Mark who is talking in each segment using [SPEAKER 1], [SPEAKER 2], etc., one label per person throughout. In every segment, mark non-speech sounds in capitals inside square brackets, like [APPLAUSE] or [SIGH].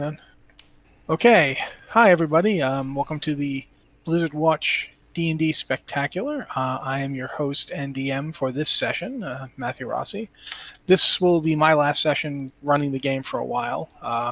[SPEAKER 1] None. Okay. Hi, everybody. Um, welcome to the Blizzard Watch D&D Spectacular. Uh, I am your host and DM for this session, uh, Matthew Rossi. This will be my last session running the game for a while. Uh,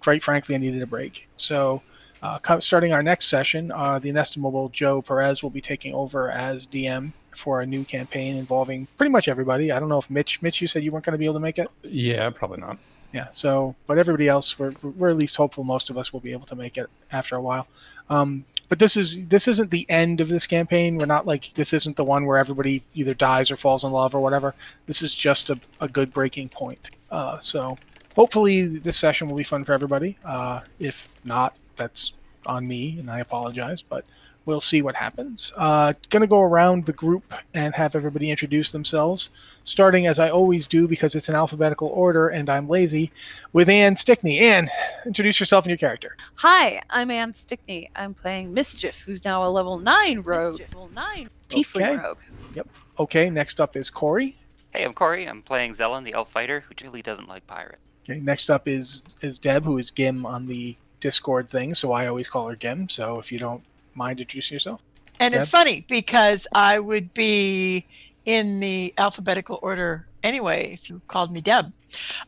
[SPEAKER 1] quite frankly, I needed a break. So, uh, co- starting our next session, uh, the inestimable Joe Perez will be taking over as DM for a new campaign involving pretty much everybody. I don't know if Mitch, Mitch, you said you weren't going to be able to make it.
[SPEAKER 2] Yeah, probably not.
[SPEAKER 1] Yeah. So, but everybody else, we're, we're at least hopeful most of us will be able to make it after a while. Um, but this is this isn't the end of this campaign. We're not like this isn't the one where everybody either dies or falls in love or whatever. This is just a, a good breaking point. Uh, so hopefully this session will be fun for everybody. Uh, if not, that's on me and I apologize, but we'll see what happens. Uh, gonna go around the group and have everybody introduce themselves starting as I always do because it's in alphabetical order and I'm lazy, with Anne Stickney. Anne, introduce yourself and your character.
[SPEAKER 3] Hi, I'm Ann Stickney. I'm playing Mischief, who's now a level 9 rogue. Level 9 Tiefling
[SPEAKER 1] Okay.
[SPEAKER 3] rogue.
[SPEAKER 1] Okay, next up is Corey.
[SPEAKER 4] Hey, I'm Corey. I'm playing Zelen, the elf fighter, who really doesn't like pirates.
[SPEAKER 1] Okay, next up is is Deb, who is Gim on the Discord thing, so I always call her Gim. So if you don't mind introducing yourself,
[SPEAKER 5] And it's funny because I would be in the alphabetical order anyway if you called me Deb.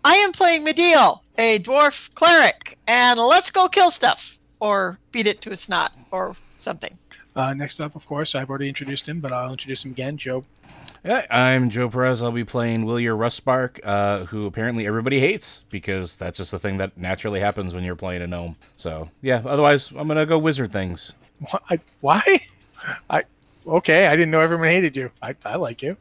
[SPEAKER 5] I am playing Medeal, a dwarf cleric, and let's go kill stuff or beat it to a snot or something.
[SPEAKER 1] uh, next up, of course, I've already introduced him, but I'll introduce him again. Joe.
[SPEAKER 6] Yeah, I'm Joe Perez. I'll be playing Willier Rustspark, uh, who apparently everybody hates because that's just the thing that naturally happens when you're playing a gnome. So yeah, otherwise I'm gonna go wizard things.
[SPEAKER 1] Wh- I, why? [LAUGHS] I okay. I didn't know everyone hated you. I, I like you.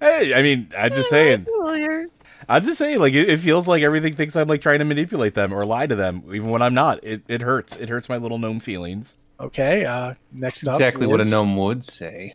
[SPEAKER 6] Hey, I mean, I'm just saying.
[SPEAKER 3] Familiar.
[SPEAKER 6] I'm just saying. Like it, it feels like everything thinks I'm like trying to manipulate them or lie to them, even when I'm not. It it hurts. It hurts my little gnome feelings.
[SPEAKER 1] Okay. Uh, next up,
[SPEAKER 2] exactly what a
[SPEAKER 1] Liz.
[SPEAKER 2] gnome would say.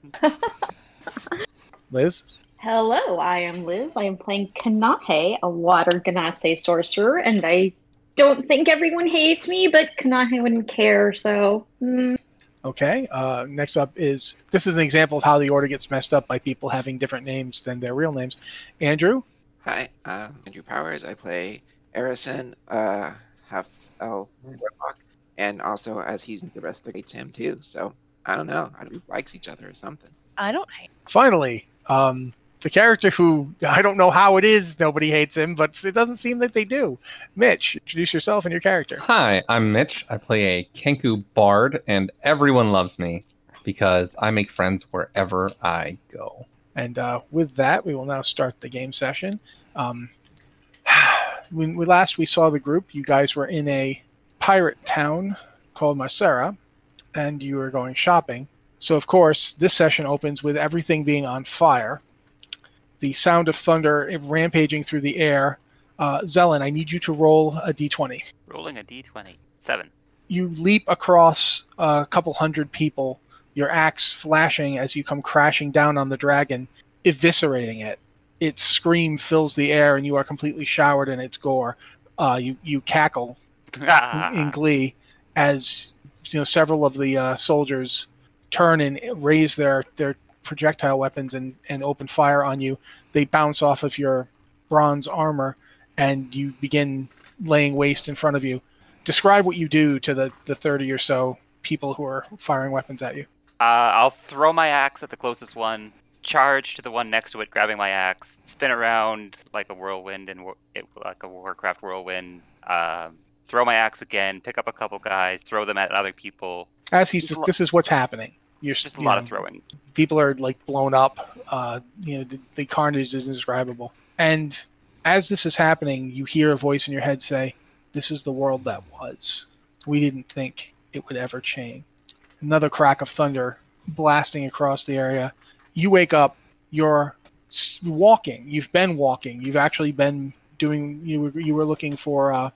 [SPEAKER 1] Liz.
[SPEAKER 7] Hello, I am Liz. I am playing Kanahe, a water Ganase sorcerer, and I don't think everyone hates me, but Kanahe wouldn't care, so. mm.
[SPEAKER 1] Okay. Uh, next up is this is an example of how the order gets messed up by people having different names than their real names. Andrew,
[SPEAKER 8] Hi, I'm Andrew Powers. I play Arison, uh, half elf warlock, and also as he's the rest of hates him too. So I don't know. I don't know who likes each other or something.
[SPEAKER 3] I don't hate.
[SPEAKER 1] finally, um, the character who I don't know how it is nobody hates him, but it doesn't seem that they do. Mitch, introduce yourself and your character.
[SPEAKER 2] Hi, I'm Mitch. I play a Kenku bard, and everyone loves me because I make friends wherever I go.
[SPEAKER 1] And uh, with that, we will now start the game session. Um, [SIGHS] when we last we saw the group, you guys were in a pirate town called Marsera, and you were going shopping. So, of course, this session opens with everything being on fire. The sound of thunder rampaging through the air. Uh, Zelen, I need you to roll a d20
[SPEAKER 4] Rolling a d20. Seven. [LAUGHS]
[SPEAKER 1] you leap across a couple hundred people, your axe flashing as you come crashing down on the dragon, eviscerating it. Its scream fills the air, and you are completely showered in its gore. Uh, you you cackle
[SPEAKER 4] Ah.
[SPEAKER 1] in glee as you know several of the uh, soldiers turn and raise their their projectile weapons and and open fire on you. They bounce off of your bronze armor, and you begin laying waste in front of you. Describe what you do to the the thirty or so people who are firing weapons at you.
[SPEAKER 4] Uh, I'll throw my axe at the closest one, charge to the one next to it, grabbing my axe, spin around like a whirlwind and it, like a Warcraft whirlwind. Um, throw my axe again, pick up a couple guys, throw them at other people.
[SPEAKER 1] As he's
[SPEAKER 4] Just
[SPEAKER 1] just,
[SPEAKER 4] a lo-
[SPEAKER 1] this is what's happening. You're
[SPEAKER 4] Just a
[SPEAKER 1] you
[SPEAKER 4] lot
[SPEAKER 1] know,
[SPEAKER 4] of throwing.
[SPEAKER 1] people are like blown up. Uh, you know, the, the carnage is indescribable. And as this is happening, you hear a voice in your head say, "This is the world that was. We didn't think it would ever change." Another crack of thunder blasting across the area. You wake up. You're s- walking. You've been walking. You've actually been doing. You were you were looking for. Uh,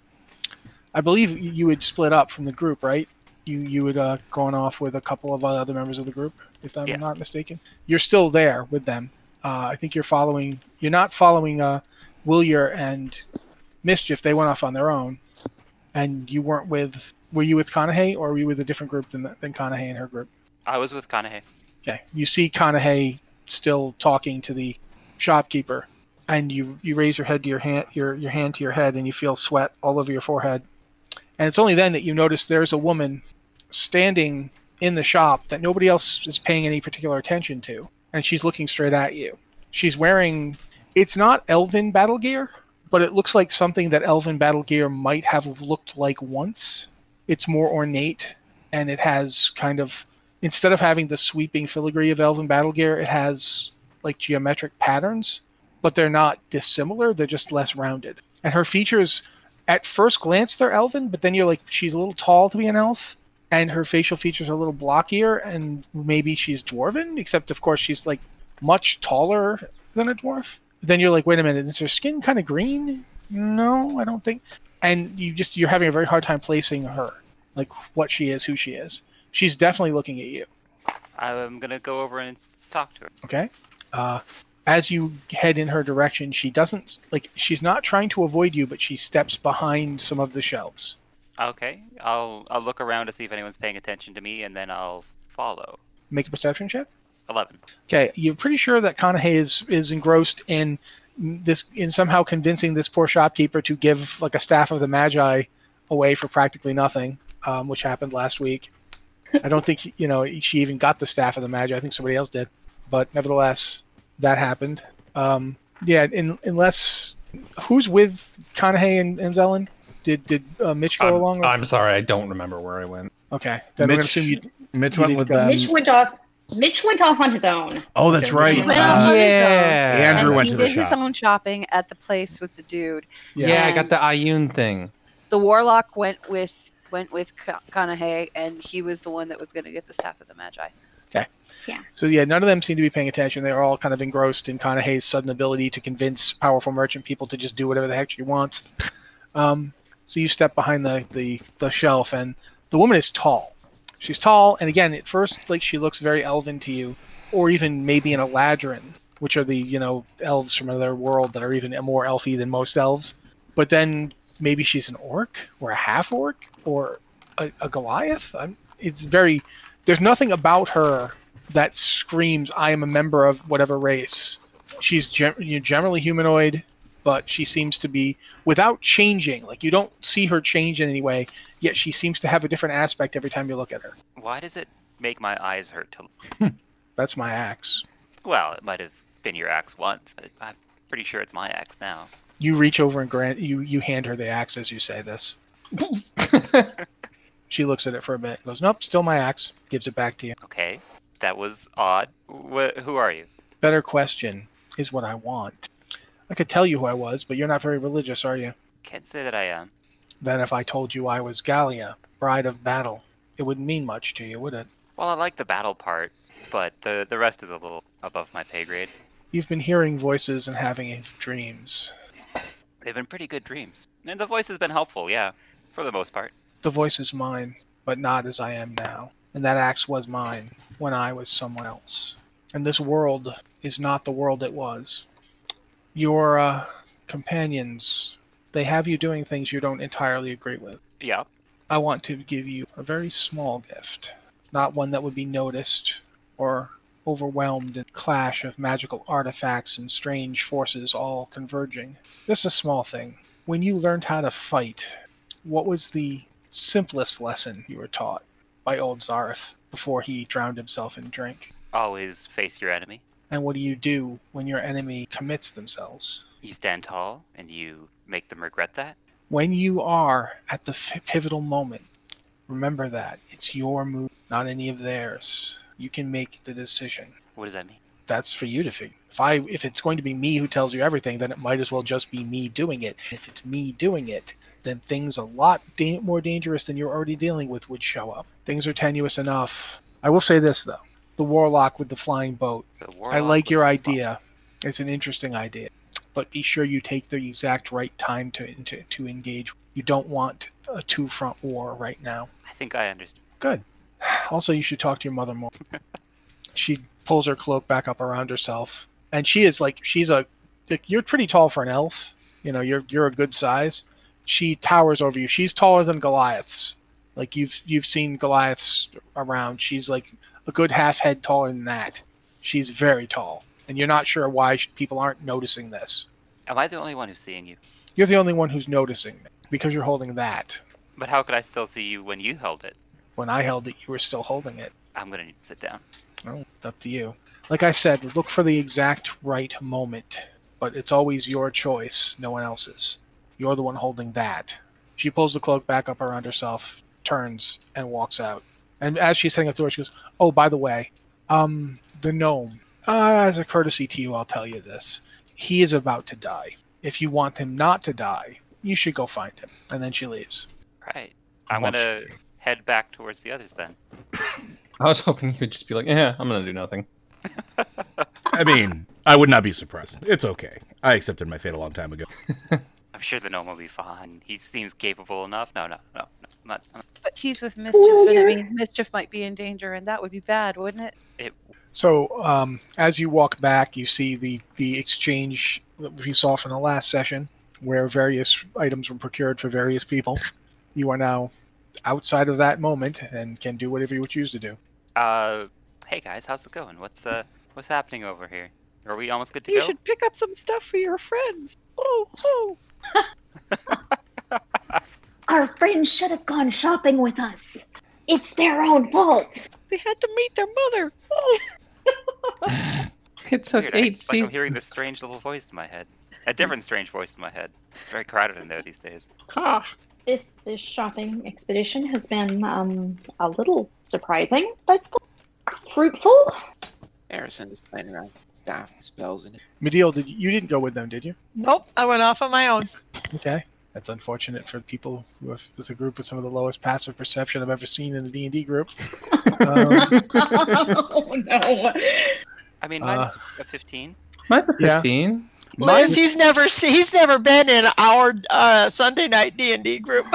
[SPEAKER 1] I believe you had split up from the group, right? You you had uh, gone off with a couple of other members of the group, if I'm
[SPEAKER 4] Yes.
[SPEAKER 1] not mistaken. You're still there with them. Uh, I think you're following. You're not following uh, Willier and Mischief. They went off on their own, and you weren't with. Were you with Conahay, or were you with a different group than than Conahay and her group?
[SPEAKER 4] I was with Conahay.
[SPEAKER 1] Okay. You see Conahay still talking to the shopkeeper, and you you raise your head to your hand your your hand to your head, and you feel sweat all over your forehead. And it's only then that you notice there's a woman standing in the shop that nobody else is paying any particular attention to, and she's looking straight at you. She's wearing it's not elven battle gear, but it looks like something that elven battle gear might have looked like once. It's more ornate and it has kind of instead of having the sweeping filigree of elven battle gear, it has like geometric patterns, but they're not dissimilar, they're just less rounded. And her features at first glance they're elven, but then you're like she's a little tall to be an elf and her facial features are a little blockier and maybe she's dwarven, except of course she's like much taller than a dwarf. Then you're like, wait a minute, is her skin kind of green? No, I don't think. And you just you're having a very hard time placing her, like what she is, who she is. She's definitely looking at you.
[SPEAKER 4] I'm gonna go over and s- talk to her.
[SPEAKER 1] Okay. Uh, as you head in her direction, she doesn't like she's not trying to avoid you, but she steps behind some of the shelves.
[SPEAKER 4] Okay, I'll I'll look around to see if anyone's paying attention to me, and then I'll follow.
[SPEAKER 1] Make a perception check.
[SPEAKER 4] Eleven.
[SPEAKER 1] Okay, you're pretty sure that Conahay is is engrossed in this in somehow convincing this poor shopkeeper to give like a staff of the Magi away for practically nothing, um, which happened last week. I don't think you know she even got the staff of the Magi. I think somebody else did, but nevertheless, that happened. Um, yeah, in, unless who's with Conahay and, and Zelen? Did did uh, Mitch go
[SPEAKER 2] I'm,
[SPEAKER 1] along?
[SPEAKER 2] I'm sorry, I don't remember where I went.
[SPEAKER 1] okay, then we're gonna
[SPEAKER 6] Mitch-
[SPEAKER 1] assume you.
[SPEAKER 6] Mitch
[SPEAKER 1] You
[SPEAKER 6] went
[SPEAKER 1] did
[SPEAKER 6] with
[SPEAKER 1] go.
[SPEAKER 6] them.
[SPEAKER 7] Mitch went off. Mitch went off on his own.
[SPEAKER 6] oh, that's
[SPEAKER 1] Yeah,
[SPEAKER 6] right.
[SPEAKER 1] Mitch
[SPEAKER 7] went
[SPEAKER 2] [LAUGHS]
[SPEAKER 6] Uh,
[SPEAKER 7] off.
[SPEAKER 6] Andrew
[SPEAKER 3] And
[SPEAKER 6] went
[SPEAKER 3] he
[SPEAKER 6] to the
[SPEAKER 3] did his
[SPEAKER 6] shop.
[SPEAKER 3] own shopping at the place with the dude.
[SPEAKER 2] Yeah,
[SPEAKER 1] yeah.
[SPEAKER 2] I got the Ayun [LAUGHS] thing.
[SPEAKER 3] The warlock went with went with Ka- Kanahe, and he was the one that was going to get the staff of the Magi.
[SPEAKER 1] So yeah, none of them seem to be paying attention. They're all kind of engrossed in Kanahay's sudden ability to convince powerful merchant people to just do whatever the heck she wants. Um, so you step behind the, the the shelf, and the woman is tall. She's tall, and again, at first, like she looks very elven to you, or even maybe an Eladrin, which are the you know elves from another world that are even more elfy than most elves. But then maybe she's an orc or a half orc or a, a Goliath. I'm, it's very there's nothing about her that screams I am a member of whatever race. She's gen- you know, generally humanoid, but she seems to be without changing. Like you don't see her change in any way, yet she seems to have a different aspect every time you look at her.
[SPEAKER 4] Why does it make my eyes hurt to?
[SPEAKER 1] That's my axe.
[SPEAKER 4] Well, it might have been your axe once. But I'm pretty sure it's my axe now.
[SPEAKER 1] You reach over and grant you you hand her the axe as you say this. She looks at it for a bit, goes, "Nope, still my axe." Gives it back to you.
[SPEAKER 4] Okay, that was odd. Wh- who are you?
[SPEAKER 1] Better question is what I want. I could tell you who I was, but you're not very religious, are you?
[SPEAKER 4] Can't say that I am.
[SPEAKER 1] than if I told you I was Gallia, bride of battle. It wouldn't mean much to you, would it?
[SPEAKER 4] Well, I like the battle part, but the the rest is a little above my pay grade.
[SPEAKER 1] You've been hearing voices and having dreams.
[SPEAKER 4] They've been pretty good dreams, and the voice has been helpful. Yeah, for the most part.
[SPEAKER 1] The voice is mine, but not as I am now. And that axe was mine when I was someone else. And this world is not the world it was. Your uh, companions, they have you doing things you don't entirely agree with.
[SPEAKER 4] Yeah.
[SPEAKER 1] I want to give you a very small gift, not one that would be noticed or overwhelmed in clash of magical artifacts and strange forces all converging. Just a small thing. When you learned how to fight, what was the simplest lesson you were taught by old Zareth before he drowned himself in drink?
[SPEAKER 4] Always face your enemy.
[SPEAKER 1] And what do you do when your enemy commits themselves?
[SPEAKER 4] You stand tall, and you make them regret that.
[SPEAKER 1] when you are at the f- pivotal moment, remember that it's your move, not any of theirs. You can make the decision.
[SPEAKER 4] What does that mean?
[SPEAKER 1] That's for you to figure. If I, if it's going to be me who tells you everything, then it might as well just be me doing it. If it's me doing it, then things a lot da- more dangerous than you're already dealing with would show up. Things are tenuous enough. I will say this though: the warlock with the flying boat.
[SPEAKER 4] The
[SPEAKER 1] I
[SPEAKER 4] warlock
[SPEAKER 1] like
[SPEAKER 4] was
[SPEAKER 1] your
[SPEAKER 4] fun.
[SPEAKER 1] idea. It's an interesting idea, but be sure you take the exact right time to to, to engage. You don't want a two front war right now.
[SPEAKER 4] I think I understand.
[SPEAKER 1] Good. Also, you should talk to your mother more. she pulls her cloak back up around herself, and she is like she's a like, you're pretty tall for an elf. You know, you're you're a good size. She towers over you. She's taller than Goliaths. Like you've you've seen Goliaths around. She's like a good half head taller than that. She's very tall, and you're not sure why sh- people aren't noticing this.
[SPEAKER 4] Am I the only one who's seeing you?
[SPEAKER 1] You're the only one who's noticing because you're holding that.
[SPEAKER 4] But how could I still see you when you held it?
[SPEAKER 1] When I held it, you were still holding it.
[SPEAKER 4] I'm gonna need to sit down.
[SPEAKER 1] Well, it's up to you. Like I said, look for the exact right moment, but it's always your choice, no one else's. You're the one holding that. She pulls the cloak back up around herself, turns, and walks out. And as she's heading up the door, she goes, "Oh, by the way, um, the gnome. Uh, as a courtesy to you, I'll tell you this: he is about to die. If you want him not to die, you should go find him." And then she leaves.
[SPEAKER 4] Right. I'm
[SPEAKER 2] Watch.
[SPEAKER 4] gonna head back towards the others then.
[SPEAKER 2] I was hoping you'd just be like, "Yeah, I'm gonna do nothing."
[SPEAKER 6] I mean, I would not be surprised. It's okay. I accepted my fate a long time ago.
[SPEAKER 4] I'm sure the gnome will be fine. He seems capable enough. No, no, no, no. I'm not, I'm not-
[SPEAKER 3] But he's with mischief, and I mean, mischief might be in danger, and that would be bad, wouldn't it?
[SPEAKER 4] it,
[SPEAKER 1] So um, as you walk back, you see the the exchange that we saw from the last session, where various items were procured for various people. You are now outside of that moment and can do whatever you choose to do.
[SPEAKER 4] uh, hey guys, how's it going? What's uh, what's happening over here? Are we almost good to
[SPEAKER 9] You
[SPEAKER 4] go?
[SPEAKER 9] should pick up some stuff for your friends. Oh, oh.
[SPEAKER 7] Our friends should have gone shopping with us. It's their own fault.
[SPEAKER 9] They had to meet their mother. Oh.
[SPEAKER 2] It took
[SPEAKER 4] Weird, I-
[SPEAKER 2] eight
[SPEAKER 4] it's like I'm
[SPEAKER 2] seasons.
[SPEAKER 4] hearing this strange little voice in my head. A different strange voice in my head. It's very crowded in there these days.
[SPEAKER 7] Ah, this this shopping expedition has been um a little surprising, but fruitful. [LAUGHS]
[SPEAKER 8] Harrison is playing around with staff spells and
[SPEAKER 1] Mediel, did you didn't go with them, did you?
[SPEAKER 5] Nope, I went off on my own.
[SPEAKER 1] Okay, that's unfortunate for people who have this a group with some of the lowest passive perception I've ever seen in the D and D group. um,
[SPEAKER 7] oh no.
[SPEAKER 4] I mean,
[SPEAKER 1] Uh.
[SPEAKER 4] mine's a 15.
[SPEAKER 2] Mine's a
[SPEAKER 1] Yeah.
[SPEAKER 2] fifteen.
[SPEAKER 5] Liz, he's never se- he's never been in our uh, Sunday night D and D group.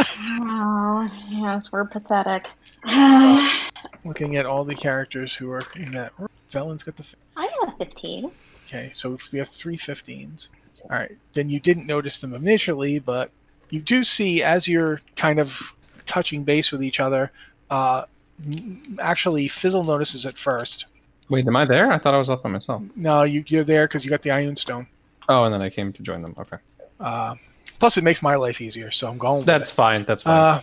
[SPEAKER 7] Oh yes, we're pathetic. [SIGHS]
[SPEAKER 1] looking at all the characters who are in that. room, Zellin's got the
[SPEAKER 7] I have a fifteen.
[SPEAKER 1] Okay, so if we have three 15s. All right, then you didn't notice them initially, but you do see as you're kind of touching base with each other. Uh, n- actually, Fizzle notices at first.
[SPEAKER 2] Wait, am I there? I thought I was off by myself.
[SPEAKER 1] No, you, you're there because you got the Iron Stone.
[SPEAKER 2] Oh, and then I came to join them. Okay,
[SPEAKER 1] Uh, plus, it makes my life easier, so I'm going. with
[SPEAKER 2] that's
[SPEAKER 1] it.
[SPEAKER 2] fine. That's fine.
[SPEAKER 1] Uh,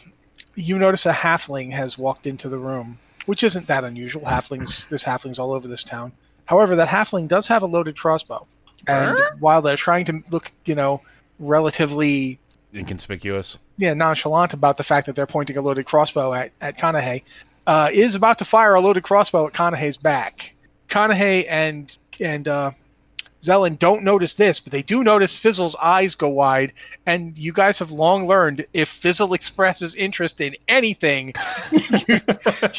[SPEAKER 1] you notice a halfling has walked into the room, which isn't that unusual. Halflings, there's halflings all over this town. However, that halfling does have a loaded crossbow, and while they're trying to look, you know, relatively
[SPEAKER 6] Inconspicuous.
[SPEAKER 1] yeah nonchalant about the fact that they're pointing a loaded crossbow at at Kanahe, uh, is about to fire a loaded crossbow at Kanahe's back. Kanahe and and uh, Zelen don't notice this, but they do notice Fizzle's eyes go wide, and you guys have long learned if Fizzle [LAUGHS] expresses interest in anything, [LAUGHS] you,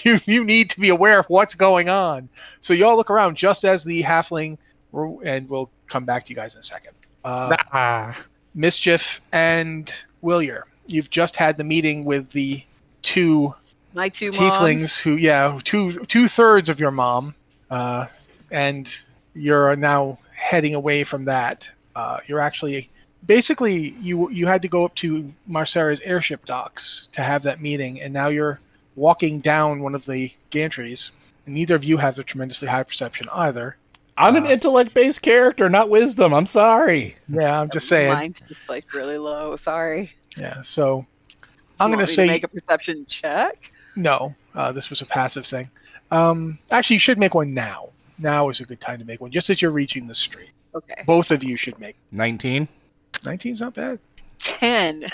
[SPEAKER 1] you you need to be aware of what's going on. So you all look around just as the halfling, and we'll come back to you guys in a second. Uh,
[SPEAKER 2] Ah.
[SPEAKER 1] Mischief and Willier. You've just had the meeting with the two
[SPEAKER 3] My two
[SPEAKER 1] tieflings
[SPEAKER 3] moms.
[SPEAKER 1] who, yeah, two two thirds of your mom, uh, and you're now heading away from that. Uh, you're actually basically you you had to go up to Marsara's airship docks to have that meeting, and now you're walking down one of the gantries. And neither of you has a tremendously high perception either.
[SPEAKER 6] I'm an
[SPEAKER 1] Uh,
[SPEAKER 6] intellect-based character, not wisdom. I'm sorry.
[SPEAKER 1] Yeah, I'm just saying.
[SPEAKER 9] Mine's just like really low. Sorry.
[SPEAKER 1] Yeah, so
[SPEAKER 9] Do
[SPEAKER 1] I'm
[SPEAKER 9] you
[SPEAKER 1] gonna
[SPEAKER 9] want me
[SPEAKER 1] say
[SPEAKER 9] to make a perception check.
[SPEAKER 1] No, uh, this was a passive thing. Um, actually, you should make one now. Now is a good time to make one, just as you're reaching the street.
[SPEAKER 9] Okay.
[SPEAKER 1] Both of you should make.
[SPEAKER 6] 19.
[SPEAKER 1] 19's not bad.
[SPEAKER 9] Ten.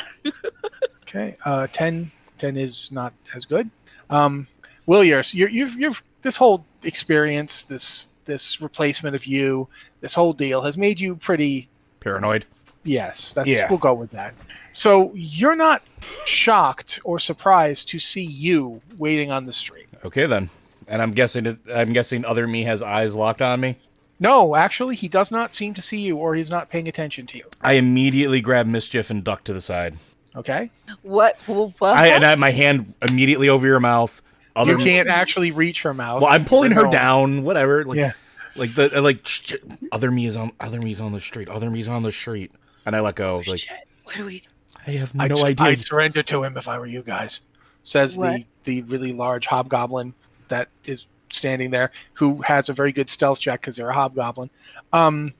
[SPEAKER 1] Okay, uh, 10, 10 is not as good. Um, Williers, you're, you've, you've this whole experience, this this replacement of you, this whole deal has made you pretty
[SPEAKER 6] Paranoid.
[SPEAKER 1] Yes, that's
[SPEAKER 6] Yeah.
[SPEAKER 1] we'll go with that. So you're not shocked or surprised to see you waiting on the street.
[SPEAKER 6] Okay then. And I'm guessing it, I'm guessing other me has eyes locked on me.
[SPEAKER 1] No, actually, he does not seem to see you, or he's not paying attention to you.
[SPEAKER 6] I immediately grab mischief and duck to the side.
[SPEAKER 1] Okay,
[SPEAKER 3] What? Well, what?
[SPEAKER 6] I and I, my hand immediately over your mouth. Other
[SPEAKER 1] Uh-huh. you can't actually reach her mouth.
[SPEAKER 6] Well, I'm pulling her
[SPEAKER 1] No.
[SPEAKER 6] down. Whatever. Like,
[SPEAKER 1] Yeah.
[SPEAKER 6] Like the I like. "Shh, shh, Other me is on. Other me's on the street. Other me's on the street. And I let go. Like
[SPEAKER 3] Shit. What do we?
[SPEAKER 6] I have no
[SPEAKER 1] I'd, su-
[SPEAKER 6] idea.
[SPEAKER 1] I'd surrender to him if I were you guys," says
[SPEAKER 9] What?
[SPEAKER 1] the the really large hobgoblin that is standing there, who has a very good stealth check because they're a hobgoblin. Um,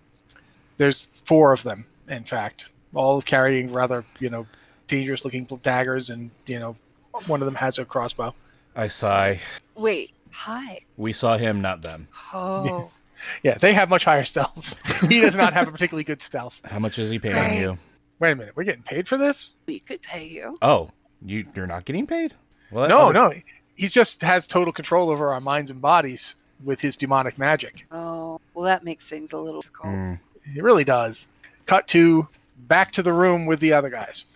[SPEAKER 1] there's four of them, in fact, all carrying rather you know dangerous looking daggers, and you know, one of them has a crossbow.
[SPEAKER 6] I sigh.
[SPEAKER 3] Wait,
[SPEAKER 1] [LAUGHS]
[SPEAKER 3] hi.
[SPEAKER 6] We saw him, not them.
[SPEAKER 3] Oh,
[SPEAKER 1] Yeah, they have much higher [LAUGHS] stealth. he does not have a particularly good stealth.
[SPEAKER 6] How much is he paying
[SPEAKER 3] Right.
[SPEAKER 6] you?
[SPEAKER 1] Wait a minute, we're getting paid for this?
[SPEAKER 9] We could pay you.
[SPEAKER 6] Oh, you you're not getting paid? Well, that-
[SPEAKER 1] No, no. He just has total control over our minds and bodies with his demonic magic.
[SPEAKER 3] oh. Well, that makes things a little difficult.
[SPEAKER 6] Mm.
[SPEAKER 1] It really does. Cut to back to the room with the other guys.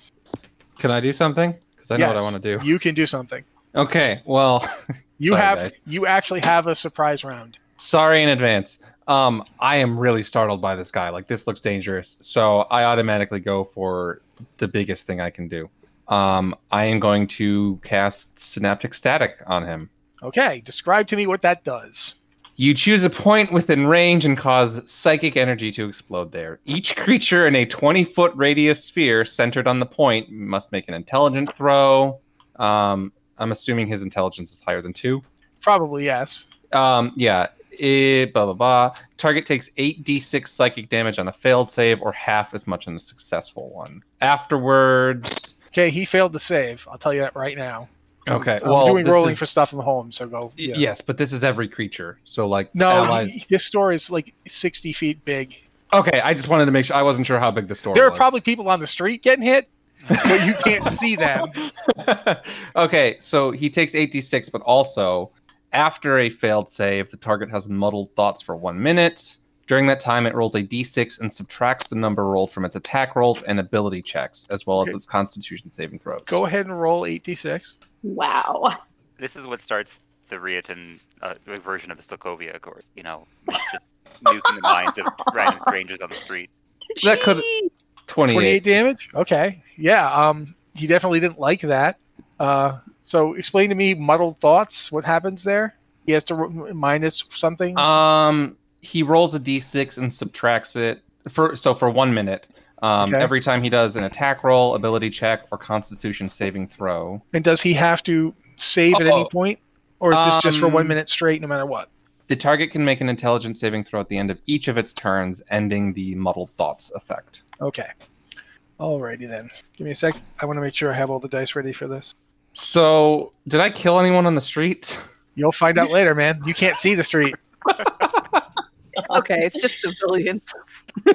[SPEAKER 2] Can I do something? Because I know what I
[SPEAKER 1] Yes,
[SPEAKER 2] want to do.
[SPEAKER 1] You can do something.
[SPEAKER 2] Okay, well, [LAUGHS]
[SPEAKER 1] You
[SPEAKER 2] Sorry,
[SPEAKER 1] have
[SPEAKER 2] guys.
[SPEAKER 1] you actually have a surprise round.
[SPEAKER 2] sorry in advance. Um, I am really startled by this guy. Like this looks dangerous, so I automatically go for the biggest thing I can do. Um, I am going to cast Synaptic Static on him.
[SPEAKER 1] Okay, describe to me what that does.
[SPEAKER 2] You choose a point within range and cause psychic energy to explode there. Each creature in a 20 foot radius sphere centered on the point must make an intelligent throw. Um, I'm assuming his intelligence is higher than two.
[SPEAKER 1] Probably yes.
[SPEAKER 2] Um, yeah. It, blah, blah, blah. Target takes 8d6 psychic damage on a failed save or half as much on a successful one. Afterwards.
[SPEAKER 1] Okay, he failed the save. I'll tell you that right now.
[SPEAKER 2] Okay.
[SPEAKER 1] I'm
[SPEAKER 2] well,
[SPEAKER 1] doing
[SPEAKER 2] this
[SPEAKER 1] rolling
[SPEAKER 2] is-
[SPEAKER 1] for stuff from home, so go.
[SPEAKER 2] y-
[SPEAKER 1] yeah.
[SPEAKER 2] Yes, but this is every creature. So, like,
[SPEAKER 1] No,
[SPEAKER 2] allies.
[SPEAKER 1] he, this store is like sixty feet big.
[SPEAKER 2] Okay, I just wanted to make sure. I wasn't sure how big the store
[SPEAKER 1] There are
[SPEAKER 2] was.
[SPEAKER 1] probably people on the street getting hit, but you can't see them.
[SPEAKER 2] [LAUGHS] okay, so he takes 8d6, but also after a failed save, the target has muddled thoughts for one minute. During that time, it rolls a d6 and subtracts the number rolled from its attack roll and ability checks, as well as
[SPEAKER 1] Okay.
[SPEAKER 2] its constitution saving throws.
[SPEAKER 1] Go ahead and roll eight d six.
[SPEAKER 7] Wow. [LAUGHS]
[SPEAKER 4] This is what starts the Riotan's uh, version of the Sokovia Accords. You know, which just [LAUGHS] nuking the minds of random strangers on the street.
[SPEAKER 2] That
[SPEAKER 1] Mm.
[SPEAKER 3] [LAUGHS]
[SPEAKER 2] could- 28.
[SPEAKER 1] Twenty eight damage. Okay, yeah. Um, he definitely didn't like that. Uh, so explain to me muddled thoughts. What happens there? He has to ro- minus something.
[SPEAKER 2] Um, he rolls a d6 and subtracts it for so for one minute. Um,
[SPEAKER 1] Okay.
[SPEAKER 2] every time he does an attack roll, ability check, or constitution saving throw.
[SPEAKER 1] And does he have to save at any
[SPEAKER 2] Oh.
[SPEAKER 1] point, or is this just for one
[SPEAKER 2] Um,
[SPEAKER 1] minute straight, no matter what?
[SPEAKER 2] The target can make an intelligence saving throw at the end of each of its turns, ending the muddled thoughts effect.
[SPEAKER 1] Okay. Alrighty then. Give me a sec. I want to make sure I have all the dice ready for this.
[SPEAKER 2] So, did I kill anyone on
[SPEAKER 1] [LAUGHS]
[SPEAKER 2] the street?
[SPEAKER 1] You'll find out later, man. You can't see the street.
[SPEAKER 9] Okay, it's just civilians. [LAUGHS]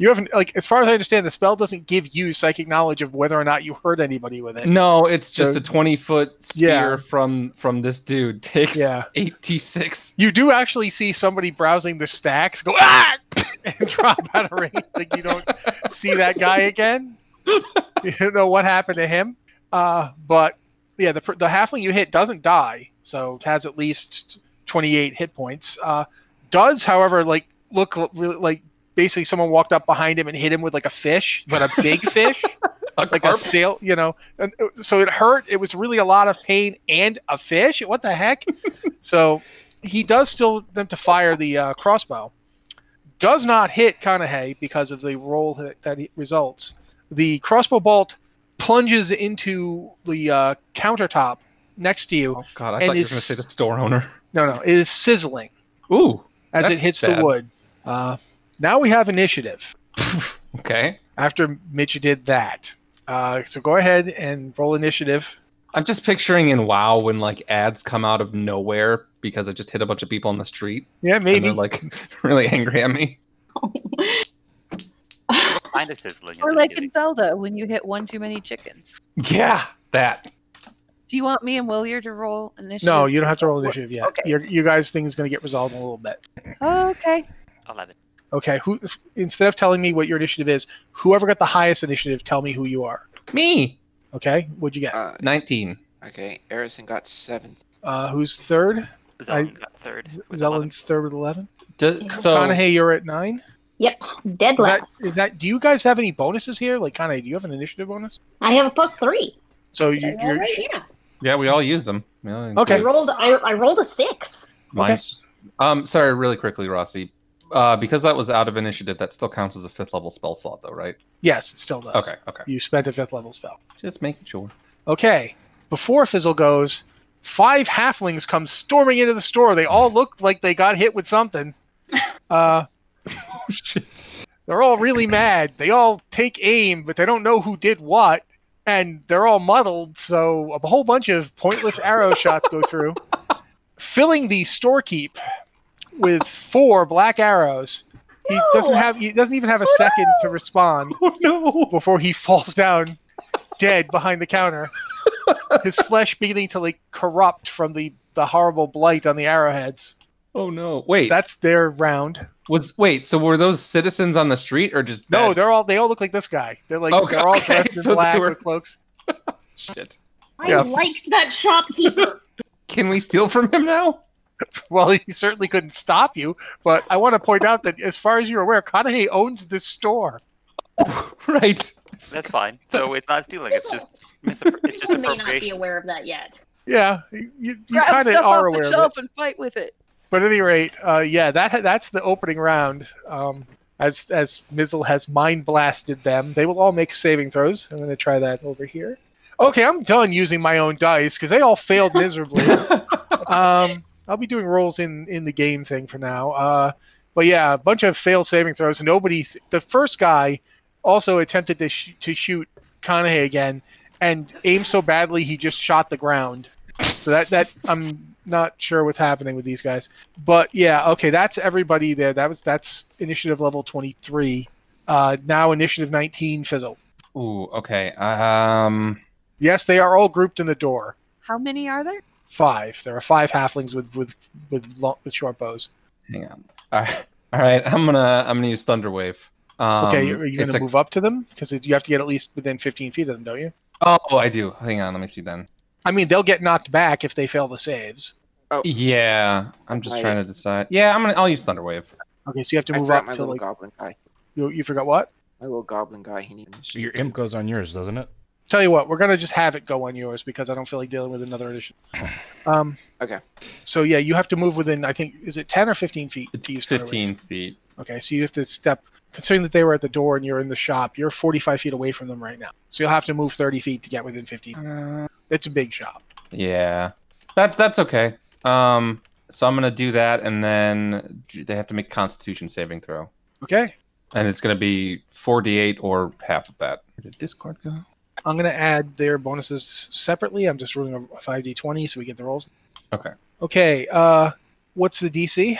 [SPEAKER 1] You haven't like as far as I understand, the spell doesn't give you psychic knowledge of whether or not you hurt anybody with it.
[SPEAKER 2] No, it's just
[SPEAKER 1] So-
[SPEAKER 2] a twenty foot spear
[SPEAKER 1] Yeah.
[SPEAKER 2] from from this dude. Takes
[SPEAKER 1] Yeah.
[SPEAKER 2] eighty six.
[SPEAKER 1] You do actually see somebody browsing the stacks, go ah, [LAUGHS] and drop out of range. Like you don't see that guy again. [LAUGHS] You don't know what happened to him. Uh, but yeah, the pr- the halfling you hit doesn't die, so has at least twenty eight hit points. Uh, does, however, like look l- really like basically someone walked up behind him and hit him with like a fish, but a big fish like a sail, you know. And it- so it hurt. It was really a lot of pain and a fish. What the
[SPEAKER 2] [LAUGHS]
[SPEAKER 1] heck? so he does still attempt to fire the uh, crossbow. Does not hit Kanahe because of the roll that, that it results. The crossbow bolt plunges into the uh, countertop next to you.
[SPEAKER 2] Oh god, I
[SPEAKER 1] And
[SPEAKER 2] thought you were gonna
[SPEAKER 1] is-
[SPEAKER 2] say the store owner. [LAUGHS]
[SPEAKER 1] No, no, it is sizzling
[SPEAKER 2] Ooh.
[SPEAKER 1] as
[SPEAKER 2] That's
[SPEAKER 1] it hits
[SPEAKER 2] bad.
[SPEAKER 1] the wood. Uh, now we have initiative.
[SPEAKER 2] Okay.
[SPEAKER 1] After Mitch did that, uh, so go ahead and roll initiative.
[SPEAKER 2] I'm just picturing in WoW when like ads come out of nowhere because I just hit a bunch of people on the street
[SPEAKER 1] Yeah,
[SPEAKER 2] and
[SPEAKER 1] maybe.
[SPEAKER 2] they're like [LAUGHS] really angry at me.
[SPEAKER 4] Find a sizzling.
[SPEAKER 3] Or
[SPEAKER 4] is
[SPEAKER 3] like in
[SPEAKER 4] appealing.
[SPEAKER 3] Zelda, when you hit one too many chickens.
[SPEAKER 2] Yeah, that.
[SPEAKER 3] Do you want me and Willier to roll initiative?
[SPEAKER 1] No, you don't have to roll initiative yet.
[SPEAKER 3] Okay.
[SPEAKER 1] Your, you guys' thing is going to get resolved in a little bit.
[SPEAKER 3] Okay.
[SPEAKER 4] Eleven.
[SPEAKER 1] Okay. Who, if- instead of telling me what your initiative is, whoever got the highest initiative, tell me who you are.
[SPEAKER 2] Me.
[SPEAKER 1] Okay. What'd you get?
[SPEAKER 8] Uh,
[SPEAKER 2] Nineteen.
[SPEAKER 8] okay, Arison got seven.
[SPEAKER 1] Uh, who's third?
[SPEAKER 4] Zelda got third.
[SPEAKER 1] Z-
[SPEAKER 4] with 11.
[SPEAKER 1] Zellin's third with eleven.
[SPEAKER 2] Do- so
[SPEAKER 1] Kanahe, you're at nine.
[SPEAKER 7] Yep, dead
[SPEAKER 1] Is that,
[SPEAKER 7] last.
[SPEAKER 1] is that? Do you guys have any bonuses here? Like Kanahe, do you have an initiative bonus?
[SPEAKER 7] I have a plus three.
[SPEAKER 1] So you,
[SPEAKER 7] All
[SPEAKER 1] you're
[SPEAKER 7] right, yeah.
[SPEAKER 2] Yeah, we all used them. We all
[SPEAKER 1] Okay.
[SPEAKER 7] I
[SPEAKER 2] included
[SPEAKER 7] rolled. I, I rolled a six.
[SPEAKER 2] Mine's, um, sorry, really quickly, Rossi. Uh, because that was out of initiative, that still counts as a fifth level spell slot, though, right?
[SPEAKER 1] yes, it still does.
[SPEAKER 2] Okay, okay.
[SPEAKER 1] You spent a fifth level spell.
[SPEAKER 2] Just making [LAUGHS] sure.
[SPEAKER 1] Okay. Before Fizzle goes, five halflings come storming into the
[SPEAKER 7] [LAUGHS]
[SPEAKER 1] store. They all look like they got hit with something. Uh,
[SPEAKER 2] Oh, shit. [LAUGHS]
[SPEAKER 1] They're all really mad. They all take aim, but they don't know who did what, and they're all muddled. So a whole bunch of pointless arrow shots go through, filling the storekeep with four black arrows. He doesn't have. He doesn't even have a second to respond
[SPEAKER 2] Oh no!
[SPEAKER 1] before he falls down dead behind the counter. His flesh beginning to like corrupt from the the horrible blight on the arrowheads.
[SPEAKER 2] Oh no! Wait,
[SPEAKER 1] That's their round.
[SPEAKER 2] was wait. So were those citizens on the street or just
[SPEAKER 1] No,
[SPEAKER 2] bad-
[SPEAKER 1] they're all they all look like this guy. They're like
[SPEAKER 2] Oh,
[SPEAKER 1] they're
[SPEAKER 2] [LAUGHS]
[SPEAKER 1] all
[SPEAKER 2] okay,
[SPEAKER 1] dressed in
[SPEAKER 2] so they
[SPEAKER 1] black
[SPEAKER 2] were-
[SPEAKER 1] with cloaks.
[SPEAKER 2] shit?
[SPEAKER 7] I
[SPEAKER 1] Yeah.
[SPEAKER 7] liked that shopkeeper.
[SPEAKER 2] Can we steal from him now? [LAUGHS]
[SPEAKER 1] Well, he certainly couldn't stop you, but I want to point out that as far as you're aware, Kanahe owns this store.
[SPEAKER 2] right.
[SPEAKER 4] That's fine. So it's not stealing. It's just misappro- [LAUGHS] it's just
[SPEAKER 7] People may not be
[SPEAKER 4] appropriation.
[SPEAKER 7] aware of that yet.
[SPEAKER 1] Yeah, you, you
[SPEAKER 9] Grab
[SPEAKER 1] kind of
[SPEAKER 9] stuff
[SPEAKER 1] are
[SPEAKER 9] off the
[SPEAKER 1] aware of it.
[SPEAKER 9] shelf and fight with it.
[SPEAKER 1] But at any rate, uh, yeah, that that's the opening round. Um, as as Mizzle has mind blasted them, they will all make saving throws. I'm going to try that over here. Okay, I'm done using my own dice because they all failed miserably. um, I'll be doing rolls in in the game thing for now. Uh, but yeah, a bunch of failed saving throws. Nobody. The first guy also attempted to sh- to shoot Kanahe again, and aimed so badly he just shot the ground. So that that I'm not sure what's happening with these guys. But yeah, okay, that's everybody there. That was that's initiative level 23. Uh, now initiative 19 fizzle.
[SPEAKER 2] Ooh. Okay. Um.
[SPEAKER 1] Yes, they are all grouped in the door.
[SPEAKER 3] How many are there?
[SPEAKER 1] Five. There are five halflings with with with, long, with short bows.
[SPEAKER 2] Hang on. All right. All right. I'm gonna I'm gonna use Thunder Wave. Um,
[SPEAKER 1] Okay, are you going
[SPEAKER 2] it's
[SPEAKER 1] to
[SPEAKER 2] a-
[SPEAKER 1] move up to them because you have to get at least within 15 feet of them, don't you?
[SPEAKER 2] Oh, I do. Hang on. Let me see then.
[SPEAKER 1] I mean, they'll get knocked back if they fail the saves.
[SPEAKER 2] Yeah, I'm just
[SPEAKER 8] I-
[SPEAKER 2] trying to decide. Yeah, I'm gonna. I'll use Thunder Wave.
[SPEAKER 1] Okay, so you have to
[SPEAKER 8] I
[SPEAKER 1] move
[SPEAKER 8] forgot
[SPEAKER 1] up
[SPEAKER 8] my
[SPEAKER 1] to
[SPEAKER 8] little
[SPEAKER 1] like
[SPEAKER 8] goblin guy.
[SPEAKER 1] you, you forgot what?
[SPEAKER 8] My little goblin guy. He needs. to
[SPEAKER 6] Your
[SPEAKER 8] shoot.
[SPEAKER 6] imp goes on yours, doesn't it?
[SPEAKER 1] Tell you what, we're gonna just have it go on yours because I don't feel like dealing with another
[SPEAKER 8] [SIGHS]
[SPEAKER 1] edition. Um,
[SPEAKER 8] Okay.
[SPEAKER 1] So yeah, you have to move within. I think is it ten or fifteen feet?
[SPEAKER 2] It's
[SPEAKER 1] to use Thunder Wave?
[SPEAKER 2] 15 feet.
[SPEAKER 1] Okay, so you have to step. Considering that they were at the door and you're in the shop, you're 45 feet away from them right now. So you'll have to move 30 feet to get within 15. It's a big shop.
[SPEAKER 2] Yeah, that's that's okay. Um, so I'm gonna do that, and then they have to make Constitution saving throw,
[SPEAKER 1] Okay,
[SPEAKER 2] and it's gonna be 48 or half of that. Where did Discord go?
[SPEAKER 1] I'm gonna add their bonuses separately. I'm just rolling a 5d20 so we get the rolls.
[SPEAKER 2] Okay.
[SPEAKER 1] Okay. Uh, what's the DC?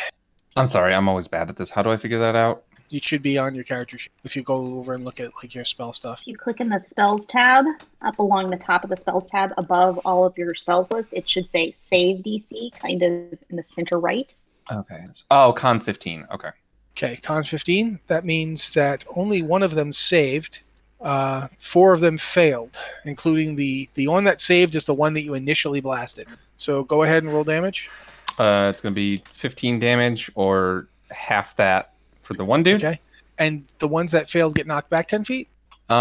[SPEAKER 2] I'm sorry, I'm always bad at this. How do I figure that out?
[SPEAKER 1] It should be on your character sheet if you go over and look at like your spell stuff.
[SPEAKER 7] If you click in the spells tab up along the top of the spells tab above all of your spells list, it should say save DC kind of in the center [LAUGHS] right.
[SPEAKER 2] Okay. Oh, con 15. Okay.
[SPEAKER 1] Okay, con 15. That means that only one of them saved. Uh, four of them failed, including the the one that saved is the one that you initially blasted. So go ahead and roll damage.
[SPEAKER 2] Uh, it's gonna be 15 damage or half that for the one dude.
[SPEAKER 1] Okay. And the ones that failed get knocked back 10 feet.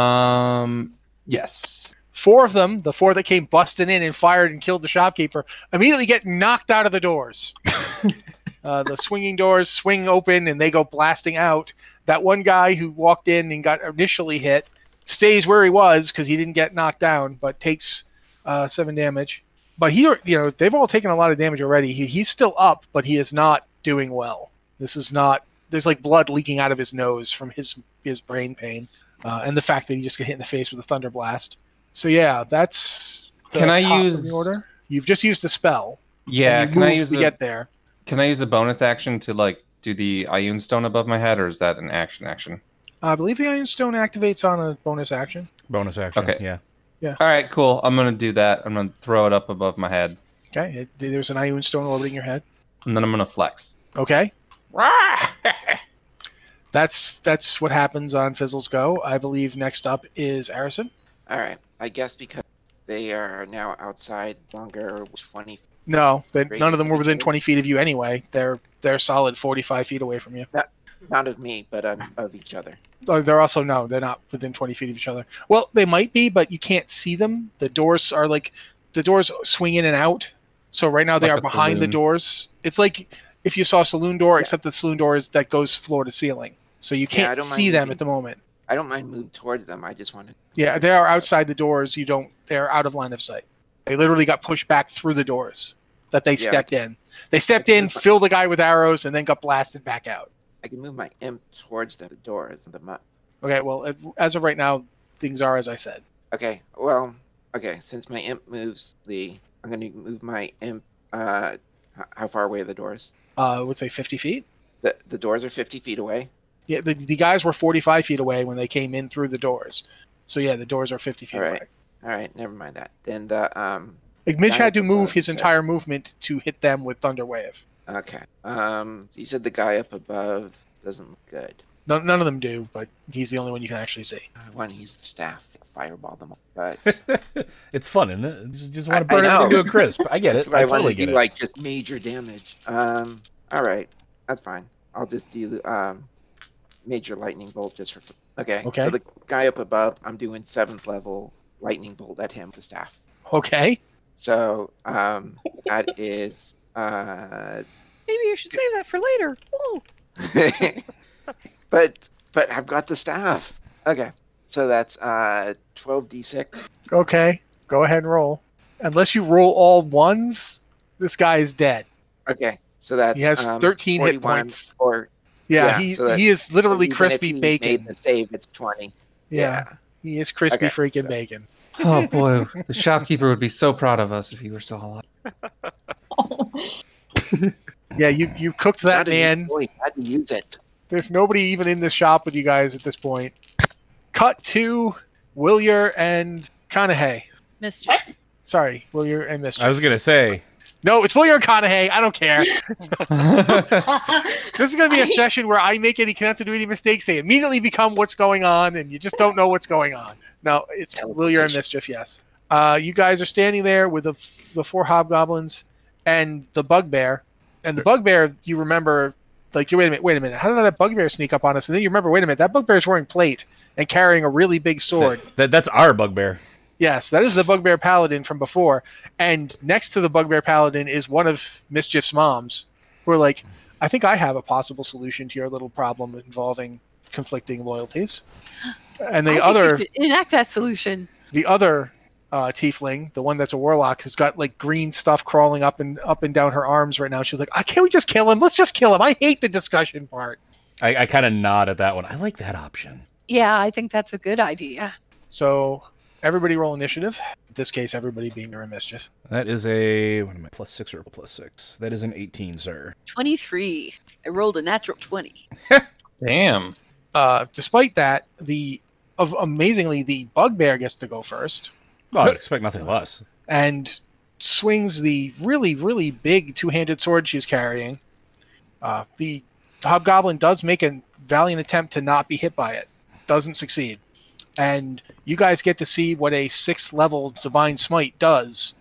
[SPEAKER 2] Um, yes.
[SPEAKER 1] Four of them, the four that came busting in and fired and killed the shopkeeper, immediately get knocked out of the doors. uh, the swinging doors swing open and they go blasting out. That one guy who walked in and got initially hit stays where he was because he didn't get knocked down, but takes uh, seven damage. But he, you know, they've all taken a lot of damage already. He, he's still up, but he is not doing well. This is not. There's like blood leaking out of his nose from his his brain pain, uh, and the fact that he just got hit in the face with a thunder blast. So yeah, that's. the
[SPEAKER 2] Can I
[SPEAKER 1] top of
[SPEAKER 2] use-
[SPEAKER 1] the order? You've just used the spell. and
[SPEAKER 2] Yeah.
[SPEAKER 1] you
[SPEAKER 2] Can I
[SPEAKER 1] moved
[SPEAKER 2] use
[SPEAKER 1] to
[SPEAKER 2] a,
[SPEAKER 1] get there?
[SPEAKER 2] Can I use a bonus action to like do the Ioun stone above my head, or is that an action action?
[SPEAKER 1] I believe the Iron Stone activates on a bonus action.
[SPEAKER 6] Bonus action.
[SPEAKER 2] Okay.
[SPEAKER 6] Yeah. [LAUGHS]
[SPEAKER 2] All right, cool. I'm gonna do that. I'm gonna throw it up above my head,
[SPEAKER 1] Okay, it, there's an Iron Stone orbiting your head.
[SPEAKER 2] and then I'm gonna flex.
[SPEAKER 1] Okay, that's that's what happens on Fizzle's go. I believe next up is Arison.
[SPEAKER 8] All right. I guess because they are now outside longer, twenty.
[SPEAKER 1] No, they,
[SPEAKER 8] Great
[SPEAKER 1] none of them were within
[SPEAKER 8] decision.
[SPEAKER 1] 20 feet of you anyway. They're they're solid 45 feet away from you.
[SPEAKER 8] Not of me, but um, of each other.
[SPEAKER 1] Oh, They're also no, they're not within 20 feet of each other. Well, they might be, but you can't see them. The doors are like the doors swing in and out. So right now they
[SPEAKER 2] Like
[SPEAKER 1] are
[SPEAKER 2] a
[SPEAKER 1] behind the
[SPEAKER 2] saloon.
[SPEAKER 1] doors. It's like if you saw a saloon door, except the saloon door is that goes floor to ceiling. So you
[SPEAKER 8] Yeah, I
[SPEAKER 1] can't
[SPEAKER 8] don't
[SPEAKER 1] see
[SPEAKER 8] mind
[SPEAKER 1] them
[SPEAKER 8] moving.
[SPEAKER 1] at the moment.
[SPEAKER 8] I don't mind moving towards them. I just wanted.
[SPEAKER 1] Yeah, they are outside the doors. You don't. They're out of line of sight. They literally got pushed back through the doors that they
[SPEAKER 8] Yeah, I
[SPEAKER 1] stepped in. They stepped in, filled the guy with arrows, and then got blasted back out.
[SPEAKER 8] I I can move my imp towards the doors of the mud.
[SPEAKER 1] Okay, well, if- as of right now, things are as I said.
[SPEAKER 8] Okay, well, okay. Since my imp moves the, I'm gonna move my imp. Uh, h- how far away are the doors?
[SPEAKER 1] Uh, I would say 50 feet.
[SPEAKER 8] The the doors are 50 feet away.
[SPEAKER 1] Yeah, the, the guys were 45 feet away when they came in through the doors. So yeah, the doors are 50 feet
[SPEAKER 8] All right.
[SPEAKER 1] away.
[SPEAKER 8] All right, never mind that. Then the um.
[SPEAKER 1] Like Mitch
[SPEAKER 8] Guy
[SPEAKER 1] had to
[SPEAKER 8] with
[SPEAKER 1] move
[SPEAKER 8] the-
[SPEAKER 1] his
[SPEAKER 8] okay.
[SPEAKER 1] entire movement to hit them with Thunder Wave.
[SPEAKER 8] Okay. Um. You said the guy up above doesn't look good.
[SPEAKER 1] None, none of them do, but he's the only one you can actually see.
[SPEAKER 8] I want to use the staff, fireball them, all, but
[SPEAKER 6] it's fun, isn't it? You just want to
[SPEAKER 8] I- I
[SPEAKER 6] burn everything
[SPEAKER 8] know.
[SPEAKER 6] to a crisp. I get
[SPEAKER 8] [LAUGHS] that's
[SPEAKER 6] it.
[SPEAKER 8] what I,
[SPEAKER 6] I
[SPEAKER 8] want
[SPEAKER 6] totally
[SPEAKER 8] to
[SPEAKER 6] get
[SPEAKER 8] do
[SPEAKER 6] it.
[SPEAKER 8] like just major damage. Um. All right, that's fine. I'll just do um, major lightning bolt just for. Okay.
[SPEAKER 1] Okay.
[SPEAKER 8] So the guy up above, I'm doing seventh level lightning bolt at him with the staff.
[SPEAKER 1] Okay.
[SPEAKER 8] So um,
[SPEAKER 1] [LAUGHS]
[SPEAKER 8] that is uh, [LAUGHS]
[SPEAKER 9] Maybe you should save that for later. Ooh.
[SPEAKER 8] but but I've got the staff. Okay. So that's uh 12d6.
[SPEAKER 1] Okay. Go ahead and roll. Unless you roll all ones, this guy is dead.
[SPEAKER 8] Okay. So that's
[SPEAKER 1] He has
[SPEAKER 8] um,
[SPEAKER 1] 13 hit
[SPEAKER 8] 41
[SPEAKER 1] points.
[SPEAKER 8] Or
[SPEAKER 1] Yeah,
[SPEAKER 8] Yeah,
[SPEAKER 1] he,
[SPEAKER 8] so that-
[SPEAKER 1] he is literally
[SPEAKER 8] even if
[SPEAKER 1] crispy
[SPEAKER 8] he
[SPEAKER 1] bacon.
[SPEAKER 8] Made the save. It's 20.
[SPEAKER 1] yeah. he is crispy
[SPEAKER 8] Okay,
[SPEAKER 1] freaking
[SPEAKER 8] so-
[SPEAKER 1] bacon.
[SPEAKER 2] Oh boy, the shopkeeper would be so proud of us if he were still alive.
[SPEAKER 1] Yeah, you, you cooked that
[SPEAKER 8] How do you-
[SPEAKER 1] man.
[SPEAKER 8] boy, how do you use it?
[SPEAKER 1] There's nobody even in the shop with you guys at this point. Cut to Willier and Conahay.
[SPEAKER 3] Mischief.
[SPEAKER 7] What?
[SPEAKER 1] Sorry, Willier and Mister.
[SPEAKER 6] I was gonna say
[SPEAKER 1] No, it's Willier and Conahay. I don't care. This is going to be a
[SPEAKER 7] I-
[SPEAKER 1] session where I make any cannot do any mistakes. They immediately become what's going on, and you just don't know what's going on. No, it's Willier and
[SPEAKER 8] Teleportation.
[SPEAKER 1] Mischief. Yes, uh, you guys are standing there with the the four hobgoblins and the bugbear, and the bugbear. You remember, like, you wait a minute, wait a minute. How did that bugbear sneak up on us? And then you remember, wait a minute, that bugbear is wearing plate and carrying a really big sword.
[SPEAKER 6] that that's our bugbear.
[SPEAKER 1] yes, that is the bugbear paladin from before. And next to the bugbear paladin is one of Mischief's moms. who are like, I think I have a possible solution to your little problem involving conflicting loyalties. And the
[SPEAKER 3] I think
[SPEAKER 1] other
[SPEAKER 3] we should enact that solution.
[SPEAKER 1] the other uh, tiefling, the one that's a warlock, has got like green stuff crawling up and up and down her arms right now. She's like, I can't we just kill him? Let's just kill him. I hate the discussion part.
[SPEAKER 6] I, I kind of nod at that one. I like that option.
[SPEAKER 3] Yeah, I think that's a good idea.
[SPEAKER 1] So everybody roll initiative. In this case, everybody being their own mischief.
[SPEAKER 6] That is a what am I plus six or plus six? That is an eighteen, sir.
[SPEAKER 3] 23. I rolled a natural 20.
[SPEAKER 2] [LAUGHS] Damn.
[SPEAKER 1] Uh, despite that, the of amazingly, the bugbear gets to go first.
[SPEAKER 6] Well, I expect nothing less.
[SPEAKER 1] and swings the really, really big two handed sword she's carrying. Uh, the hobgoblin does make a valiant attempt to not be hit by it, doesn't succeed. And you guys get to see what a sixth level divine smite does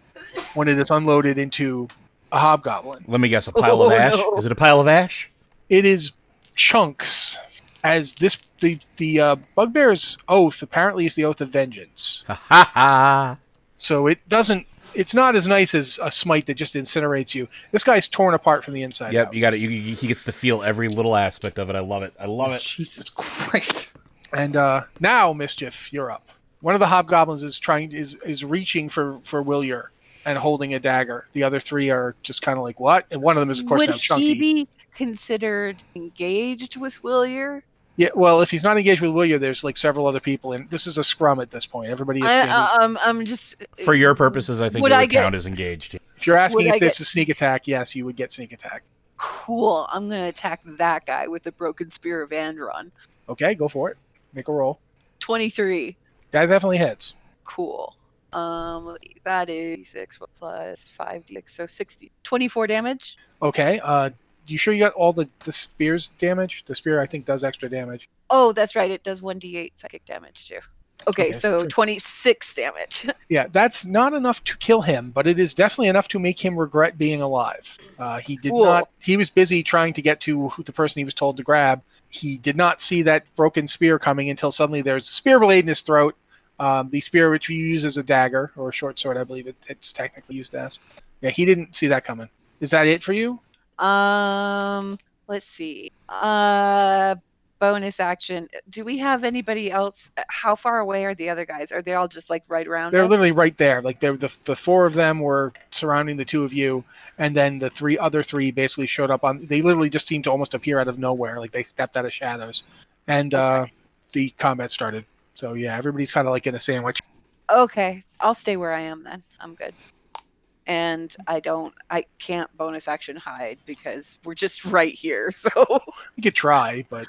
[SPEAKER 1] when it is unloaded into a hobgoblin.
[SPEAKER 6] Let me guess, a
[SPEAKER 8] [LAUGHS]
[SPEAKER 6] pile of
[SPEAKER 3] Oh,
[SPEAKER 6] ash.
[SPEAKER 3] no.
[SPEAKER 6] Is it a pile of ash?
[SPEAKER 1] It is chunks, as this the the uh, bugbear's oath apparently is the oath of vengeance.
[SPEAKER 6] Ha ha ha!
[SPEAKER 1] So it doesn't. It's not as nice as a smite that just incinerates you. This guy's torn apart from the inside.
[SPEAKER 6] Yep,
[SPEAKER 1] out.
[SPEAKER 6] you got it. You, you, he gets to feel every little aspect of it. I love it. I love it.
[SPEAKER 2] Jesus Christ.
[SPEAKER 1] And uh, now, mischief, you're up. One of the hobgoblins is trying is is reaching for for Willier and holding a dagger. The other three are just kind of like what? And one of them is of course
[SPEAKER 3] Would
[SPEAKER 1] now chunky.
[SPEAKER 3] he be considered engaged with Willier?
[SPEAKER 1] yeah. Well, if he's not engaged with Willier, there's like several other people, and this is a scrum at this point. Everybody is standing.
[SPEAKER 3] I, um, I'm just.
[SPEAKER 6] For your purposes, I think
[SPEAKER 3] Would
[SPEAKER 6] it would
[SPEAKER 3] I get-
[SPEAKER 6] count as engaged.
[SPEAKER 1] if you're asking
[SPEAKER 3] would
[SPEAKER 1] if
[SPEAKER 3] I
[SPEAKER 1] this
[SPEAKER 3] get-
[SPEAKER 1] is sneak attack, yes, you would get sneak attack.
[SPEAKER 3] Cool. I'm going to attack that guy with the broken spear of Andron.
[SPEAKER 1] Okay, go for it. Make a roll.
[SPEAKER 3] 23.
[SPEAKER 1] That definitely hits.
[SPEAKER 3] Cool. Um, that is six plus five d six, so 60, 24 damage.
[SPEAKER 1] Okay. Uh, you sure you got all the, the spears damage? The spear, I think, does extra damage.
[SPEAKER 3] Oh, that's right. It does one d8 psychic damage too. Okay,
[SPEAKER 1] Okay,
[SPEAKER 3] so
[SPEAKER 1] sure.
[SPEAKER 3] 26 damage.
[SPEAKER 1] Yeah, that's not enough to kill him, but it is definitely enough to make him regret being alive. Uh, he did
[SPEAKER 3] Cool.
[SPEAKER 1] not. He was busy trying to get to who- the person he was told to grab. He did not see that broken spear coming until suddenly there's a spear blade in his throat. Um, the spear, which you use as a dagger or a short sword, I believe it, it's technically used as. Yeah, he didn't see that coming. Is that it for you?
[SPEAKER 3] um, let's see. Uh, bonus action. Do we have anybody else? How far away are the other guys? Are they all just like right around?
[SPEAKER 1] They're
[SPEAKER 3] us?
[SPEAKER 1] literally right there. Like they're the the four of them were surrounding the two of you, and then the three other three basically showed up on. They literally just seemed to almost appear out of nowhere. Like they stepped out of shadows, and uh, the combat started. So yeah, everybody's kind of like in a sandwich.
[SPEAKER 3] okay, I'll stay where I am then. I'm good. And I don't, I can't bonus action hide because we're just right here. [LAUGHS] So
[SPEAKER 1] You could try, but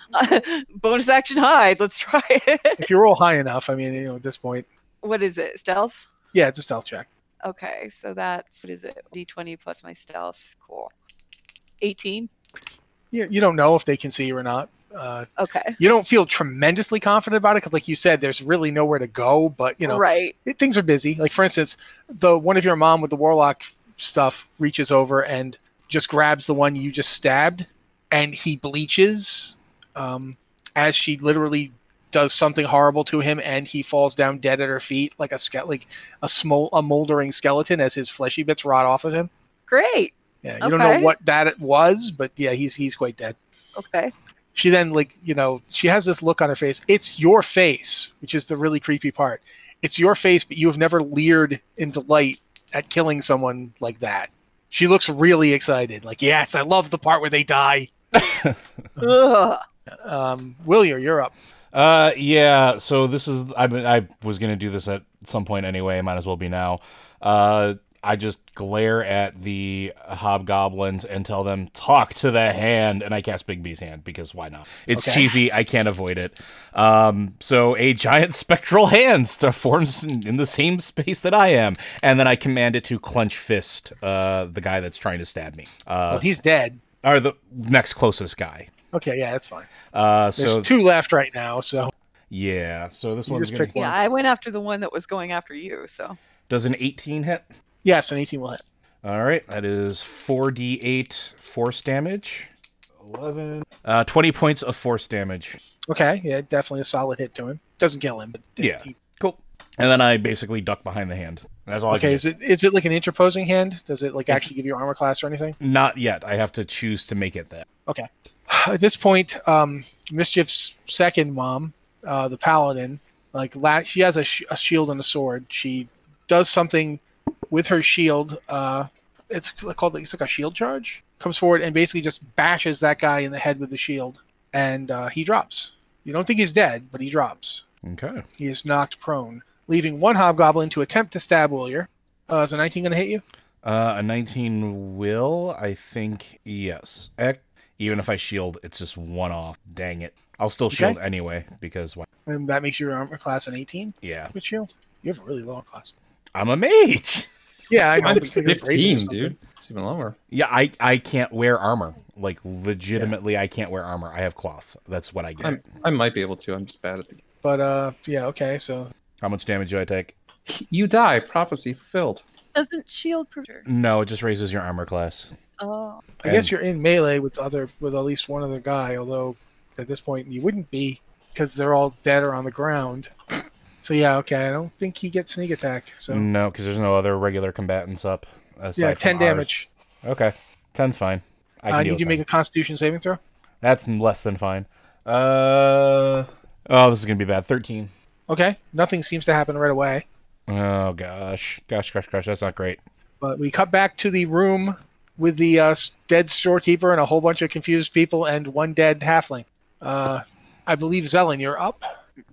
[SPEAKER 3] bonus action hide. Let's try [LAUGHS] it.
[SPEAKER 1] if you roll high enough, I mean, you know, at this point,
[SPEAKER 3] What is it? Stealth?
[SPEAKER 1] yeah, it's a stealth check.
[SPEAKER 3] Okay, so that's what is it? D20 plus my stealth. Cool. 18.
[SPEAKER 1] You you don't know if they can see you or not. Uh,
[SPEAKER 3] Okay.
[SPEAKER 1] you don't feel tremendously confident about it because, like you said, there's really nowhere to go. But you know,
[SPEAKER 3] right.
[SPEAKER 1] it, things are busy. Like for instance, the one of your mom with the warlock stuff reaches over and just grabs the one you just stabbed, and he bleaches um, as she literally does something horrible to him, and he falls down dead at her feet like a ske- like a smol- a moldering skeleton as his fleshy bits rot off of him.
[SPEAKER 3] Great.
[SPEAKER 1] Yeah, you don't know
[SPEAKER 3] Okay.
[SPEAKER 1] what that was, but yeah, he's he's quite dead
[SPEAKER 3] Okay.
[SPEAKER 1] she then like you know she has this look on her face it's your face which is the really creepy part it's your face but you have never leered in delight at killing someone like that she looks really excited like yes i love the part where they die
[SPEAKER 3] Ugh.
[SPEAKER 1] um willier you're up
[SPEAKER 6] Uh, yeah. So this is I mean, I was gonna do this at some point anyway. Might as well be now. Uh, I just glare at the hobgoblins and tell them talk to the hand, and I cast Big B's hand because why not? It's
[SPEAKER 1] Okay.
[SPEAKER 6] cheesy. I can't avoid it. Um, so a giant [LAUGHS] spectral hand st- forms in in the same space that I am, and then I command it to clench fist. Uh, the guy that's trying to stab me. Uh,
[SPEAKER 1] well, he's dead
[SPEAKER 6] or the next closest guy.
[SPEAKER 1] okay yeah that's fine
[SPEAKER 6] Uh,
[SPEAKER 1] there's
[SPEAKER 6] so
[SPEAKER 1] two left right now so
[SPEAKER 6] yeah. So this
[SPEAKER 1] You
[SPEAKER 6] one's
[SPEAKER 1] just
[SPEAKER 6] gonna.
[SPEAKER 1] pick
[SPEAKER 3] Yeah, I went after the one that was going after you. So
[SPEAKER 6] Does an 18 hit?
[SPEAKER 1] yes an 18 will hit
[SPEAKER 6] All right, that is 4d8 force damage. 11. Uh, 20 points of force damage.
[SPEAKER 1] okay yeah definitely a solid hit to him doesn't kill him but
[SPEAKER 6] Yeah. Cool. And then I basically duck behind the hand. That's all
[SPEAKER 1] okay
[SPEAKER 6] I can
[SPEAKER 1] is it is it like an interposing hand does it like
[SPEAKER 6] It's-
[SPEAKER 1] actually give you armor class or anything
[SPEAKER 6] do. Not yet. I have to choose to make it that.
[SPEAKER 1] [SIGHS] at this point, um, Mischief's second mom, uh, the paladin, like la- she has a, sh- a shield and a sword. She does something with her shield. Uh, it's called it's like a shield charge. Comes forward and basically just bashes that guy in the head with the shield, and uh, he drops. You don't think he's dead, but he drops.
[SPEAKER 6] Okay.
[SPEAKER 1] He is knocked prone, leaving one hobgoblin to attempt to stab Willier. Uh, is a 19 going to hit you?
[SPEAKER 6] Uh, a 19 will, I think, yes. Ec- even if I shield, it's just one off. Dang it. I'll still shield anyway because, why?
[SPEAKER 1] And that makes your armor class an 18
[SPEAKER 6] yeah,
[SPEAKER 1] with shield. You have a really low class.
[SPEAKER 6] I'm a mage. [LAUGHS]
[SPEAKER 1] Yeah, I know.
[SPEAKER 2] Mine's
[SPEAKER 1] figured it was raised or
[SPEAKER 2] 15,
[SPEAKER 1] something.
[SPEAKER 2] dude. It's even lower.
[SPEAKER 6] Yeah, I I can't wear armor. Like legitimately, I can't wear armor. I have cloth. That's what I get.
[SPEAKER 2] I'm, I might be able to. I'm just bad at the game.
[SPEAKER 1] But uh, yeah, okay. So
[SPEAKER 6] How much damage do I take?
[SPEAKER 2] You die. Prophecy fulfilled.
[SPEAKER 3] doesn't shield E protect.
[SPEAKER 6] No, it just raises your armor class.
[SPEAKER 3] Oh,
[SPEAKER 1] I guess you're in melee with other with at least one other guy. Although at this point you wouldn't be because they're all dead or on the ground. So yeah, okay. I don't think he gets sneak attack. So
[SPEAKER 6] No, because there's no other regular combatants up. Aside
[SPEAKER 1] yeah,
[SPEAKER 6] from
[SPEAKER 1] ten
[SPEAKER 6] ours.
[SPEAKER 1] damage.
[SPEAKER 6] Okay, ten's fine.
[SPEAKER 1] I,
[SPEAKER 6] I can deal
[SPEAKER 1] need
[SPEAKER 6] with
[SPEAKER 1] you to make
[SPEAKER 6] that.
[SPEAKER 1] a Constitution saving throw.
[SPEAKER 6] That's less than fine. Uh oh, this is gonna be bad. Thirteen.
[SPEAKER 1] Okay, nothing seems to happen right away.
[SPEAKER 6] Oh gosh, gosh, gosh, gosh. That's not great.
[SPEAKER 1] But we cut back to the room with the uh, s- dead storekeeper and a whole bunch of confused people and one dead halfling. Uh, I believe Zelen, you're up.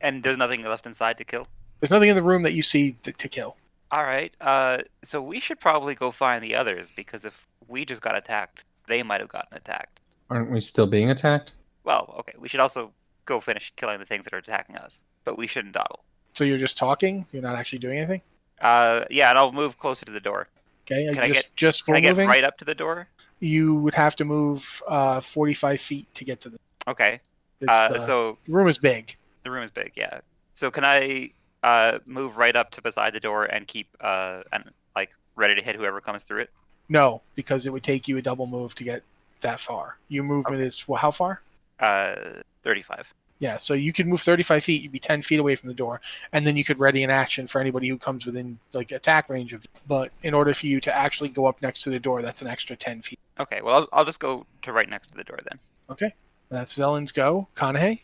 [SPEAKER 4] And there's nothing left inside to kill.
[SPEAKER 1] There's nothing in the room that you see to, to kill.
[SPEAKER 4] All right. Uh, so we should probably go find the others because if we just got attacked, they might have gotten attacked.
[SPEAKER 2] Aren't we still being attacked?
[SPEAKER 4] Well, okay. We should also go finish killing the things that are attacking us, but we shouldn't dawdle.
[SPEAKER 1] So you're just talking. You're not actually doing anything.
[SPEAKER 4] Uh, yeah, and I'll move closer to the door.
[SPEAKER 1] Okay,
[SPEAKER 4] Can I
[SPEAKER 1] just just
[SPEAKER 4] Can
[SPEAKER 1] for
[SPEAKER 4] I get
[SPEAKER 1] moving,
[SPEAKER 4] right up to the door?
[SPEAKER 1] you would have to move uh, 45 feet to get to the.
[SPEAKER 4] Okay.
[SPEAKER 1] It's
[SPEAKER 4] Uh,
[SPEAKER 1] the
[SPEAKER 4] so
[SPEAKER 1] the room is big.
[SPEAKER 4] the room is big. Yeah. So can I uh, move right up to beside the door and keep uh, and like ready to hit whoever comes through it?
[SPEAKER 1] No, because it would take you a double move to get that far. Your movement is well, how far?
[SPEAKER 4] Uh, Thirty-five.
[SPEAKER 1] Yeah, so you could move 35 feet. You'd be 10 feet away from the door, and then you could ready an action for anybody who comes within like attack range of. But in order for you to actually go up next to the door, that's an extra 10 feet.
[SPEAKER 4] Okay. Well, I'll, I'll just go to right next to the door then.
[SPEAKER 1] That's Zelen's go. Conahay,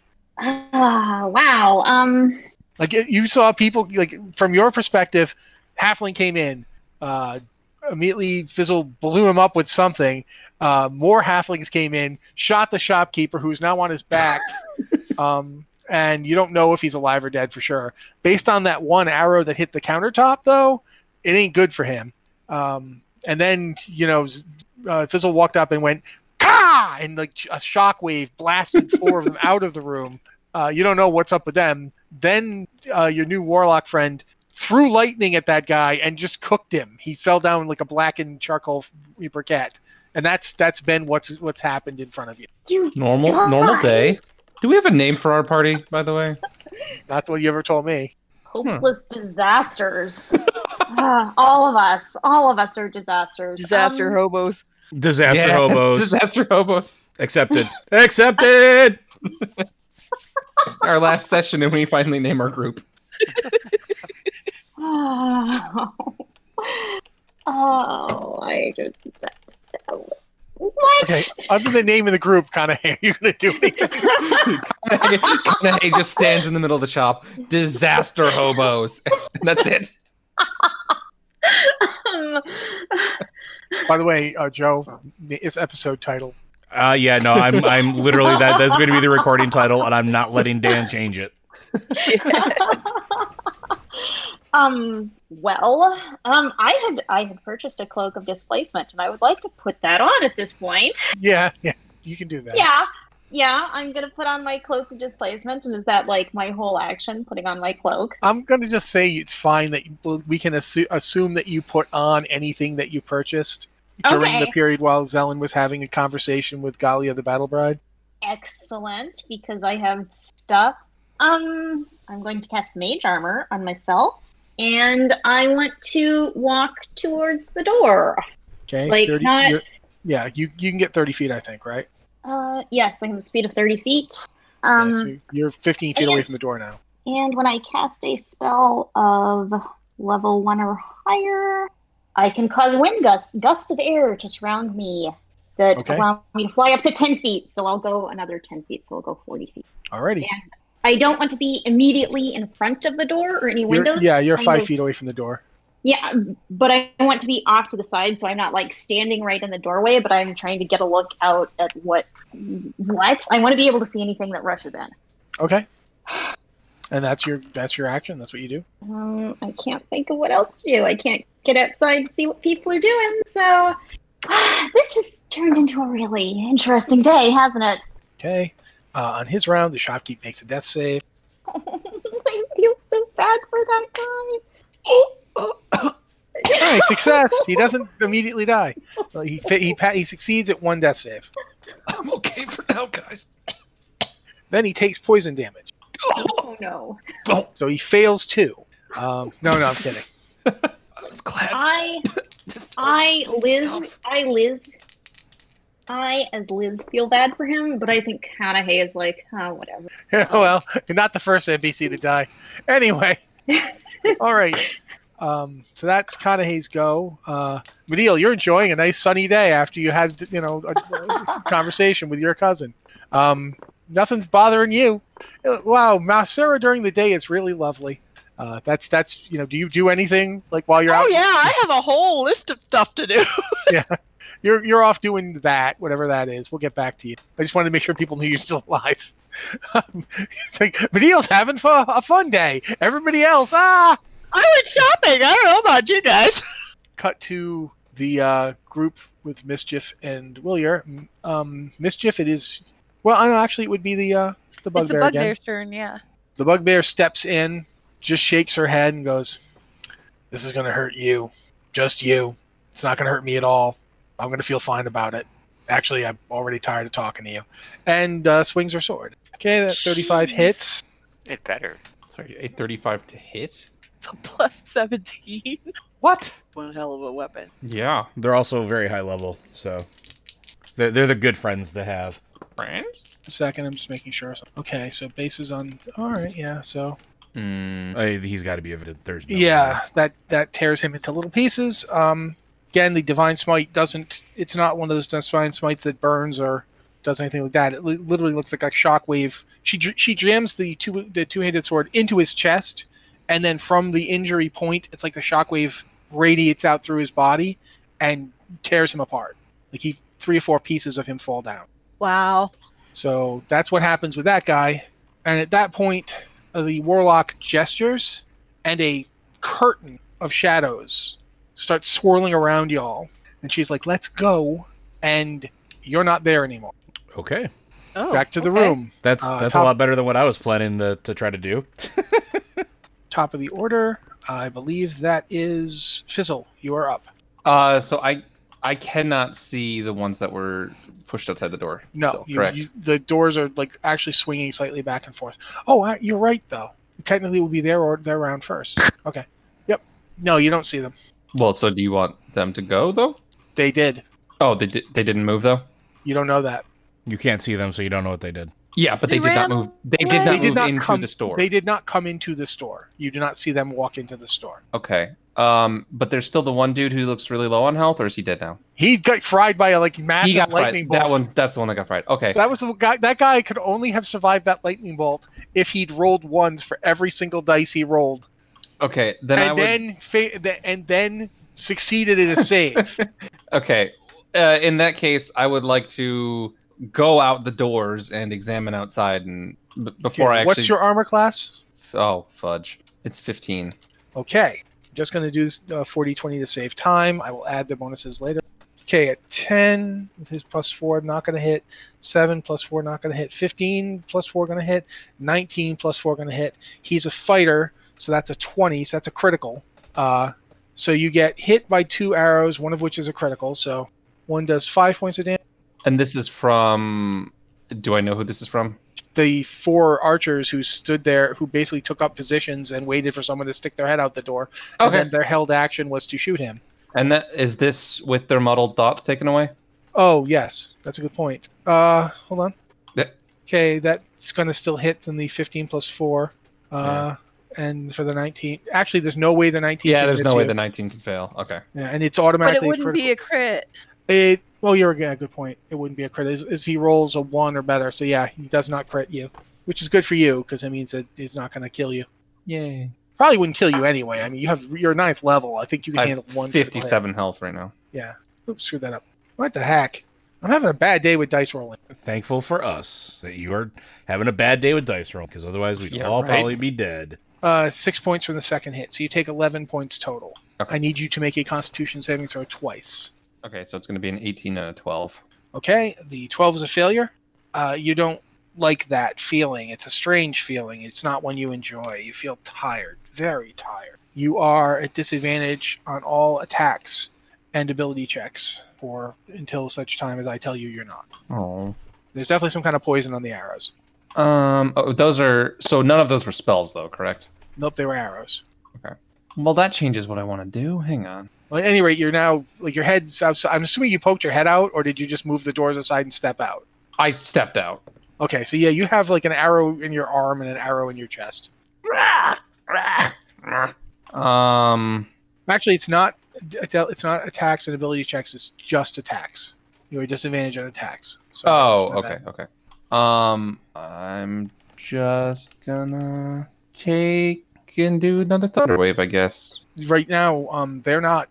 [SPEAKER 7] Ah, wow. Um,
[SPEAKER 1] Like it- you saw people like from your perspective, Halfling came in, uh, immediately Fizzle blew him up with something. Uh, more Halflings came in, shot the shopkeeper who's now on his back, um, and you don't know if he's alive or dead for sure. Based on that one arrow that hit the countertop, though, it ain't good for him. Um, and then you know, Z- uh, Fizzle walked up and went, "Ka!" and like sh- a shockwave blasted four of them out of the room. Uh, you don't know what's up with them. Then uh, your new warlock friend threw lightning at that guy and just cooked him. He fell down like a blackened charcoal f- briquette, and that's that's been what's what's happened in front of you.
[SPEAKER 7] you
[SPEAKER 2] Normal, normal day. Do we have a name for our party, by the way?
[SPEAKER 1] Not the one you ever told me.
[SPEAKER 7] hopeless disasters. Ah, all of us, all of us are disasters.
[SPEAKER 3] Disaster
[SPEAKER 7] Um,
[SPEAKER 3] hobos.
[SPEAKER 6] Disaster
[SPEAKER 2] Yes,
[SPEAKER 1] [LAUGHS]
[SPEAKER 6] hobos
[SPEAKER 2] Disaster hobos.
[SPEAKER 6] accepted. accepted.
[SPEAKER 2] Our last session, and we finally name our group. [LAUGHS]
[SPEAKER 7] Oh, [SIGHS] oh I just. What?
[SPEAKER 1] Okay, under the name of the group, [LAUGHS] kind of you're gonna do it.
[SPEAKER 2] Kanahe just stands in the middle of the shop. Disaster hobos. [LAUGHS] And that's it.
[SPEAKER 7] Um,
[SPEAKER 1] By the way, uh, Joe, it's episode title.
[SPEAKER 6] Uh, yeah, no, I'm I'm literally that that's going to be the recording title, and I'm not letting Dan change it.
[SPEAKER 7] [LAUGHS] um. Well, um, I had I had purchased a cloak of displacement, and I would like to put that on at this point.
[SPEAKER 1] Yeah, yeah, you can do that.
[SPEAKER 7] Yeah, yeah, I'm gonna put on my cloak of displacement, and is that like my whole action, putting on my cloak?
[SPEAKER 1] I'm gonna just say it's fine that you, we can assu- assume that you put on anything that you purchased during the
[SPEAKER 7] Okay.
[SPEAKER 1] period while Zelen was having a conversation with Galia the Battle Bride.
[SPEAKER 7] Excellent, because I have stuff. Um, I'm going to cast mage armor on myself, and I want to walk towards the door.
[SPEAKER 1] Okay,
[SPEAKER 7] Like, not-
[SPEAKER 1] you're- yeah, you you can get 30 feet, I think, right?
[SPEAKER 7] Uh, yes, I have a speed of 30 feet.
[SPEAKER 1] Yeah,
[SPEAKER 7] Um,
[SPEAKER 1] so you're 15 feet away from the door now.
[SPEAKER 7] And when I cast a spell of level one or higher, I can cause wind gusts, gusts of air to surround me that
[SPEAKER 1] Okay.
[SPEAKER 7] allow me to fly up to 10 feet. So I'll go another 10 feet, so I'll go 40 feet.
[SPEAKER 1] Alrighty.
[SPEAKER 7] I don't want to be immediately in front of the door or any
[SPEAKER 1] You're-
[SPEAKER 7] windows.
[SPEAKER 1] yeah, you're
[SPEAKER 7] I
[SPEAKER 1] five
[SPEAKER 7] know.
[SPEAKER 1] feet away from the door.
[SPEAKER 7] Yeah, but I want to be off to the side, so I'm not like standing right in the doorway, but I'm trying to get a look out at what. What? I want to be able to see anything that rushes in.
[SPEAKER 1] Okay. And that's your that's your action. That's what you do.
[SPEAKER 7] Um, I can't think of what else to do. I can't get outside to see what people are doing. So [SIGHS] this has turned into a really interesting day, hasn't it? [LAUGHS]
[SPEAKER 1] Okay. Uh, on his round, the shopkeep makes a death save.
[SPEAKER 7] I feel so bad for that guy.
[SPEAKER 1] All right, success. He doesn't immediately die. Well, he fa- he pa- he succeeds at one death save.
[SPEAKER 2] I'm okay for now, guys.
[SPEAKER 1] Then he takes poison damage,
[SPEAKER 7] Oh no!
[SPEAKER 1] so he fails two. Um, no, no, I'm kidding.
[SPEAKER 2] I was glad.
[SPEAKER 1] [LAUGHS]
[SPEAKER 7] I, I, Liz, I, Liz, I as Liz feel bad for him, but I think Hanahay is like, oh, whatever.
[SPEAKER 1] [LAUGHS] well, you're not the first NPC to die. Anyway, all right. Um, so that's Conahay's go. Uh, Mediel, you're enjoying a nice sunny day after you had you know a, a [LAUGHS] conversation with your cousin. Um, nothing's bothering you. Uh, Wow, Masura during the day is really lovely. Uh, that's that's you know. Do you do anything like while [LAUGHS] you're
[SPEAKER 5] Oh
[SPEAKER 1] out?
[SPEAKER 5] yeah, I have a whole list of stuff to do. [LAUGHS]
[SPEAKER 1] You're you're off doing that, whatever that is. We'll get back to you. I just wanted to make sure people knew you're still alive. [LAUGHS] Um, it's like Medea's having fu- a fun day. Everybody else, ah.
[SPEAKER 5] I went shopping. I don't know about you guys.
[SPEAKER 1] Cut to the uh, group with Mischief and Willier. M- Um, Mischief, it is. Well, I know. Actually, it would be the uh,
[SPEAKER 9] It's
[SPEAKER 1] the
[SPEAKER 9] a
[SPEAKER 1] bugbear again.
[SPEAKER 9] bugbear's turn, yeah.
[SPEAKER 1] The bugbear steps in, just shakes her head and goes, "This is gonna hurt you, just you. It's not gonna hurt me at all. I'm gonna feel fine about it. Actually, I'm already tired of talking to you." And uh, swings her sword. Okay, that 35
[SPEAKER 5] Jeez.
[SPEAKER 1] hits.
[SPEAKER 4] It better.
[SPEAKER 2] Sorry, 835 to hit?
[SPEAKER 9] It's a plus 17.
[SPEAKER 3] [LAUGHS]
[SPEAKER 2] What?
[SPEAKER 9] One hell of a weapon.
[SPEAKER 2] Yeah.
[SPEAKER 6] They're also very high level, so they're they're the good friends to have.
[SPEAKER 2] Friends?
[SPEAKER 1] A second, I'm just making sure. Okay, so base is on. All right, yeah. So
[SPEAKER 2] Hmm.
[SPEAKER 6] Uh, he's got to be evident. There's no
[SPEAKER 1] yeah, that that tears him into little pieces. Um, again, the divine smite doesn't. It's not one of those divine smites that burns or does anything like that. It li- literally looks like a shockwave. She dr- she jams the two the two handed sword into his chest, and then from the injury point, it's like the shockwave radiates out through his body and tears him apart. Like he three or four pieces of him fall down.
[SPEAKER 5] Wow.
[SPEAKER 1] So that's what happens with that guy. And at that point, uh, the warlock gestures, and a curtain of shadows starts swirling around y'all. And she's like, "Let's go," and you're not there anymore.
[SPEAKER 6] Okay.
[SPEAKER 5] Oh,
[SPEAKER 1] Back to the
[SPEAKER 5] okay.
[SPEAKER 1] room.
[SPEAKER 6] That's
[SPEAKER 1] Uh,
[SPEAKER 6] that's
[SPEAKER 1] top-
[SPEAKER 6] a lot better than what I was planning to, to try to do.
[SPEAKER 1] Top of the order. I believe that is Fizzle. You are up.
[SPEAKER 2] Uh, so I I cannot see the ones that were pushed outside the door.
[SPEAKER 1] No,
[SPEAKER 2] still,
[SPEAKER 1] you,
[SPEAKER 2] correct.
[SPEAKER 1] You, the doors are like actually swinging slightly back and forth. Oh, I- you're right though. Technically, it will be their or their round first. Okay. Yep. No, you don't see them.
[SPEAKER 2] Well, so do you want them to go though?
[SPEAKER 1] They did.
[SPEAKER 2] Oh, they di- they didn't move though.
[SPEAKER 1] You don't know that.
[SPEAKER 6] you can't see them, so you don't know what they did.
[SPEAKER 2] Yeah, but they,
[SPEAKER 3] They
[SPEAKER 2] did not
[SPEAKER 3] ran
[SPEAKER 2] move. They
[SPEAKER 3] away.
[SPEAKER 2] did not
[SPEAKER 1] They did
[SPEAKER 2] move
[SPEAKER 1] not
[SPEAKER 2] into
[SPEAKER 1] come-
[SPEAKER 2] the store.
[SPEAKER 1] They did not come into the store. You do not see them walk into the store.
[SPEAKER 2] Okay. Um, but there's still the one dude who looks really low on health, or is he dead now?
[SPEAKER 1] He got fried by a like
[SPEAKER 2] he
[SPEAKER 1] massive
[SPEAKER 2] got
[SPEAKER 1] lightning
[SPEAKER 2] fried.
[SPEAKER 1] bolt.
[SPEAKER 2] That one. That's the one that got fried. Okay.
[SPEAKER 1] That was the guy. That guy could only have survived that lightning bolt if he'd rolled ones for every single dice he rolled,
[SPEAKER 2] Okay. Then I
[SPEAKER 1] and
[SPEAKER 2] would.
[SPEAKER 1] then fa- the, and then succeeded in a save.
[SPEAKER 2] Okay. Uh, in that case, I would like to go out the doors and examine outside, and b- [LAUGHS] before I actually.
[SPEAKER 1] What's your armor class?
[SPEAKER 2] Oh fudge! It's 15.
[SPEAKER 1] Okay. I'm just going to do this, uh, 40 20 to save time. I will add the bonuses later. Okay, at 10, with his plus 4, not going to hit. 7 plus 4, not going to hit. 15 plus 4, going to hit. 19 plus 4, going to hit. He's a fighter, so that's a 20, so that's a critical. Uh, so you get hit by two arrows, one of which is a critical. So one does 5 points of damage.
[SPEAKER 2] And this is from. Do I know who this is from?
[SPEAKER 1] The four archers who stood there, who basically took up positions and waited for someone to stick their head out the door. And
[SPEAKER 2] Okay.
[SPEAKER 1] then their held action was to shoot him.
[SPEAKER 2] And that is this with their muddled thoughts taken away?
[SPEAKER 1] Oh yes, that's a good point. Uh, hold on.
[SPEAKER 2] Yeah.
[SPEAKER 1] Okay, that's gonna still hit in the 15 plus four. Uh, and for the 19, actually, there's no way the 19.
[SPEAKER 2] Yeah,
[SPEAKER 1] can
[SPEAKER 2] there's
[SPEAKER 1] miss
[SPEAKER 2] no way
[SPEAKER 1] you.
[SPEAKER 2] the 19 can fail. Okay.
[SPEAKER 1] Yeah, and it's
[SPEAKER 9] But it
[SPEAKER 1] automatically.
[SPEAKER 9] wouldn't be a crit.
[SPEAKER 1] critical. It. Well, you're yeah, good point. It wouldn't be a crit. Is, is he rolls a one or better? So yeah, he does not crit you, which is good for you because it means that he's not gonna kill you.
[SPEAKER 2] Yay.
[SPEAKER 1] Probably wouldn't kill you anyway. I mean, you have your ninth level. I think you can
[SPEAKER 2] I
[SPEAKER 1] handle
[SPEAKER 2] have
[SPEAKER 1] one. critical hit.
[SPEAKER 2] 57 health right now.
[SPEAKER 1] Yeah. Oops, screwed that up. What the heck? I'm having a bad day with dice rolling.
[SPEAKER 6] Thankful for us that you are having a bad day with dice roll, because otherwise we'd
[SPEAKER 2] Yeah,
[SPEAKER 6] all
[SPEAKER 2] right.
[SPEAKER 6] probably be dead.
[SPEAKER 1] Uh, six points from the second hit, so you take eleven points total.
[SPEAKER 2] Okay.
[SPEAKER 1] I need you to make a Constitution saving throw twice.
[SPEAKER 2] Okay, so it's going to be an 18 and a 12.
[SPEAKER 1] Okay, the twelve is a failure. Uh, you don't like that feeling. It's a strange feeling. It's not one you enjoy. You feel tired, very tired. You are at disadvantage on all attacks and ability checks for until such time as I tell you you're not.
[SPEAKER 2] Oh.
[SPEAKER 1] There's definitely some kind of poison on the arrows.
[SPEAKER 2] Um. Oh, those are so none of those were spells though, correct?
[SPEAKER 1] Nope, they were arrows.
[SPEAKER 2] Well, that changes what I want to do. Hang on.
[SPEAKER 1] Well, at any rate, you're now like your head's outside. I'm assuming you poked your head out, or did you just move the doors aside and step out?
[SPEAKER 2] I stepped out.
[SPEAKER 1] Okay, so yeah, you have like an arrow in your arm and an arrow in your chest.
[SPEAKER 2] Um.
[SPEAKER 1] Actually, it's not it's not attacks and ability checks. It's just attacks. You are disadvantaged on attacks. So
[SPEAKER 2] Oh.
[SPEAKER 1] my
[SPEAKER 2] Okay.
[SPEAKER 1] bad.
[SPEAKER 2] Okay. Um. I'm just gonna take and do another thunder wave, I guess.
[SPEAKER 1] Right now, um, they're not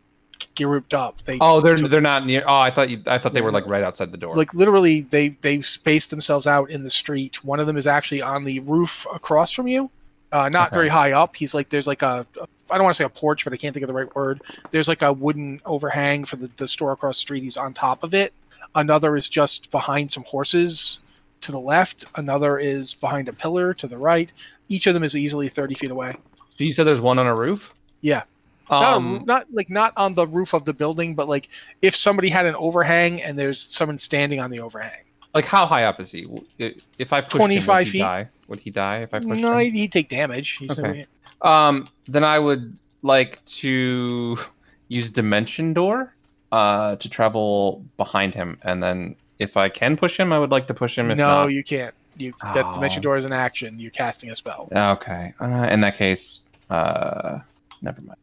[SPEAKER 1] grouped up. They
[SPEAKER 2] Oh, they're they're not near. Oh, I thought you. I thought they were
[SPEAKER 1] No.
[SPEAKER 2] like right outside the door.
[SPEAKER 1] like literally they they space themselves out in the street. One of them is actually on the roof across from you, uh, not
[SPEAKER 2] Okay.
[SPEAKER 1] very high up. He's like there's like a I don't want to say a porch, but I can't think of the right word. There's like a wooden overhang for the, the store across the street. He's on top of it. Another is just behind some horses to the left. Another is behind a pillar to the right. Each of them is easily thirty feet away.
[SPEAKER 2] so you said there's one on a roof.
[SPEAKER 1] Yeah. Not, a roo-
[SPEAKER 2] Um.
[SPEAKER 1] not like not on the roof of the building, but like if somebody had an overhang and there's someone standing on the overhang.
[SPEAKER 2] Like how high up is he? If- If I pushed
[SPEAKER 1] 25
[SPEAKER 2] him, would he
[SPEAKER 1] feet.
[SPEAKER 2] die? Would he die if I pushed
[SPEAKER 1] No,
[SPEAKER 2] him?
[SPEAKER 1] he'd, he'd take damage. He's
[SPEAKER 2] Okay. Um, then I would like to [LAUGHS] use Dimension Door uh, to travel behind him, and then if I can push him, I would like to push him.
[SPEAKER 1] no,
[SPEAKER 2] If not,
[SPEAKER 1] you can't. You that's the mention
[SPEAKER 2] Oh.
[SPEAKER 1] door is an action. You're casting a spell.
[SPEAKER 2] okay. Uh, in that case, uh, never mind.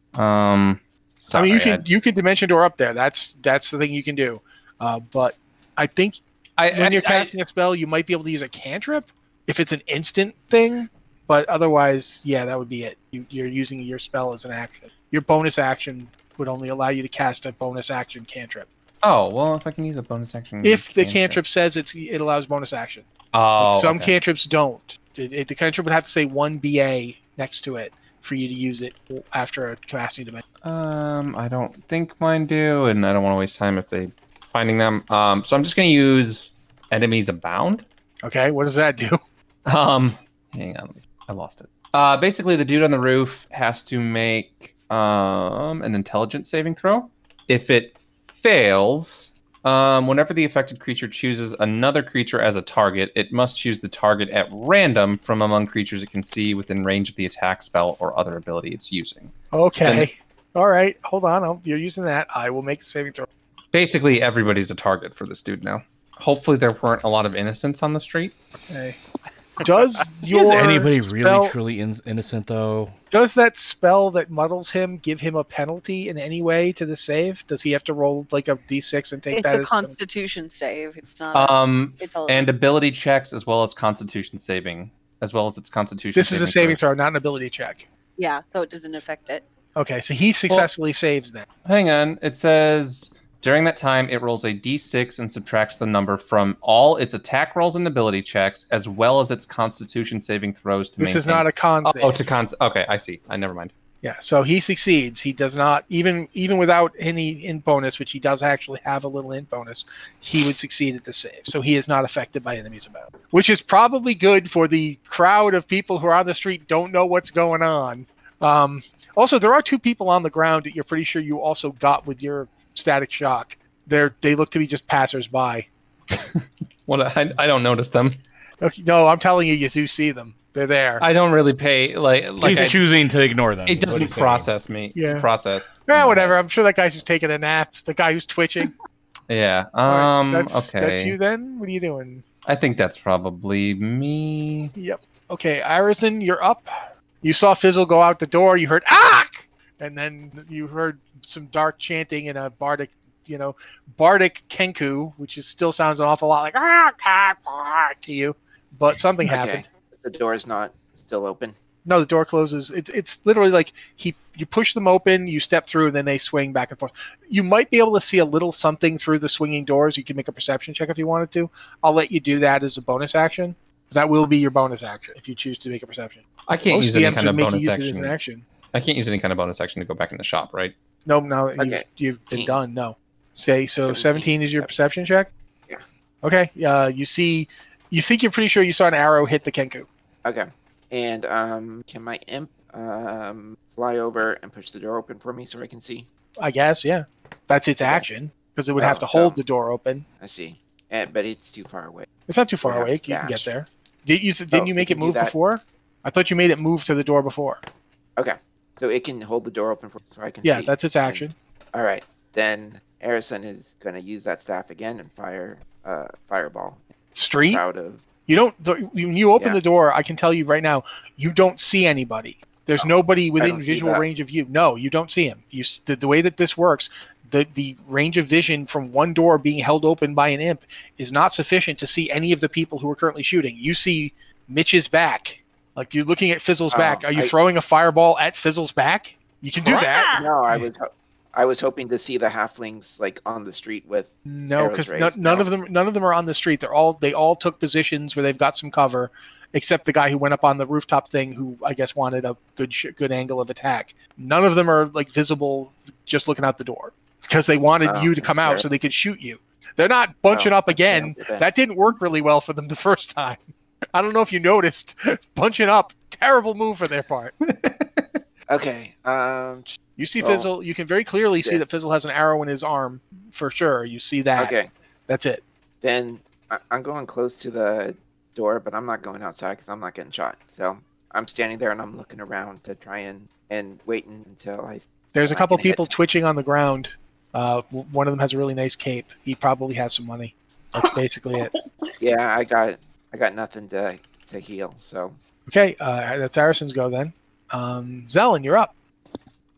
[SPEAKER 1] I
[SPEAKER 2] Um, sorry,
[SPEAKER 1] mean, you can you can dimension door up there. That's that's the thing you can do. Uh, but I think
[SPEAKER 2] I,
[SPEAKER 1] when you're
[SPEAKER 2] I- I-
[SPEAKER 1] casting a spell, you might be able to use a cantrip if it's an instant thing, but otherwise, yeah, that would be it. You, you're using your spell as an action. Your bonus action would only allow you to cast a bonus action cantrip.
[SPEAKER 2] oh well, if I can use a bonus action.
[SPEAKER 1] If the cantrip says it's, it allows bonus action. Like,
[SPEAKER 2] Oh,
[SPEAKER 1] some
[SPEAKER 2] okay.
[SPEAKER 1] cantrips don't. It, it, the cantrip would have to say one BA next to it for you to use it after a capacity dimension.
[SPEAKER 2] Um, I don't think mine do, and I don't want to waste time if they finding them. Um, so I'm just gonna use enemies abound.
[SPEAKER 1] Okay, what does that do? [LAUGHS]
[SPEAKER 2] Um, hang on, let me- I lost it. Uh, basically, the dude on the roof has to make um an intelligence saving throw. If it fails, um, whenever the affected creature chooses another creature as a target, it must choose the target at random from among creatures it can see within range of the attack spell or other ability it's using.
[SPEAKER 1] Okay. All right, hold on. I'll, you're using that. I will make the saving throw.
[SPEAKER 2] Basically, everybody's a target for this dude now. Hopefully, there weren't a lot of innocents on the street.
[SPEAKER 1] Okay.
[SPEAKER 2] [LAUGHS]
[SPEAKER 1] Does your
[SPEAKER 6] Is anybody
[SPEAKER 1] spell,
[SPEAKER 6] really truly in- innocent though?
[SPEAKER 1] Does that spell that muddles him give him a penalty in any way to the save? Does he have to roll like a d6 and take
[SPEAKER 3] it's
[SPEAKER 1] that
[SPEAKER 3] a
[SPEAKER 1] as
[SPEAKER 3] Constitution save. It's not. a-
[SPEAKER 2] Um,
[SPEAKER 3] It's all-
[SPEAKER 2] and ability checks as well as Constitution saving, as well as its Constitution.
[SPEAKER 1] this is a saving throw, not an ability check?
[SPEAKER 3] yeah, so it doesn't affect it.
[SPEAKER 1] Okay, so he successfully saves then.
[SPEAKER 2] Hang on. It says during that time, it rolls a d6 and subtracts the number from all its attack rolls and ability checks, as well as its Constitution saving throws to
[SPEAKER 1] This is
[SPEAKER 2] maintain-
[SPEAKER 1] not a con
[SPEAKER 2] Oh,
[SPEAKER 1] save.
[SPEAKER 2] oh, to cons. Okay, I see. I never mind.
[SPEAKER 1] Yeah, so he succeeds. He does not even even without any int bonus, which he does actually have a little int bonus. He would succeed at the save, so he is not affected by enemies about, which is probably good for the crowd of people who are on the street don't know what's going on. Um, also, there are two people on the ground that you're pretty sure you also got with your static shock. They're they look to be just passersby.
[SPEAKER 2] What I, I don't notice them.
[SPEAKER 1] Okay, no, I'm telling you, you do see them. They're there.
[SPEAKER 2] I don't really pay like like
[SPEAKER 6] he's
[SPEAKER 2] I-
[SPEAKER 6] choosing to ignore them.
[SPEAKER 2] it
[SPEAKER 6] is what
[SPEAKER 2] doesn't
[SPEAKER 6] he's saying.
[SPEAKER 2] process me.
[SPEAKER 1] Yeah.
[SPEAKER 2] Process.
[SPEAKER 1] yeah, Ah, whatever. I'm sure that guy's just taking a nap. The guy who's twitching.
[SPEAKER 2] Yeah.
[SPEAKER 1] All right,
[SPEAKER 2] Um.
[SPEAKER 1] that's,
[SPEAKER 2] okay.
[SPEAKER 1] That's you then. What are you doing?
[SPEAKER 2] I think that's probably me.
[SPEAKER 1] Yep. Okay, Irison, you're up. You saw Fizzle go out the door. You heard ah, and then you heard some dark chanting and a bardic, you know, bardic kenku, which is still sounds an awful lot like ah, ah, ah to you. But something happened.
[SPEAKER 8] The door is not still open.
[SPEAKER 1] No, the door closes. It's it's literally like he you push them open, you step through, and then they swing back and forth. You might be able to see a little something through the swinging doors. You can make a perception check if you wanted to. I'll let you do that as a bonus action. That will be your bonus action if you choose to make a perception.
[SPEAKER 2] I can't
[SPEAKER 1] Most
[SPEAKER 2] use any
[SPEAKER 1] DMs
[SPEAKER 2] kind
[SPEAKER 1] would
[SPEAKER 2] of
[SPEAKER 1] make you
[SPEAKER 2] bonus
[SPEAKER 1] use it as an
[SPEAKER 2] action.
[SPEAKER 1] action.
[SPEAKER 2] I can't use any kind of bonus action to go back in the shop, right?
[SPEAKER 1] No, no,
[SPEAKER 8] Okay.
[SPEAKER 1] you've, you've been
[SPEAKER 8] Eight.
[SPEAKER 1] done. No. Say so. Seventeen is your
[SPEAKER 8] Seventeen.
[SPEAKER 1] perception check.
[SPEAKER 8] Yeah.
[SPEAKER 1] Okay. Uh, you see, you think you're pretty sure you saw an arrow hit the kenku.
[SPEAKER 8] Okay. And um, can my imp um, fly over and push the door open for me so I can see?
[SPEAKER 1] I guess. Yeah. That's its action because it would have
[SPEAKER 8] Oh,
[SPEAKER 1] to hold
[SPEAKER 8] so-
[SPEAKER 1] the door open.
[SPEAKER 8] I see. Eh, but it's too far away.
[SPEAKER 1] It's not too far
[SPEAKER 8] Yeah,
[SPEAKER 1] away. You can get
[SPEAKER 8] dash.
[SPEAKER 1] there. Did you? Didn't
[SPEAKER 8] Oh,
[SPEAKER 1] you
[SPEAKER 8] we
[SPEAKER 1] make it
[SPEAKER 8] can do
[SPEAKER 1] move
[SPEAKER 8] that.
[SPEAKER 1] before? I thought you made it move to the door before.
[SPEAKER 8] So it can hold the door open for so I can
[SPEAKER 1] Yeah,
[SPEAKER 8] see.
[SPEAKER 1] that's its action.
[SPEAKER 8] All right. Then Arison is going to use that staff again and fire uh, fireball.
[SPEAKER 1] Street.
[SPEAKER 8] Out of
[SPEAKER 1] You don't. The, when you open
[SPEAKER 8] Yeah.
[SPEAKER 1] the door, I can tell you right now, you don't see anybody. There's nobody within
[SPEAKER 8] Oh, don't see
[SPEAKER 1] visual
[SPEAKER 8] that.
[SPEAKER 1] range of you. No, you don't see him. You s- the, the way that this works, the the range of vision from one door being held open by an imp is not sufficient to see any of the people who are currently shooting. You see Mitch's back. Like you're looking at Fizzle's
[SPEAKER 8] Oh,
[SPEAKER 1] back. Are you
[SPEAKER 8] I-
[SPEAKER 1] throwing a fireball at Fizzle's back? You can do that.
[SPEAKER 8] no, I was ho- I was hoping to see the halflings like on the street with.
[SPEAKER 1] No, because
[SPEAKER 8] Arrows
[SPEAKER 1] no,
[SPEAKER 8] raised,
[SPEAKER 1] none
[SPEAKER 8] no.
[SPEAKER 1] of them none of them are on the street. They're all they all took positions where they've got some cover, except the guy who went up on the rooftop thing, who I guess wanted a good sh- good angle of attack. None of them are like visible, just looking out the door because they wanted
[SPEAKER 8] Oh,
[SPEAKER 1] you to
[SPEAKER 8] that's
[SPEAKER 1] come out
[SPEAKER 8] fair.
[SPEAKER 1] so they could shoot you. They're not bunching
[SPEAKER 8] Oh,
[SPEAKER 1] up
[SPEAKER 8] I can't
[SPEAKER 1] again.
[SPEAKER 8] do that.
[SPEAKER 1] That didn't work really well for them the [LAUGHS] first time. I don't know if you noticed, [LAUGHS] bunching up, terrible move for their part.
[SPEAKER 8] Okay. Um. ch-
[SPEAKER 1] You see
[SPEAKER 8] Oh.
[SPEAKER 1] Fizzle. You can very clearly see
[SPEAKER 8] Yeah.
[SPEAKER 1] that Fizzle has an arrow in his arm for sure. You see that.
[SPEAKER 8] Okay.
[SPEAKER 1] That's it.
[SPEAKER 8] Then I- I'm going close to the door, but I'm not going outside because I'm not getting shot. So I'm standing there and I'm looking around to try and and waiting until I.
[SPEAKER 1] There's a
[SPEAKER 8] I
[SPEAKER 1] couple
[SPEAKER 8] can hit.
[SPEAKER 1] people twitching on the ground. Uh, w- one of them has a really nice cape. He probably has some money. That's basically it.
[SPEAKER 8] Yeah, I got I got nothing to to heal. So
[SPEAKER 1] Okay, uh, that's Arison's go then. Um, Zelen, you're up.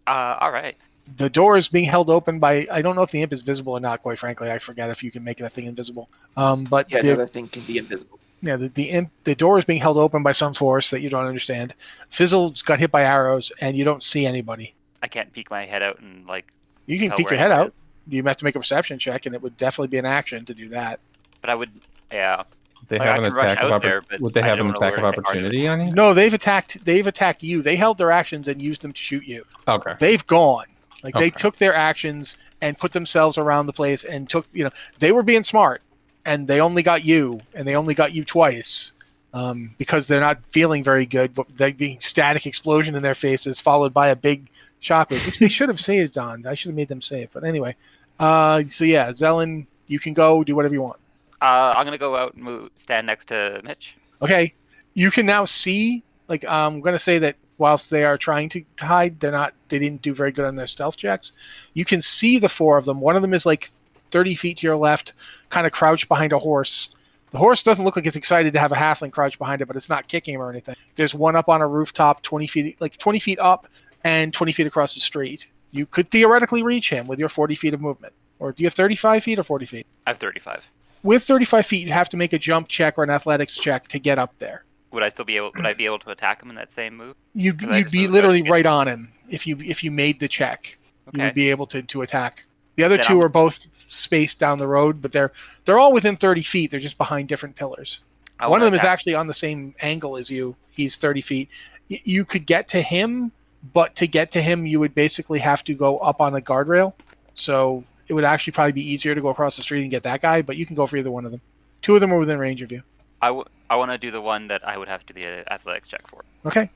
[SPEAKER 4] Uh, all right.
[SPEAKER 1] the door is being held open by I don't know if the imp is visible or not. Quite frankly, I forget if you can make that thing invisible. Um, but
[SPEAKER 8] Yeah,
[SPEAKER 1] the,
[SPEAKER 8] another thing can be invisible.
[SPEAKER 1] yeah, the, the imp the door is being held open by some force that you don't understand. Fizzle's got hit by arrows, and you don't see anybody.
[SPEAKER 4] I can't peek my head out and like.
[SPEAKER 1] You can
[SPEAKER 4] tell
[SPEAKER 1] peek
[SPEAKER 4] where
[SPEAKER 1] your head
[SPEAKER 4] everyone
[SPEAKER 1] out. You have to make a perception check, and it would definitely be an action to do that.
[SPEAKER 4] is, But I would. Yeah.
[SPEAKER 2] They
[SPEAKER 4] Like, I
[SPEAKER 2] have an
[SPEAKER 4] can rush
[SPEAKER 2] attack of
[SPEAKER 4] out
[SPEAKER 2] oppor-
[SPEAKER 4] there, but
[SPEAKER 2] Would they
[SPEAKER 4] I
[SPEAKER 2] have
[SPEAKER 4] don't
[SPEAKER 2] an
[SPEAKER 4] know
[SPEAKER 2] attack
[SPEAKER 4] where
[SPEAKER 2] of
[SPEAKER 4] they are.
[SPEAKER 2] opportunity on you?
[SPEAKER 1] No, they've attacked. They've attacked you. They held their actions and used them to shoot you.
[SPEAKER 2] Okay.
[SPEAKER 1] They've gone. Like they
[SPEAKER 2] Okay.
[SPEAKER 1] took their actions and put themselves around the place and took. You know, they were being smart, and they only got you, and they only got you twice. Um, because they're not feeling very good, but they being static explosion in their faces, followed by a big shockwave, which they should have saved on. I should have made them save, but anyway. Uh, so yeah, Zelen, you can go do whatever you want.
[SPEAKER 4] Uh, I'm gonna go out and move, stand next to Mitch.
[SPEAKER 1] Okay, you can now see. Like I'm gonna say that whilst they are trying to to hide, they're not. They didn't do very good on their stealth checks. You can see the four of them. One of them is like 30 feet to your left, kind of crouched behind a horse. The horse doesn't look like it's excited to have a halfling crouched behind it, but it's not kicking him or anything. There's one up on a rooftop, 20 feet, like 20 feet up and 20 feet across the street. You could theoretically reach him with your 40 feet of movement. Or do you have 35 feet or 40 feet?
[SPEAKER 4] I have 35.
[SPEAKER 1] With 35 feet, you'd have to make a jump check or an athletics check to get up there.
[SPEAKER 4] Would I still be able? Would I be able to attack him in that same move?
[SPEAKER 1] You'd,
[SPEAKER 4] Because I
[SPEAKER 1] you'd
[SPEAKER 4] just
[SPEAKER 1] be
[SPEAKER 4] moved, I
[SPEAKER 1] literally
[SPEAKER 4] just get-
[SPEAKER 1] right on him if you if you made the check. You
[SPEAKER 4] Okay.
[SPEAKER 1] would be able to, to attack. The other
[SPEAKER 4] Then
[SPEAKER 1] 2
[SPEAKER 4] I'll-
[SPEAKER 1] are both spaced down the road, but they're they're all within thirty feet. They're just behind different pillars.
[SPEAKER 4] I
[SPEAKER 1] One
[SPEAKER 4] wanna
[SPEAKER 1] of them is
[SPEAKER 4] attack-
[SPEAKER 1] actually on the same angle as you. He's thirty feet. Y- you could get to him, but to get to him, you would basically have to go up on a guardrail. So it would actually probably be easier to go across the street and get that guy. But you can go for either one of them. Two of them are within range of you.
[SPEAKER 4] I, w- I want to do the one that I would have to do the uh, athletics check for.
[SPEAKER 1] Okay.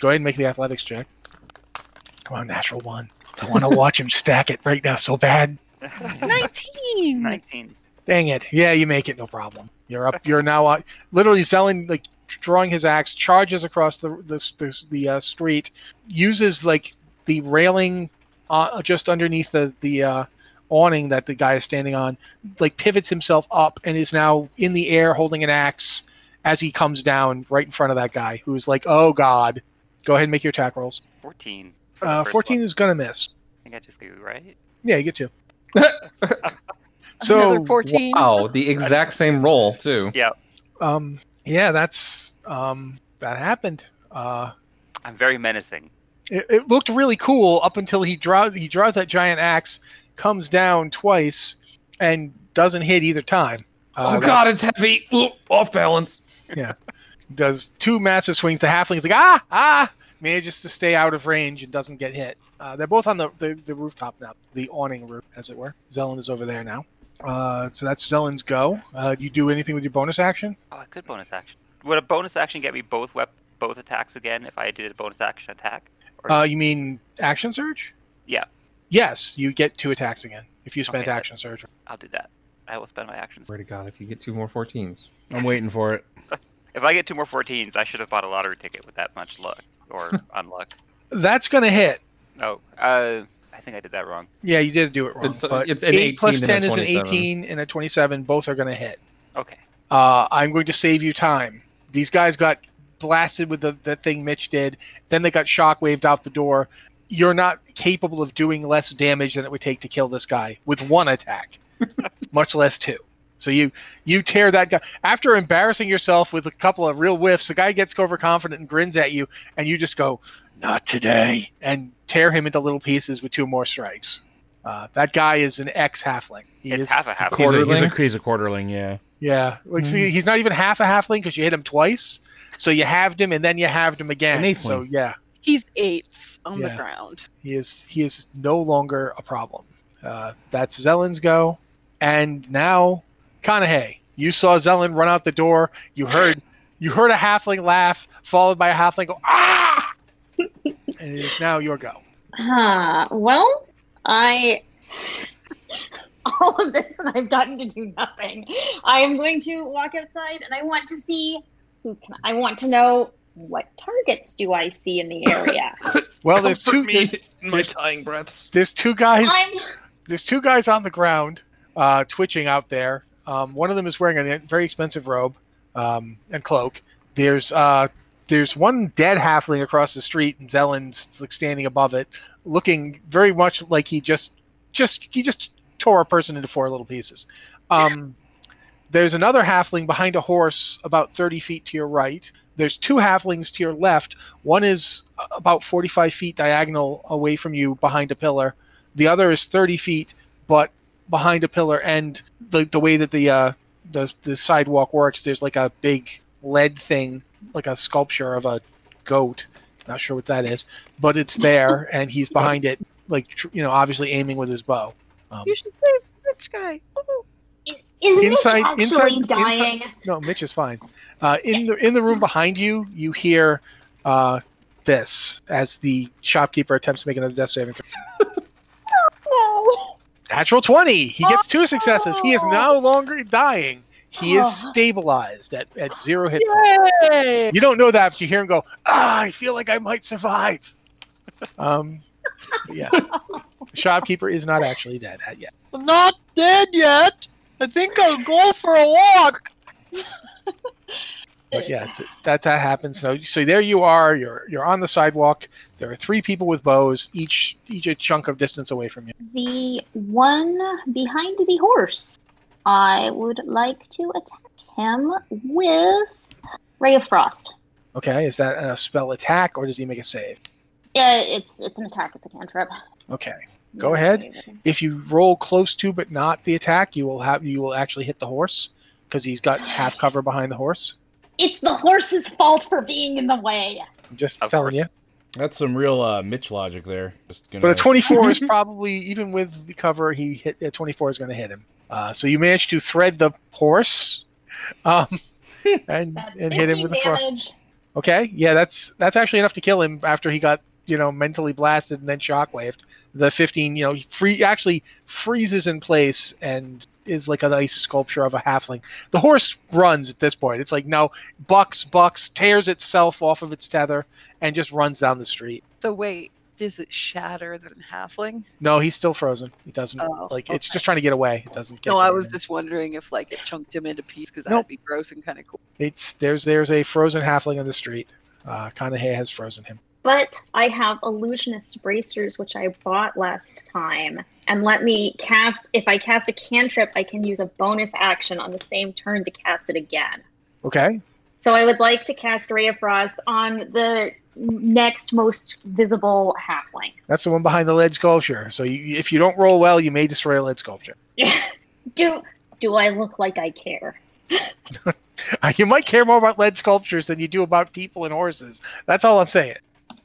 [SPEAKER 1] Go ahead and make the athletics check. Come on, natural one. I want to [LAUGHS] watch him stack it right now so bad.
[SPEAKER 9] 19.
[SPEAKER 4] 19.
[SPEAKER 1] Dang it. Yeah, you make it, no problem. You're up. You're now on, literally selling, like drawing his axe, charges across the the, the, the uh, street, uses like the railing uh, just underneath the the uh, awning that the guy is standing on, like pivots himself up and is now in the air holding an axe as he comes down right in front of that guy who's like, oh god. Go ahead and make your attack rolls.
[SPEAKER 4] 14. for the
[SPEAKER 1] Uh,
[SPEAKER 4] first
[SPEAKER 1] 14
[SPEAKER 4] one.
[SPEAKER 1] is gonna miss.
[SPEAKER 4] I think I just do right.
[SPEAKER 1] Yeah, you get two. so
[SPEAKER 3] Another 14.
[SPEAKER 1] Oh,
[SPEAKER 2] Wow, the exact same roll too.
[SPEAKER 1] um, yeah, that's um, that happened. Uh,
[SPEAKER 4] I'm very menacing.
[SPEAKER 1] it, it looked really cool up until he draws he draws that giant axe, comes down twice, and doesn't hit either time. Uh,
[SPEAKER 2] oh
[SPEAKER 1] that
[SPEAKER 2] god, it's heavy. Ooh, off balance.
[SPEAKER 1] does two massive swings. The halfling's like ah ah manages to stay out of range and doesn't get hit. Uh, they're both on the, the the rooftop now, the awning roof, as it were. Zelen is over there now. Uh, so that's Zelen's go. Uh, you do anything with your bonus action?
[SPEAKER 4] Oh, I could bonus action. Would a bonus action get me both wep- both attacks again if I did a bonus action attack? Or-
[SPEAKER 1] Uh, you mean action surge?
[SPEAKER 4] Yeah.
[SPEAKER 1] Yes, you get two attacks again if you spent
[SPEAKER 4] Okay, that-
[SPEAKER 1] action surge.
[SPEAKER 4] I'll do that. I will spend my actions.
[SPEAKER 2] Swear to god, if you get two more 14s.
[SPEAKER 6] I'm waiting for it.
[SPEAKER 4] If I get two more 14s, I should have bought a lottery ticket with that much luck
[SPEAKER 1] [LAUGHS]
[SPEAKER 4] or unluck.
[SPEAKER 1] That's gonna hit.
[SPEAKER 4] No, uh, I think I did that wrong.
[SPEAKER 1] Yeah, you did do it wrong.
[SPEAKER 2] It's- uh,
[SPEAKER 1] but
[SPEAKER 2] it's an
[SPEAKER 1] eight
[SPEAKER 2] 18
[SPEAKER 1] plus
[SPEAKER 2] and a
[SPEAKER 1] ten is an
[SPEAKER 2] 27.
[SPEAKER 1] eighteen and a twenty-seven. Both are gonna hit.
[SPEAKER 4] Okay.
[SPEAKER 1] Uh, I'm going to save you time. These guys got blasted with the, the thing Mitch did. Then they got shockwaved out the door. You're not capable of doing less damage than it would take to kill this guy with one attack, much less two. So you you tear that guy after embarrassing yourself with a couple of real whiffs. The guy gets overconfident and grins at you, and you just go, "Not today!" and tear him into little pieces with two more strikes. Uh, that guy is an ex halfling. He
[SPEAKER 4] it's
[SPEAKER 1] is
[SPEAKER 4] half a half.
[SPEAKER 6] He's a, he's, a,
[SPEAKER 2] Quarterling?
[SPEAKER 6] he's a quarterling, yeah.
[SPEAKER 1] yeah, like see, he's not even half a halfling because you hit him twice. So you halved him and then you halved him
[SPEAKER 6] An
[SPEAKER 1] again.
[SPEAKER 6] eighthling.
[SPEAKER 1] So yeah,
[SPEAKER 9] He's eighths on
[SPEAKER 1] Yeah.
[SPEAKER 9] the ground.
[SPEAKER 1] he is he is no longer a problem. Uh, that's Zelen's go, and now Conahay. You saw Zelen run out the door. You heard you heard a halfling laugh, followed by a halfling go ah, and it is now your go.
[SPEAKER 7] Ah, well, I [LAUGHS] all of this and I've gotten to do nothing. I am going to walk outside and I want to see who can I want to know what targets do I see
[SPEAKER 1] [LAUGHS]
[SPEAKER 7] in the area.
[SPEAKER 1] Well, there's two
[SPEAKER 2] me
[SPEAKER 1] there's,
[SPEAKER 2] in my tying breaths.
[SPEAKER 1] there's two guys.
[SPEAKER 7] I'm
[SPEAKER 1] there's two guys on the ground uh, twitching out there. Um, one of them is wearing a very expensive robe um, and cloak. There's uh, there's one dead halfling across the street, and Zellin's like standing above it, looking very much like he just just he just tore a person into four little pieces. Um, there's another halfling behind a horse about 30 feet to your right. There's two halflings to your left. One is uh, about 45 feet diagonal away from you behind a pillar. The other is 30 feet, but behind a pillar. And the, the way that the, uh, the the sidewalk works, there's like a big lead thing, like a sculpture of a goat. Not sure what that is, but it's there, and he's behind it, like tr- you know, obviously aiming with his bow. Um,
[SPEAKER 3] You should save the rich guy. Oh,
[SPEAKER 7] Is
[SPEAKER 1] Inside-
[SPEAKER 7] Mitch actually
[SPEAKER 1] inside-
[SPEAKER 7] dying?
[SPEAKER 1] No, Mitch is fine. Uh, in the in the room behind you, you hear uh, this as the shopkeeper attempts to make another death saving throw.
[SPEAKER 7] No.
[SPEAKER 1] Natural twenty. He gets two successes. He is no longer dying. He is stabilized at, at zero hit points.
[SPEAKER 9] Yay!
[SPEAKER 1] You don't know that, but you hear him go, "Ah, I feel like I might survive." Um, but yeah. The shopkeeper is not actually dead yet.
[SPEAKER 5] I'm not dead yet. I think I'll go for a walk.
[SPEAKER 1] But
[SPEAKER 7] [LAUGHS]
[SPEAKER 1] yeah, th- that that happens. So, so there you are. You're you're on the sidewalk. There are three people with bows, each each a chunk of distance away from you.
[SPEAKER 7] The one behind the horse. I would like to attack him with Ray of Frost.
[SPEAKER 1] Okay, is that a spell attack or does he make a save?
[SPEAKER 7] Yeah, it's it's an attack. It's a cantrip.
[SPEAKER 1] Okay, Go ahead. if you roll close to but not the attack, you will have you will actually hit the horse because he's got half cover behind the horse.
[SPEAKER 7] It's the horse's fault for being in the way.
[SPEAKER 1] I'm just
[SPEAKER 4] Of
[SPEAKER 1] telling
[SPEAKER 4] course.
[SPEAKER 1] you.
[SPEAKER 6] That's some real uh, Mitch logic there. Just gonna,
[SPEAKER 1] But a 24
[SPEAKER 4] [LAUGHS]
[SPEAKER 1] is probably even with the cover, he hit a 24 is going to hit him. Uh, so you manage to thread the horse,
[SPEAKER 4] [LAUGHS]
[SPEAKER 1] um, and
[SPEAKER 7] That's
[SPEAKER 1] and
[SPEAKER 7] 15
[SPEAKER 1] hit him with the frost.
[SPEAKER 7] damage.
[SPEAKER 1] Okay, yeah, that's that's actually enough to kill him after he got you know mentally blasted and then shockwaved. The 15, you know, he free actually freezes in place and is like a nice sculpture of a halfling. The horse runs at this point. It's like now bucks, bucks, tears itself off of its tether and just runs down the street.
[SPEAKER 3] so wait, does it shatter the halfling?
[SPEAKER 1] No, he's still frozen. He doesn't
[SPEAKER 3] Oh,
[SPEAKER 1] like. It's
[SPEAKER 3] okay.
[SPEAKER 1] just trying to get away. It doesn't. Get
[SPEAKER 3] No,
[SPEAKER 1] to
[SPEAKER 3] I
[SPEAKER 1] him.
[SPEAKER 3] was just wondering if like it chunked him into pieces because
[SPEAKER 1] Nope.
[SPEAKER 3] that'd be gross and kind of cool.
[SPEAKER 1] It's there's there's a frozen halfling on the street. Uh, Kanahe has frozen him.
[SPEAKER 7] But I have illusionist bracers, which I bought last time, and let me cast. If I cast a cantrip, I can use a bonus action on the same turn to cast it again.
[SPEAKER 1] Okay.
[SPEAKER 7] So I would like to cast Ray of Frost on the next most visible halfling.
[SPEAKER 1] That's the one behind the lead sculpture. So you, if you don't roll well, you may destroy a lead sculpture.
[SPEAKER 7] [LAUGHS]
[SPEAKER 1] [LAUGHS]
[SPEAKER 7] do do I look like I care?
[SPEAKER 1] You might care more about lead sculptures than you do about people and horses. That's all I'm saying.
[SPEAKER 7] Uh,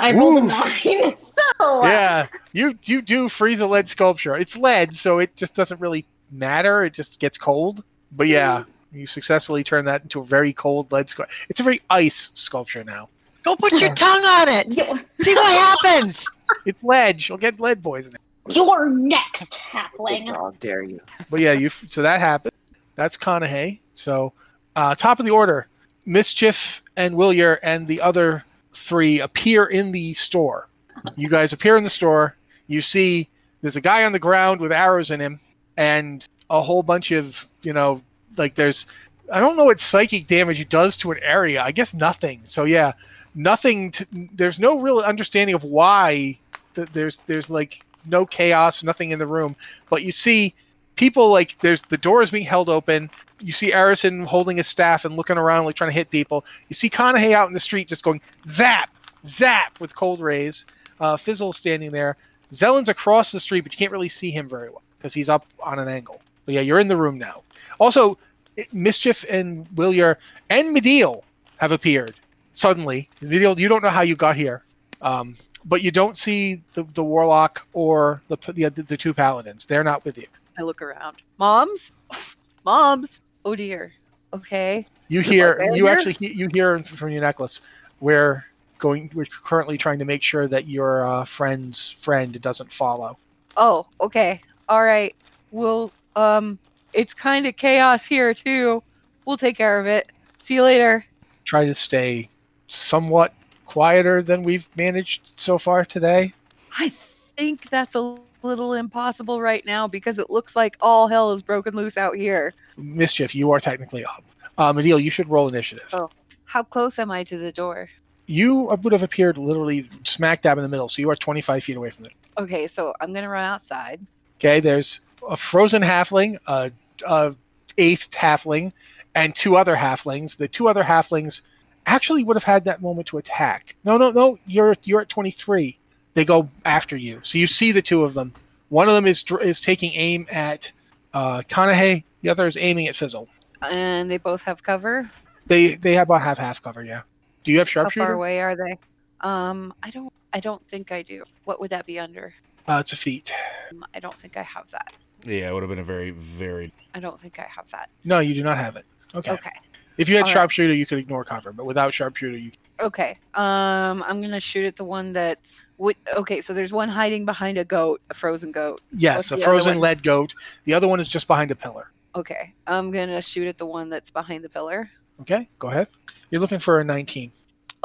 [SPEAKER 7] I rolled
[SPEAKER 1] Oof.
[SPEAKER 7] a nine, [LAUGHS] so uh,
[SPEAKER 1] Yeah, you you do freeze a lead sculpture. It's lead, so it just doesn't really matter. It just gets cold. But yeah, you successfully turn that into a very cold lead sculpture. It's a very ice sculpture now.
[SPEAKER 5] Go put your tongue on
[SPEAKER 7] [LAUGHS]
[SPEAKER 5] it.
[SPEAKER 7] You're,
[SPEAKER 5] See what happens.
[SPEAKER 1] It's lead. She'll get lead poisoning.
[SPEAKER 7] you're next,
[SPEAKER 8] Big
[SPEAKER 7] halfling.
[SPEAKER 8] dog, dare you?
[SPEAKER 1] But yeah, you. So that happened. That's Conahay. So uh, top of the order, Mischief and Willier and the other three appear in the store. You guys appear in the store. You see there's a guy on the ground with arrows in him and a whole bunch of you know like there's I don't know what psychic damage it does to an area. I guess nothing. So yeah, nothing. To, there's no real understanding of why th- there's there's like no chaos, nothing in the room. But you see people like there's the door is being held open. You see Arison holding his staff and looking around like trying to hit people. You see Conahay out in the street just going zap, zap with cold rays. Uh, Fizzle standing there. Zellin's across the street, but you can't really see him very well because he's up on an angle. But yeah, you're in the room now. Also, it- Mischief and Willier and Mediel have appeared suddenly. Mediel, you don't know how you got here, um, but you don't see the, the warlock or the, the the two paladins. They're not with you.
[SPEAKER 3] I look around. Moms, [LAUGHS] moms. Oh dear. Okay.
[SPEAKER 1] You
[SPEAKER 3] it
[SPEAKER 1] hear,
[SPEAKER 3] bad
[SPEAKER 1] you
[SPEAKER 3] here?
[SPEAKER 1] actually, he- you hear f- from your necklace. We're going. We're currently trying to make sure that your uh, friend's friend doesn't follow.
[SPEAKER 3] Oh, okay. All right. We'll um. It's kind of chaos here too. We'll take care of it. See you later.
[SPEAKER 1] Try to stay somewhat quieter than we've managed so far today.
[SPEAKER 3] I think that's a little impossible right now because it looks like all hell is broken loose out here.
[SPEAKER 1] Um, Mischief, you are technically up. Uh, Mediel, you should roll initiative.
[SPEAKER 3] Oh. How close am I to the door?
[SPEAKER 1] You would have appeared literally smack dab in the middle, so you are 25 feet away from it.
[SPEAKER 3] Okay, so I'm gonna run outside.
[SPEAKER 1] Okay, there's a frozen halfling, a, a eighth halfling, and two other halflings. The two other halflings actually would have had that moment to attack. No, no, no. You're you're at 23. They go after you. So you see the two of them. One of them is dr- is taking aim at uh, Kanahe. The other is aiming at Fizzle.
[SPEAKER 3] And they both have cover.
[SPEAKER 1] They they about have half cover. Yeah. Do you have
[SPEAKER 3] How far
[SPEAKER 1] sharpshooter?
[SPEAKER 3] away are they? Um, I don't. I don't think I do. What would that be under?
[SPEAKER 1] Uh, it's a feat.
[SPEAKER 3] Um, I don't think I have that.
[SPEAKER 6] Yeah, it would have been a very, very.
[SPEAKER 3] I don't think I have that.
[SPEAKER 1] No, you do not have it. Okay.
[SPEAKER 3] Okay.
[SPEAKER 1] If you had
[SPEAKER 3] All right.
[SPEAKER 1] sharpshooter, you could ignore cover, but without sharpshooter, you
[SPEAKER 3] Okay. Um, I'm gonna shoot at the one that's. What, okay, so there's one hiding behind a goat, a frozen goat. What's
[SPEAKER 1] yes, a
[SPEAKER 3] the other
[SPEAKER 1] frozen
[SPEAKER 3] one?
[SPEAKER 1] lead goat. The other one is just behind a pillar.
[SPEAKER 3] Okay, I'm gonna shoot at the one that's behind the pillar.
[SPEAKER 1] Okay, go ahead. You're looking for a 19.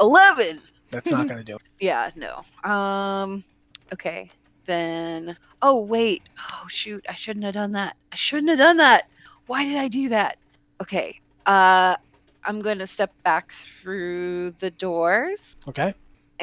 [SPEAKER 3] Eleven.
[SPEAKER 1] That's
[SPEAKER 3] [LAUGHS]
[SPEAKER 1] not going to do it.
[SPEAKER 3] Yeah, no. Um, okay. Then. Oh wait. Oh shoot! I shouldn't have done that. I shouldn't have done that. Why did I do that? Okay. Uh, I'm gonna step back through the doors
[SPEAKER 1] Okay.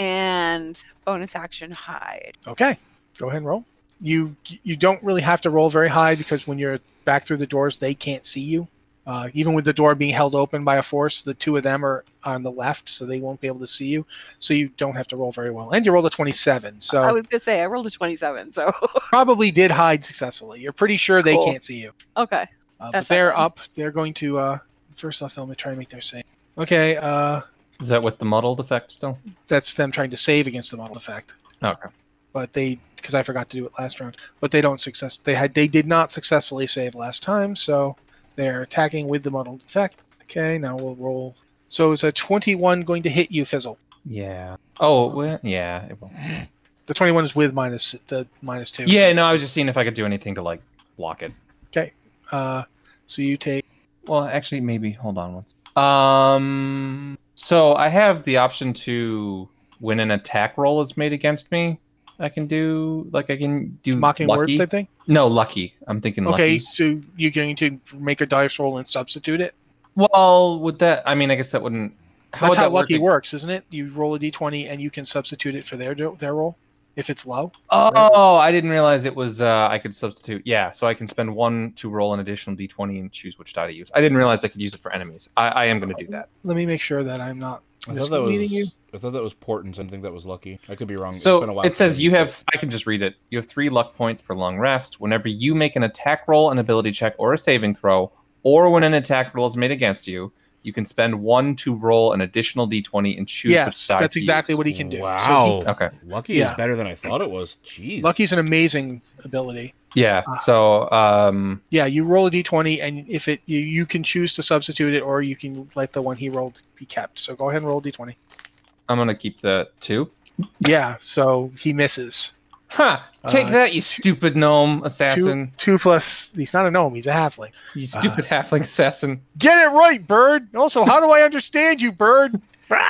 [SPEAKER 3] and bonus action hide.
[SPEAKER 1] Okay. Go ahead and roll. You you don't really have to roll very high because when you're back through the doors, they can't see you. Uh, even with the door being held open by a force, the two of them are on the left, so they won't be able to see you. So you don't have to roll very well. And you rolled a 27, so
[SPEAKER 3] I was gonna say I rolled a 27, so [LAUGHS]
[SPEAKER 1] probably did hide successfully. You're pretty sure they
[SPEAKER 3] Cool.
[SPEAKER 1] can't see you.
[SPEAKER 3] okay.
[SPEAKER 1] Uh, but
[SPEAKER 3] That's not
[SPEAKER 1] they're
[SPEAKER 3] bad.
[SPEAKER 1] up. They're going to uh, first off. They'll try and make their save. Okay, uh,
[SPEAKER 2] Is that with the muddled effect still?
[SPEAKER 1] that's them trying to save against the model effect.
[SPEAKER 2] Okay.
[SPEAKER 1] but they because I forgot to do it last round. But they don't success. They had they did not successfully save last time, so they're attacking with the muddled effect. Okay, now we'll roll. So is a twenty-one going to hit you, Fizzle?
[SPEAKER 2] Yeah. Oh, well, yeah. It will.
[SPEAKER 1] The twenty-one is with minus the minus two.
[SPEAKER 2] Yeah, no, I was just seeing if I could do anything to, like, block it.
[SPEAKER 1] Uh, so you take
[SPEAKER 2] Well, actually, maybe. Hold on once. Um. So I have the option to when an attack roll is made against me. I can do like I can do
[SPEAKER 1] mocking
[SPEAKER 2] Mm, lucky.
[SPEAKER 1] words, I think.
[SPEAKER 2] No, lucky. I'm thinking lucky.
[SPEAKER 1] Okay, so you're going to make a dice roll and substitute it.
[SPEAKER 2] Well, would that? I mean, I guess that wouldn't. How
[SPEAKER 1] That's
[SPEAKER 2] would
[SPEAKER 1] how
[SPEAKER 2] that work
[SPEAKER 1] lucky
[SPEAKER 2] ag-
[SPEAKER 1] works, isn't it? You roll a d20 and you can substitute it for their do- their roll if it's low.
[SPEAKER 2] Oh, I didn't realize it was. Uh, I could substitute. Yeah, so I can spend one to roll an additional d20 and choose which die to use. I didn't realize I could use it for enemies. I, I am going to do that.
[SPEAKER 1] Let me make sure that I'm not
[SPEAKER 6] I thought that
[SPEAKER 1] misleading
[SPEAKER 6] was.
[SPEAKER 1] you.
[SPEAKER 6] I thought that was Portons. I think that was Lucky. I could be wrong.
[SPEAKER 2] So
[SPEAKER 6] it's been a while
[SPEAKER 2] it
[SPEAKER 6] since I've
[SPEAKER 2] says you
[SPEAKER 6] used
[SPEAKER 2] have. I can just read it. You have three luck points per long rest. Whenever you make an attack roll, an ability check, or a saving throw, or when an attack roll is made against you, you can spend one to roll an additional d20 and choose.
[SPEAKER 1] Yes,
[SPEAKER 2] which die
[SPEAKER 1] that's
[SPEAKER 2] to
[SPEAKER 1] exactly
[SPEAKER 2] use.
[SPEAKER 1] what he can do.
[SPEAKER 6] Wow.
[SPEAKER 1] So he
[SPEAKER 2] Okay.
[SPEAKER 6] Lucky
[SPEAKER 1] Yeah.
[SPEAKER 6] is better than I thought it was. Jeez.
[SPEAKER 1] Lucky's an amazing ability.
[SPEAKER 2] Yeah.
[SPEAKER 1] Ah.
[SPEAKER 2] So um,
[SPEAKER 1] Yeah, you roll a d20, and if it you, you can choose to substitute it, or you can let the one he rolled be kept. So go ahead and roll a d20.
[SPEAKER 2] I'm going to keep the two.
[SPEAKER 1] Yeah, so he misses.
[SPEAKER 2] Ha! Take
[SPEAKER 1] Uh,
[SPEAKER 2] that, you stupid gnome
[SPEAKER 1] Two,
[SPEAKER 2] assassin.
[SPEAKER 1] two plus. He's not a gnome. He's a halfling.
[SPEAKER 2] You stupid [LAUGHS] halfling assassin.
[SPEAKER 1] Get it right, bird. Also, how do I understand you, bird?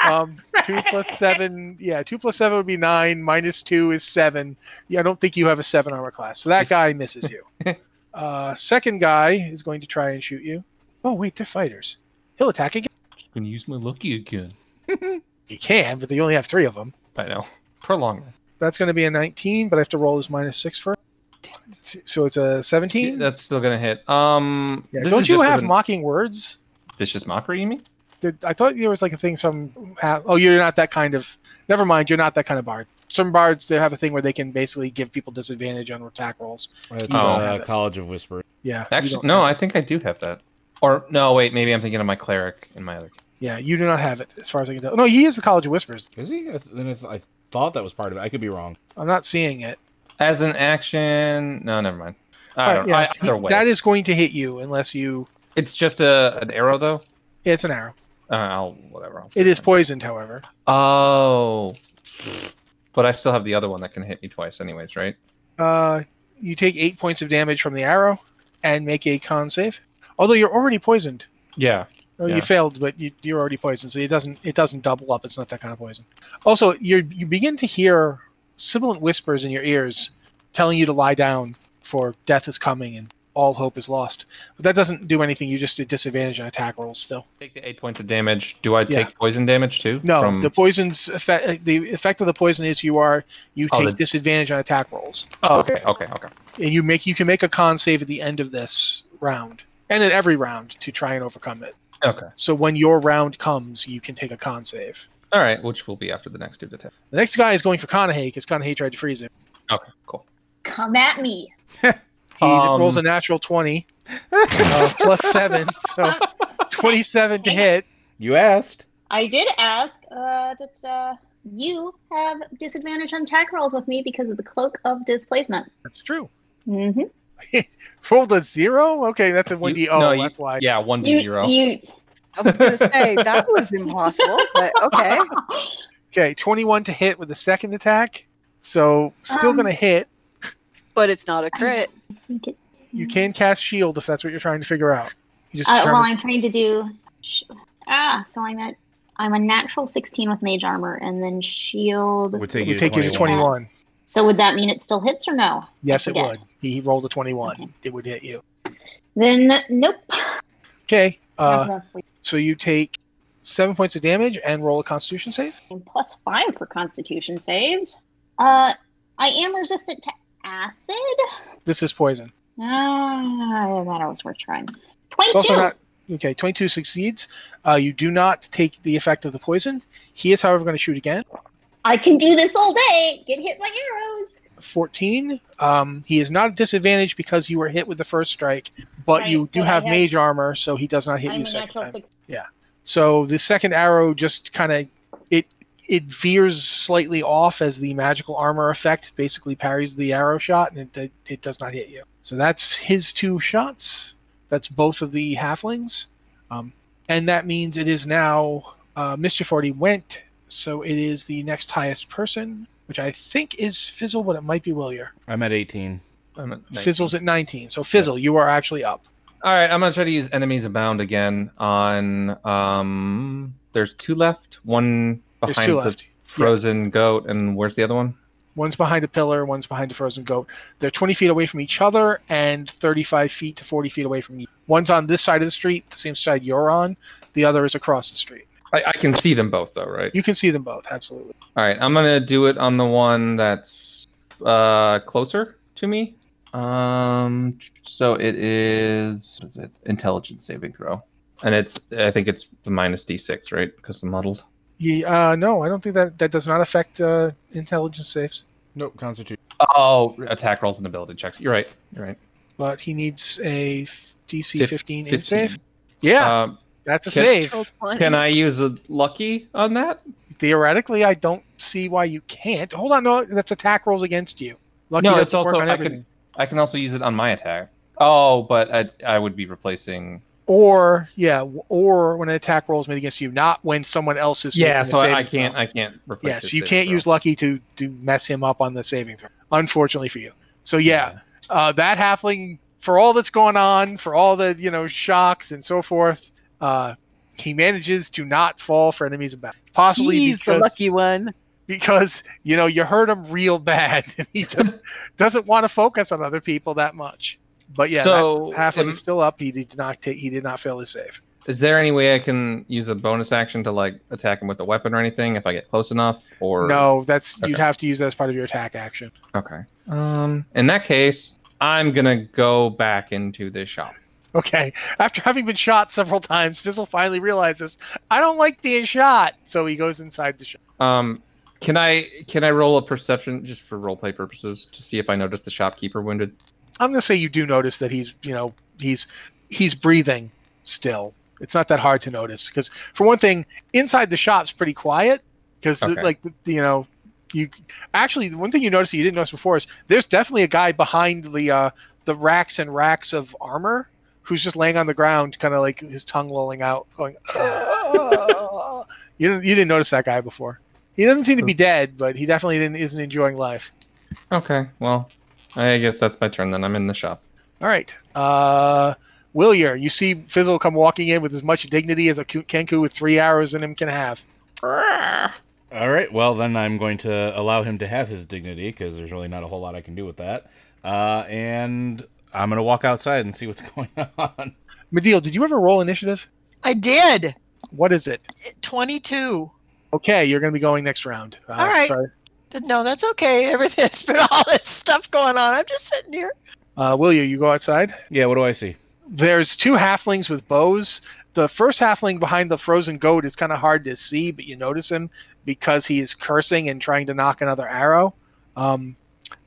[SPEAKER 1] Um, two plus seven. Yeah, two plus seven would be nine. Minus two is seven. Yeah, I don't think you have a seven armor class. So that guy misses you. Uh, second guy is going to try and shoot you. Oh wait, they're fighters. He'll attack again.
[SPEAKER 2] I'm gonna use my lucky again.
[SPEAKER 1] [LAUGHS] You can, but they only have three of them.
[SPEAKER 2] I know. Prolong that.
[SPEAKER 1] That's going to be a 19, but I have to roll his minus six first. So it's a 17.
[SPEAKER 2] That's still gonna hit. Um,
[SPEAKER 1] Yeah,
[SPEAKER 2] this
[SPEAKER 1] Don't
[SPEAKER 2] is
[SPEAKER 1] you
[SPEAKER 2] just
[SPEAKER 1] have
[SPEAKER 2] an-
[SPEAKER 1] mocking words?
[SPEAKER 2] vicious mockery? You mean?
[SPEAKER 1] Did, I thought there was like a thing some have. Oh, you're not that kind of. Never mind, you're not that kind of bard. Some bards they have a thing where they can basically give people disadvantage on attack rolls.
[SPEAKER 6] It's,
[SPEAKER 1] Oh.
[SPEAKER 6] uh, College of Whispers.
[SPEAKER 1] Yeah, you don't
[SPEAKER 2] Actually, no.
[SPEAKER 1] have-
[SPEAKER 2] I think I do have that. Or no, wait. Maybe I'm thinking of my cleric and my other.
[SPEAKER 1] yeah, you do not have it as far as I can tell. No, he is the College of Whispers.
[SPEAKER 6] Is he? I th- then I, th- I thought that was part of it. I could be wrong.
[SPEAKER 1] I'm not seeing it.
[SPEAKER 2] As an action, no, never mind. I
[SPEAKER 1] Alright,
[SPEAKER 2] don't.
[SPEAKER 1] yes,
[SPEAKER 2] I, either
[SPEAKER 1] he-
[SPEAKER 2] way,
[SPEAKER 1] that is going to hit you unless you.
[SPEAKER 2] it's just a an arrow though.
[SPEAKER 1] Yeah, it's an arrow.
[SPEAKER 2] Uh, I'll whatever. I'll
[SPEAKER 1] It is poisoned, however.
[SPEAKER 2] Oh, but I still have the other one that can hit me twice, anyways, right?
[SPEAKER 1] Uh, you take eight points of damage from the arrow and make a con save. Although you're already poisoned.
[SPEAKER 2] Yeah.
[SPEAKER 1] Oh,
[SPEAKER 2] Yeah.
[SPEAKER 1] you failed, but you, you're already poisoned, so it doesn't it doesn't double up. It's not that kind of poison. Also, you you begin to hear sibilant whispers in your ears, telling you to lie down, for death is coming and all hope is lost. But that doesn't do anything. You just disadvantage on attack rolls still.
[SPEAKER 2] Take the eight points of damage. Do I
[SPEAKER 1] Yeah.
[SPEAKER 2] take poison damage too?
[SPEAKER 1] No,
[SPEAKER 2] From-
[SPEAKER 1] the poison's effect. uh, The effect of the poison is you are you
[SPEAKER 2] Oh,
[SPEAKER 1] take
[SPEAKER 2] the-
[SPEAKER 1] disadvantage on attack rolls,
[SPEAKER 2] oh, okay, okay, okay.
[SPEAKER 1] and you make you can make a con save at the end of this round, and at every round to try and overcome it.
[SPEAKER 2] Okay.
[SPEAKER 1] So when your round comes, you can take a con save.
[SPEAKER 2] All right, which will be after the next two to ten.
[SPEAKER 1] The next guy is going for Conahay because Conahay tried to freeze him.
[SPEAKER 2] Okay, cool.
[SPEAKER 7] Come at me.
[SPEAKER 1] He
[SPEAKER 2] Um,
[SPEAKER 1] rolls a natural [LAUGHS] twenty uh, plus seven, so twenty-seven to hit.
[SPEAKER 6] You asked.
[SPEAKER 7] I did ask. Uh, da, da, da. You have disadvantage on attack rolls with me because of the cloak of displacement.
[SPEAKER 1] That's true.
[SPEAKER 7] Mm-hmm.
[SPEAKER 1] Rolled a zero. Okay, that's a one
[SPEAKER 2] You-
[SPEAKER 1] d. Oh,
[SPEAKER 2] no, you-
[SPEAKER 1] that's why.
[SPEAKER 2] Yeah, one to
[SPEAKER 7] You,
[SPEAKER 2] zero.
[SPEAKER 7] you
[SPEAKER 3] I was going to say that was impossible, but okay.
[SPEAKER 1] Okay, twenty-one to hit with the second attack. So still
[SPEAKER 7] Um,
[SPEAKER 1] gonna hit.
[SPEAKER 3] But it's not a crit.
[SPEAKER 7] [LAUGHS]
[SPEAKER 1] You can cast shield if that's what you're trying to figure out. You just
[SPEAKER 7] mm. Uh, well,
[SPEAKER 1] determine-
[SPEAKER 7] I'm trying to do. sh- Ah, so I'm at. I'm a natural 16 with mage armor, and then shield.
[SPEAKER 6] Would take
[SPEAKER 1] we
[SPEAKER 6] you
[SPEAKER 1] take you to 21.
[SPEAKER 7] So would that mean it still hits or no?
[SPEAKER 1] Yes, it
[SPEAKER 7] Okay.
[SPEAKER 1] would. He rolled a 21.
[SPEAKER 7] Okay.
[SPEAKER 1] It would hit you.
[SPEAKER 7] Then nope.
[SPEAKER 1] Uh, Okay. Uh,
[SPEAKER 7] Not roughly.
[SPEAKER 1] so you take seven points of damage and roll a Constitution save.
[SPEAKER 7] And plus five for Constitution saves. Uh, I am resistant to acid.
[SPEAKER 1] This is poison.
[SPEAKER 7] Ah, that always worth trying.
[SPEAKER 1] It's
[SPEAKER 7] Twenty-two.
[SPEAKER 1] also not okay. 22 succeeds. Uh, you do not take the effect of the poison. He is, however, going to shoot again.
[SPEAKER 7] I can do this all day. Get hit by arrows.
[SPEAKER 1] 14. Um, he is not at disadvantage because you were hit with the first strike, but
[SPEAKER 7] Right,
[SPEAKER 1] you do
[SPEAKER 7] but I
[SPEAKER 1] have
[SPEAKER 7] have-
[SPEAKER 1] mage armor, so he does not hit
[SPEAKER 7] I'm
[SPEAKER 1] you
[SPEAKER 7] a
[SPEAKER 1] second
[SPEAKER 7] natural
[SPEAKER 1] time.
[SPEAKER 7] [LAUGHS] 16.
[SPEAKER 1] So the second arrow just kind of it it veers slightly off as the magical armor effect basically parries the arrow shot and it, it, it does not hit you. So that's his two shots. That's both of the halflings, um, and that means it is now uh, mischief already went. So it is the next highest person, which I think is Fizzle, but it might be Willier.
[SPEAKER 6] I'm at 18.
[SPEAKER 2] I'm at 19.
[SPEAKER 1] Fizzle's at 19. So Fizzle, you are actually up.
[SPEAKER 2] All right, I'm gonna try to use enemies abound again on. Um, there's two left. One
[SPEAKER 1] There's
[SPEAKER 2] behind
[SPEAKER 1] two
[SPEAKER 2] the
[SPEAKER 1] left.
[SPEAKER 2] frozen goat, and where's the other one?
[SPEAKER 1] One's behind a pillar, one's behind a frozen goat. They're 20 feet away from each other and 35 feet to 40 feet away from you. One's on this side of the street, the same side you're on. The other is across the street.
[SPEAKER 2] I, I can see them both though, right?
[SPEAKER 1] You can see them both, absolutely.
[SPEAKER 2] All right, I'm gonna do it on the one that's uh, closer to me. Um, so it is. What is it? Intelligence saving throw, and it's. I think it's the minus d6, right? Because I'm muddled.
[SPEAKER 1] Yeah, uh, no, I don't think that that does not affect uh, intelligence saves,
[SPEAKER 6] Nope, Constitution.
[SPEAKER 2] Oh, attack rolls and ability checks. You're right. You're right.
[SPEAKER 1] but he needs a f- DC
[SPEAKER 2] Fif-
[SPEAKER 1] 15, in
[SPEAKER 2] 15.
[SPEAKER 1] save. Yeah,
[SPEAKER 2] Um,
[SPEAKER 1] that's a
[SPEAKER 2] can-
[SPEAKER 1] save.
[SPEAKER 3] Rolled one.
[SPEAKER 2] can I use a lucky on that?
[SPEAKER 1] Theoretically, I don't see why you can't. Hold on, no, that's attack rolls against you. Lucky
[SPEAKER 2] No,
[SPEAKER 1] doesn't
[SPEAKER 2] it's also-
[SPEAKER 1] work on
[SPEAKER 2] I could-
[SPEAKER 1] everything.
[SPEAKER 2] I can also use it on my attack. Oh, but I, I would be replacing.
[SPEAKER 1] or yeah, w- or when an attack roll is made against you, not when someone else is.
[SPEAKER 2] Yeah,
[SPEAKER 1] making a
[SPEAKER 2] so I, I
[SPEAKER 1] saving
[SPEAKER 2] can't.
[SPEAKER 1] throw.
[SPEAKER 2] I can't replace.
[SPEAKER 1] yeah,
[SPEAKER 2] his
[SPEAKER 1] so you
[SPEAKER 2] saving
[SPEAKER 1] can't
[SPEAKER 2] throw.
[SPEAKER 1] use lucky to to mess him up on the saving throw. Unfortunately for you. So yeah, Uh, that halfling for all that's going on, for all the you know shocks and so forth, uh, he manages to not fall for enemies in battle. Possibly
[SPEAKER 3] He's
[SPEAKER 1] because
[SPEAKER 3] the lucky one.
[SPEAKER 1] because you know you hurt him real bad, [LAUGHS] and he
[SPEAKER 2] [LAUGHS]
[SPEAKER 1] just doesn't want to focus on other people that much. But yeah,
[SPEAKER 2] So,
[SPEAKER 1] that halfling
[SPEAKER 2] am-
[SPEAKER 1] is still up. He did not take. He did not fail his save.
[SPEAKER 2] Is there any way I can use a bonus action to like attack him with a weapon or anything if I get close enough? Or
[SPEAKER 1] No, that's you'd
[SPEAKER 2] Okay.
[SPEAKER 1] have to use that as part of your attack action.
[SPEAKER 2] Okay. Um, in that case, I'm gonna go back into this shop.
[SPEAKER 1] Okay. After having been shot several times, Fizzle finally realizes I don't like being shot, so he goes inside the shop.
[SPEAKER 2] Um, can I can I roll a perception just for roleplay purposes to see if I notice the shopkeeper wounded?
[SPEAKER 1] I'm gonna say you do notice that he's you know he's he's breathing still. It's not that hard to notice because for one thing, inside the shop's pretty quiet because
[SPEAKER 2] Okay.
[SPEAKER 1] like you know you actually the one thing you notice that you didn't notice before is there's definitely a guy behind the uh, the racks and racks of armor who's just laying on the ground, kind of like his tongue lolling out, going. "Ah." you didn't you didn't notice that guy before. He doesn't seem to be dead, but he definitely didn't, isn't enjoying life.
[SPEAKER 2] Okay. Well, I guess that's my turn then. I'm in the shop.
[SPEAKER 1] All right. Uh, Willier, you see Fizzle come walking in with as much dignity as a Ku- Kenku with three arrows in him can have.
[SPEAKER 6] All right, well, then I'm going to allow him to have his dignity because there's really not a whole lot I can do with that. Uh, and I'm gonna walk outside and see what's [LAUGHS] going on.
[SPEAKER 1] Mediel, did you ever roll initiative?
[SPEAKER 5] I did.
[SPEAKER 1] What is it?
[SPEAKER 5] 22.
[SPEAKER 1] Okay, you're going to be going next round. Uh,
[SPEAKER 5] All right.
[SPEAKER 1] Sorry.
[SPEAKER 5] Th- No, that's okay. [LAUGHS] Everything's been all this stuff going on. I'm just sitting here.
[SPEAKER 1] Uh, will you? You go outside.
[SPEAKER 6] Yeah, what do I see?
[SPEAKER 1] There's two halflings with bows. The first halfling behind the frozen goat is kind of hard to see, but you notice him because he is cursing and trying to knock another arrow. Um,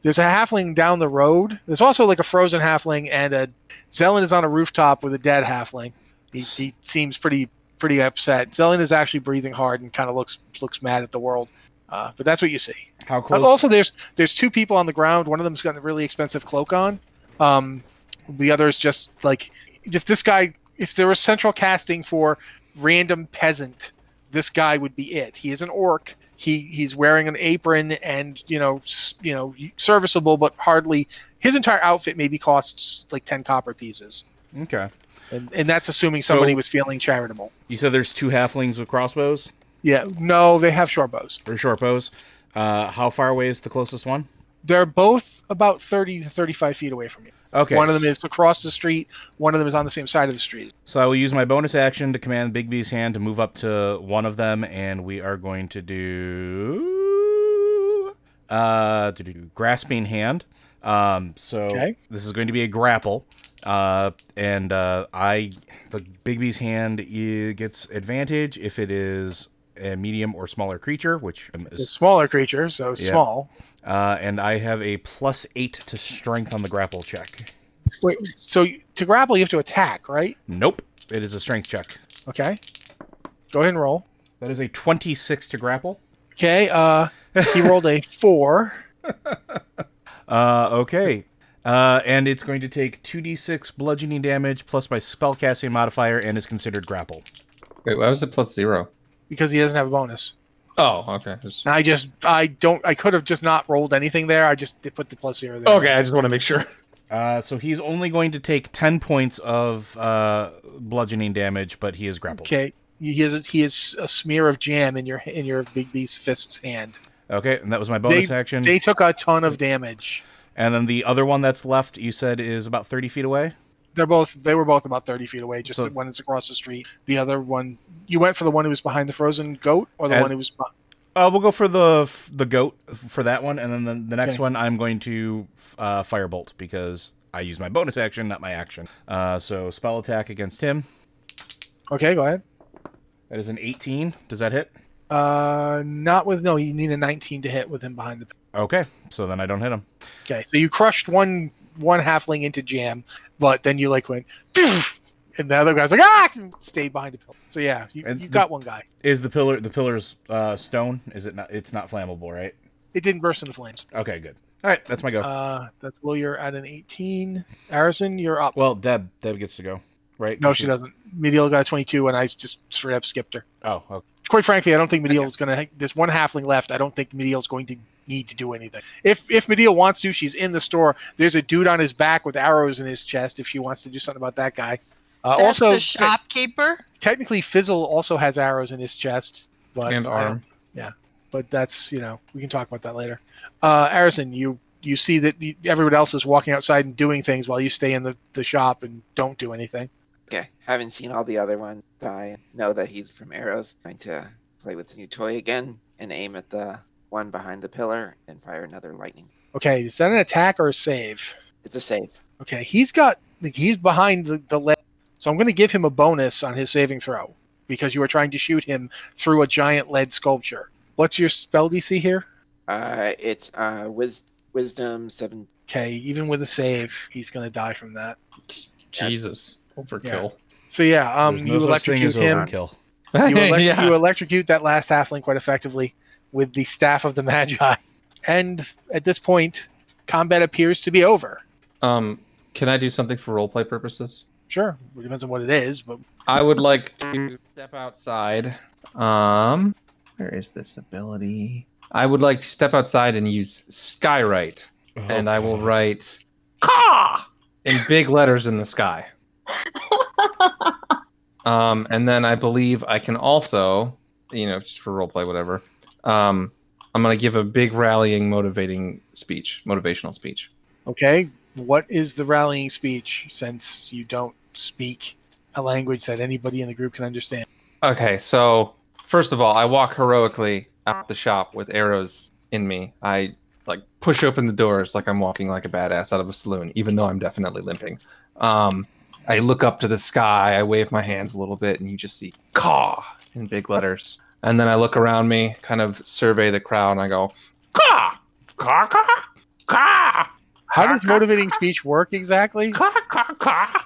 [SPEAKER 1] there's a halfling down the road. There's also like a frozen halfling, and a Zelen is on a rooftop with a dead halfling. He, he seems pretty pretty upset. Zelen is actually breathing hard and kind of looks looks mad at the world. Uh, but that's what you see.
[SPEAKER 6] How close?
[SPEAKER 1] Also, there's there's two people on the ground. One of them's got a really expensive cloak on. Um, the other is just like if this guy, if there was central casting for random peasant, this guy would be it. He is an orc. He he's wearing an apron and you know s- you know serviceable, but hardly his entire outfit maybe costs like ten copper pieces,
[SPEAKER 6] okay.
[SPEAKER 1] and and that's assuming somebody
[SPEAKER 6] So-
[SPEAKER 1] was feeling charitable.
[SPEAKER 6] You said there's two halflings with crossbows
[SPEAKER 1] Yeah, no, they have short bows.
[SPEAKER 6] or short bows. Uh, how far away is the closest one?
[SPEAKER 1] They're both about thirty to thirty-five feet away from you.
[SPEAKER 6] Okay.
[SPEAKER 1] One of them is across the street. One of them is on the same side of the street.
[SPEAKER 6] So I will use my bonus action to command Big B's hand to move up to one of them, and we are going to do uh to do grasping hand. Um, so
[SPEAKER 1] Okay.
[SPEAKER 6] this is going to be a grapple, uh, and uh, I the Big B's hand i- gets advantage if it is a medium or smaller creature, which um,
[SPEAKER 1] It's a
[SPEAKER 6] is,
[SPEAKER 1] smaller creature, so it's
[SPEAKER 6] Yeah.
[SPEAKER 1] small.
[SPEAKER 6] uh, and I have a plus eight to strength on the grapple check.
[SPEAKER 1] Wait, so you- to grapple, you have to attack, right?
[SPEAKER 6] Nope, it is a strength check.
[SPEAKER 1] Okay. Go ahead and roll.
[SPEAKER 6] That is a twenty-six to grapple.
[SPEAKER 1] Okay. Uh, he rolled [LAUGHS] a four.
[SPEAKER 6] Uh, okay. Uh, and it's going to take 2d6 bludgeoning damage plus my spellcasting modifier and is considered grapple.
[SPEAKER 2] Wait, why was it plus zero?
[SPEAKER 1] Because he doesn't have a bonus.
[SPEAKER 2] Oh, okay. Just...
[SPEAKER 1] And I just, I don't, I could have just not rolled anything there. I just did put the plus zero there.
[SPEAKER 2] Okay, I just want to make sure.
[SPEAKER 6] Uh, so he's only going to take 10 points of uh, bludgeoning damage, but he is grappled.
[SPEAKER 1] Okay. He is, he is a smear of jam in your, in your Big B's fist's hand.
[SPEAKER 6] Okay, and that was my bonus action.
[SPEAKER 1] They took a ton of damage.
[SPEAKER 6] and then the other one that's left, you said, is about 30 feet away?
[SPEAKER 1] They're both, they were both about 30 feet away. Just
[SPEAKER 6] So-
[SPEAKER 1] the one that's across the street. The other one, you went for the one who was behind the frozen goat or the
[SPEAKER 6] As-
[SPEAKER 1] one who was, behind,
[SPEAKER 6] Uh, we'll go for the f- the goat for that one, and then the, the next
[SPEAKER 1] Okay.
[SPEAKER 6] one I'm going to f- uh, firebolt because I use my bonus action, not my action. Uh, so spell attack against him.
[SPEAKER 1] okay, go ahead.
[SPEAKER 6] That is an 18. Does that hit?
[SPEAKER 1] Uh, not with no. You need a 19 to hit with him behind the.
[SPEAKER 6] Okay, so then I don't hit him.
[SPEAKER 1] Okay, so you crushed one one halfling into jam, but then you like went, "Phew!" and the other guy's like ah, and stayed behind the pillar. So yeah, you,
[SPEAKER 6] And
[SPEAKER 1] you
[SPEAKER 6] the-
[SPEAKER 1] got one guy.
[SPEAKER 6] Is the pillar the pillar's uh, stone? Is it not? It's not flammable, right?
[SPEAKER 1] It didn't burst into flames.
[SPEAKER 6] Okay, good. All right, that's my go.
[SPEAKER 1] Uh, that's well, you're at an 18. Arison, you're up.
[SPEAKER 6] well, Deb, Deb gets to go, right?
[SPEAKER 1] no, she doesn't. Medial got a 22, and I just straight up skipped her.
[SPEAKER 6] Oh, okay.
[SPEAKER 1] Quite frankly, I don't think Medial's gonna. There's one halfling left. I don't think Medial's going to need to do anything. If if Medial wants to, she's in the store. There's a dude on his back with arrows in his chest. If she wants to do something about that guy. Uh,
[SPEAKER 5] That's
[SPEAKER 1] also,
[SPEAKER 5] the shopkeeper.
[SPEAKER 1] technically Fizzle also has arrows in his chest, but uh,
[SPEAKER 2] And arm.
[SPEAKER 1] But that's you know we can talk about that later. Uh, Arison, you you see that you, everyone else is walking outside and doing things while you stay in the, the shop and don't do anything.
[SPEAKER 8] Okay, haven't seen all the other ones die. Know that he's from Arrows. Trying to play with the new toy again and aim at the one behind the pillar and fire another lightning.
[SPEAKER 1] Okay, is that an attack or a save?
[SPEAKER 8] It's a save.
[SPEAKER 1] Okay, he's got like, he's behind the the ledge, so I'm going to give him a bonus on his saving throw because you are trying to shoot him through a giant lead sculpture. What's your spell DC here?
[SPEAKER 8] Uh, it's uh, wis- wisdom seven.
[SPEAKER 1] Okay, even with a save, he's going to die from that.
[SPEAKER 2] Jesus. Overkill.
[SPEAKER 1] So yeah, um,
[SPEAKER 6] There's
[SPEAKER 1] you
[SPEAKER 6] no such
[SPEAKER 1] electrocute
[SPEAKER 6] thing as
[SPEAKER 1] him.
[SPEAKER 6] overkill.
[SPEAKER 1] you, elec-
[SPEAKER 2] [LAUGHS] yeah.
[SPEAKER 1] you electrocute that last halfling quite effectively with the staff of the magi and at this point combat appears to be over
[SPEAKER 2] Um, can I do something for roleplay purposes?
[SPEAKER 1] sure it depends on what it is but
[SPEAKER 2] I would like to step outside. Um, where is this ability? I would like to step outside and use Skywrite, and I will write "Ka" in big letters in the sky. Um, and then I believe I can also, you know, just for roleplay, whatever. Um, I'm gonna give a big rallying, motivating speech, motivational speech.
[SPEAKER 1] okay What is the rallying speech since you don't speak a language that anybody in the group can understand?
[SPEAKER 2] Okay, so first of all, I walk heroically out the shop with arrows in me. I like push open the doors like I'm walking like a badass out of a saloon, even though I'm definitely limping. Um, I look up to the sky. I wave my hands a little bit, and you just see "caw" in big letters. And then I look around me, kind of survey the crowd, and I go "caw, caw, caw, caw,
[SPEAKER 1] How does motivating speech work exactly?
[SPEAKER 2] caw, caw, caw,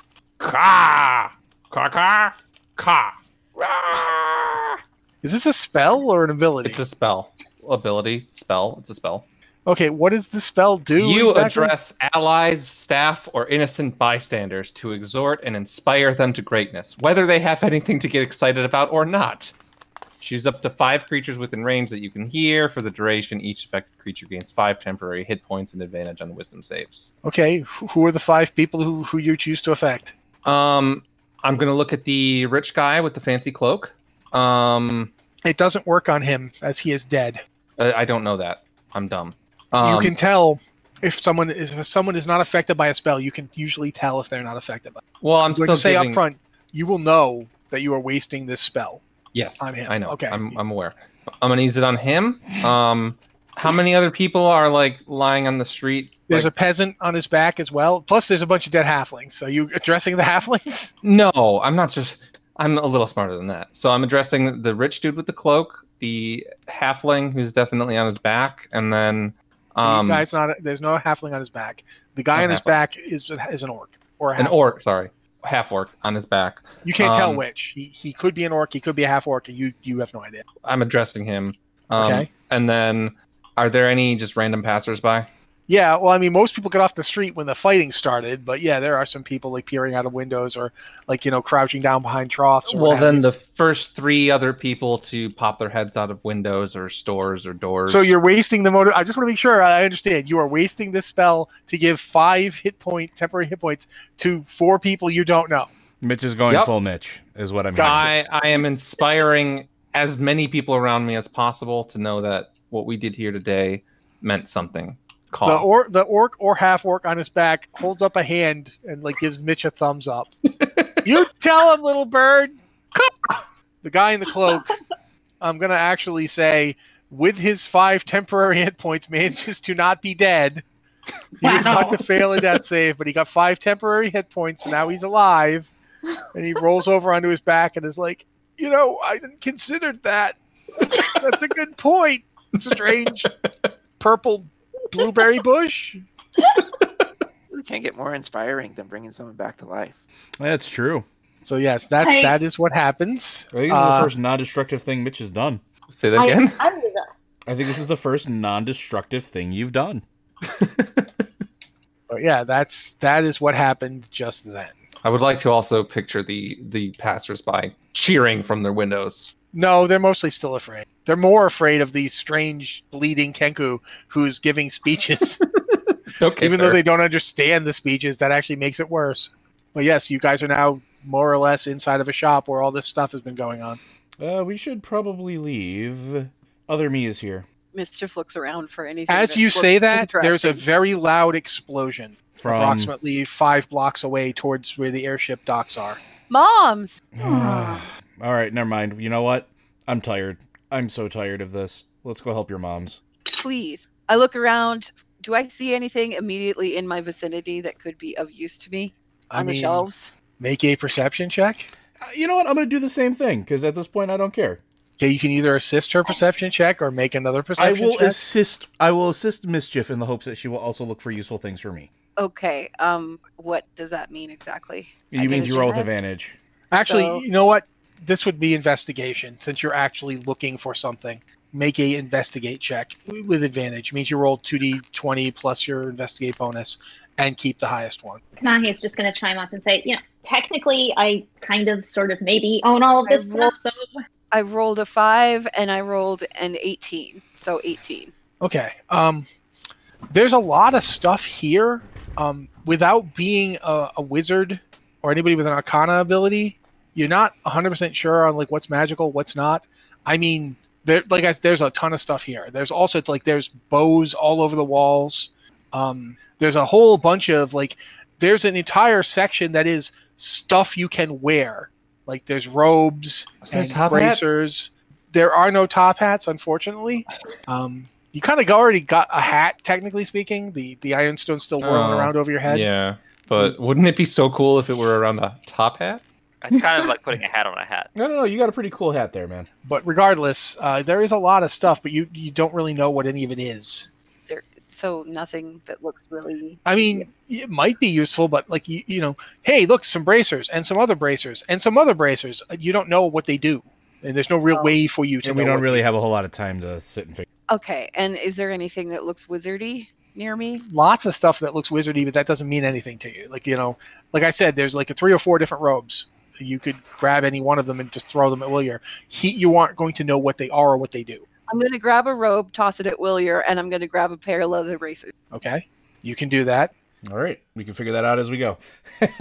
[SPEAKER 2] caw, caw, caw, caw." Rah!"
[SPEAKER 1] Is this a spell or an ability?
[SPEAKER 2] It's a spell, ability, spell. It's a spell.
[SPEAKER 1] Okay, what does the spell do?
[SPEAKER 2] you
[SPEAKER 1] exactly?
[SPEAKER 2] address allies, staff, or innocent bystanders to exhort and inspire them to greatness, whether they have anything to get excited about or not. Choose up to five creatures within range that you can hear. For the duration, each affected creature gains five temporary hit points and advantage on wisdom saves.
[SPEAKER 1] Okay, wh- who are the five people who, who you choose to affect?
[SPEAKER 2] Um, I'm gonna look at the rich guy with the fancy cloak. Um,
[SPEAKER 1] It doesn't work on him as he is dead.
[SPEAKER 2] I, I don't know that. I'm dumb. Um,
[SPEAKER 1] you can tell if someone is if someone is not affected by a spell. You can usually tell if they're not affected by. It.
[SPEAKER 2] well, I'm
[SPEAKER 1] Like
[SPEAKER 2] still
[SPEAKER 1] say
[SPEAKER 2] giving,
[SPEAKER 1] up front, you will know that you are wasting this spell.
[SPEAKER 2] Yes,
[SPEAKER 1] on him.
[SPEAKER 2] I know.
[SPEAKER 1] Okay.
[SPEAKER 2] I'm, I'm aware. I'm gonna use it on him. Um, how many other people are like lying on the street?
[SPEAKER 1] There's
[SPEAKER 2] like,
[SPEAKER 1] a peasant on his back as well. Plus, there's a bunch of dead halflings. So you [LAUGHS] addressing the halflings? [LAUGHS]
[SPEAKER 2] no. I'm not just. I'm a little smarter than that. So I'm addressing the rich dude with the cloak, the halfling who's definitely on his back, and then um,
[SPEAKER 1] the guy's not. There's no halfling on his back. The guy
[SPEAKER 2] No
[SPEAKER 1] on his
[SPEAKER 2] halfling.
[SPEAKER 1] back is is an orc or a
[SPEAKER 2] an
[SPEAKER 1] half.
[SPEAKER 2] orc. Sorry, half orc on his back.
[SPEAKER 1] You can't tell
[SPEAKER 2] um,
[SPEAKER 1] which. He, he could be an orc. He could be a half orc. And you you have no idea.
[SPEAKER 2] I'm addressing him. Um,
[SPEAKER 1] Okay.
[SPEAKER 2] And then, are there any just random passersby?
[SPEAKER 1] Yeah, well, I mean, most people get off the street when the fighting started, but yeah, there are some people like peering out of windows or like you know crouching down behind troughs. Or what
[SPEAKER 2] Well,
[SPEAKER 1] have you.
[SPEAKER 2] then the first three other people to pop their heads out of windows or stores or doors.
[SPEAKER 1] So you're wasting the motive. I just want to make sure I understand. You are wasting this spell to give five hit point temporary hit points to four people you don't know.
[SPEAKER 6] Mitch is going
[SPEAKER 2] Yep.
[SPEAKER 6] full Mitch, is what I'm hearing.
[SPEAKER 2] I, I am inspiring as many people around me as possible to know that what we did here today meant something. Call.
[SPEAKER 1] The or the orc or half orc on his back holds up a hand and like gives Mitch a thumbs up. you tell him, little bird. The guy in the cloak. I'm gonna actually say, with his five temporary hit points, manages to not be dead. He was about to fail a death save, but he got five temporary hit points, and now he's alive. And he rolls over onto his back and is like, you know, I didn't consider that. That's a good point. Strange purple blueberry bush.
[SPEAKER 8] You can't get more inspiring than bringing someone back to life.
[SPEAKER 6] That's true.
[SPEAKER 1] So yes, that's
[SPEAKER 7] Hey.
[SPEAKER 1] that is what happens.
[SPEAKER 6] I think this is
[SPEAKER 1] Uh,
[SPEAKER 6] the first non-destructive thing Mitch has done.
[SPEAKER 2] Say that
[SPEAKER 7] I,
[SPEAKER 2] again.
[SPEAKER 7] I believe that.
[SPEAKER 6] I think this is the first non-destructive thing you've done.
[SPEAKER 1] but yeah, that's that is what happened just then.
[SPEAKER 2] I would like to also picture the the passersby cheering from their windows.
[SPEAKER 1] No, they're mostly still afraid. They're more afraid of the strange bleeding Kenku who's giving speeches,
[SPEAKER 2] Okay.
[SPEAKER 1] even though
[SPEAKER 2] fair.
[SPEAKER 1] they don't understand the speeches. That actually makes it worse. But yes, you guys are now more or less inside of a shop where all this stuff has been going on.
[SPEAKER 6] Uh, we should probably leave. Other me is here
[SPEAKER 3] Mischief looks around for anything.
[SPEAKER 1] As
[SPEAKER 3] that
[SPEAKER 1] you
[SPEAKER 3] looks
[SPEAKER 1] say that, there's a
[SPEAKER 3] interesting.
[SPEAKER 1] very loud explosion
[SPEAKER 6] from.
[SPEAKER 1] approximately five blocks away towards where the airship docks are.
[SPEAKER 3] Moms!
[SPEAKER 6] [SIGHS] All right, never mind. You know what? I'm tired. I'm so tired of this. Let's go help your moms.
[SPEAKER 3] please. I look around. Do I see anything immediately in my vicinity that could be of use to me
[SPEAKER 1] I
[SPEAKER 3] on the
[SPEAKER 1] mean,
[SPEAKER 3] shelves?
[SPEAKER 1] make a perception check.
[SPEAKER 6] Uh, You know what? I'm going to do the same thing because at this point I don't care.
[SPEAKER 1] Okay, you can either assist her perception check or make another perception
[SPEAKER 6] I will
[SPEAKER 1] check.
[SPEAKER 6] assist. I will assist mischief in the hopes that she will also look for useful things for me.
[SPEAKER 3] Okay. Um, what does that mean exactly?
[SPEAKER 6] You
[SPEAKER 3] I
[SPEAKER 6] means
[SPEAKER 3] guess
[SPEAKER 6] you roll with
[SPEAKER 3] I-
[SPEAKER 6] advantage.
[SPEAKER 1] actually,
[SPEAKER 3] so-
[SPEAKER 1] you know what? This would be investigation since you're actually looking for something. Make a investigate check with advantage. It means you roll 2d20 plus your investigate bonus and keep the highest one.
[SPEAKER 7] Kanahi is just going to chime up and say, you know, technically, I kind of, sort of, maybe own all of this
[SPEAKER 3] I will-
[SPEAKER 7] stuff. So
[SPEAKER 3] I rolled a five and I rolled an eighteen, so eighteen.
[SPEAKER 1] Okay. Um, there's a lot of stuff here. Um, without being a, a wizard or anybody with an arcana ability, you're not 100% sure on like what's magical, what's not. I mean, there, like I, there's a ton of stuff here. There's also it's like there's bows all over the walls. Um, there's a whole bunch of like, there's an entire section that is stuff you can wear. Like there's robes
[SPEAKER 2] Is there a
[SPEAKER 1] and
[SPEAKER 2] top hat?
[SPEAKER 1] bracers. There are no top hats, unfortunately. Um, you kind of already got a hat, technically speaking. The the ironstone's still whirling
[SPEAKER 2] Oh,
[SPEAKER 1] around over your head.
[SPEAKER 2] Yeah, but wouldn't it be so cool if it were around a top hat?
[SPEAKER 4] It's kind of like putting a hat on a hat.
[SPEAKER 6] No, no, no. You got a pretty cool hat there, man.
[SPEAKER 1] But regardless, uh, there is a lot of stuff, but you you don't really know what any of it is.
[SPEAKER 3] There, so nothing that looks really.
[SPEAKER 1] I mean, it might be useful, but like you, you know, hey, look, some bracers and some other bracers and some other bracers. You don't know what they do, and there's no real
[SPEAKER 3] Oh.
[SPEAKER 1] way for you to.
[SPEAKER 6] And we
[SPEAKER 1] know
[SPEAKER 6] don't
[SPEAKER 1] what-
[SPEAKER 6] really have a whole lot of time to sit and figure.
[SPEAKER 3] Okay, and is there anything that looks wizardy near me?
[SPEAKER 1] Lots of stuff that looks wizardy, but that doesn't mean anything to you. Like you know, like I said, there's like three or four different robes. You could grab any one of them and just throw them at Willier. He, you aren't going to know what they are or what they do.
[SPEAKER 3] I'm gonna grab a robe, toss it at Willier, and I'm gonna grab a pair of leather braces.
[SPEAKER 1] Okay, you can do that.
[SPEAKER 6] All right, we can figure that out as we go. [LAUGHS]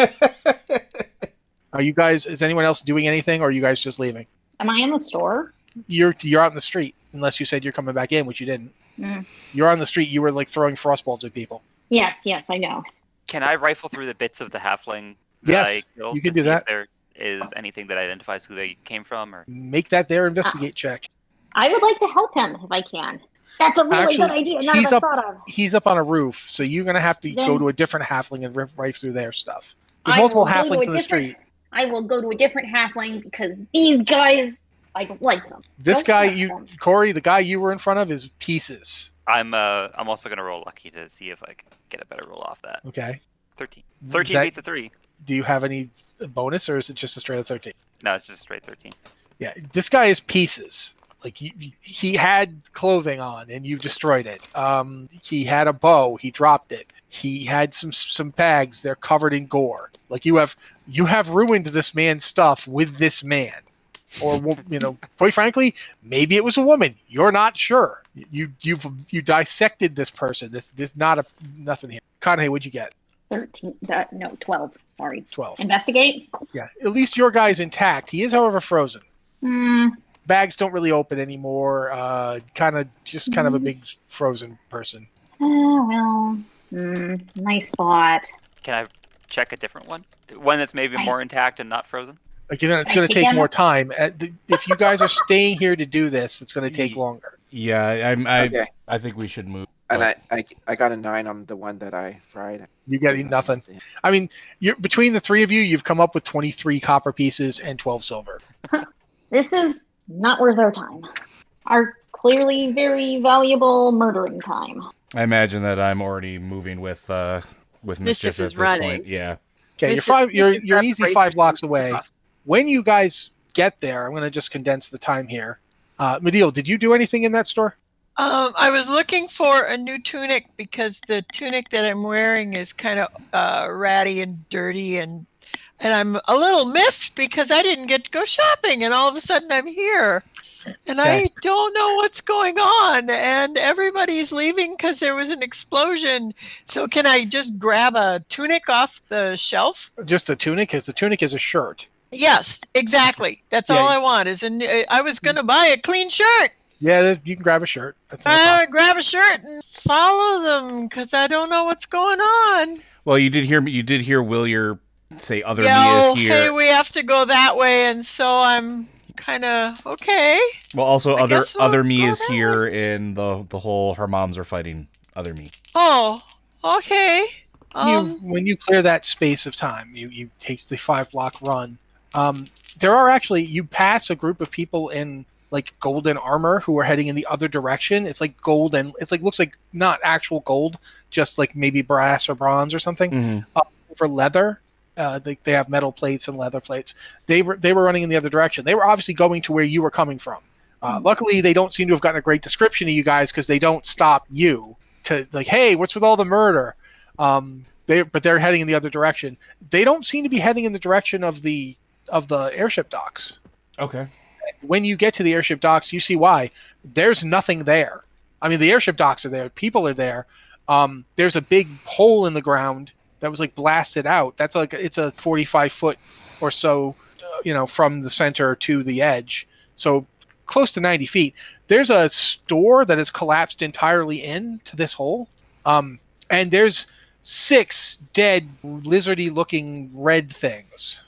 [SPEAKER 1] Are you guys? Is anyone else doing anything, or are you guys just leaving?
[SPEAKER 7] Am I in the store?
[SPEAKER 1] You're you're out in the street, unless you said you're coming back in, which you didn't.
[SPEAKER 7] Mm.
[SPEAKER 1] You're on the street. You were like throwing frostballs at people.
[SPEAKER 7] Yes, yes, I know.
[SPEAKER 4] Can I rifle through the bits of the halfling? that
[SPEAKER 1] Yes,
[SPEAKER 4] I killed
[SPEAKER 1] you
[SPEAKER 4] to
[SPEAKER 1] can do
[SPEAKER 4] see if
[SPEAKER 1] that.
[SPEAKER 4] There is anything that identifies who they came from, or
[SPEAKER 1] make that their
[SPEAKER 7] Ah.
[SPEAKER 1] investigate check.
[SPEAKER 7] I would like to help him if I can. That's a really
[SPEAKER 1] Actually,
[SPEAKER 7] good idea. None
[SPEAKER 1] he's
[SPEAKER 7] of us
[SPEAKER 1] up-
[SPEAKER 7] thought of.
[SPEAKER 1] He's up on a roof, so you're gonna have to
[SPEAKER 7] Then-
[SPEAKER 1] go to a different halfling and rip right through their stuff. There's
[SPEAKER 7] I
[SPEAKER 1] multiple
[SPEAKER 7] will go to
[SPEAKER 1] halflings
[SPEAKER 7] a
[SPEAKER 1] in the
[SPEAKER 7] different-
[SPEAKER 1] street.
[SPEAKER 7] I will go to a different halfling because these guys, I don't like them.
[SPEAKER 1] This
[SPEAKER 7] don't
[SPEAKER 1] guy,
[SPEAKER 7] let
[SPEAKER 1] you
[SPEAKER 7] them.
[SPEAKER 1] Corey, the guy you were in front of, is pieces.
[SPEAKER 4] I'm uh, I'm also gonna roll lucky to see if I can get a better roll off that.
[SPEAKER 1] Okay.
[SPEAKER 4] Thirteen.
[SPEAKER 1] Is
[SPEAKER 4] Thirteen
[SPEAKER 1] that-
[SPEAKER 4] beats a three.
[SPEAKER 1] Do you have any bonus, or is it just a straight of thirteen?
[SPEAKER 4] No, it's just straight thirteen.
[SPEAKER 1] Yeah, this guy is pieces. Like he, he had clothing on, and you destroyed it. Um, he had a bow, he dropped it. He had some some bags. They're covered in gore. Like you have you have ruined this man's stuff with this man, or wo- you know, quite frankly, maybe it was a woman. You're not sure. You you've you dissected this person. This this not a nothing here. Conhe, what'd you get?
[SPEAKER 7] 13, uh, no, 12, sorry.
[SPEAKER 1] Twelve.
[SPEAKER 7] Investigate?
[SPEAKER 1] Yeah. At least your guy's intact. He is, however, frozen.
[SPEAKER 7] Hmm.
[SPEAKER 1] bags don't really open anymore. Uh, kind of just kind of a big frozen person.
[SPEAKER 7] Oh, well. Hmm. Nice thought.
[SPEAKER 4] Can I check a different one? One that's maybe
[SPEAKER 7] Right.
[SPEAKER 4] more intact and not frozen.
[SPEAKER 1] Like you know, it's going
[SPEAKER 7] Right,
[SPEAKER 1] to take
[SPEAKER 7] again-
[SPEAKER 1] more time. At the- If you guys are staying here to do this, it's going to take
[SPEAKER 6] Ye-
[SPEAKER 1] longer.
[SPEAKER 6] yeah, I'm. I,
[SPEAKER 8] okay.
[SPEAKER 6] I think we should move.
[SPEAKER 8] And I, I, I got a nine on the one that I fried.
[SPEAKER 1] You get nothing. I mean, you're, between the three of you, you've come up with 23 copper pieces and 12 silver.
[SPEAKER 7] This is not worth our time. Our clearly very valuable murdering time.
[SPEAKER 6] I imagine that I'm already moving with uh with
[SPEAKER 3] Mischief
[SPEAKER 6] mischief, at
[SPEAKER 3] is
[SPEAKER 6] this
[SPEAKER 3] running.
[SPEAKER 6] point. Yeah.
[SPEAKER 1] Okay, you're
[SPEAKER 3] Mr.
[SPEAKER 1] five. You're
[SPEAKER 3] Mr.
[SPEAKER 1] you're an easy
[SPEAKER 3] Preparation
[SPEAKER 1] five blocks
[SPEAKER 3] is
[SPEAKER 1] away.
[SPEAKER 3] tough.
[SPEAKER 1] When you guys get there, I'm going to just condense the time here. Uh, Mediel, did you do anything in that store?
[SPEAKER 5] Um, I was looking for a new tunic because the tunic that I'm wearing is kind of uh, ratty and dirty, and and I'm a little miffed because I didn't get to go shopping, and all of a sudden I'm here, and I
[SPEAKER 1] Okay.
[SPEAKER 5] don't know what's going on, and everybody's leaving because there was an explosion. So can I just grab a tunic off the shelf?
[SPEAKER 1] Just a tunic, because the tunic is a shirt.
[SPEAKER 5] Yes, exactly. That's
[SPEAKER 1] Yeah.
[SPEAKER 5] all I want. Is and I was gonna buy a clean shirt.
[SPEAKER 1] Yeah, you can grab a shirt. That's no problem.
[SPEAKER 5] I would Uh, grab a shirt and follow them because I don't know what's going on.
[SPEAKER 6] Well, you did hear me. You did hear Willier say other me
[SPEAKER 5] oh,
[SPEAKER 6] is here.
[SPEAKER 5] hey, we have to go that way, and so I'm kind of okay.
[SPEAKER 6] well, also
[SPEAKER 5] I
[SPEAKER 6] other
[SPEAKER 5] guess we'll
[SPEAKER 6] other me
[SPEAKER 5] go
[SPEAKER 6] is
[SPEAKER 5] that
[SPEAKER 6] here in the the whole her moms are fighting other me.
[SPEAKER 5] Oh, okay. Um,
[SPEAKER 1] you when you clear that space of time, you you takes the five block run. Um, there are actually you pass a group of people in like golden armor who are heading in the other direction. It's like gold and it's like looks like not actual gold, just like maybe brass or bronze or something for leather. Uh, they, they have metal plates and leather plates. They were they were running in the other direction. They were obviously going to where you were coming from. Uh, Luckily, they don't seem to have gotten a great description of you guys because they don't stop you to like, hey, what's with all the murder? Um, they but they're heading in the other direction. They don't seem to be heading in the direction of the of the airship docks.
[SPEAKER 6] Okay.
[SPEAKER 1] When you get to the airship docks, you see why there's nothing there. I mean, the airship docks are there. People are there. Um, there's a big hole in the ground that was like blasted out. That's like it's a 45 foot or so, uh, you know, from the center to the edge. So close to 90 feet. There's a store that has collapsed entirely into this hole. Um, and there's six dead lizardy-looking red things.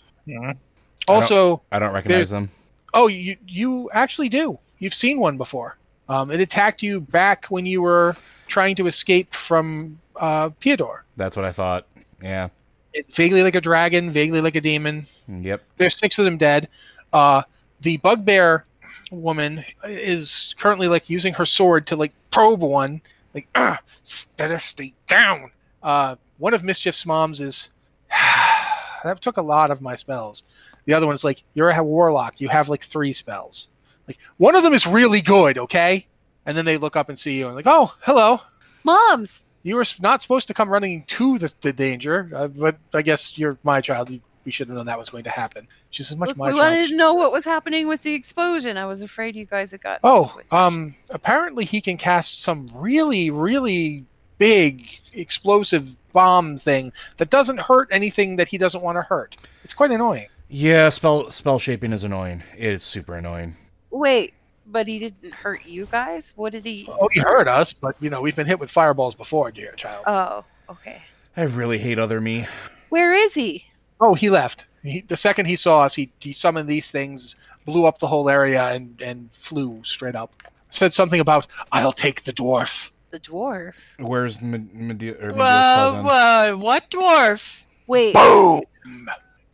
[SPEAKER 1] Also,
[SPEAKER 6] I don't recognize them.
[SPEAKER 1] oh, you you actually do. You've seen one before. Um, it attacked you back when you were trying to escape from uh, Peodor.
[SPEAKER 6] That's what I thought. Yeah.
[SPEAKER 1] It vaguely like a dragon, vaguely like a demon.
[SPEAKER 6] Yep.
[SPEAKER 1] There's six of them dead. Uh, the bugbear woman is currently like using her sword to like probe one. Like, [CLEARS THROAT] "Ugh, s- better stay down. Uh, one of Mischief's moms is [SIGHS] that took a lot of my spells. The other one's like, you're a warlock. You have like three spells. Like one of them is really good, okay? And then they look up and see you and like, oh, hello.
[SPEAKER 3] Moms.
[SPEAKER 1] You were s- not supposed to come running to the, the danger, uh, but I guess you're my child. You, we should have known that was going to happen. She's as much
[SPEAKER 3] Look,
[SPEAKER 1] my
[SPEAKER 3] we
[SPEAKER 1] child.
[SPEAKER 3] wanted to know what was happening with the explosion. I was afraid you guys had gotten.
[SPEAKER 1] Oh,
[SPEAKER 3] squished.
[SPEAKER 1] um, apparently he can cast some really, really big explosive bomb thing that doesn't hurt anything that he doesn't want to hurt. It's quite annoying.
[SPEAKER 6] Yeah, spell spell shaping is annoying. It is super annoying.
[SPEAKER 3] wait, but he didn't hurt you guys. What did he?
[SPEAKER 1] Oh, he hurt us, but you know we've been hit with fireballs before, dear child.
[SPEAKER 3] Oh, okay.
[SPEAKER 6] I really hate other me.
[SPEAKER 3] Where is he?
[SPEAKER 1] oh, he left. He, the second he saw us, he, he summoned these things, blew up the whole area, and and flew straight up. Said something about "I'll take the dwarf."
[SPEAKER 3] The dwarf.
[SPEAKER 6] Where's Med- Medea or Medea's
[SPEAKER 5] Whoa,
[SPEAKER 6] cousin?
[SPEAKER 5] whoa, what dwarf?
[SPEAKER 3] Wait.
[SPEAKER 1] Boom! Hmm.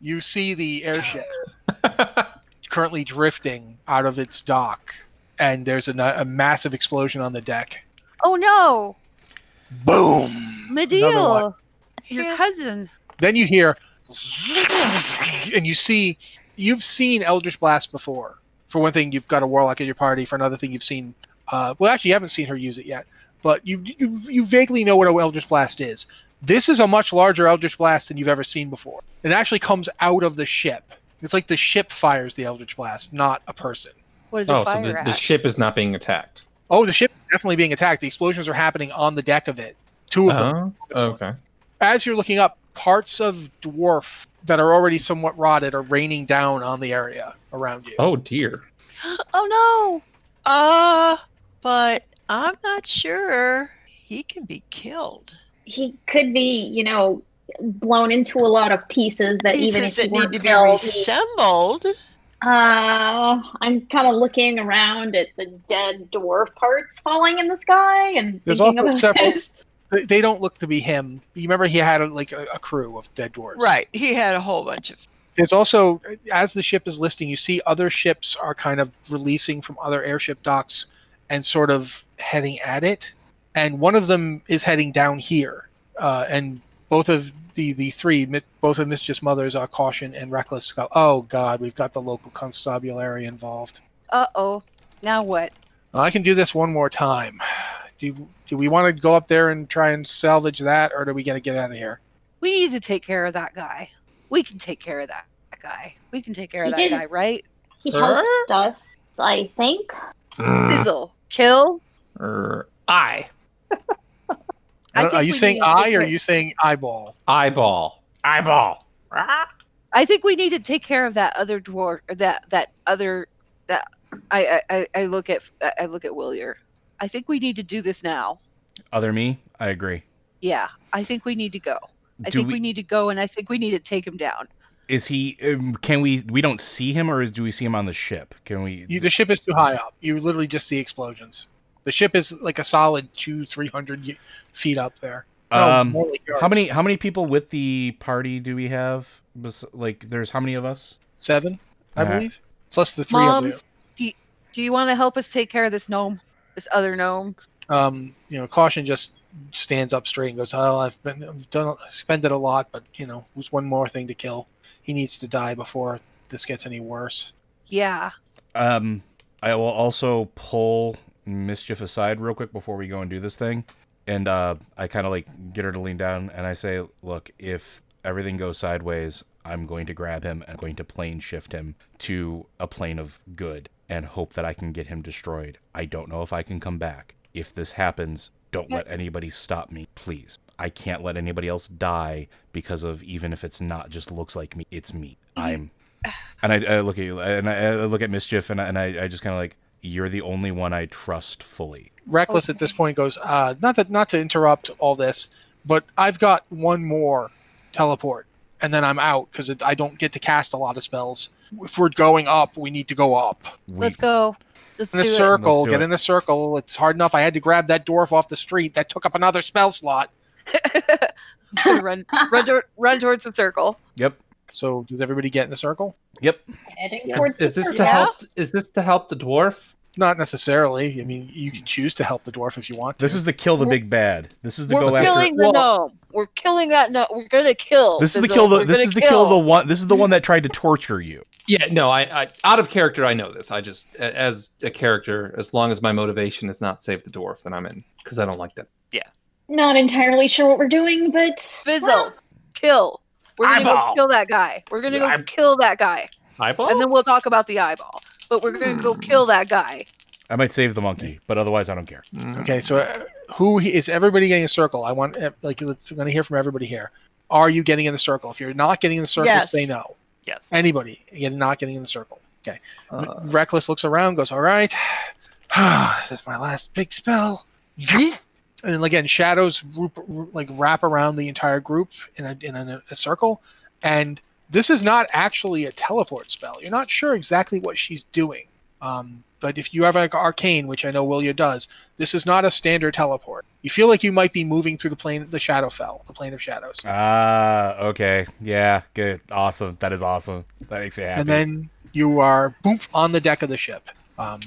[SPEAKER 1] You see the airship.
[SPEAKER 2] Oh,
[SPEAKER 1] currently drifting out of its dock, and there's a, a massive explosion on the deck.
[SPEAKER 3] Oh no,
[SPEAKER 1] Boom! Another one.
[SPEAKER 3] Medill, your
[SPEAKER 5] Yeah.
[SPEAKER 3] cousin.
[SPEAKER 1] Then you hear, and you see, you've seen Eldritch Blast before. For one thing, you've got a warlock in your party. For another thing, you've seen, uh, well, actually, you haven't seen her use it yet, but you you you vaguely know what an Eldritch Blast is. This is a much larger Eldritch Blast than you've ever seen before. It actually comes out of the ship. It's like the ship fires the Eldritch Blast, not a person.
[SPEAKER 3] What is a
[SPEAKER 2] Oh, so
[SPEAKER 3] fire
[SPEAKER 2] the,
[SPEAKER 3] at?
[SPEAKER 2] the ship is not being attacked.
[SPEAKER 1] Oh, the ship is definitely being attacked. The explosions are happening on the deck of it. Two of them.
[SPEAKER 2] Oh, okay.
[SPEAKER 1] As you're looking up, parts of dwarf that are already somewhat rotted are raining down on the area around you.
[SPEAKER 2] Oh dear.
[SPEAKER 3] oh
[SPEAKER 5] Uh, but I'm not sure he can be killed.
[SPEAKER 7] He could be, you know, blown into a lot of pieces that even
[SPEAKER 5] Pieces
[SPEAKER 7] if he
[SPEAKER 5] that need
[SPEAKER 7] weren't
[SPEAKER 5] to be
[SPEAKER 7] killed, he-
[SPEAKER 5] reassembled.
[SPEAKER 7] Uh, I'm kind of looking around at the dead dwarf parts falling in the sky and
[SPEAKER 1] There's
[SPEAKER 7] thinking
[SPEAKER 1] also
[SPEAKER 7] about
[SPEAKER 1] several-
[SPEAKER 7] this.
[SPEAKER 1] They- They don't look to be him. You remember he had like a, a crew of dead dwarves.
[SPEAKER 5] Right. He had a whole bunch of.
[SPEAKER 1] There's also, as the ship is listing, you see other ships are kind of releasing from other airship docks and sort of heading at it. And one of them is heading down here. Uh, and both of the, the three, mi- both of Mischief's mothers are Caution and Reckless. Go, oh, God, we've got the local constabulary involved.
[SPEAKER 3] no. Uh oh. Now what?
[SPEAKER 1] I can do this one more time. Do, do we want to go up there and try and salvage that, or do we got to get out of here?
[SPEAKER 3] We need to take care of that guy. We can take care of that guy. We can take care of
[SPEAKER 7] He
[SPEAKER 3] that
[SPEAKER 7] didn't-
[SPEAKER 3] guy, right?
[SPEAKER 7] He helped us, I think.
[SPEAKER 1] Mm.
[SPEAKER 3] Fizzle, kill.
[SPEAKER 2] Or Er, eye.
[SPEAKER 1] I don't-
[SPEAKER 3] think
[SPEAKER 1] are you
[SPEAKER 3] we
[SPEAKER 1] saying
[SPEAKER 3] need to
[SPEAKER 1] eye or
[SPEAKER 3] take
[SPEAKER 1] are
[SPEAKER 3] care-
[SPEAKER 1] you saying eyeball?
[SPEAKER 2] Eyeball. Eyeball.
[SPEAKER 3] I think we need to take care of that other dwarf or that that other that I I, I I look at I- I look at Willier. I think we need to do this now.
[SPEAKER 6] Other me? I agree.
[SPEAKER 3] Yeah, I think we need to go. I
[SPEAKER 6] Do
[SPEAKER 3] think we...
[SPEAKER 6] we,
[SPEAKER 3] need to go, and I think we need to take him down.
[SPEAKER 6] is he um, can we we don't see him or is do we see him on the ship? Can we
[SPEAKER 1] You, the ship is too high up. You literally just see explosions. The ship is like a solid two, three hundred y- feet up there. No,
[SPEAKER 6] um
[SPEAKER 1] Oh, more like yards.
[SPEAKER 6] how many how many people with the party do we have? Bes- Like there's how many of us?
[SPEAKER 1] Seven, I
[SPEAKER 6] Uh-huh.
[SPEAKER 1] believe. Plus the three of you.
[SPEAKER 3] Moms, do you, do you want to help us take care of this gnome, this other gnome?
[SPEAKER 1] um, you know, caution just stands up straight and goes, "Oh, I've been I've done spent it a lot, but you know, there's one more thing to kill. He needs to die before this gets any worse."
[SPEAKER 3] Yeah.
[SPEAKER 6] Um, I will also pull mischief aside real quick before we go and do this thing, and uh, I kind of like get her to lean down, and I say, "Look, if everything goes sideways, I'm going to grab him and going to plane shift him to a plane of good, and hope that I can get him destroyed. I don't know if I can come back. If this happens, don't let anybody stop me, please." I can't let anybody else die because of even if it's not just looks like me, it's me. I'm and I, I look at you, and I, I look at Mischief, and I, and I, I just kind of like, you're the only one I trust fully.
[SPEAKER 1] Reckless at this point goes, uh, "Not that, not to interrupt all this, But I've got one more teleport, and then I'm out because I don't get to cast a lot of spells. If we're going up, we need to go up.
[SPEAKER 3] Let's go. Let's
[SPEAKER 1] In a
[SPEAKER 3] do it.
[SPEAKER 1] circle,
[SPEAKER 6] Let's do
[SPEAKER 1] get
[SPEAKER 6] it.
[SPEAKER 1] in a circle. It's hard enough. I had to grab that dwarf off the street. That took up another spell slot.
[SPEAKER 3] [LAUGHS] run, run, to- run towards the circle.
[SPEAKER 6] Yep.
[SPEAKER 1] So does everybody get in a circle?
[SPEAKER 6] Yep.
[SPEAKER 7] Heading
[SPEAKER 8] Yes.
[SPEAKER 7] towards the
[SPEAKER 2] Is this to
[SPEAKER 7] circle.
[SPEAKER 5] Yeah.
[SPEAKER 2] help? Is this to help the dwarf?
[SPEAKER 1] Not necessarily. I mean, you can choose to help the dwarf if you want.
[SPEAKER 6] This
[SPEAKER 1] to.
[SPEAKER 6] is the kill the big bad. This is to
[SPEAKER 3] We're
[SPEAKER 6] go after.
[SPEAKER 3] killing the gnome. We're killing that gnome. We're gonna kill.
[SPEAKER 6] This is the
[SPEAKER 3] Fizzle.
[SPEAKER 6] kill. The,
[SPEAKER 3] We're
[SPEAKER 6] this
[SPEAKER 3] gonna
[SPEAKER 6] is the kill the one. This is the one that tried to torture you.
[SPEAKER 2] Yeah, no, I, I out of character I know this. I just a- as a character, as long as my motivation is not save the dwarf, then I'm in because I don't like that.
[SPEAKER 7] Not entirely sure what we're doing, but
[SPEAKER 3] Fizzle. Kill. We're gonna go
[SPEAKER 2] Eyeball.
[SPEAKER 3] kill that guy. We're gonna go
[SPEAKER 2] Yeah, I'm-
[SPEAKER 3] kill that guy,
[SPEAKER 2] Eyeball.
[SPEAKER 3] and then we'll talk about the eyeball. But we're gonna
[SPEAKER 1] Hmm.
[SPEAKER 3] go kill that guy.
[SPEAKER 6] I might save the monkey, but otherwise I don't care.
[SPEAKER 2] Mm.
[SPEAKER 1] Okay, so uh, who he- is everybody getting a circle? I want ev- like let's- I'm going to hear from everybody here. Are you getting in the circle? If you're not getting in the circle,
[SPEAKER 5] Yes.
[SPEAKER 1] say no.
[SPEAKER 4] Yes.
[SPEAKER 1] Anybody again, not getting in the circle. Okay.
[SPEAKER 2] Uh,
[SPEAKER 1] Reckless looks around, goes, "All right, [SIGHS] this is my last big spell." and then again, shadows roop, roop- like wrap around the entire group in a in a, a circle, and this is not actually a teleport spell. You're not sure exactly what she's doing. Um, but if you have like arcane, which I know Willia does, this is not a standard teleport. You feel like you might be moving through the plane, the Shadowfell, the plane of shadows.
[SPEAKER 6] Ah, okay, yeah, good, awesome. That is awesome. That makes me happy.
[SPEAKER 1] and then you are boom on the deck of the ship. Um,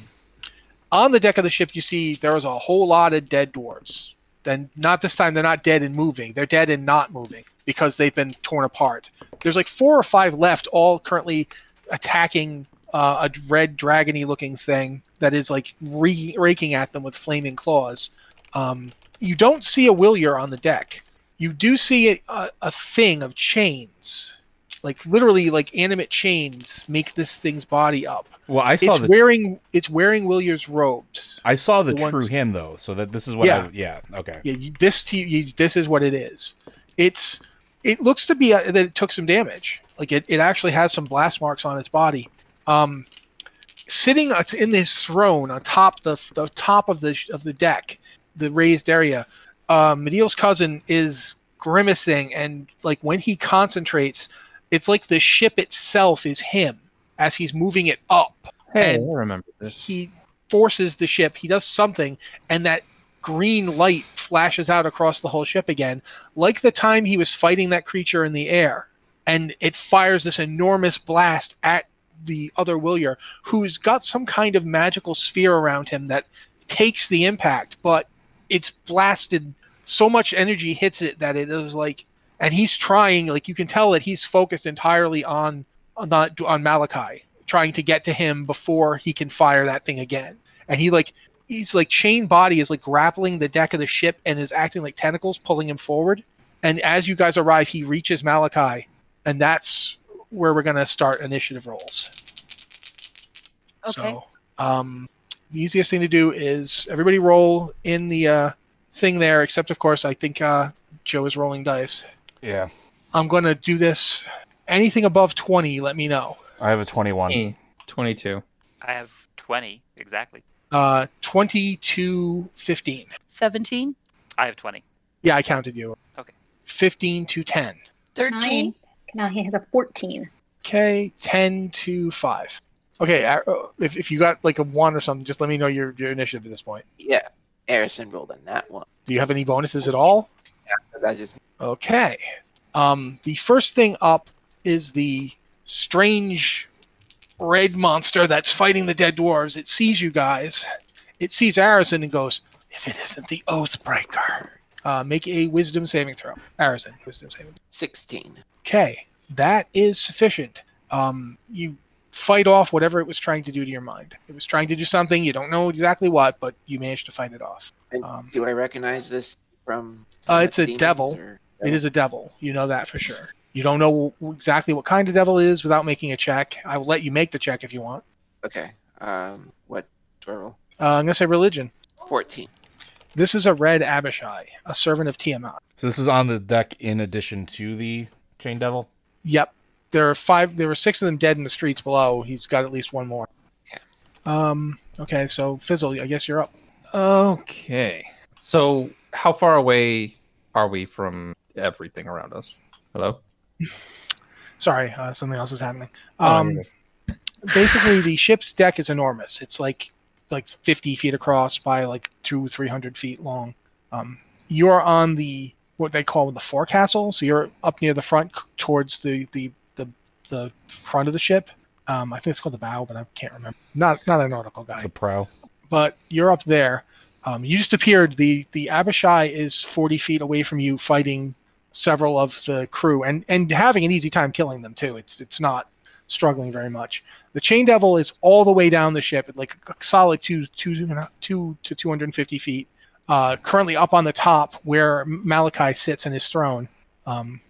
[SPEAKER 1] on the deck of the ship, you see there is a whole lot of dead dwarves. Then not this time; they're not dead and moving; they're dead and not moving because they've been torn apart. There's like four or five left, all currently attacking uh, a red dragony looking thing that is like re- raking at them with flaming claws. Um, you don't see a Willier on the deck. You do see a, a, a thing of chains like literally like animate chains make this thing's body up.
[SPEAKER 6] well, I saw
[SPEAKER 1] It's
[SPEAKER 6] the
[SPEAKER 1] wearing it's wearing Willier's robes.
[SPEAKER 6] I saw the
[SPEAKER 1] the ones-
[SPEAKER 6] true him though, so that this is what. I, yeah. Okay.
[SPEAKER 1] Yeah, you, this to you, this is what it is. It's it looks to be uh that it took some damage. Like it, it actually has some blast marks on its body. Um, sitting at- in this throne on top the the top of the sh- of the deck, the raised area, uh, Medeal's cousin is grimacing and like when he concentrates, it's like the ship itself is him as he's moving it up
[SPEAKER 2] hey, I
[SPEAKER 1] and-
[SPEAKER 2] remember this.
[SPEAKER 1] he forces the ship he does something and that green light flashes out across the whole ship again like the time he was fighting that creature in the air and it fires this enormous blast at the other willier who's got some kind of magical sphere around him that takes the impact but it's blasted so much energy hits it that it is like and he's trying like you can tell that he's focused entirely on on not on malachi trying to get to him before he can fire that thing again. And he like he's like chain body is like grappling the deck of the ship and is acting like tentacles pulling him forward. And as you guys arrive, he reaches Malachi, and that's where we're gonna start initiative rolls.
[SPEAKER 3] Okay.
[SPEAKER 1] So um the easiest thing to do is everybody roll in the uh thing there, except of course I think uh Joe is rolling dice.
[SPEAKER 6] Yeah.
[SPEAKER 1] I'm gonna do this anything above twenty, let me know.
[SPEAKER 6] I have a twenty-one.
[SPEAKER 2] Eh, Twenty-two.
[SPEAKER 4] I have 20 exactly.
[SPEAKER 1] Uh, 22, 15.
[SPEAKER 3] Seventeen.
[SPEAKER 4] I have 20.
[SPEAKER 1] Yeah, I counted you.
[SPEAKER 4] Okay.
[SPEAKER 1] 15 to 10.
[SPEAKER 5] Thirteen.
[SPEAKER 7] Now he has a 14.
[SPEAKER 1] Okay, 10 to 5. Okay, uh, if, if you got like a 1 or something, just let me know your, your initiative at this point.
[SPEAKER 8] Yeah, Arison rolled on that one.
[SPEAKER 1] Do you have any bonuses at all?
[SPEAKER 8] So that just
[SPEAKER 1] Okay. Um, the first thing up is the strange red monster that's fighting the dead dwarves. It sees you guys. It sees Arison and goes, "If it isn't the Oathbreaker, uh, make a Wisdom saving throw." Arison, Wisdom saving.
[SPEAKER 8] sixteen.
[SPEAKER 1] Okay, that is sufficient. Um, you fight off whatever it was trying to do to your mind. It was trying to do something you don't know exactly what, but you managed to fight it off.
[SPEAKER 8] And
[SPEAKER 1] Um,
[SPEAKER 8] do I recognize this from?
[SPEAKER 1] Uh, it's a
[SPEAKER 8] demons
[SPEAKER 1] devil.
[SPEAKER 8] or-
[SPEAKER 1] It is a devil. You know that for sure. You don't know exactly what kind of devil it is without making a check. I will let you make the check if you want.
[SPEAKER 8] Okay. Um, what do I roll?
[SPEAKER 1] Uh, I'm going to say religion.
[SPEAKER 8] Fourteen.
[SPEAKER 1] This is a red Abishai, a servant of Tiamat.
[SPEAKER 6] So this is on the deck in addition to the chain devil.
[SPEAKER 1] Yep. There are five. There were six of them dead in the streets below. He's got at least one more.
[SPEAKER 8] Okay.
[SPEAKER 1] Um. Okay. So Fizzle, I guess you're up.
[SPEAKER 2] Okay. So how far away are we from everything around us? Hello?
[SPEAKER 1] Sorry, uh, something else is happening.
[SPEAKER 2] Oh, you're
[SPEAKER 1] Um,
[SPEAKER 2] good.
[SPEAKER 1] basically, the ship's deck is enormous. It's like like 50 feet across by like two, 300 feet long. Um, you're on the what they call the forecastle, so you're up near the front c- towards the the the, the front of the ship. Um, I think it's called the bow, but I can't remember. Not not a nautical guy
[SPEAKER 6] The pro.
[SPEAKER 1] but you're up there. Um, you just appeared. The the Abishai is 40 feet away from you, fighting several of the crew and and having an easy time killing them too. It's it's not struggling very much. The Chain Devil is all the way down the ship, at like a solid two two two to 250 feet. Uh, currently up on the top where Malachi sits in his throne. Um,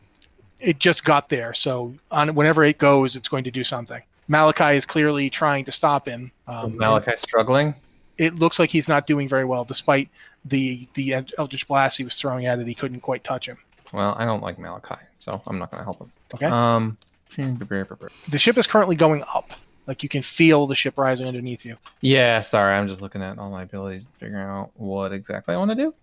[SPEAKER 1] it just got there, so on whenever it goes, it's going to do something. Malachi is clearly trying to stop him. Um, and-
[SPEAKER 2] Malachi struggling.
[SPEAKER 1] it looks like he's not doing very well, despite the the Eldritch Blast he was throwing at it. He couldn't quite touch him.
[SPEAKER 2] Well, I don't like Malachi, so I'm not going to help him.
[SPEAKER 1] Okay.
[SPEAKER 2] Um, [LAUGHS]
[SPEAKER 1] The ship is currently going up. Like you can feel the ship rising underneath you.
[SPEAKER 2] yeah, sorry. I'm just looking at all my abilities and figuring out what exactly I want to do.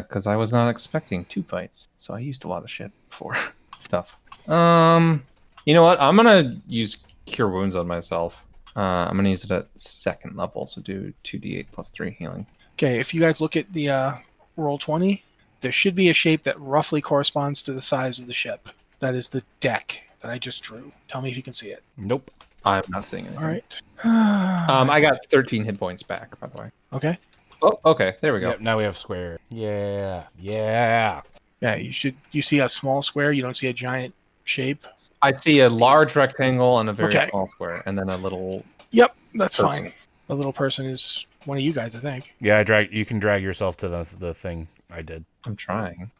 [SPEAKER 2] Because I was not expecting two fights, so I used a lot of shit before [LAUGHS] stuff. Um, you know what? I'm gonna use Cure Wounds on myself. Uh, I'm gonna use it at second level, so do two d8 plus three healing.
[SPEAKER 1] Okay, if you guys look at the uh, roll twenty, there should be a shape that roughly corresponds to the size of the ship. That is the deck that I just drew. Tell me if you can see it.
[SPEAKER 6] Nope.
[SPEAKER 2] I'm not seeing anything.
[SPEAKER 1] All right. [SIGHS]
[SPEAKER 2] Um, I got 13 hit points back, by the way.
[SPEAKER 1] okay.
[SPEAKER 2] Oh, okay. There we go.
[SPEAKER 6] Yep, now we have square. Yeah. Yeah.
[SPEAKER 1] Yeah, you should. You see a small square. You don't see a giant shape.
[SPEAKER 2] I see a large rectangle and a very
[SPEAKER 1] Okay.
[SPEAKER 2] small square, and then a little.
[SPEAKER 1] Yep, that's
[SPEAKER 2] Person.
[SPEAKER 1] fine. A little person is one of you guys, I think.
[SPEAKER 6] Yeah, I drag you can drag yourself to the the thing I did.
[SPEAKER 2] I'm trying.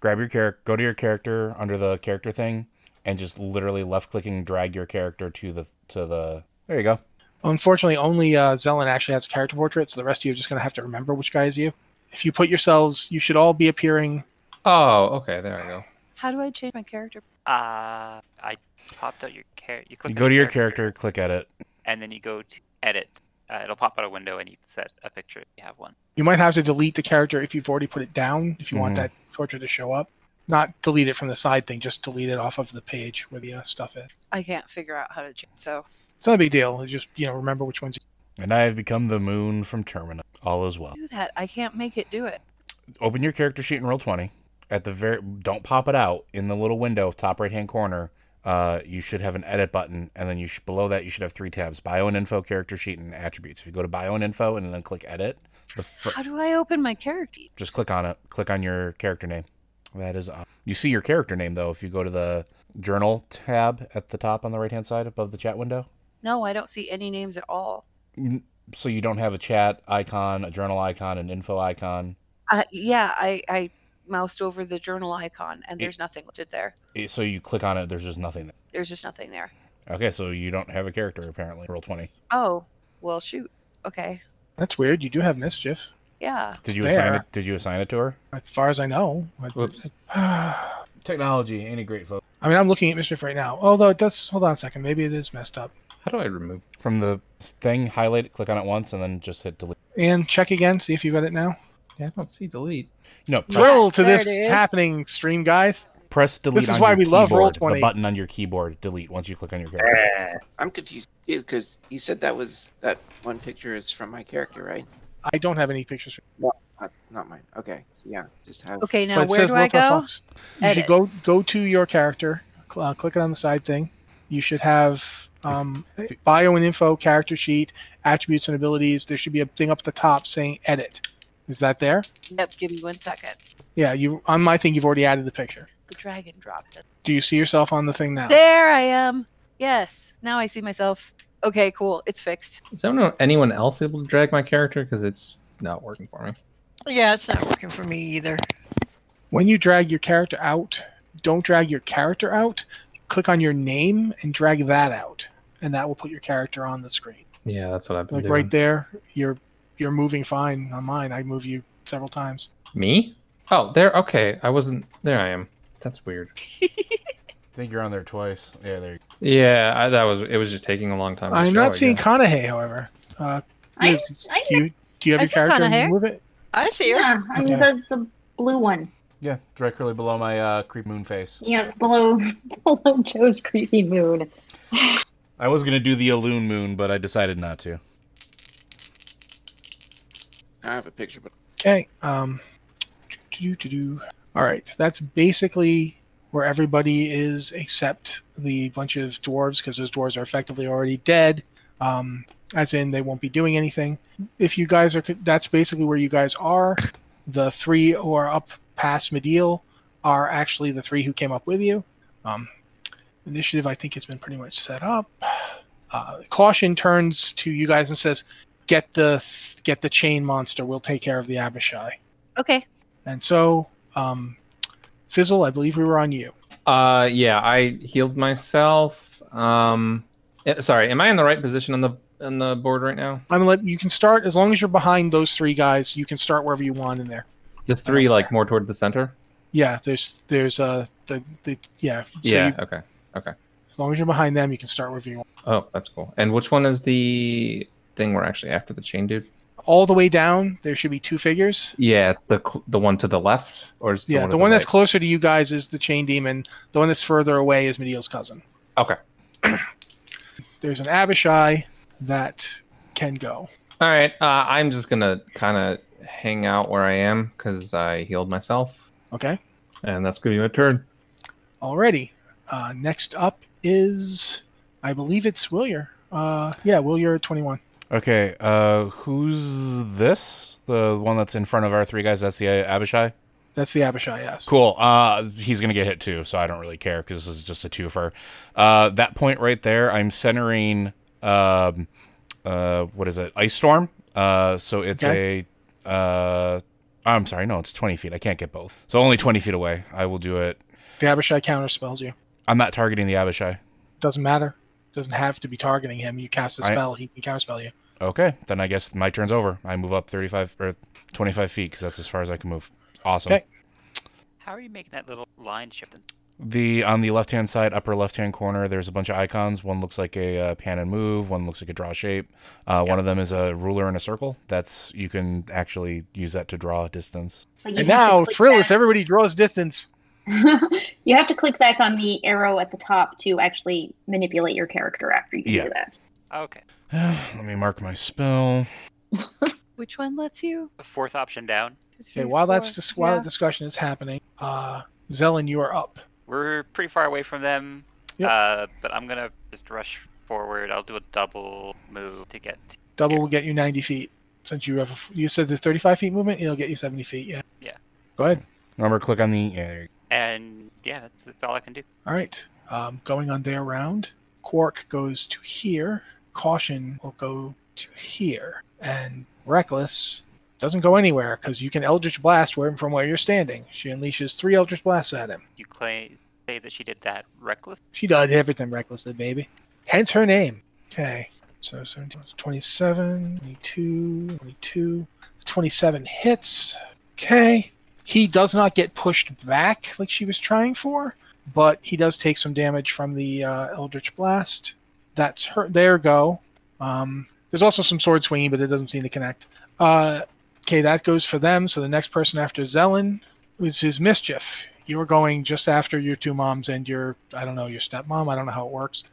[SPEAKER 6] Grab your character, go to your character under the character thing and just literally left clicking drag your character to the to the There you go.
[SPEAKER 1] Unfortunately, only uh, Zelen actually has a character portrait, so the rest of you are just going to have to remember which guy is you. If you put yourselves, you should all be appearing.
[SPEAKER 2] Oh, okay. There I go.
[SPEAKER 3] How do I change my character?
[SPEAKER 4] Uh, I popped out your character. You click
[SPEAKER 6] You
[SPEAKER 4] on
[SPEAKER 6] go to your character, click at it.
[SPEAKER 4] and then you go to edit. Uh, it'll pop out a window, and you can set a picture if you have one.
[SPEAKER 1] You might have to delete the character if you've already put it down, if you want
[SPEAKER 6] Mhm.
[SPEAKER 1] that portrait to show up. Not delete it from the side thing, just delete it off of the page where the uh, stuff is.
[SPEAKER 3] I can't figure out how to change. So
[SPEAKER 1] It's not a big deal. It's just, you know, remember which ones.
[SPEAKER 6] And I have become the moon from Termina. All is well.
[SPEAKER 3] do that. I can't make it do it.
[SPEAKER 6] Open your character sheet and roll twenty. At the very don't pop it out in the little window, top right hand corner. Uh, you should have an edit button, and then you sh- below that you should have three tabs: bio and info, character sheet, and attributes. If you go to bio and info and then click edit, the fir-
[SPEAKER 3] How do I open my character?
[SPEAKER 6] just click on it. Click on your character name. That is, on. you see your character name though. If you go to the journal tab at the top on the right hand side above the chat window,
[SPEAKER 3] No, I don't see any names at all.
[SPEAKER 6] N- so you don't have a chat icon, a journal icon, an info icon.
[SPEAKER 3] Uh, yeah, I, I moused over the journal icon and
[SPEAKER 6] It-
[SPEAKER 3] there's nothing listed there.
[SPEAKER 6] It- so you click on it. There's just nothing.
[SPEAKER 3] There's just nothing there.
[SPEAKER 6] There. Okay, so you don't have a character apparently. Roll twenty.
[SPEAKER 3] Oh, well, shoot. Okay.
[SPEAKER 1] That's weird. You do have mischief,
[SPEAKER 3] Yeah.
[SPEAKER 6] Did you
[SPEAKER 1] It's
[SPEAKER 6] assign
[SPEAKER 1] there.
[SPEAKER 6] it? Did you assign it to her?
[SPEAKER 1] as far as I know.
[SPEAKER 2] Whoops.
[SPEAKER 1] [SIGHS] I
[SPEAKER 6] Technology ain't a great vote.
[SPEAKER 1] mean, I'm looking at mischief right now. Although it does. Hold on a second. Maybe it is messed up.
[SPEAKER 2] How do I remove?
[SPEAKER 6] From the thing, highlight it, click on it once, and then just hit delete.
[SPEAKER 1] And check again. See if you got it now.
[SPEAKER 2] Yeah, I don't see delete.
[SPEAKER 6] No, press,
[SPEAKER 1] Thrill to
[SPEAKER 9] there
[SPEAKER 1] this
[SPEAKER 9] it is.
[SPEAKER 1] happening stream, guys.
[SPEAKER 6] press delete.
[SPEAKER 1] This is
[SPEAKER 6] on
[SPEAKER 1] why
[SPEAKER 6] your
[SPEAKER 1] we love
[SPEAKER 6] keyboard,
[SPEAKER 1] Roll20.
[SPEAKER 6] The button on your keyboard, delete once you click on your character.
[SPEAKER 8] I'm confused too because you said that was that one picture is from my character, right?
[SPEAKER 1] I don't have any pictures. For
[SPEAKER 8] Not, not mine. Okay, so yeah, just have.
[SPEAKER 3] Okay, now
[SPEAKER 1] but it
[SPEAKER 3] where
[SPEAKER 1] says
[SPEAKER 3] do I
[SPEAKER 1] Little
[SPEAKER 3] go?
[SPEAKER 1] Fox. You should
[SPEAKER 3] Edit.
[SPEAKER 1] go go to your character. Cl- uh, click it on the side thing. You should have um, bio and info, character sheet, attributes and abilities. There should be a thing up at the top saying edit. Is that there?
[SPEAKER 3] Yep, give me one second.
[SPEAKER 1] Yeah. You on my thing. You've already added the picture.
[SPEAKER 3] The dragon dropped it.
[SPEAKER 1] Do you see yourself on the thing now?
[SPEAKER 3] There I am. Yes. Now I see myself. Okay, cool.
[SPEAKER 2] [LAUGHS]
[SPEAKER 3] It's fixed.
[SPEAKER 2] Is anyone anyone else able to drag my character? Because it's not working for me.
[SPEAKER 5] Yeah, it's not working for me either.
[SPEAKER 1] When you drag your character out, don't drag your character out. Click on your name and drag that out, and that will put your character on the screen.
[SPEAKER 2] Yeah, that's what I've been
[SPEAKER 1] like
[SPEAKER 2] doing.
[SPEAKER 1] right there you're you're moving fine on mine i move you several times
[SPEAKER 2] Me? Oh, there. Okay, I wasn't. There I am. That's weird.
[SPEAKER 6] I think you're on there twice. Yeah, there. You
[SPEAKER 2] Yeah, I, that was. It was just taking a long time. To
[SPEAKER 1] i'm
[SPEAKER 2] show, I
[SPEAKER 1] not seeing
[SPEAKER 2] guess.
[SPEAKER 1] conahay however uh,
[SPEAKER 7] I,
[SPEAKER 1] Liz,
[SPEAKER 7] I,
[SPEAKER 1] do you do you have
[SPEAKER 3] I
[SPEAKER 1] your
[SPEAKER 3] see
[SPEAKER 1] character and
[SPEAKER 3] Conahay.
[SPEAKER 1] move it
[SPEAKER 5] I see her.
[SPEAKER 7] yeah, I mean,
[SPEAKER 1] Okay.
[SPEAKER 7] the, the Blue one.
[SPEAKER 6] Yeah, directly below my uh, creep moon face.
[SPEAKER 7] Yes, below [LAUGHS] below Joe's creepy
[SPEAKER 3] [LAUGHS]
[SPEAKER 7] moon.
[SPEAKER 6] I was gonna do the Alun moon, but I decided not to.
[SPEAKER 8] I have a picture, but
[SPEAKER 1] Okay. Um, do, do, do. All right. That's basically where everybody is except the bunch of dwarves, because those dwarves are effectively already dead. Um, as in, they won't be doing anything. If you guys are, that's basically where you guys are. The three who are up past Medial are actually the three who came up with you. Um, initiative, I think, has been pretty much set up. Uh, caution turns to you guys and says, "Get the get the chain monster. We'll take care of the Abishai."
[SPEAKER 3] Okay.
[SPEAKER 1] And so, um, Fizzle, I believe we were on you.
[SPEAKER 2] Uh, yeah, I healed myself. Um, eh, sorry, am I in the right position on the on the board right now?
[SPEAKER 1] I'm gonna let you can start as long as you're behind those three guys. You can start wherever you want in there.
[SPEAKER 2] The three, like more toward the center.
[SPEAKER 1] Yeah, there's there's uh the the yeah. So
[SPEAKER 2] yeah.
[SPEAKER 1] you-
[SPEAKER 2] okay.
[SPEAKER 1] as long as you're behind them, you can start wherever you want.
[SPEAKER 2] Oh, that's cool. And which one is the thing we're actually after the chain dude?
[SPEAKER 1] All the way down, there should be two figures.
[SPEAKER 2] Yeah, the cl- the one to the left, or is it
[SPEAKER 1] Yeah,
[SPEAKER 2] to
[SPEAKER 1] the one that's
[SPEAKER 2] right?
[SPEAKER 1] closer to you guys is the Chain Demon. The one that's further away is Medieval's cousin.
[SPEAKER 2] Okay.
[SPEAKER 1] [CLEARS THROAT] There's an Abishai that can go.
[SPEAKER 2] All right, uh, I'm just gonna kind of hang out where I am because I healed myself,
[SPEAKER 1] Okay.
[SPEAKER 2] and that's gonna be my turn.
[SPEAKER 1] Alrighty. Uh, next up is, I believe it's Willier. Uh, yeah, Willier at 21.
[SPEAKER 6] Okay, uh, who's this? The one that's in front of our three guys. That's the uh, Abishai.
[SPEAKER 1] That's the Abishai, yes.
[SPEAKER 6] Cool. Uh, he's gonna get hit too, so I don't really care because this is just a twofer. Uh, that point right there, I'm centering. Um, uh, what is it? Ice storm. Uh, so it's a. Uh, I'm sorry. No, it's 20 feet. I can't get both. So only 20 feet away. I will do it.
[SPEAKER 1] The Abishai counterspells you.
[SPEAKER 6] I'm not targeting the Abishai.
[SPEAKER 1] Doesn't matter. Doesn't have to be targeting him. You cast a
[SPEAKER 6] I-
[SPEAKER 1] spell, he can counterspell you.
[SPEAKER 6] Okay, then I guess my turn's over. I move up 35 or 25 feet because that's as far as I can move. Awesome.
[SPEAKER 1] Okay.
[SPEAKER 4] How are you making that little line shift?
[SPEAKER 6] The on the left hand side, upper left hand corner, there's a bunch of icons. One looks like a uh, pan and move. One looks like a draw shape. Uh, One of them is a ruler and a circle. That's you can actually use that to draw a distance. [SIGHS]
[SPEAKER 7] But you
[SPEAKER 1] And
[SPEAKER 7] have to
[SPEAKER 1] now,
[SPEAKER 7] click
[SPEAKER 1] thrill
[SPEAKER 7] that-
[SPEAKER 1] is everybody draws distance.
[SPEAKER 7] [LAUGHS] you have to click back on the arrow at the top to actually manipulate your character after you
[SPEAKER 6] Yeah.
[SPEAKER 7] do
[SPEAKER 3] [LAUGHS]
[SPEAKER 7] that.
[SPEAKER 4] Okay.
[SPEAKER 6] Let me mark my spell.
[SPEAKER 3] Which one lets you?
[SPEAKER 4] The fourth option down.
[SPEAKER 3] Two, three,
[SPEAKER 1] Okay, while that's
[SPEAKER 3] four.
[SPEAKER 1] dis- while
[SPEAKER 3] Yeah.
[SPEAKER 1] that discussion is happening, uh, Zelen, you are up.
[SPEAKER 4] We're pretty far away from them.
[SPEAKER 1] Yep.
[SPEAKER 4] Uh, but I'm gonna just rush forward. I'll do a double move to get.
[SPEAKER 1] Double will get you 90 feet. Since you have, you said the 35 feet movement, it'll get you 70 feet. Yeah.
[SPEAKER 4] Yeah.
[SPEAKER 1] Go ahead.
[SPEAKER 6] Remember, click on the. Yeah,
[SPEAKER 4] And yeah, that's, that's all I can do.
[SPEAKER 1] All right. Um, going on their round, Quark goes to here. Caution will go to here, and Reckless doesn't go anywhere because you can Eldritch Blast where, from where you're standing. She unleashes three Eldritch Blasts at him.
[SPEAKER 4] You claim say that she did that reckless.
[SPEAKER 1] She does everything recklessly, baby. Hence her name. Okay. So 17, 27, 22, 22. 27 hits. Okay. He does not get pushed back like she was trying for, but he does take some damage from the uh, Eldritch Blast. That's her. There go. Um, there's also some sword swinging, but it doesn't seem to connect. Uh, okay, that goes for them. So the next person after Zelen is his mischief. You are going just after your two moms and your I don't know your stepmom. I don't know how it works.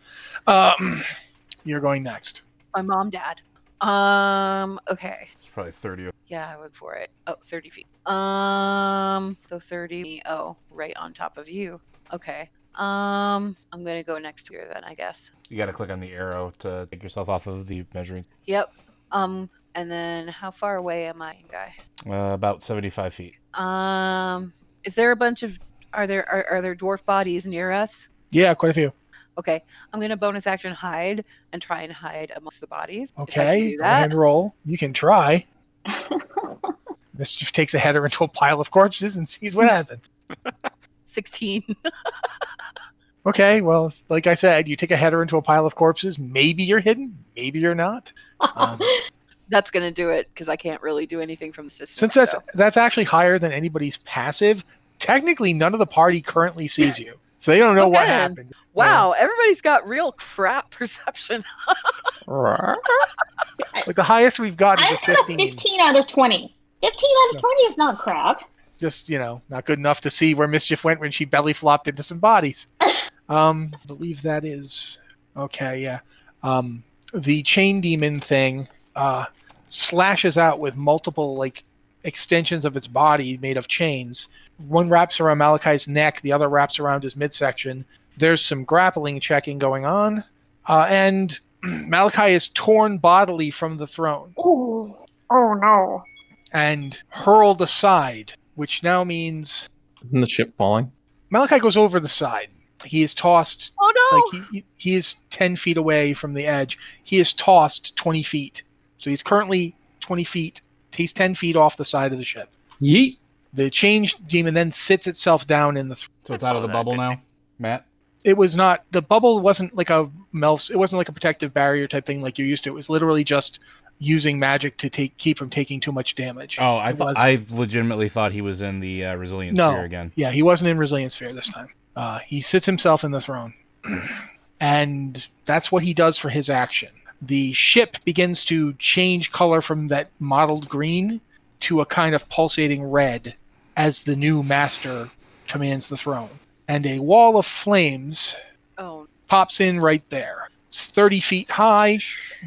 [SPEAKER 1] Um, [CLEARS THROAT] you're going next.
[SPEAKER 3] My mom, dad. Um. Okay.
[SPEAKER 6] it's probably 30.
[SPEAKER 3] Yeah, I was for it. Oh, 30 feet. Um. So 30. Oh, right on top of you. Okay. Um. I'm gonna go next to you then, I guess.
[SPEAKER 6] You got to click on the arrow to take yourself off of the measuring.
[SPEAKER 3] Yep. Um. And then how far away am I, guy?
[SPEAKER 6] Uh, about 75 feet.
[SPEAKER 3] Um, is there a bunch of are there are, are there dwarf bodies near us?
[SPEAKER 1] Yeah, quite a few.
[SPEAKER 3] Okay, I'm gonna bonus action hide and try and hide amongst the bodies. if I can
[SPEAKER 1] Okay,
[SPEAKER 3] do that.
[SPEAKER 1] and roll. You can try. Mischief takes a header into a pile of corpses and sees
[SPEAKER 3] Hmm.
[SPEAKER 1] what happens.
[SPEAKER 3] Sixteen. [LAUGHS]
[SPEAKER 1] Okay, well, like I said, you take a header into a pile of corpses. Maybe you're hidden. Maybe you're not.
[SPEAKER 7] [LAUGHS]
[SPEAKER 1] Um,
[SPEAKER 3] [LAUGHS] that's gonna do it because I can't really do anything from this distance.
[SPEAKER 1] Since that's
[SPEAKER 3] so-
[SPEAKER 1] that's actually higher than anybody's passive. Technically, none of the party currently sees you, so they don't know what
[SPEAKER 3] Okay.
[SPEAKER 1] happened. Um,
[SPEAKER 3] wow, everybody's got real crap [LAUGHS] perception.
[SPEAKER 1] Like the highest we've got is
[SPEAKER 7] I
[SPEAKER 1] a
[SPEAKER 7] got a
[SPEAKER 1] 15.
[SPEAKER 7] 15 out of 20. 15 out of 20 is not crap.
[SPEAKER 1] just you know not good enough to see where mischief went when she belly flopped into some bodies. Um, I believe that is okay. Yeah, um, the chain demon thing uh, slashes out with multiple like extensions of its body made of chains. One wraps around Malachi's neck, the other wraps around his midsection. There's some grappling checking going on, uh, and [CLEARS THROAT] Malachi is torn bodily from the throne
[SPEAKER 7] Ooh. Oh no.
[SPEAKER 1] and hurled aside, which now means
[SPEAKER 2] Isn't the ship falling?
[SPEAKER 1] Malachi goes over the side. He is tossed
[SPEAKER 3] Oh no!
[SPEAKER 1] like he, he is 10 feet away from the edge he is tossed 20 feet so he's currently 20 feet he's 10 feet off the side of the ship
[SPEAKER 2] Yeet.
[SPEAKER 1] the change demon then sits itself down in the th-
[SPEAKER 6] So it's out of the bubble now, Matt.
[SPEAKER 1] it was not the bubble wasn't like a melf's it wasn't like a protective barrier type thing like you're used to it was literally just using magic to take keep from taking too much damage
[SPEAKER 6] Oh, I
[SPEAKER 1] It
[SPEAKER 6] thought
[SPEAKER 1] was-
[SPEAKER 6] I legitimately thought he was in the uh, resilience
[SPEAKER 1] No.
[SPEAKER 6] sphere again.
[SPEAKER 1] Yeah, he wasn't in Resilience Sphere this time. Uh, he sits himself in the throne. [CLEARS THROAT] and that's what he does for his action. The ship begins to change color from that mottled green to a kind of pulsating red as the new master commands the throne. And a wall of flames
[SPEAKER 3] Oh,
[SPEAKER 1] pops in right there. It's 30 feet high,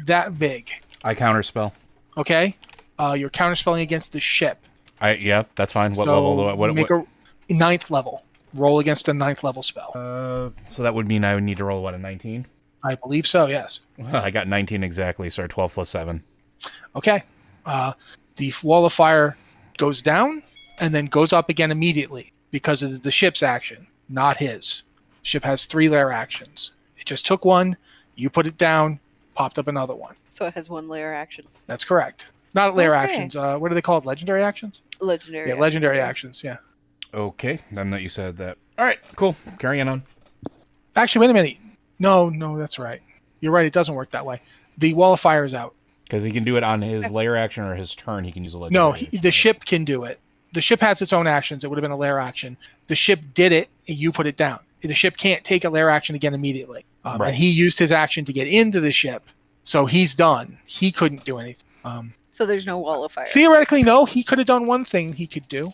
[SPEAKER 1] that big.
[SPEAKER 6] I counterspell.
[SPEAKER 1] Okay? Uh, you're counterspelling against the ship.
[SPEAKER 6] I yeah, that's fine. What
[SPEAKER 1] so
[SPEAKER 6] level? do I- What,
[SPEAKER 1] make
[SPEAKER 6] what,
[SPEAKER 1] a ninth level. Roll against a ninth level spell.
[SPEAKER 6] uh, so that would mean I would need to roll what a nineteen. [LAUGHS]
[SPEAKER 1] I believe so, yes.
[SPEAKER 6] I got nineteen exactly, so twelve plus seven.
[SPEAKER 1] Okay. Uh, the f- wall of fire goes down and then goes up again immediately because it is the ship's action, not his. ship has three layer actions. It just took one, you put it down, popped up another one.
[SPEAKER 3] so it has one layer action.
[SPEAKER 1] That's correct. Not layer
[SPEAKER 3] Okay.
[SPEAKER 1] actions. Uh, what are they called? Legendary actions?
[SPEAKER 3] Legendary.
[SPEAKER 1] yeah,
[SPEAKER 3] action.
[SPEAKER 1] legendary actions. Yeah.
[SPEAKER 6] Okay, then that you said that. All right, cool. Carrying on.
[SPEAKER 1] Actually, wait a minute. No, no, that's right. You're right. It doesn't work that way. The wall of fire is out.
[SPEAKER 6] Because he can do it on his layer action or his turn. He can use a legendary.
[SPEAKER 1] No, he,
[SPEAKER 6] action.
[SPEAKER 1] the ship can do it. The ship has its own actions. It would have been a lair action. The ship did it. And you put it down. The ship can't take a lair action again immediately. Um,
[SPEAKER 6] Right.
[SPEAKER 1] And he used his action to get into the ship, so he's done. He couldn't do anything. Um,
[SPEAKER 3] So there's no wall of fire.
[SPEAKER 1] theoretically, no, he could have done one thing. He could do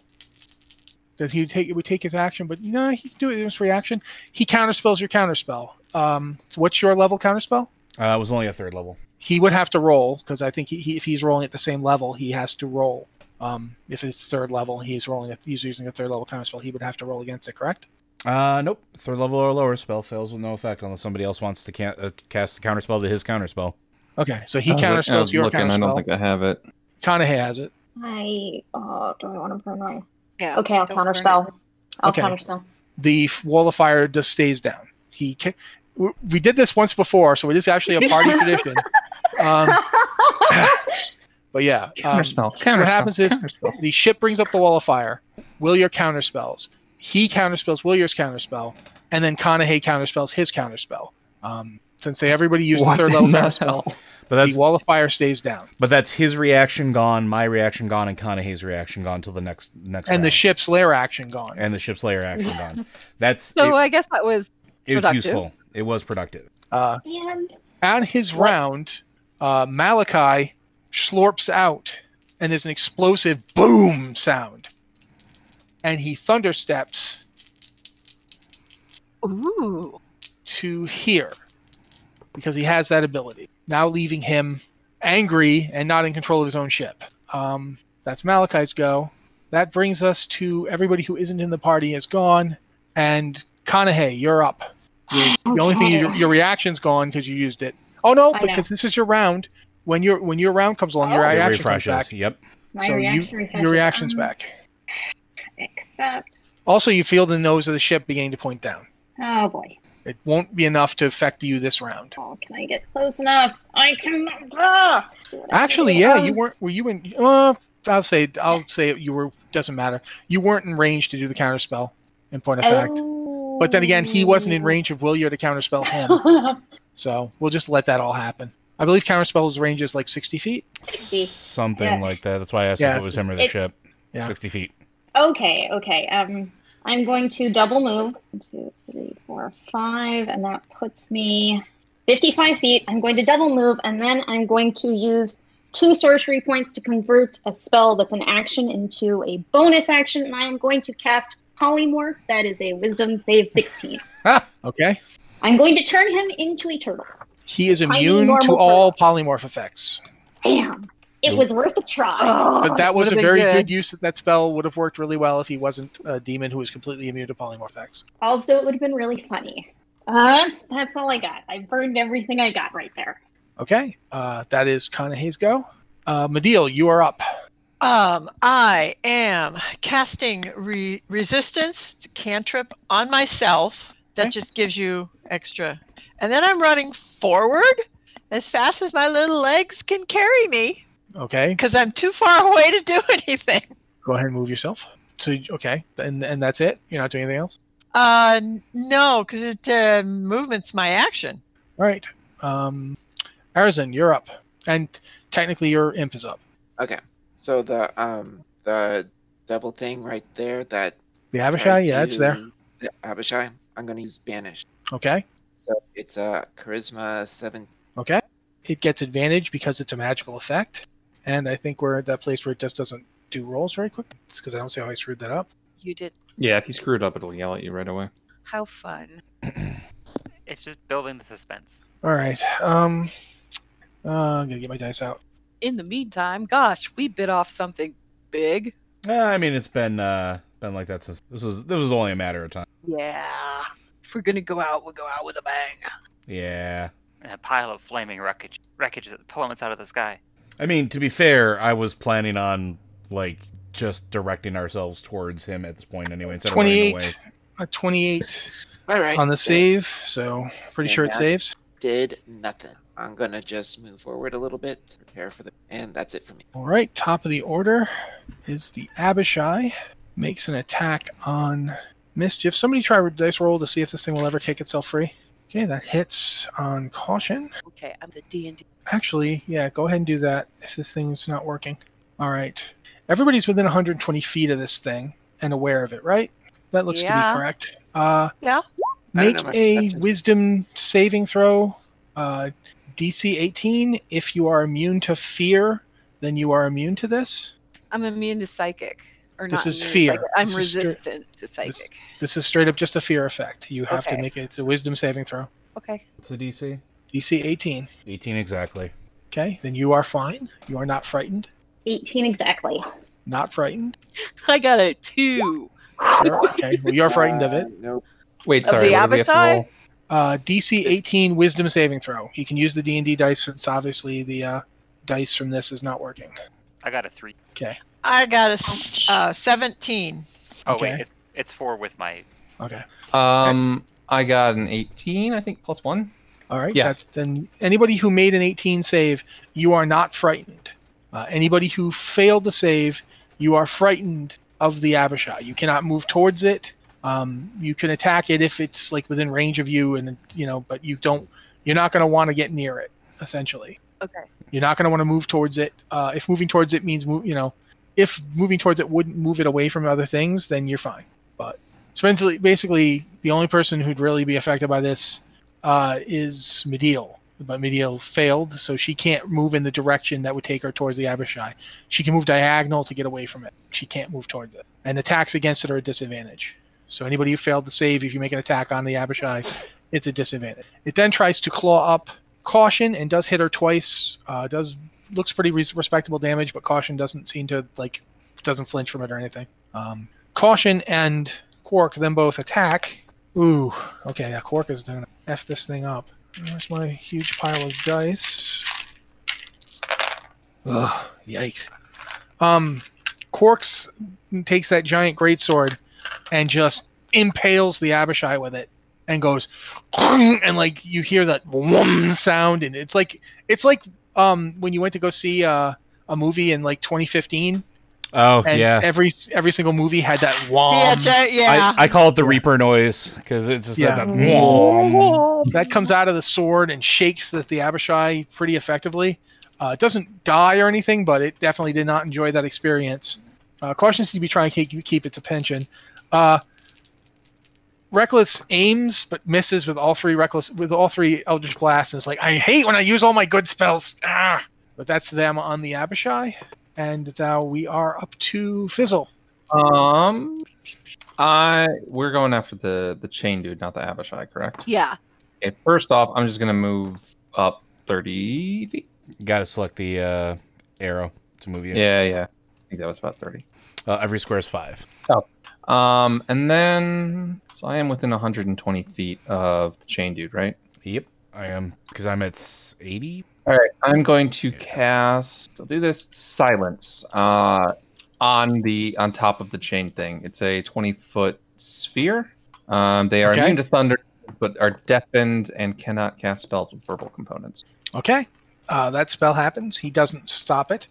[SPEAKER 1] that. He would take it would take his action, but no, he could do it in his reaction. He counterspells your counterspell. Um, so what's your level counterspell?
[SPEAKER 6] Uh, it was only a third level.
[SPEAKER 1] he would have to roll because I think he, he, if he's rolling at the same level, he has to roll. Um, if it's third level, he's rolling. A, he's using a third level counter spell. He would have to roll against it. Correct?
[SPEAKER 6] Uh, nope. Third level or lower spell fails with no effect unless somebody else wants to can- uh, cast a counterspell to his counterspell.
[SPEAKER 1] Okay. So he
[SPEAKER 2] I was like- I
[SPEAKER 1] counterspells
[SPEAKER 2] was
[SPEAKER 1] your
[SPEAKER 2] looking,
[SPEAKER 1] counterspell.
[SPEAKER 2] I don't think I have it.
[SPEAKER 1] Kanahe has it.
[SPEAKER 7] I oh, do I want to burn my?
[SPEAKER 3] Yeah.
[SPEAKER 7] Okay, I'll
[SPEAKER 3] don't burn it.
[SPEAKER 7] counterspell. I'll
[SPEAKER 1] Okay.
[SPEAKER 7] counterspell.
[SPEAKER 1] [LAUGHS] The f- wall of fire just stays down. He ca- we- we did this once before, so it is actually a party tradition. Um, but yeah, um,
[SPEAKER 2] Counterspell.
[SPEAKER 1] so what happens is- the ship brings up the wall of fire. Willier counterspells. He counterspells Willier's counterspell, and then Kanahe counterspells his counterspell. Um, since they everybody used
[SPEAKER 2] What
[SPEAKER 1] the third
[SPEAKER 2] [LAUGHS]
[SPEAKER 1] level
[SPEAKER 2] in the
[SPEAKER 1] counterspell,
[SPEAKER 6] But that's
[SPEAKER 1] the wall of fire stays down,
[SPEAKER 6] but that's his reaction gone, my reaction gone, and Kanahe's reaction gone till the next next.
[SPEAKER 1] and the
[SPEAKER 6] round.
[SPEAKER 1] ship's lair action gone.
[SPEAKER 6] and the ship's layer action gone.
[SPEAKER 1] [LAUGHS]
[SPEAKER 6] That's
[SPEAKER 3] So
[SPEAKER 6] it,
[SPEAKER 3] I guess that was
[SPEAKER 6] it was
[SPEAKER 3] productive.
[SPEAKER 6] useful. It was productive.
[SPEAKER 1] uh,
[SPEAKER 7] [LAUGHS] and
[SPEAKER 1] at his round, uh, Malachi slurps out, and there's an explosive boom sound, and he thundersteps
[SPEAKER 3] ooh.
[SPEAKER 1] to here because he has that ability. Now leaving him angry and not in control of his own ship. Um, that's Malachi's go. That brings us to everybody who isn't in the party is gone, and Kanahe, you're up. The only thing is your, your reaction's gone because you used it. Oh no,
[SPEAKER 7] I know.
[SPEAKER 1] because this is your round. When your when your round comes along, your
[SPEAKER 7] Oh.
[SPEAKER 6] it
[SPEAKER 1] reaction comes
[SPEAKER 6] refreshes.
[SPEAKER 1] back.
[SPEAKER 6] Yep.
[SPEAKER 7] my
[SPEAKER 1] so you,
[SPEAKER 7] reaction refreshes,
[SPEAKER 1] your reaction's
[SPEAKER 7] um,
[SPEAKER 1] back.
[SPEAKER 7] Except,
[SPEAKER 1] Also, you feel the nose of the ship beginning to point down.
[SPEAKER 7] oh boy.
[SPEAKER 1] It won't be enough to affect you this round.
[SPEAKER 7] Oh, can I get close enough? I can. Ah! Do what I can
[SPEAKER 1] Actually,
[SPEAKER 7] do.
[SPEAKER 1] yeah,
[SPEAKER 7] Um,
[SPEAKER 1] you weren't. Were you in? Uh, I'll say. I'll say you were. Doesn't matter. You weren't in range to do the counterspell. In point of fact, but then again, he wasn't in
[SPEAKER 7] oh.
[SPEAKER 1] range of Willier to counterspell
[SPEAKER 7] [LAUGHS]
[SPEAKER 1] him. so we'll just let that all happen. I believe counterspell's range is like sixty feet.
[SPEAKER 7] Sixty.
[SPEAKER 6] Something
[SPEAKER 7] Yeah.
[SPEAKER 6] like that. That's why I asked
[SPEAKER 1] Yeah,
[SPEAKER 6] if it was him or the
[SPEAKER 7] it-
[SPEAKER 6] ship.
[SPEAKER 1] Yeah.
[SPEAKER 6] Sixty feet.
[SPEAKER 7] okay, okay. Um, I'm going to double move. One, Two, three, four, five, and that puts me fifty-five feet. I'm going to double move, and then I'm going to use two sorcery points to convert a spell that's an action into a bonus action, and I am going to cast Polymorph. That is a Wisdom save 16.
[SPEAKER 1] Okay.
[SPEAKER 7] I'm going to turn him into a turtle.
[SPEAKER 1] He is
[SPEAKER 7] Tiny
[SPEAKER 1] immune to
[SPEAKER 7] normal
[SPEAKER 1] all polymorph effects.
[SPEAKER 7] Damn, it was worth a try.
[SPEAKER 1] But that was a
[SPEAKER 3] Oh, would've been
[SPEAKER 1] very
[SPEAKER 3] good.
[SPEAKER 1] good. use. That spell would have worked really well if he wasn't a demon who was completely immune to polymorph effects.
[SPEAKER 7] Also, it would have been really funny. Uh, that's that's all I got. I burned everything I got right there.
[SPEAKER 1] Okay. Uh, that is Conahay's go. Uh, Mediel, you are up.
[SPEAKER 5] Um, I am casting re- resistance. It's a cantrip on myself. That
[SPEAKER 1] Okay.
[SPEAKER 5] just gives you extra. And then I'm running forward as fast as my little legs can carry me
[SPEAKER 1] Okay.
[SPEAKER 5] because I'm too far [LAUGHS] away to do anything.
[SPEAKER 1] Go ahead and move yourself. So okay, and and that's it. You're not doing anything else.
[SPEAKER 5] Uh, n- no, because it uh, movement's my action.
[SPEAKER 1] All right. Um, Arizin, you're up, and technically your imp is up.
[SPEAKER 8] Okay. So the um the devil thing right there that
[SPEAKER 1] The
[SPEAKER 8] tried
[SPEAKER 1] Abishai, yeah, it's there.
[SPEAKER 8] to- The Abishai. I'm gonna use banish.
[SPEAKER 1] Okay.
[SPEAKER 8] So it's a charisma seven.
[SPEAKER 1] Okay. It gets advantage because it's a magical effect. And I think we're at that place where it just doesn't do rolls very quick. It's because I don't see how I screwed that up.
[SPEAKER 3] You did.
[SPEAKER 2] Yeah, if you screw it up, it'll yell at you right away.
[SPEAKER 3] How fun.
[SPEAKER 4] It's just building the suspense.
[SPEAKER 1] All right. Um, uh, I'm going to get my dice out.
[SPEAKER 3] In the meantime, gosh, we bit off something big.
[SPEAKER 6] Eh, I mean, it's been uh, been like that since this was this was only a matter of time.
[SPEAKER 3] Yeah. If we're gonna go out, we'll go out with a bang.
[SPEAKER 6] Yeah.
[SPEAKER 4] And a pile of flaming wreckage, wreckage that plummets out of the sky.
[SPEAKER 6] I mean, to be fair, I was planning on like just directing ourselves towards him at this point anyway instead of running away.
[SPEAKER 1] 28. A 28
[SPEAKER 8] All right.
[SPEAKER 1] uh, on the
[SPEAKER 8] that
[SPEAKER 1] save. So pretty sure it
[SPEAKER 8] Yeah.
[SPEAKER 1] saves.
[SPEAKER 8] Did nothing. I'm gonna just move forward a little bit, to prepare for the, and that's it for me.
[SPEAKER 1] All right. Top of the order is the Abishai. Makes an attack on Mischief. Somebody try a dice roll to see if this thing will ever kick itself free. Okay, that hits on caution.
[SPEAKER 3] Okay, I'm the D and D.
[SPEAKER 1] Actually, yeah, go ahead and do that if this thing's not working. All right. Everybody's within 120 feet of this thing and aware of it, right? That looks to
[SPEAKER 3] Yeah.
[SPEAKER 1] be correct. Uh,
[SPEAKER 5] Yeah.
[SPEAKER 8] I don't
[SPEAKER 1] Make
[SPEAKER 8] know my
[SPEAKER 1] a
[SPEAKER 8] perception.
[SPEAKER 1] wisdom saving throw, uh, DC 18. If you are immune to fear, then you are immune to this.
[SPEAKER 3] I'm immune to psychic. Or
[SPEAKER 1] This
[SPEAKER 3] not
[SPEAKER 1] is
[SPEAKER 3] immune,
[SPEAKER 1] fear.
[SPEAKER 3] like, I'm
[SPEAKER 1] This is str-
[SPEAKER 3] resistant to psychic.
[SPEAKER 1] This is straight up just a fear effect. You have
[SPEAKER 3] Okay.
[SPEAKER 1] to make it. It's a wisdom saving throw,
[SPEAKER 3] Okay.
[SPEAKER 6] What's the DC?
[SPEAKER 1] DC 18.
[SPEAKER 6] 18 exactly.
[SPEAKER 1] Okay, then you are fine. You are not frightened.
[SPEAKER 7] 18 exactly.
[SPEAKER 1] Not frightened.
[SPEAKER 3] I got a two.
[SPEAKER 1] Sure. Okay, well, you're frightened of it.
[SPEAKER 8] Uh, nope.
[SPEAKER 2] Wait,
[SPEAKER 3] Of
[SPEAKER 2] sorry.
[SPEAKER 3] the
[SPEAKER 2] What do we have to
[SPEAKER 3] Abishai?
[SPEAKER 2] roll?
[SPEAKER 1] Uh, DC 18 Wisdom saving throw. You can use the D and D dice since obviously the uh, dice from this is not working.
[SPEAKER 4] I got a three.
[SPEAKER 5] I got a s- uh, 17.
[SPEAKER 4] Oh
[SPEAKER 1] Okay.
[SPEAKER 4] wait, it's it's four with my.
[SPEAKER 1] Okay.
[SPEAKER 2] Um, I got an 18, I think, plus one.
[SPEAKER 1] All right.
[SPEAKER 2] Yeah.
[SPEAKER 1] That's, then anybody who made an 18 save, you are not frightened. Uh, anybody who failed the save, you are frightened of the Abishai. You cannot move towards it. Um, you can attack it if it's like within range of you, and you know, but you don't. You're not going to want to get near it. Essentially.
[SPEAKER 3] Okay.
[SPEAKER 1] You're not going to want to move towards it. Uh, if moving towards it means, mo- you know, if moving towards it wouldn't move it away from other things, then you're fine. But so basically, basically the only person who'd really be affected by this uh, is Mediel. But Mediel failed, so she can't move in the direction that would take her towards the Abishai. She can move diagonal to get away from it. She can't move towards it. And attacks against it are a disadvantage. So anybody who failed to save, if you make an attack on the Abishai, it's a disadvantage. It then tries to claw up caution and does hit her twice. Uh, does looks pretty res- respectable damage, but caution doesn't seem to like doesn't flinch from it or anything. Um, caution and Quark then both attack. Ooh, okay, yeah, Quark is gonna f this thing up. Where's my huge pile of dice? Ugh, yikes. Um, Quark's takes that giant greatsword and just impales the Abishai with it and goes and like you hear that whom sound and it's like it's like um when you went to go see uh, a movie in like 2015
[SPEAKER 6] Oh,
[SPEAKER 1] and
[SPEAKER 6] yeah.
[SPEAKER 1] every every single movie had that whom
[SPEAKER 5] yeah, Jer- yeah.
[SPEAKER 6] Um, I, I call it the Reaper noise because it's just
[SPEAKER 1] Yeah.
[SPEAKER 6] that. that
[SPEAKER 1] that comes out of the sword and shakes the, the Abishai pretty effectively. Uh, it doesn't die or anything, but it definitely did not enjoy that experience. Uh, caution seems to be trying to keep, keep its attention. Uh, Reckless aims but misses with all three reckless with all three Eldritch blasts and is like, I hate when I use all my good spells. Ah! But that's them on the Abishai, and now we are up to Fizzle.
[SPEAKER 2] Um, I we're going after the the chain dude, not the Abishai, correct?
[SPEAKER 3] Yeah.
[SPEAKER 2] Okay, first off, I'm just gonna move up thirty feet.
[SPEAKER 6] Got to select the uh, arrow to move you.
[SPEAKER 2] Yeah, yeah. I think that was about thirty.
[SPEAKER 6] Uh, every square is five.
[SPEAKER 2] Um, and then so I am within 120 feet of the chain dude, right?
[SPEAKER 6] Yep, I am because I'm at s- eighty.
[SPEAKER 2] All right, I'm going to cast. I'll do this silence uh, on the on top of the chain thing. It's a 20 foot sphere. Um, they are
[SPEAKER 1] Okay.
[SPEAKER 2] immune to thunder, but are deafened and cannot cast spells with verbal components.
[SPEAKER 1] Okay, uh, that spell happens. He doesn't stop it.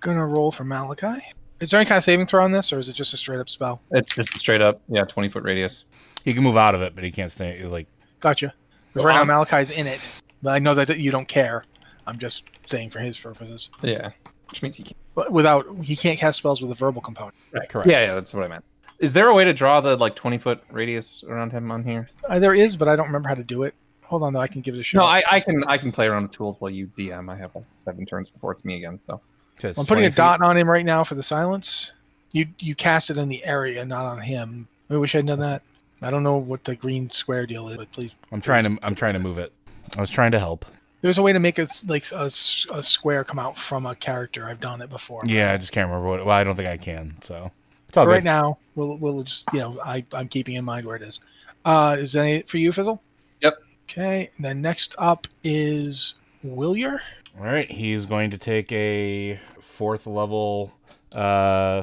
[SPEAKER 1] Gonna roll for Malachi. Is there any kind of saving throw on this, or is it just a straight up spell?
[SPEAKER 2] It's just straight up, yeah, 20 foot radius.
[SPEAKER 6] He can move out of it, but he can't stay. Like
[SPEAKER 1] Gotcha. Because right now Malachi's in it, but I know that you don't care. I'm just saying for his purposes.
[SPEAKER 2] Yeah, which means he can't.
[SPEAKER 1] But without he can't cast spells with a verbal component.
[SPEAKER 6] correct.
[SPEAKER 2] Yeah, yeah, that's what I meant. Is there a way to draw the like 20 foot radius around him on here?
[SPEAKER 1] Uh, there is, but I don't remember how to do it. Hold on, though. I can give it a shot.
[SPEAKER 2] No, I, I can I can play around with tools while you DM. I have like seven turns before it's me again. So
[SPEAKER 6] So it's
[SPEAKER 1] I'm putting a
[SPEAKER 6] 20 feet.
[SPEAKER 1] dot on him right now for the silence. You you cast it in the area, not on him. I wish I'd done that. I don't know what the green square deal is, but please,
[SPEAKER 6] I'm trying to. I'm trying to move it. I was trying to help.
[SPEAKER 1] there's a way to make a s- like a, s- a square come out from a character. I've done it before.
[SPEAKER 6] Yeah, I just can't remember what. Well, I don't think I can. So it's all
[SPEAKER 1] For
[SPEAKER 6] good.
[SPEAKER 1] right now, we'll we'll just you know I I'm keeping in mind where it is. Uh, is that it for you, Fizzle?
[SPEAKER 2] Yep.
[SPEAKER 1] Okay. And then next up is Willier.
[SPEAKER 6] All right, he's going to take a fourth level uh,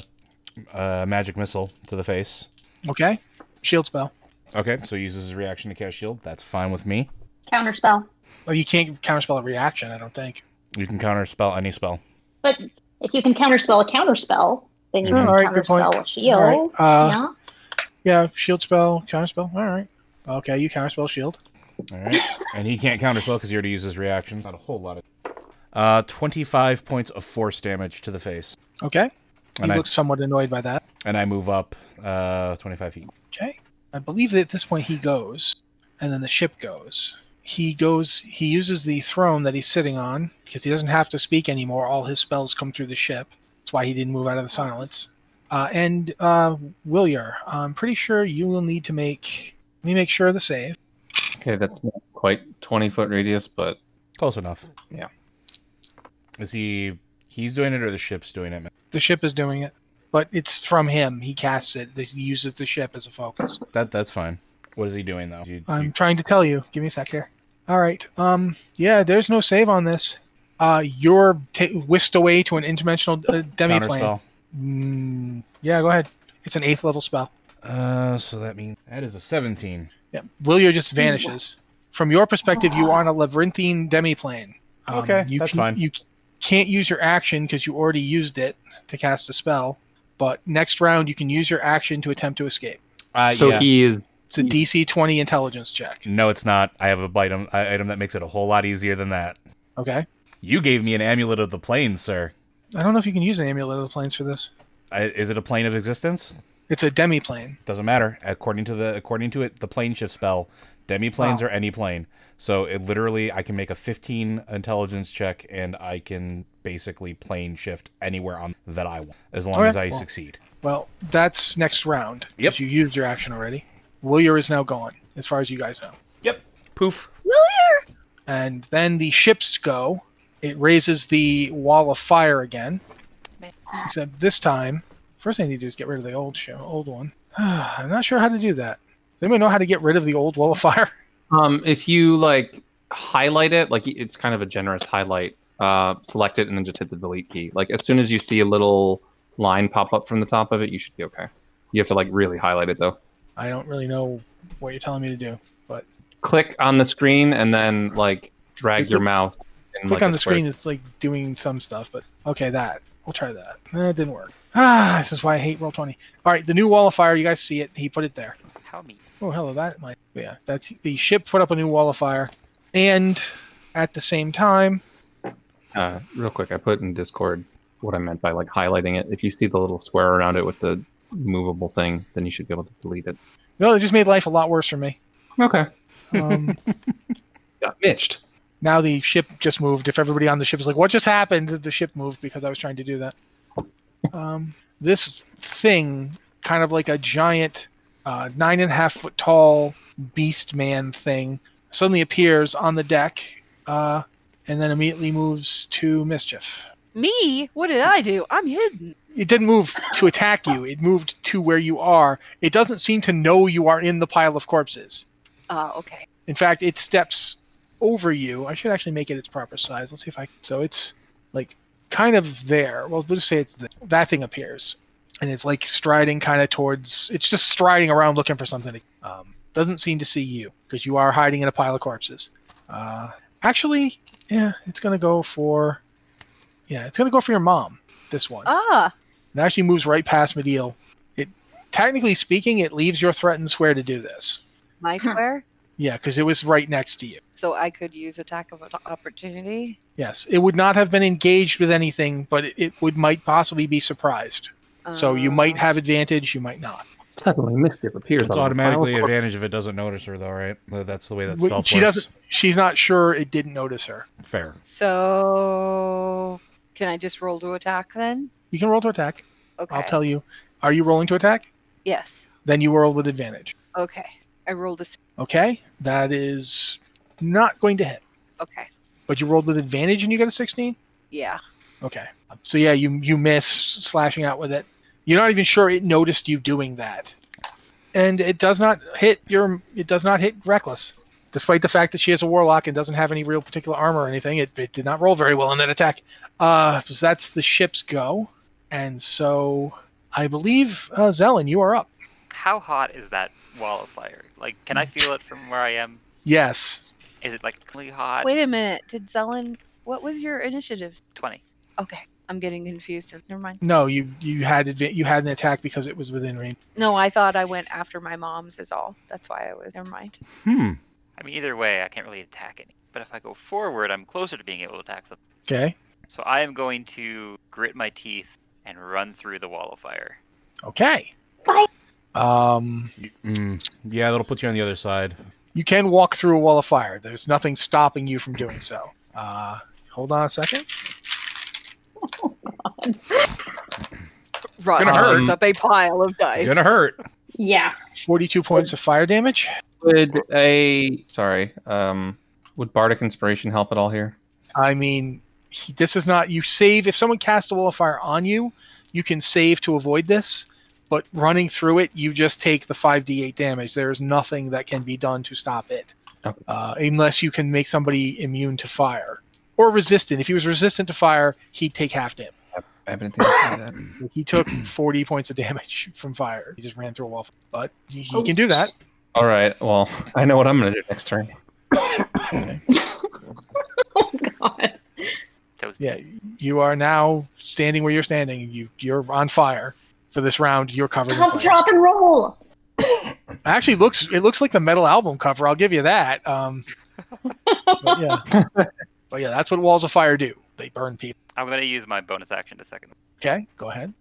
[SPEAKER 6] uh, magic missile to the face.
[SPEAKER 1] Okay. Shield spell.
[SPEAKER 6] Okay, so he uses his reaction to cast shield. That's fine with me.
[SPEAKER 7] Counterspell.
[SPEAKER 1] Oh, you can't counterspell a reaction. I don't think.
[SPEAKER 6] You can counter spell any spell.
[SPEAKER 7] But if you can counterspell a counterspell, then you
[SPEAKER 6] Mhm.
[SPEAKER 7] can
[SPEAKER 1] All right, Mm-hmm. good point.
[SPEAKER 7] counterspell a shield.
[SPEAKER 1] All right, uh,
[SPEAKER 7] yeah.
[SPEAKER 1] Yeah, shield spell, counter spell. All right. Okay, you counter spell shield.
[SPEAKER 6] All right, and he can't counter spell because he already used his reaction. Not a whole lot of. Uh, twenty-five points of force damage to the face,
[SPEAKER 1] Okay. He
[SPEAKER 6] and I
[SPEAKER 1] looks somewhat annoyed by that.
[SPEAKER 6] and I move up uh twenty-five feet.
[SPEAKER 1] Okay. I believe that at this point he goes, and then the ship goes. He goes. He uses the throne that he's sitting on because he doesn't have to speak anymore. All his spells come through the ship. That's why he didn't move out of the silence. Uh, and uh, Willier, I'm pretty sure you will need to make. Let me make sure of the save.
[SPEAKER 2] okay, that's not quite 20 foot radius, but
[SPEAKER 6] Close enough.
[SPEAKER 2] Yeah.
[SPEAKER 6] Is he? He's doing it, or the ship's doing it.
[SPEAKER 1] The ship is doing it, but it's from him. He casts it. He uses the ship as a focus.
[SPEAKER 6] That that's fine. What is he doing though? You-
[SPEAKER 1] I'm
[SPEAKER 6] you-
[SPEAKER 1] trying to tell you. Give me a sec here. All right. Um. Yeah. There's no save on this. Uh. You're ta whisked away to an interdimensional uh,
[SPEAKER 6] counter
[SPEAKER 1] demiplane.
[SPEAKER 6] spell.
[SPEAKER 1] Mm, yeah. Go ahead. It's an eighth level spell.
[SPEAKER 6] Uh, so that means that is a seventeen.
[SPEAKER 1] Yeah. Willio just vanishes. From your perspective, you are on a labyrinthine demiplane. Um,
[SPEAKER 6] Okay,
[SPEAKER 1] you
[SPEAKER 6] that's
[SPEAKER 1] can-
[SPEAKER 6] fine.
[SPEAKER 1] You can't use your action because you already used it to cast a spell. But next round, you can use your action to attempt to escape.
[SPEAKER 6] Uh,
[SPEAKER 2] so
[SPEAKER 6] yeah.
[SPEAKER 2] he is
[SPEAKER 1] It's a DC 20 intelligence check.
[SPEAKER 6] No, it's not. I have a bite item, i- item that makes it a whole lot easier than that.
[SPEAKER 1] Okay.
[SPEAKER 6] You gave me an amulet of the plane, sir.
[SPEAKER 1] I don't know if you can use an amulet of the planes for this.
[SPEAKER 6] I, is it a plane of existence?
[SPEAKER 1] It's a demiplane.
[SPEAKER 6] Doesn't matter. According to the according to it, the plane shift spell, demiplanes
[SPEAKER 1] Wow.
[SPEAKER 6] or any plane. So it literally, I can make a 15 intelligence check, and I can basically plane shift anywhere on that I want, as long
[SPEAKER 1] Okay,
[SPEAKER 6] as I
[SPEAKER 1] cool.
[SPEAKER 6] succeed.
[SPEAKER 1] Well, that's next round.
[SPEAKER 6] Yep.
[SPEAKER 1] 'cause You used your action already. Willier is now gone, as far as you guys know.
[SPEAKER 6] Yep. Poof.
[SPEAKER 1] And then the ships go. It raises the wall of fire again. Except this time, first thing I need to do is get rid of the old show, old one. [SIGHS] I'm not sure how to do that. Does anybody know how to get rid of the old wall of fire? [LAUGHS]
[SPEAKER 2] Um, if you like highlight it, like it's kind of a generous highlight. Uh, select it and then just hit the delete key. Like as soon as you see a little line pop up from the top of it, you should be okay. You have to like really highlight it though.
[SPEAKER 1] I don't really know what you're telling me to do.
[SPEAKER 2] Click on the screen and then like drag your mouse. in,
[SPEAKER 1] Click
[SPEAKER 2] like,
[SPEAKER 1] on
[SPEAKER 2] a
[SPEAKER 1] the
[SPEAKER 2] square.
[SPEAKER 1] screen, it's like doing some stuff, but okay, that. We'll try that. No, it didn't work. Ah, this is why I hate roll twenty. All right, the new wall of fire. You guys see it? He put it there.
[SPEAKER 4] How me?
[SPEAKER 1] Oh, hello. That might. Yeah, that's the ship put up a new wall of fire, and at the same time,
[SPEAKER 2] Uh, real quick, I put in Discord what I meant by like highlighting it. If you see the little square around it with the movable thing, then you should be able to delete it.
[SPEAKER 1] no, it just made life a lot worse for me.
[SPEAKER 2] Okay.
[SPEAKER 1] Um,
[SPEAKER 2] Got mitched.
[SPEAKER 1] Now the ship just moved. If everybody on the ship is like, "What just happened?" The ship moved because I was trying to do that. Um, this thing, kind of like a giant, uh, nine and a half foot tall beast man thing, suddenly appears on the deck, uh, and then immediately moves to mischief.
[SPEAKER 3] Me? What did I do? I'm hidden.
[SPEAKER 1] It didn't move to attack you. It moved to where you are. It doesn't seem to know you are in the pile of corpses.
[SPEAKER 3] Oh, okay.
[SPEAKER 1] In fact, it steps over you. I should actually make it its proper size. Let's see if I. So it's like kind of there. Well, we'll just say it's th- that thing appears, and it's like striding kind of towards. It's just striding around looking for something. To, um, doesn't seem to see you because you are hiding in a pile of corpses. Uh, actually, yeah, it's gonna go for. Yeah, it's gonna go for your mom. This one.
[SPEAKER 3] Ah,
[SPEAKER 1] It actually moves right past Mediel. It, technically speaking, it leaves your threatened square to do this.
[SPEAKER 3] my square.
[SPEAKER 1] Yeah, because it was right next to you.
[SPEAKER 3] So I could use attack of op- opportunity.
[SPEAKER 1] Yes, it would not have been engaged with anything, but it- it would might possibly be surprised. So you might
[SPEAKER 3] Uh,
[SPEAKER 1] have advantage, you might not.
[SPEAKER 2] Suddenly, mischief appears.
[SPEAKER 6] It's automatically advantage if it doesn't notice her, though, right? That's the way that
[SPEAKER 1] Wait,
[SPEAKER 6] stealth
[SPEAKER 1] she
[SPEAKER 6] works.
[SPEAKER 1] doesn't. She's not sure it didn't notice her.
[SPEAKER 6] Fair.
[SPEAKER 3] So can I just roll to attack then?
[SPEAKER 1] You can roll to attack.
[SPEAKER 3] Okay.
[SPEAKER 1] I'll tell you. Are you rolling to attack?
[SPEAKER 3] Yes.
[SPEAKER 1] Then you roll with advantage.
[SPEAKER 3] Okay. I rolled a. s-
[SPEAKER 1] Okay, that is not going to hit.
[SPEAKER 3] Okay.
[SPEAKER 1] But you rolled with advantage and you got a sixteen.
[SPEAKER 3] Yeah.
[SPEAKER 1] Okay. So yeah, you you miss slashing out with it. You're not even sure it noticed you doing that. And it does not hit your it does not hit reckless. Despite the fact that she is a warlock and doesn't have any real particular armor or anything, it, it did not roll very well in that attack. Uh, so that's the ship's go. And so I believe uh, Zelen, you are up.
[SPEAKER 4] How hot is that wall of fire? Like, can
[SPEAKER 1] Mm.
[SPEAKER 4] I feel it from where I am?
[SPEAKER 1] Yes.
[SPEAKER 4] Is it like really hot?
[SPEAKER 3] Wait a minute. Did Zelen? What was your initiative?
[SPEAKER 4] Twenty.
[SPEAKER 3] Okay. I'm getting confused. Never mind.
[SPEAKER 1] No, you you had adva- you had an attack because it was within range.
[SPEAKER 3] No, I thought I went after my mom's is all. That's why I was. Never mind.
[SPEAKER 6] Hmm.
[SPEAKER 4] I mean, either way, I can't really attack any. But if I go forward, I'm closer to being able to attack them.
[SPEAKER 1] Okay.
[SPEAKER 4] So I am going to grit my teeth and run through the wall of fire.
[SPEAKER 1] Okay.
[SPEAKER 7] Bye.
[SPEAKER 1] Um
[SPEAKER 6] Mm. Yeah, that'll put you on the other side.
[SPEAKER 1] you can walk through a wall of fire. There's nothing stopping you from doing so. Uh, hold on a second.
[SPEAKER 3] Russ
[SPEAKER 6] gonna hurt.
[SPEAKER 3] picks up a pile of dice.
[SPEAKER 6] It's gonna hurt.
[SPEAKER 7] Yeah.
[SPEAKER 1] 42 points of fire damage.
[SPEAKER 2] Would a sorry? Um, would bardic inspiration help at all here?
[SPEAKER 1] I mean, he- this is not you save if someone casts a wall of fire on you, you can save to avoid this, but running through it, you just take the 5d8 damage. There is nothing that can be done to stop it,
[SPEAKER 2] Okay.
[SPEAKER 1] uh, unless you can make somebody immune to fire or resistant. If he was resistant to fire, he'd take half damage.
[SPEAKER 2] I haven't think of that.
[SPEAKER 1] He took [CLEARS THROAT] 40 points of damage from fire. He just ran through a wall, of- but he, he
[SPEAKER 7] Oh.
[SPEAKER 1] can do that.
[SPEAKER 2] [LAUGHS] All right. Well, I know what I'm gonna do next turn.
[SPEAKER 7] Oh god.
[SPEAKER 4] Toasty.
[SPEAKER 1] Yeah, you are now standing where you're standing. You you're on fire for this round. You're covered. in
[SPEAKER 7] Stop,
[SPEAKER 1] flames.
[SPEAKER 7] drop, and roll.
[SPEAKER 1] Actually, looks it looks like the metal album cover. I'll give you that.
[SPEAKER 7] [LAUGHS]
[SPEAKER 1] Um, but yeah, but yeah, that's what walls of fire do. They burn people.
[SPEAKER 4] I'm going to use my bonus action to second.
[SPEAKER 1] Okay, go ahead.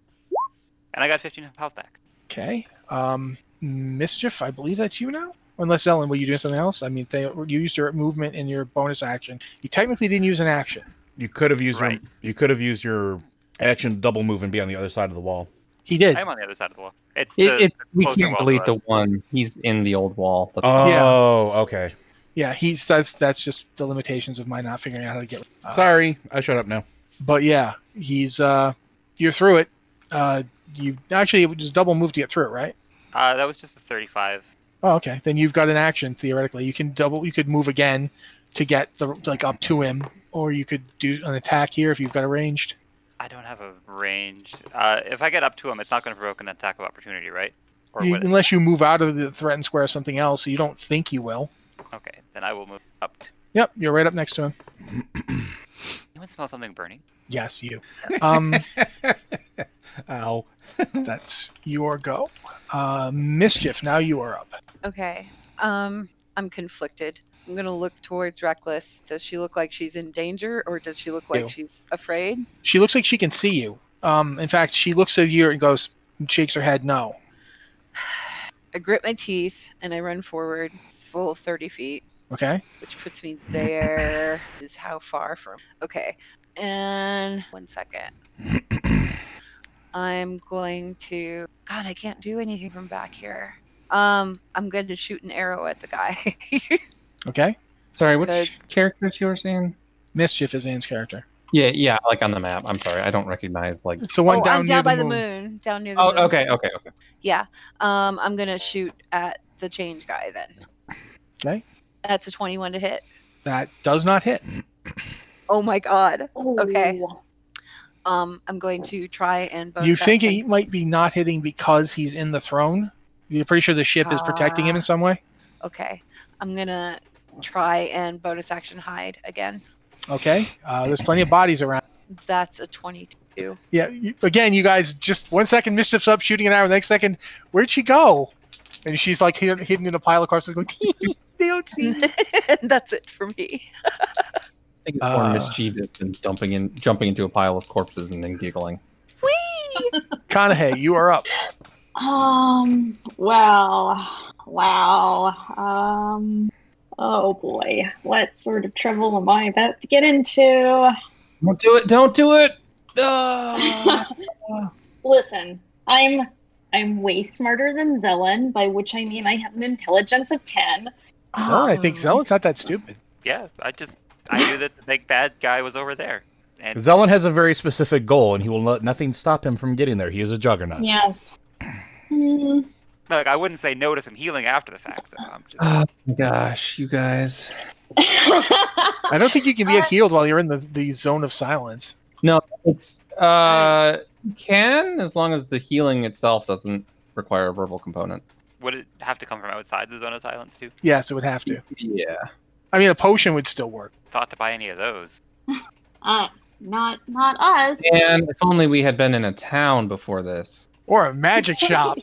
[SPEAKER 4] And I got 15 health back.
[SPEAKER 1] Okay, um, mischief. I believe that's you now. Unless Ellen, were you doing something else? I mean, they, you used your movement and your bonus action. You technically didn't use an action.
[SPEAKER 6] You could have used
[SPEAKER 4] Right.
[SPEAKER 6] your, you could have used your action to double move and be on the other side of the wall.
[SPEAKER 1] He did.
[SPEAKER 4] I am on the other side of the wall. It's
[SPEAKER 2] It,
[SPEAKER 4] the,
[SPEAKER 2] it, we
[SPEAKER 4] closer
[SPEAKER 2] can't
[SPEAKER 4] wall
[SPEAKER 2] delete
[SPEAKER 4] to
[SPEAKER 2] the
[SPEAKER 4] us.
[SPEAKER 2] one. He's in the old wall. That's-
[SPEAKER 6] Oh,
[SPEAKER 1] Yeah.
[SPEAKER 6] okay.
[SPEAKER 1] Yeah, he's that's that's just the limitations of my not figuring out how to get. Uh,
[SPEAKER 6] Sorry, I shut up now.
[SPEAKER 1] but yeah, he's uh, you're through it. Uh, you actually it was just double move to get through it, right?
[SPEAKER 4] Uh, that was just a 35.
[SPEAKER 1] Oh, okay. Then you've got an action theoretically. You can double. You could move again to get the like up to him, or you could do an attack here if you've got a ranged.
[SPEAKER 4] I don't have a range. Uh, if I get up to him, it's not going to provoke an attack of opportunity, right? Or
[SPEAKER 1] You-
[SPEAKER 4] would it?
[SPEAKER 1] unless you move out of the threatened square or something else, you don't think you will.
[SPEAKER 4] Okay, then I will move up. To...
[SPEAKER 1] Yep, you're right up next to him.
[SPEAKER 4] Anyone smell something burning?
[SPEAKER 1] Yes, you. Um,
[SPEAKER 6] Ow.
[SPEAKER 1] that's your go. Uh, mischief. Now you are up.
[SPEAKER 3] Okay. Um, I'm conflicted. I'm gonna look towards Reckless. Does she look like she's in danger, or does she look like
[SPEAKER 1] Ew.
[SPEAKER 3] she's afraid?
[SPEAKER 1] She looks like she can see you. Um, in fact, she looks at you and goes, shakes her head no.
[SPEAKER 3] I grit my teeth and I run forward, full 30 feet.
[SPEAKER 1] Okay.
[SPEAKER 3] which puts me there is how far from okay and one second i'm going to god i can't do anything from back here um i'm going to shoot an arrow at the guy
[SPEAKER 1] Okay.
[SPEAKER 2] Sorry, which
[SPEAKER 3] Uh,
[SPEAKER 2] characters you were saying?
[SPEAKER 1] Mischief is Anne's character.
[SPEAKER 2] Yeah, yeah, like on the map. I'm sorry, I don't recognize like.
[SPEAKER 1] It's the [LAUGHS] one
[SPEAKER 3] oh,
[SPEAKER 1] down,
[SPEAKER 3] i'm
[SPEAKER 1] near
[SPEAKER 3] down
[SPEAKER 1] the
[SPEAKER 3] by the
[SPEAKER 1] moon.
[SPEAKER 3] moon. down near the
[SPEAKER 2] Oh,
[SPEAKER 3] moon
[SPEAKER 2] okay, okay, okay.
[SPEAKER 3] yeah um i'm going to shoot at the change guy then
[SPEAKER 1] Okay.
[SPEAKER 3] that's a 21 to hit
[SPEAKER 1] That does not hit.
[SPEAKER 3] oh my god Okay.
[SPEAKER 7] Ooh.
[SPEAKER 3] um i'm going to try and bone
[SPEAKER 1] you
[SPEAKER 3] that
[SPEAKER 1] think
[SPEAKER 3] thing.
[SPEAKER 1] he might be not hitting because he's in the throne? You're pretty sure the ship is protecting
[SPEAKER 3] Ah.
[SPEAKER 1] him in some way?
[SPEAKER 3] Okay. I'm gonna try and bonus action hide again.
[SPEAKER 1] Okay. Uh, there's plenty of bodies around.
[SPEAKER 3] That's a [LAUGHS] 22.
[SPEAKER 1] Yeah. You, again, you guys, just one second, mischief's up, shooting an arrow. The next second, where'd she go? And she's like hid, hidden in a pile of corpses, going. [LAUGHS] they don't see. me."
[SPEAKER 3] [LAUGHS] That's it for me.
[SPEAKER 2] I think it's more
[SPEAKER 1] Uh.
[SPEAKER 2] mischievous than dumping in, jumping into a pile of corpses and then giggling.
[SPEAKER 1] Conahay, you are up.
[SPEAKER 7] Um. Well. Wow. Um. Oh boy. What sort of trouble am I about to get into?
[SPEAKER 2] Don't do it! Don't do it!
[SPEAKER 1] Uh,
[SPEAKER 7] [LAUGHS] Listen, I'm I'm way smarter than Zelen, by which I mean I have an intelligence of ten.
[SPEAKER 1] Zellin, I think
[SPEAKER 7] Um,
[SPEAKER 1] Zealot's not that stupid.
[SPEAKER 4] Yeah, I just I knew that the big bad guy was over there. And
[SPEAKER 6] Zelen has a very specific goal, and he will let nothing stop him from getting there. He is a juggernaut.
[SPEAKER 7] Yes. Hmm.
[SPEAKER 4] like I wouldn't say no to some healing after the fact though. I'm just
[SPEAKER 2] oh my gosh, you guys!
[SPEAKER 1] I don't think you can get healed while you're in the, the zone of silence.
[SPEAKER 2] No, it's uh, you can as long as the healing itself doesn't require a verbal component.
[SPEAKER 4] would it have to come from outside the zone of silence too?
[SPEAKER 1] Yes, it would have to.
[SPEAKER 2] Yeah.
[SPEAKER 1] I mean, a potion would still work.
[SPEAKER 4] Thought to buy any of those.
[SPEAKER 7] [LAUGHS] uh, not not us.
[SPEAKER 2] And if only we had been in a town before this.
[SPEAKER 1] Or a
[SPEAKER 7] [LAUGHS]
[SPEAKER 1] magic shop.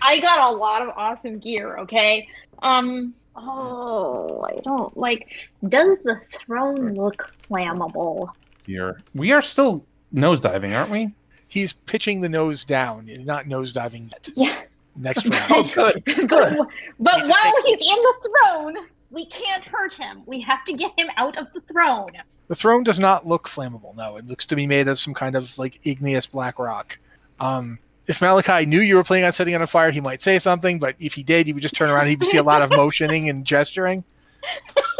[SPEAKER 7] I got a lot of awesome gear, okay? Um oh, I don't like does the throne look flammable? [LAUGHS]
[SPEAKER 2] Here, we are still nosediving, aren't we?
[SPEAKER 1] He's pitching the nose down, not nose diving yet.
[SPEAKER 7] Yeah. [LAUGHS]
[SPEAKER 1] Next round.
[SPEAKER 7] But,
[SPEAKER 2] Oh, good,
[SPEAKER 7] but,
[SPEAKER 4] You just
[SPEAKER 7] while
[SPEAKER 4] make-
[SPEAKER 7] he's in the throne, we can't hurt him. We have to get him out of the throne.
[SPEAKER 1] The throne does not look flammable. No, it looks to be made of some kind of like igneous black rock. Um, if Malachi knew you were planning on setting it on fire, he might say something. But if he did, he would just turn around. and He'd see a lot of motioning and gesturing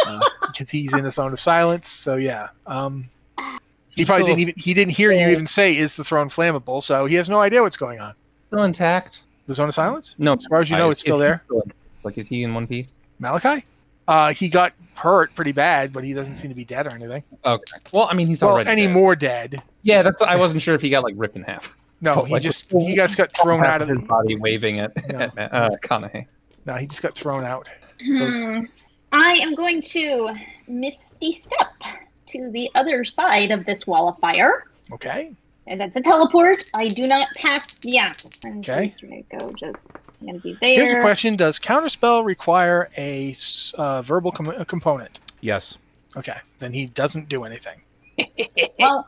[SPEAKER 1] uh, because he's in the zone of silence. So yeah, um, he
[SPEAKER 2] He's
[SPEAKER 1] probably
[SPEAKER 2] still-
[SPEAKER 1] didn't even he didn't hear you
[SPEAKER 2] Yeah.
[SPEAKER 1] even say is the throne flammable. So he has no idea what's going on.
[SPEAKER 2] Still intact.
[SPEAKER 1] The zone of silence,
[SPEAKER 2] No,
[SPEAKER 1] as far as you know,
[SPEAKER 2] is-
[SPEAKER 1] it's still
[SPEAKER 2] is he
[SPEAKER 1] there.
[SPEAKER 2] in- Like, is he in one piece?
[SPEAKER 1] Malachi, uh, he got hurt pretty bad, but he doesn't seem to be dead or anything.
[SPEAKER 2] Okay. Well, I mean, he's
[SPEAKER 1] well,
[SPEAKER 2] already
[SPEAKER 1] any
[SPEAKER 2] dead.
[SPEAKER 1] more dead.
[SPEAKER 2] Yeah, that's. I wasn't sure if he got like ripped in half.
[SPEAKER 1] No,
[SPEAKER 2] Felt
[SPEAKER 1] he
[SPEAKER 2] like-
[SPEAKER 1] just he just got thrown out of
[SPEAKER 2] his body, waving at,
[SPEAKER 1] Yeah.
[SPEAKER 2] at uh, Kanahe.
[SPEAKER 1] No, he just got thrown out. So-
[SPEAKER 7] Hmm. I am going to misty step to the other side of this wall of fire.
[SPEAKER 1] Okay.
[SPEAKER 7] And that's a teleport. I do not pass. Yeah. I'm
[SPEAKER 1] Okay.
[SPEAKER 7] just gonna go. Just I'm gonna be there.
[SPEAKER 1] Here's a question: Does counterspell require a s- uh, verbal com- a component?
[SPEAKER 6] Yes.
[SPEAKER 1] Okay, then he doesn't do anything.
[SPEAKER 7] Well,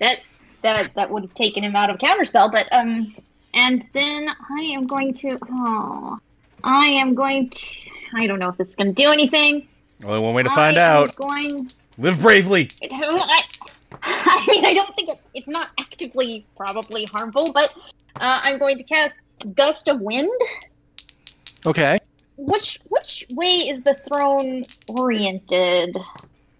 [SPEAKER 7] that that that would have taken him out of counterspell, but um, and then I am going to. Oh, I am going to. I don't know if this is going to do anything.
[SPEAKER 6] Only one way to find
[SPEAKER 7] I am
[SPEAKER 6] out.
[SPEAKER 7] Going
[SPEAKER 6] Live bravely.
[SPEAKER 7] It- I, [LAUGHS] I mean, I don't think it, it's not actively probably harmful, but uh, I'm going to cast Gust of Wind.
[SPEAKER 1] Okay.
[SPEAKER 7] Which which way is the throne oriented?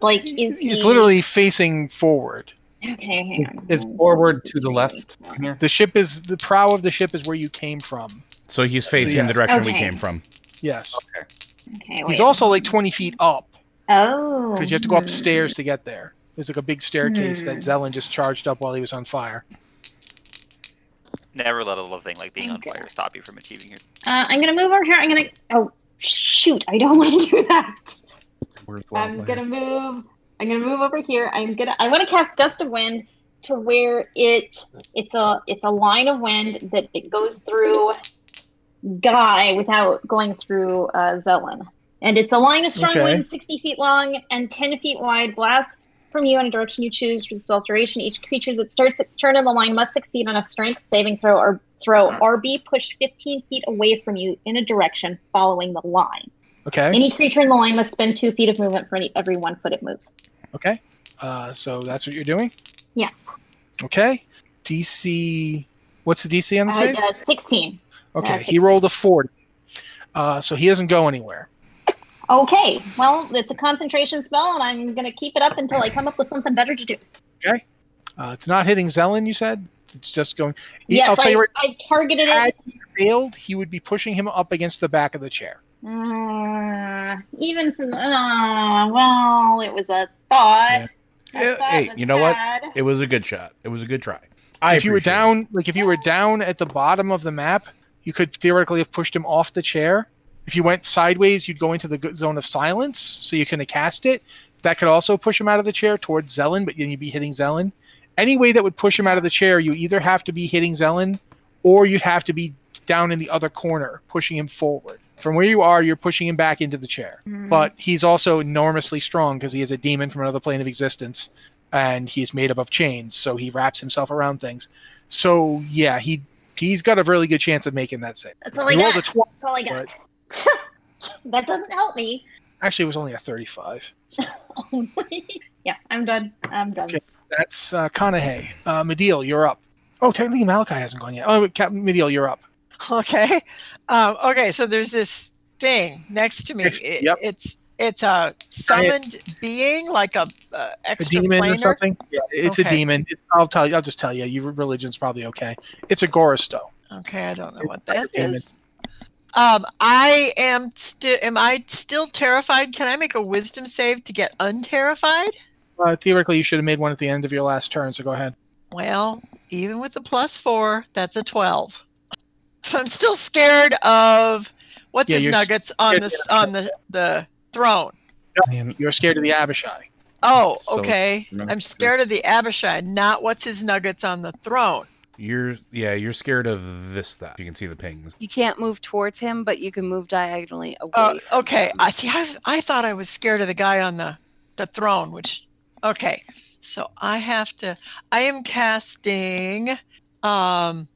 [SPEAKER 7] Like, is
[SPEAKER 1] It's
[SPEAKER 7] he-
[SPEAKER 1] literally facing forward.
[SPEAKER 7] okay? Hang on.
[SPEAKER 2] Is forward to the left. Here.
[SPEAKER 1] The ship is the prow of the ship is where you came from.
[SPEAKER 6] So he's facing
[SPEAKER 1] yes.
[SPEAKER 6] the direction we
[SPEAKER 7] Okay.
[SPEAKER 6] came from.
[SPEAKER 1] Yes.
[SPEAKER 7] Okay, wait.
[SPEAKER 1] He's also like 20 feet up
[SPEAKER 7] oh
[SPEAKER 1] because you have to go
[SPEAKER 7] hmm.
[SPEAKER 1] upstairs to get there. There's like a big staircase that
[SPEAKER 7] Hmm.
[SPEAKER 1] Zelen just charged up while he was on fire.
[SPEAKER 4] Never let a little thing like being on
[SPEAKER 7] Okay.
[SPEAKER 4] fire stop you from achieving your
[SPEAKER 7] Uh, I'm gonna move over here. I'm gonna. Oh shoot! I don't want to do that.
[SPEAKER 2] Where's
[SPEAKER 7] I'm
[SPEAKER 2] Wildfire?
[SPEAKER 7] gonna move. I'm gonna move over here. I'm gonna. I want to cast gust of wind to where it. It's a. It's a line of wind that it goes through guy without going through uh, Zelen, and it's a line of strong
[SPEAKER 1] Okay.
[SPEAKER 7] wind, sixty feet long and ten feet wide. Blasts from you in a direction you choose for the spell's duration. Each creature that starts its turn in the line must succeed on a strength saving throw or throw or be pushed fifteen feet away from you in a direction following the line.
[SPEAKER 1] Okay.
[SPEAKER 7] Any creature in the line must spend two feet of movement for any, every one foot it moves.
[SPEAKER 1] Okay. Uh, so that's what you're doing.
[SPEAKER 7] Yes.
[SPEAKER 1] Okay. DC. What's the DC on the
[SPEAKER 7] I
[SPEAKER 1] save?
[SPEAKER 7] had uh, 16.
[SPEAKER 1] Okay. he
[SPEAKER 7] 16.
[SPEAKER 1] rolled a 40. Uh, so he doesn't go anywhere.
[SPEAKER 7] Okay, well, it's a concentration spell, and I'm going to keep it up until I come up with something better to do.
[SPEAKER 1] Uh, it's not hitting Zelen, you said? It's just going. He- I'll
[SPEAKER 7] Yes,
[SPEAKER 1] tell
[SPEAKER 7] I,
[SPEAKER 1] you what,
[SPEAKER 7] I targeted
[SPEAKER 1] had
[SPEAKER 7] it.
[SPEAKER 1] he failed, he would be pushing him up against the back of the chair.
[SPEAKER 7] Uh, even from the. Uh, well, it was a thought. That
[SPEAKER 6] Yeah,
[SPEAKER 7] thought
[SPEAKER 6] hey,
[SPEAKER 7] was
[SPEAKER 6] you know what?
[SPEAKER 7] bad.
[SPEAKER 6] It was a good shot. It was a good try. I
[SPEAKER 1] if you were
[SPEAKER 6] appreciate it.
[SPEAKER 1] down, like if you were down at the bottom of the map, you could theoretically have pushed him off the chair. If you went sideways, you'd go into the good zone of silence, so you couldn't have cast it. That could also push him out of the chair towards Zelen, but then you'd be hitting Zelen. Any way that would push him out of the chair, you either have to be hitting Zelen, or you'd have to be down in the other corner, pushing him forward. From where you are, you're pushing him back into the chair. But
[SPEAKER 7] Mm-hmm.
[SPEAKER 1] he's also enormously strong because he is a demon from another plane of existence, and he's made up of chains, so he wraps himself around things. So yeah, he he's got a really good chance of making that save.
[SPEAKER 7] That's all I
[SPEAKER 1] He rolled a
[SPEAKER 7] got.
[SPEAKER 1] 12.
[SPEAKER 7] That's all I got. [LAUGHS] that doesn't help me. [LAUGHS]
[SPEAKER 1] Actually, it was only a 35.
[SPEAKER 7] yeah, I'm done. I'm done.
[SPEAKER 1] Okay. That's uh, Conahay. Uh, Mediel, you're up. Oh, technically Malachi hasn't gone yet. Oh, wait, Captain Mediel, you're up.
[SPEAKER 5] [LAUGHS] Okay. Um, okay. So there's this thing next to me.
[SPEAKER 1] Next-
[SPEAKER 5] It-
[SPEAKER 1] yep.
[SPEAKER 5] It's it's a summoned being, like a uh,
[SPEAKER 1] A
[SPEAKER 5] extra
[SPEAKER 1] demon or
[SPEAKER 5] planar.
[SPEAKER 1] something? Yeah, it's a
[SPEAKER 5] Okay.
[SPEAKER 1] demon. It- I'll tell you. I'll just tell you. Your religion's probably okay. It's Agoristo.
[SPEAKER 5] Okay, I don't know
[SPEAKER 1] It's
[SPEAKER 5] what
[SPEAKER 1] like a
[SPEAKER 5] that
[SPEAKER 1] demon.
[SPEAKER 5] is. Um, I am still. Am I still terrified? Can I make a wisdom save to get unterrified?
[SPEAKER 1] Uh, theoretically, you should have made one at the end of your last turn. So go ahead.
[SPEAKER 5] Well, even with the plus four, that's a twelve. [LAUGHS] So I'm still scared of what's
[SPEAKER 1] Yeah,
[SPEAKER 5] his
[SPEAKER 1] you're
[SPEAKER 5] nuggets on
[SPEAKER 1] scared
[SPEAKER 5] this
[SPEAKER 1] of-
[SPEAKER 5] on the the throne.
[SPEAKER 2] Man,
[SPEAKER 1] You're scared of the Abishai.
[SPEAKER 5] Oh,
[SPEAKER 2] So,
[SPEAKER 5] okay.
[SPEAKER 2] remember-
[SPEAKER 5] I'm scared of the Abishai, not what's his nuggets on the throne.
[SPEAKER 6] You're yeah, you're scared of this stuff. You can see the pings.
[SPEAKER 3] You can't move towards him, but you can move diagonally away.
[SPEAKER 5] Oh, okay. I see. I, I thought I was scared of the guy on the the throne, which okay. So I have to. I am casting um,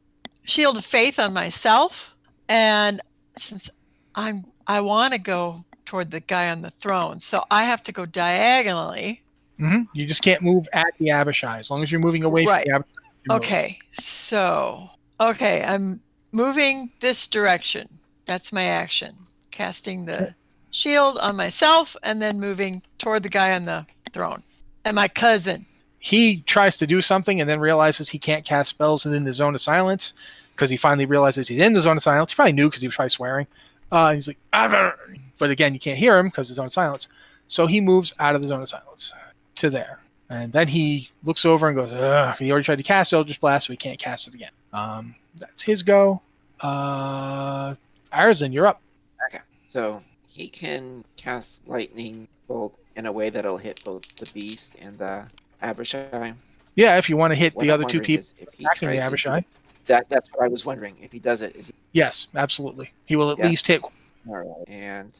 [SPEAKER 5] Shield of Faith on myself, and since I'm I want to go toward the guy on the throne, so I have to go diagonally.
[SPEAKER 1] hmm You just can't move at the Abishai. As long as you're moving away
[SPEAKER 5] Right.
[SPEAKER 1] from the Abishai. you're moving.
[SPEAKER 5] Okay, so okay, I'm moving this direction. That's my action. Casting the shield on myself and then moving toward the guy on the throne and my cousin.
[SPEAKER 1] He tries to do something and then realizes he can't cast spells and in the zone of silence because he finally realizes he's in the zone of silence. He probably knew because he was probably swearing. Uh, he's like, "Arr!" but again, you can't hear him because the zone of silence. So he moves out of the zone of silence to there. And then he looks over and goes, Ugh, he already tried to cast Eldritch Blast, so he can't cast it again. Um, that's his go. Uh, Arizin, you're up.
[SPEAKER 8] So he can cast lightning bolt in a way that'll hit both the beast and the Abishai.
[SPEAKER 1] Yeah, if you want to hit
[SPEAKER 8] What
[SPEAKER 1] the
[SPEAKER 8] I'm
[SPEAKER 1] other two
[SPEAKER 8] wondering
[SPEAKER 1] people
[SPEAKER 8] is if he
[SPEAKER 1] attacking the
[SPEAKER 8] tries to do-
[SPEAKER 1] Abishai.
[SPEAKER 8] That that's what I was wondering. If he does it, is he
[SPEAKER 1] Yes, absolutely. He will at
[SPEAKER 8] Yeah.
[SPEAKER 1] least hit.
[SPEAKER 8] alright? And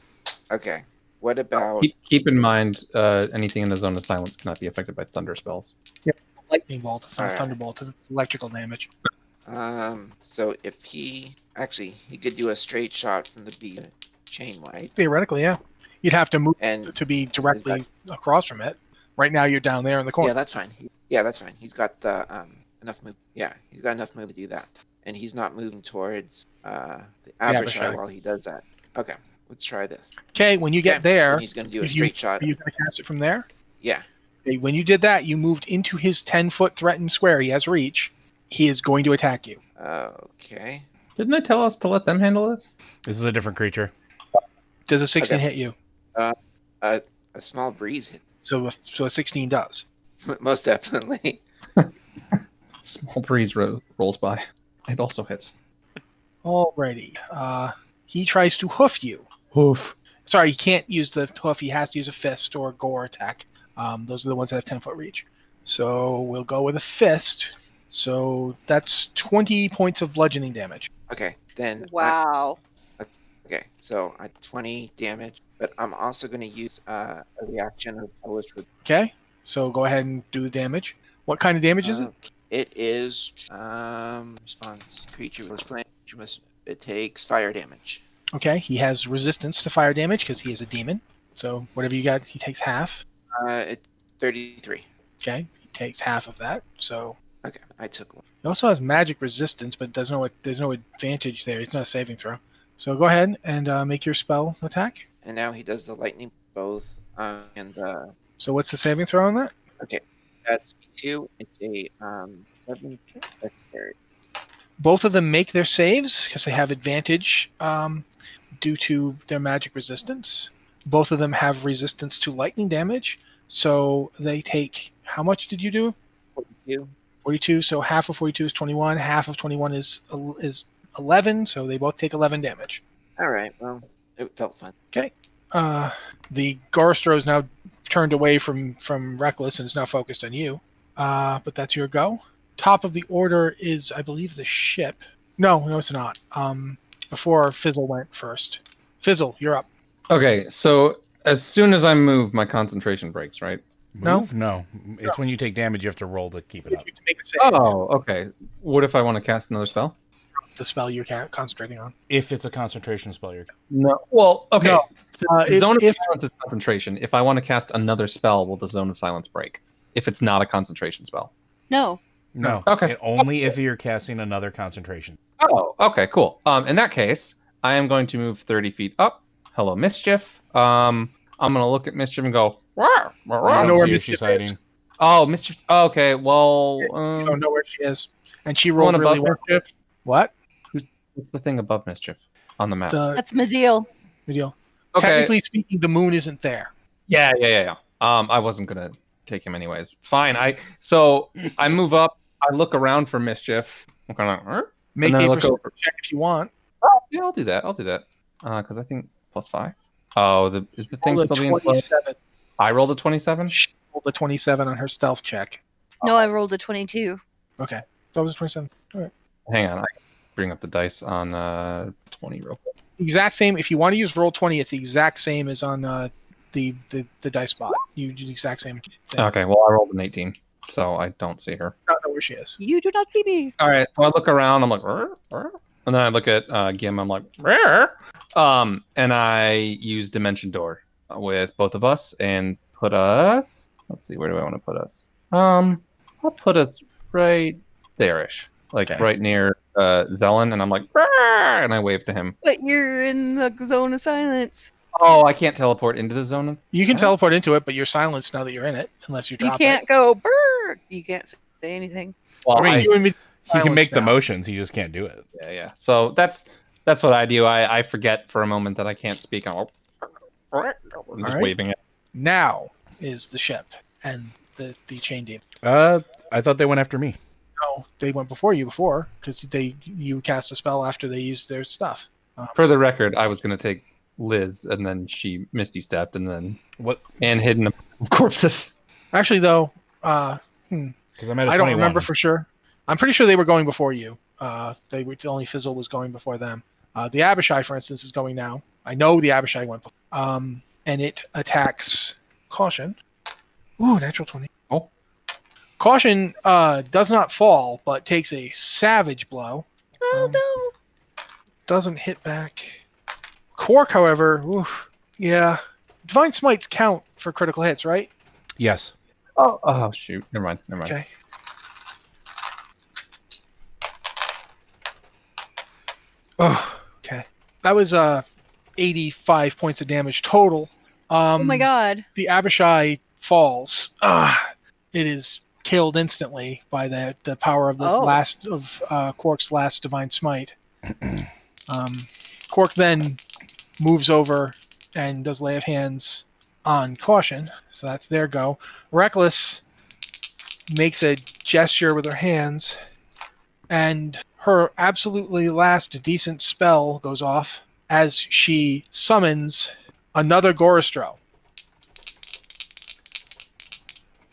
[SPEAKER 8] okay, what about
[SPEAKER 2] Keep, keep in mind, uh, anything in the zone of silence cannot be affected by thunder spells.
[SPEAKER 1] lightning bolt. It's not a
[SPEAKER 8] Alright.
[SPEAKER 1] thunderbolt. It's electrical damage.
[SPEAKER 8] um? So if he actually he could do a straight shot from the beast chain light
[SPEAKER 1] Theoretically, yeah. You'd have to move
[SPEAKER 8] and
[SPEAKER 1] to be directly across from it. Right now, you're down there in the
[SPEAKER 8] yeah,
[SPEAKER 1] corner.
[SPEAKER 8] that's fine. He- Yeah, that's fine. He's got the um enough move. Yeah, he's got enough move to do that, and he's not moving towards uh the Abishai
[SPEAKER 1] Abishai.
[SPEAKER 8] while he does that. Okay, let's try this.
[SPEAKER 1] Okay, when you
[SPEAKER 8] Okay.
[SPEAKER 1] get there,
[SPEAKER 8] And he's gonna do a
[SPEAKER 1] if you-
[SPEAKER 8] straight shot.
[SPEAKER 1] are you going to cast it from there?
[SPEAKER 8] Yeah.
[SPEAKER 1] Okay, When you did that, you moved into his 10 foot threatened square. He has reach. He is going to attack you.
[SPEAKER 8] Okay.
[SPEAKER 2] Didn't they tell us to let them handle this?
[SPEAKER 6] This is a different creature.
[SPEAKER 1] Does a 16
[SPEAKER 8] Okay.
[SPEAKER 1] hit you?
[SPEAKER 8] A small breeze hit. [LAUGHS]
[SPEAKER 1] So, a- so a 16 does.
[SPEAKER 8] Most definitely. [LAUGHS]
[SPEAKER 2] Small breeze ro- rolls by. [LAUGHS] It also hits.
[SPEAKER 1] Alrighty. Uh, he tries to hoof you.
[SPEAKER 2] Oof.
[SPEAKER 1] sorry, he can't use the hoof. He has to use a fist or a gore attack. Um, those are the ones that have 10 foot reach. So we'll go with a fist. So that's 20 points of bludgeoning damage.
[SPEAKER 8] Okay. Then. I-
[SPEAKER 9] Wow.
[SPEAKER 8] okay. So I 20 damage, but I'm also gonna use uh, a reaction of Hellish Rebuke.
[SPEAKER 1] Okay. So go ahead and do the damage. What kind of damage is it?
[SPEAKER 8] Uh, It um, is um response creature was playing. You must. It takes fire damage.
[SPEAKER 1] Okay, he has resistance to fire damage because he is a demon. So whatever you got, he takes half.
[SPEAKER 8] Uh, it, 33.
[SPEAKER 1] Okay, he takes half of that. So
[SPEAKER 8] Okay, I took one.
[SPEAKER 1] he also has magic resistance, but there's no there's no advantage there. It's not a saving throw. So go ahead and uh, make your spell attack.
[SPEAKER 8] And now he does the lightning both. Um, and uh,
[SPEAKER 1] So what's the saving throw on that?
[SPEAKER 8] that's two. It's a um, seven dexterity.
[SPEAKER 1] Both of them make their saves because they have advantage um, due to their magic resistance. Both of them have resistance to lightning damage, so they take how much did you do?
[SPEAKER 8] 42.
[SPEAKER 1] 42 so half of 42 is 21 half of 21 is el- is 11 so they both take 11 damage
[SPEAKER 8] All right, well, it felt fun.
[SPEAKER 1] uh the garstro is now turned away from from reckless and is now focused on you uh but that's your go top of the order is i believe the ship no no it's not um before fizzle went first fizzle you're up
[SPEAKER 2] Okay, so as soon as I move, my concentration breaks, right?
[SPEAKER 1] No?
[SPEAKER 6] Move? No. It's when you take damage, you have to roll to keep it
[SPEAKER 1] you
[SPEAKER 6] up.
[SPEAKER 1] can make a save
[SPEAKER 2] Oh, okay. What if I want to cast another spell?
[SPEAKER 1] the spell you're ca- concentrating on
[SPEAKER 6] If it's a concentration spell, you're
[SPEAKER 2] No. Well, okay.
[SPEAKER 1] No. uh,
[SPEAKER 2] The
[SPEAKER 1] if,
[SPEAKER 2] zone of
[SPEAKER 1] if
[SPEAKER 2] silence is concentration. If I want to cast another spell, will the zone of silence break? If it's not a concentration spell.
[SPEAKER 3] No.
[SPEAKER 6] no.
[SPEAKER 2] Okay.
[SPEAKER 6] It only if you're casting another concentration.
[SPEAKER 2] Oh, okay, cool. Um, in that case, I am going to move 30 feet up. Hello, Mischief. Um, I'm going to look at Mischief and go, "Wah, wah,
[SPEAKER 6] You
[SPEAKER 2] wah."
[SPEAKER 1] know where
[SPEAKER 6] don't see if
[SPEAKER 1] mischief
[SPEAKER 6] she's hiding.
[SPEAKER 1] is.
[SPEAKER 2] oh, Mischief. oh, okay, well,
[SPEAKER 1] you
[SPEAKER 2] um,
[SPEAKER 1] don't know oh, where she is and she rolled
[SPEAKER 2] one above
[SPEAKER 1] really well
[SPEAKER 2] Mischief.
[SPEAKER 1] what
[SPEAKER 2] What's the thing above Mischief on the map?
[SPEAKER 1] the
[SPEAKER 3] That's Mediel.
[SPEAKER 1] good deal
[SPEAKER 2] okay.
[SPEAKER 1] Technically speaking, the moon isn't there.
[SPEAKER 2] Yeah, yeah, yeah, yeah. Um, I wasn't going to take him anyways. Fine. I So I move up. I look around for Mischief. I'm kind of, "Huh?"
[SPEAKER 1] Make
[SPEAKER 2] And then
[SPEAKER 1] a
[SPEAKER 2] I look
[SPEAKER 1] perception
[SPEAKER 2] over.
[SPEAKER 1] check if you want.
[SPEAKER 2] yeah, I'll do that. I'll do that. Because I think plus five. Oh, the, is the thing
[SPEAKER 1] Roll a
[SPEAKER 2] still being played?
[SPEAKER 1] 27.
[SPEAKER 2] I rolled a 27?
[SPEAKER 1] She rolled a 27 on her stealth check.
[SPEAKER 3] No, I rolled a 22.
[SPEAKER 1] That was 27.
[SPEAKER 2] Hang on, I can bring up the dice on uh, twenty real quick.
[SPEAKER 1] Exact same. If you want to use roll 20, it's the exact same as on uh, the, the the dice bot. You do the exact same thing.
[SPEAKER 2] Okay, well I rolled an eighteen, so I don't see her.
[SPEAKER 1] I don't know where she is.
[SPEAKER 3] You do not see me.
[SPEAKER 2] All right, so I look around. I'm like, "Rrr, rrr," and then I look at uh, Gim. I'm like, "Rrr," um, and I use Dimension Door with both of us and put us. Let's see, where do I want to put us? Um, I'll put us right there-ish, like
[SPEAKER 1] Okay.
[SPEAKER 2] right near uh, Zelen, and I'm like, "Rrr," and I wave to him.
[SPEAKER 3] But you're in the zone of silence.
[SPEAKER 2] Oh, I can't teleport into the zone. of-
[SPEAKER 1] You can
[SPEAKER 2] Huh?
[SPEAKER 1] teleport into it, but you're silenced now that you're in it, unless you
[SPEAKER 3] You
[SPEAKER 1] drop
[SPEAKER 3] can't
[SPEAKER 1] it.
[SPEAKER 3] go brrr. You can't say anything.
[SPEAKER 2] Well,
[SPEAKER 6] I mean,
[SPEAKER 1] You and me-
[SPEAKER 6] He can
[SPEAKER 1] Silence
[SPEAKER 6] make the
[SPEAKER 1] now.
[SPEAKER 6] motions, he just can't do it.
[SPEAKER 2] Yeah, yeah. So that's that's what I do. I, I forget for a moment that I can't speak. I'm, I'm just
[SPEAKER 1] Alright.
[SPEAKER 2] waving it.
[SPEAKER 1] now is the ship and the, the chain demon.
[SPEAKER 6] Uh, I thought they went after me.
[SPEAKER 1] No, they went before you before because they you cast a spell after they used their stuff.
[SPEAKER 2] For the record, I was gonna take Liz, and then she misty stepped, and then
[SPEAKER 6] What?
[SPEAKER 2] and hidden of [LAUGHS] corpses.
[SPEAKER 1] Actually, though, uh,
[SPEAKER 6] Because I'm at a
[SPEAKER 1] I
[SPEAKER 6] 21.
[SPEAKER 1] don't remember for sure. I'm pretty sure they were going before you. Uh, they were, only Fizzle was going before them. Uh, the Abishai, for instance, is going now. I know the Abishai went, before. um, and it attacks Caution. Ooh, natural twenty.
[SPEAKER 2] Oh.
[SPEAKER 1] Caution uh, does not fall, but takes a savage blow.
[SPEAKER 3] Oh,
[SPEAKER 1] Um,
[SPEAKER 3] no.
[SPEAKER 1] Doesn't hit back. Quark, however, oof, yeah, divine smites count for critical hits, right?
[SPEAKER 6] Yes.
[SPEAKER 2] Oh, oh shoot! Never mind. Never mind.
[SPEAKER 1] Okay. Oh, okay. That was uh, 85 points of damage total. Um,
[SPEAKER 3] oh, my God.
[SPEAKER 1] The Abishai falls. Ah, it is killed instantly by the the power of the
[SPEAKER 3] Oh.
[SPEAKER 1] last of uh, Quark's last divine smite. [CLEARS THROAT] um, Quark then moves over and does lay of hands on caution. So that's their go. Reckless makes a gesture with her hands, and her absolutely last decent spell goes off as she summons another Gorostro.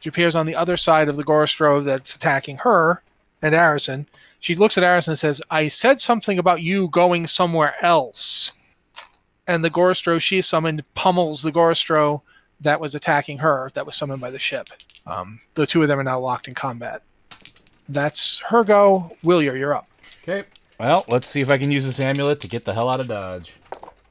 [SPEAKER 1] She appears on the other side of the Gorostro that's attacking her and Arison. She looks at Arison and says, I said something about you going somewhere else. And the Gorostro she summoned pummels the Gorostro that was attacking her, that was summoned by the ship. Um, the two of them are now locked in combat. That's her go. Willier, you're up.
[SPEAKER 6] Okay. Well, let's see if I can use this amulet to get the hell out of dodge.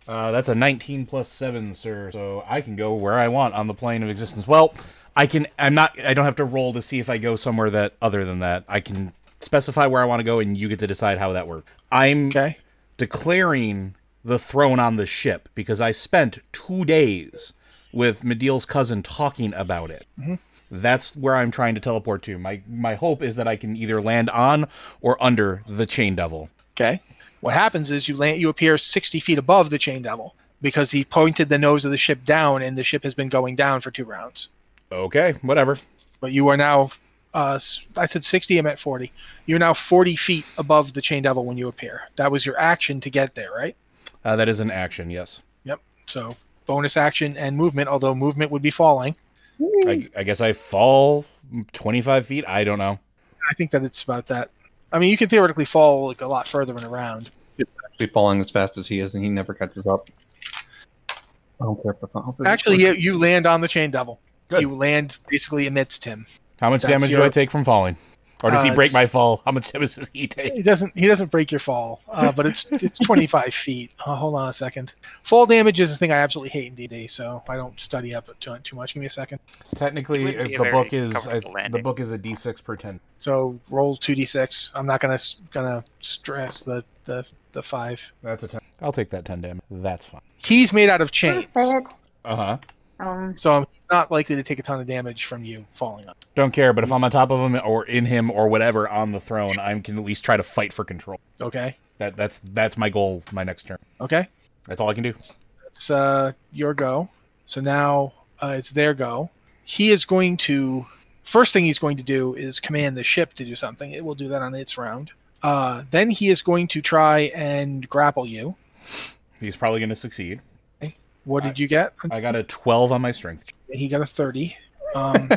[SPEAKER 6] Uh, that's a 19 plus 7, sir. So I can go where I want on the plane of existence. Well, I can. I'm not. I don't have to roll to see if I go somewhere that other than that. I can specify where I want to go, and you get to decide how that works. I'm
[SPEAKER 1] Okay.
[SPEAKER 6] declaring the throne on the ship because I spent two days with Medeal's cousin talking about it. That's where I'm trying to teleport to. My my hope is that I can either land on or under the Chain Devil.
[SPEAKER 1] Okay. What happens is you land, you appear 60 feet above the chain devil because he pointed the nose of the ship down, and the ship has been going down for two rounds.
[SPEAKER 6] Okay, whatever.
[SPEAKER 1] But you are now, uh, s- I said 60, I meant 40. You're now 40 feet above the chain devil when you appear. That was your action to get there, right?
[SPEAKER 6] Uh, that is an action. Yes.
[SPEAKER 1] Yep. So bonus action and movement, although movement would be falling.
[SPEAKER 6] I, I guess I fall 25 feet. I don't know.
[SPEAKER 1] I think that it's about that. I mean, you could theoretically fall like a lot further in a round.
[SPEAKER 2] Actually, falling as fast as he is, and he never catches up. I don't care if that's not. hopefully that's
[SPEAKER 1] Actually,
[SPEAKER 2] working.
[SPEAKER 1] you, you land on the chain devil.
[SPEAKER 6] Good.
[SPEAKER 1] You land basically amidst him.
[SPEAKER 6] How much
[SPEAKER 1] That's
[SPEAKER 6] damage do
[SPEAKER 1] your-
[SPEAKER 6] I take from falling? Or does
[SPEAKER 1] Uh,
[SPEAKER 6] he break
[SPEAKER 1] it's-
[SPEAKER 6] my fall? How much damage does he take?
[SPEAKER 1] He doesn't. He doesn't break your fall, uh, but it's it's 25 feet. Uh, hold on a second. Fall damage is a thing I absolutely hate in DD, so I don't study up it too, too much. Give me a second.
[SPEAKER 6] Technically,
[SPEAKER 4] It would be a the very book is- I- comfortable the landing.
[SPEAKER 6] book is a d6 per 10.
[SPEAKER 1] So roll 2d6. I'm not gonna s- gonna stress the the the five.
[SPEAKER 6] That's a 10. I'll take that 10 damage. That's fine.
[SPEAKER 1] He's made out of chains,
[SPEAKER 7] Perfect.
[SPEAKER 6] Uh huh.
[SPEAKER 7] Um,
[SPEAKER 1] so he's not likely to take a ton of damage from you falling up.
[SPEAKER 6] Don't care, but if I'm on top of him or in him or whatever on the throne, I can at least try to fight for control.
[SPEAKER 1] Okay.
[SPEAKER 6] That that's that's my goal. My next turn.
[SPEAKER 1] Okay.
[SPEAKER 6] That's all I can do.
[SPEAKER 1] That's uh, your go. So now uh, it's their go. He is going to. First thing he's going to do is command the ship to do something. It will do that on its round. Uh, then he is going to try and grapple you.
[SPEAKER 6] He's probably going to succeed.
[SPEAKER 1] What did you get?
[SPEAKER 6] I got a 12 on my strength. check.
[SPEAKER 1] He got a [LAUGHS] 30. Um,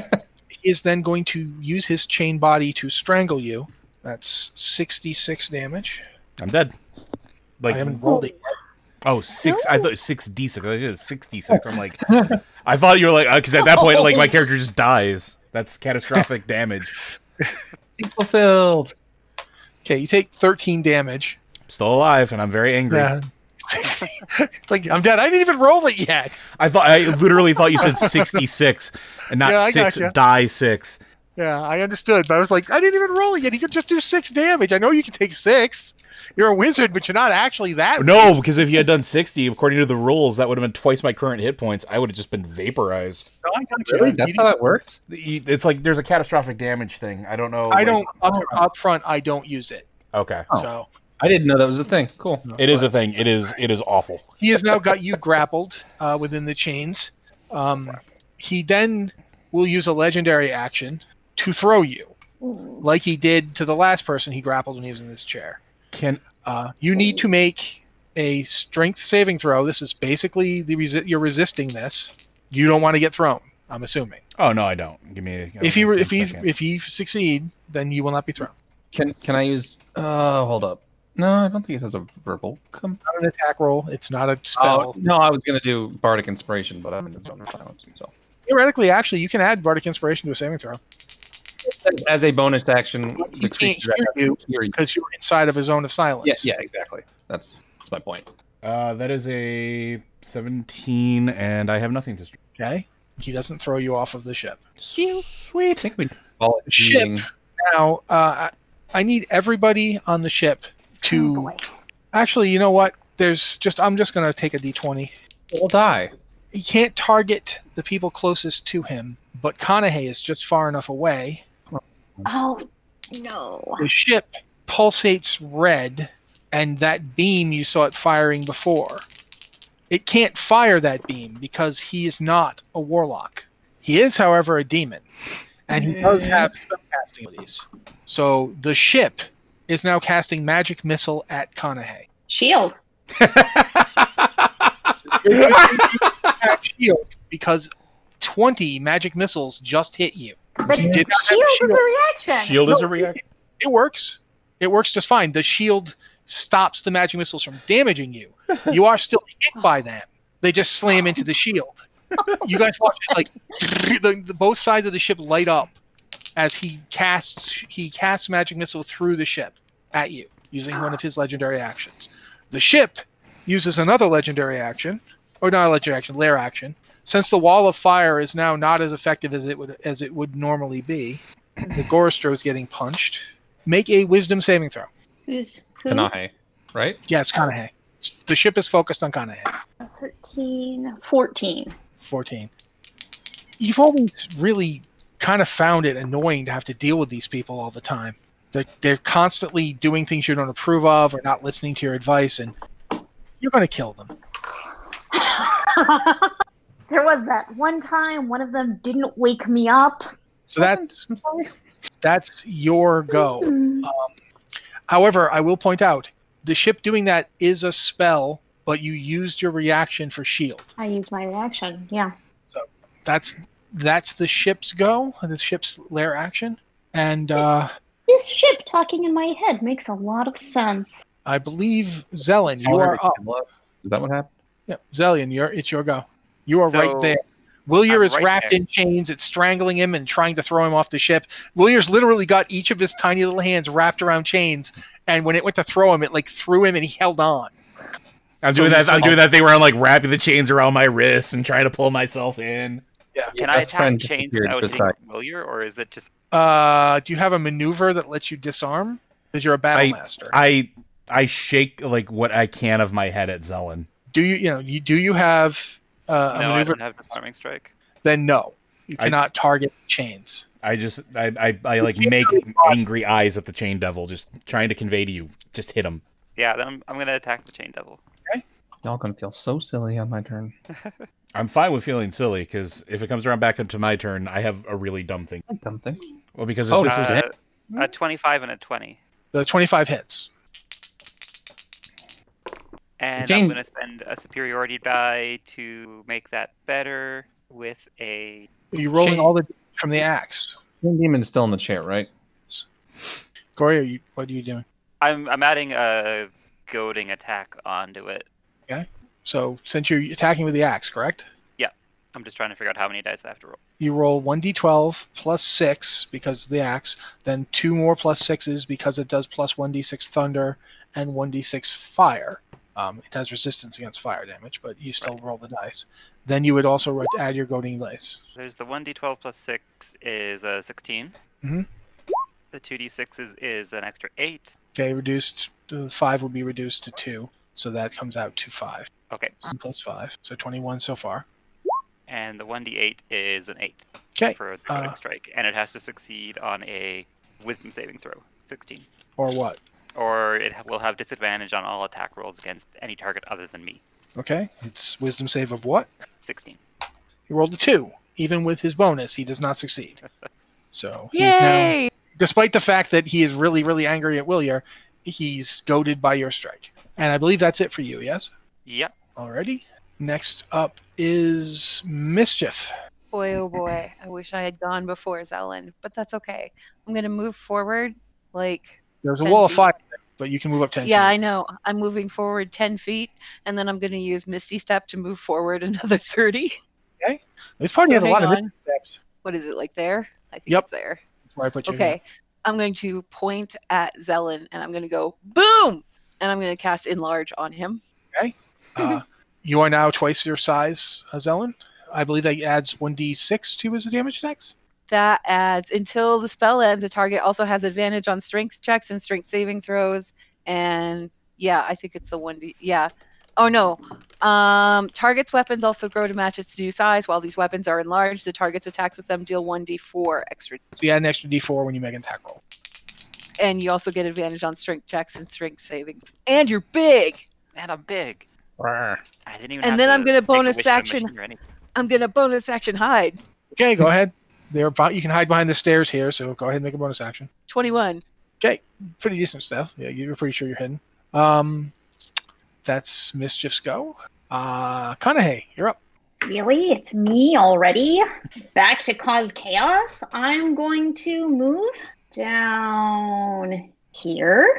[SPEAKER 1] he is then going to use his chain body to strangle you. That's 66 damage.
[SPEAKER 6] I'm dead. Like
[SPEAKER 1] I haven't rolled it yet.
[SPEAKER 6] Oh, six. I thought six d six. I did six d six.
[SPEAKER 1] [LAUGHS]
[SPEAKER 6] I'm like, I thought you were like, because at that point, like my character just dies.
[SPEAKER 1] [LAUGHS]
[SPEAKER 6] That's catastrophic damage.
[SPEAKER 2] Seek fulfilled.
[SPEAKER 1] Okay, you take 13 damage.
[SPEAKER 6] Still alive, and I'm very angry.
[SPEAKER 1] Yeah. [LAUGHS] like, I'm dead. I didn't even roll it yet.
[SPEAKER 6] I thought I literally thought you said sixty six, and not
[SPEAKER 1] Yeah, I
[SPEAKER 6] six.
[SPEAKER 1] gotcha.
[SPEAKER 6] Die six.
[SPEAKER 1] Yeah, I understood, but I was like, I didn't even roll it yet. He could just do six damage. I know you can take six. You're a wizard, but you're not actually
[SPEAKER 6] [LAUGHS]
[SPEAKER 1] that.
[SPEAKER 6] No, because if you had done sixty, according to the rules, that would have been twice my current hit points. I would have just been vaporized.
[SPEAKER 1] No, I, got you.
[SPEAKER 2] Really?
[SPEAKER 1] You
[SPEAKER 2] That's
[SPEAKER 1] didn't-
[SPEAKER 2] how that worked.
[SPEAKER 6] You- E, It's like there's a catastrophic damage thing. I don't know.
[SPEAKER 1] I
[SPEAKER 6] like-
[SPEAKER 1] don't up, up front. I don't use it.
[SPEAKER 6] Okay,
[SPEAKER 2] Oh.
[SPEAKER 1] So
[SPEAKER 2] I didn't know that was a thing. Cool.
[SPEAKER 6] it is a thing. It is. It is awful.
[SPEAKER 1] he has now got you grappled uh, within the chains. Um, he then will use a legendary action to throw you,
[SPEAKER 7] Hmm.
[SPEAKER 1] like he did to the last person he grappled when he was in this chair.
[SPEAKER 6] Can
[SPEAKER 1] Uh, you need to make a strength saving throw. This is basically the resi- you're resisting this. You don't want to get thrown. I'm assuming.
[SPEAKER 6] oh no, I don't. Give me. A,
[SPEAKER 1] if he
[SPEAKER 6] one
[SPEAKER 1] if he
[SPEAKER 6] second.
[SPEAKER 1] if he succeed, then you will not be thrown.
[SPEAKER 2] Can can I use? Uh, hold up. No, I don't think it has a verbal. Com-
[SPEAKER 1] It's not an attack roll. It's not a
[SPEAKER 2] oh
[SPEAKER 1] spell.
[SPEAKER 2] no, I was gonna do bardic inspiration, but I'm in the zone of silence. So
[SPEAKER 1] Theoretically, actually, you can add bardic inspiration to a saving throw
[SPEAKER 2] as a bonus action,
[SPEAKER 1] He
[SPEAKER 2] the
[SPEAKER 1] can't
[SPEAKER 2] creature
[SPEAKER 1] hear
[SPEAKER 2] that
[SPEAKER 1] you.
[SPEAKER 2] can hear you.
[SPEAKER 1] because you're inside of a zone of silence.
[SPEAKER 2] Yes, yeah, exactly. That's that's my point.
[SPEAKER 6] Uh, that is a 17, and I have nothing to. St-
[SPEAKER 1] Okay. He doesn't throw you off of the ship.
[SPEAKER 2] Sweet. I think we call it
[SPEAKER 1] Ship.
[SPEAKER 2] being-
[SPEAKER 1] Now, uh, I I need everybody on the ship
[SPEAKER 7] oh
[SPEAKER 1] to
[SPEAKER 7] boy.
[SPEAKER 1] actually. You know what? There's just I'm just gonna take a d20.
[SPEAKER 2] We'll die.
[SPEAKER 1] he can't target the people closest to him, but Conahay is just far enough away.
[SPEAKER 7] Oh no.
[SPEAKER 1] The ship pulsates red, and that beam you saw it firing before. It can't fire that beam because he is not a warlock. He is, however, a demon, and he does have spellcasting abilities. So the ship is now casting magic missile at Conahay.
[SPEAKER 7] Shield.
[SPEAKER 1] You're using attack shield because 20 magic missiles just hit you.
[SPEAKER 7] But
[SPEAKER 1] You
[SPEAKER 7] shield
[SPEAKER 1] did not have
[SPEAKER 7] is
[SPEAKER 1] shield.
[SPEAKER 7] a reaction.
[SPEAKER 6] Shield is a react.
[SPEAKER 1] it works. It works just fine. The shield stops the magic missiles from damaging you. You are still hit by them. They just slam into the shield. You guys watch it like [LAUGHS] the, the, both sides of the ship light up as he casts he casts magic missile through the ship at you using one of his legendary actions. The ship uses another legendary action, or not a legendary action, lair action. Since the wall of fire is now not as effective as it would as it would normally be, the Gorostro is getting punched. Make a Wisdom saving throw.
[SPEAKER 7] Who's who?
[SPEAKER 2] Kanahe, right?
[SPEAKER 1] Yes, Kanahe. The ship is focused on Kanahe.
[SPEAKER 7] 13, 14.
[SPEAKER 1] 14. You've always really kind of found it annoying to have to deal with these people all the time. They're, they're constantly doing things you don't approve of or not listening to your advice, and you're going to kill them.
[SPEAKER 7] [LAUGHS] there was that one time one of them didn't wake me up.
[SPEAKER 1] So that's, that's your go.
[SPEAKER 7] Hmm.
[SPEAKER 1] However, I will point out the ship doing that is a spell, but you used your reaction for shield.
[SPEAKER 7] I used my reaction. Yeah.
[SPEAKER 1] That's that's the ship's go, the ship's lair action, and uh,
[SPEAKER 7] This ship talking in my head makes a lot of sense.
[SPEAKER 1] I believe Zelen, you are up.
[SPEAKER 2] Is that what happened?
[SPEAKER 1] Yeah, Zellion, you're it's your go. You are
[SPEAKER 4] So,
[SPEAKER 1] right there. Willier
[SPEAKER 4] I'm
[SPEAKER 1] is
[SPEAKER 4] right
[SPEAKER 1] wrapped
[SPEAKER 4] there.
[SPEAKER 1] in chains. It's strangling him and trying to throw him off the ship. Willier's literally got each of his tiny little hands wrapped around chains, and when it went to throw him, it like threw him and he held on.
[SPEAKER 6] I'm
[SPEAKER 1] So
[SPEAKER 6] doing
[SPEAKER 1] he's
[SPEAKER 6] that. I'm
[SPEAKER 1] like-
[SPEAKER 6] doing that thing where I'm like wrapping the chains around my wrists and trying to pull myself in.
[SPEAKER 4] Can
[SPEAKER 2] Your
[SPEAKER 4] I
[SPEAKER 2] best
[SPEAKER 4] attack
[SPEAKER 2] friend
[SPEAKER 4] chains
[SPEAKER 2] disappeared
[SPEAKER 4] without hitting
[SPEAKER 2] beside-
[SPEAKER 4] familiar, or is it just
[SPEAKER 1] Uh, do you have a maneuver that lets you disarm? Because you're a battle master.
[SPEAKER 6] I I shake like what I can of my head at Zelen.
[SPEAKER 1] do you you know you do you have uh, a
[SPEAKER 4] no? I
[SPEAKER 1] maneuver?
[SPEAKER 4] don't have disarming strike.
[SPEAKER 1] Then no, you
[SPEAKER 6] I-
[SPEAKER 1] cannot target chains.
[SPEAKER 6] I just I I, I like
[SPEAKER 1] You
[SPEAKER 6] make
[SPEAKER 1] really are-
[SPEAKER 6] angry eyes at the chain devil, just trying to convey to you, just hit him.
[SPEAKER 4] Yeah, then I'm, I'm gonna attack the chain devil.
[SPEAKER 2] Y'all gonna feel so silly on my turn.
[SPEAKER 6] I'm fine with feeling silly because if it comes around back up to my turn, I have a really dumb thing.
[SPEAKER 2] Dumb thing.
[SPEAKER 6] Well, because if
[SPEAKER 2] Oh,
[SPEAKER 6] this
[SPEAKER 2] uh,
[SPEAKER 6] is
[SPEAKER 2] it?
[SPEAKER 4] a 25 and a 20,
[SPEAKER 1] The twenty-five hits.
[SPEAKER 4] and
[SPEAKER 2] Chain-
[SPEAKER 4] I'm gonna spend a superiority die to make that better with a
[SPEAKER 1] Are you rolling
[SPEAKER 4] Chain-
[SPEAKER 1] all the damage from the axe?
[SPEAKER 2] Green Demon is still in the chair, right?
[SPEAKER 1] Gory, are you, what are you doing?
[SPEAKER 4] I'm I'm adding a goading attack onto it.
[SPEAKER 1] So since you're attacking with the axe, correct?
[SPEAKER 4] I'm just trying to figure out how many dice I have to roll.
[SPEAKER 1] You roll 1d12 plus 6 because of the axe, then two more plus 6s because it does plus 1d6 thunder and 1d6 fire. Um, it has resistance against fire damage, but you still roll the dice. Then you would also ro- add your goading dice.
[SPEAKER 4] There's the 1d12 plus 6 is a 16.
[SPEAKER 1] Mhm.
[SPEAKER 4] The 2d6 is, is an extra 8.
[SPEAKER 1] Okay, reduced, the 5 would be reduced to 2, so that comes out to 5.
[SPEAKER 4] Okay.
[SPEAKER 1] So plus 5, so 21 so far.
[SPEAKER 4] And the 1d8 is an 8
[SPEAKER 1] Okay,
[SPEAKER 4] for a goading
[SPEAKER 1] uh,
[SPEAKER 4] strike. And it has to succeed on a wisdom saving throw, 16.
[SPEAKER 1] or what?
[SPEAKER 4] Or it ha- will have disadvantage on all attack rolls against any target other than me,
[SPEAKER 1] Okay, it's wisdom save of what?
[SPEAKER 4] 16.
[SPEAKER 1] He rolled a 2. Even with his bonus, he does not succeed. So he's now
[SPEAKER 3] Yay!
[SPEAKER 1] despite the fact that he is really, really angry at Willier, he's goaded by your strike. And I believe that's it for you, yes?
[SPEAKER 4] Yep.
[SPEAKER 1] Alrighty. Next up is Mischief.
[SPEAKER 3] Boy, oh boy. I wish I had gone before Zelen, but that's okay. I'm going to move forward. Like,
[SPEAKER 1] There's a
[SPEAKER 3] 10
[SPEAKER 1] wall of
[SPEAKER 3] feet.
[SPEAKER 1] fire, but you can move up 10
[SPEAKER 3] yeah, I
[SPEAKER 1] feet.
[SPEAKER 3] know. I'm moving forward 10 feet, and then I'm going to use Misty Step to move forward [LAUGHS]
[SPEAKER 1] [LAUGHS]
[SPEAKER 3] another 30.
[SPEAKER 1] This party
[SPEAKER 3] So
[SPEAKER 1] has a lot
[SPEAKER 3] hang
[SPEAKER 1] of
[SPEAKER 3] on.
[SPEAKER 1] steps.
[SPEAKER 3] What is it, like there? I think
[SPEAKER 1] Yep.
[SPEAKER 3] it's there.
[SPEAKER 1] That's where I put you.
[SPEAKER 3] Okay. I'm going to point at Zelen, and I'm going to go boom! And I'm going to cast Enlarge on him.
[SPEAKER 1] Uh,
[SPEAKER 3] [LAUGHS]
[SPEAKER 1] you are now twice your size, uh, Zelen. I believe that adds 1d6 to his damage attacks.
[SPEAKER 3] That adds until the spell ends, the target also has advantage on strength checks and strength saving throws. And yeah, I think it's the one D yeah. Oh no. Um targets weapons also grow to match its new size. While these weapons are enlarged, the target's attacks with them deal one D four extra
[SPEAKER 1] So you add an extra d4 when you make an attack roll.
[SPEAKER 3] and you also get advantage on strength checks and strength saving. And you're big.
[SPEAKER 4] And I'm big. I didn't
[SPEAKER 3] And
[SPEAKER 4] even have
[SPEAKER 3] then
[SPEAKER 4] to
[SPEAKER 3] I'm gonna
[SPEAKER 4] make a
[SPEAKER 3] bonus
[SPEAKER 4] wish and a
[SPEAKER 3] action-
[SPEAKER 4] mission or anything.
[SPEAKER 3] I'm gonna bonus action hide.
[SPEAKER 1] Okay, go ahead. There, you can hide behind the stairs here, so go ahead and make a bonus action.
[SPEAKER 3] Twenty one.
[SPEAKER 1] pretty decent stuff. Yeah, you're pretty sure you're hidden. Um, that's mischief's go. Uh, Kanahe, you're up.
[SPEAKER 7] Really? It's me already? Back to cause chaos? I'm going to move down here.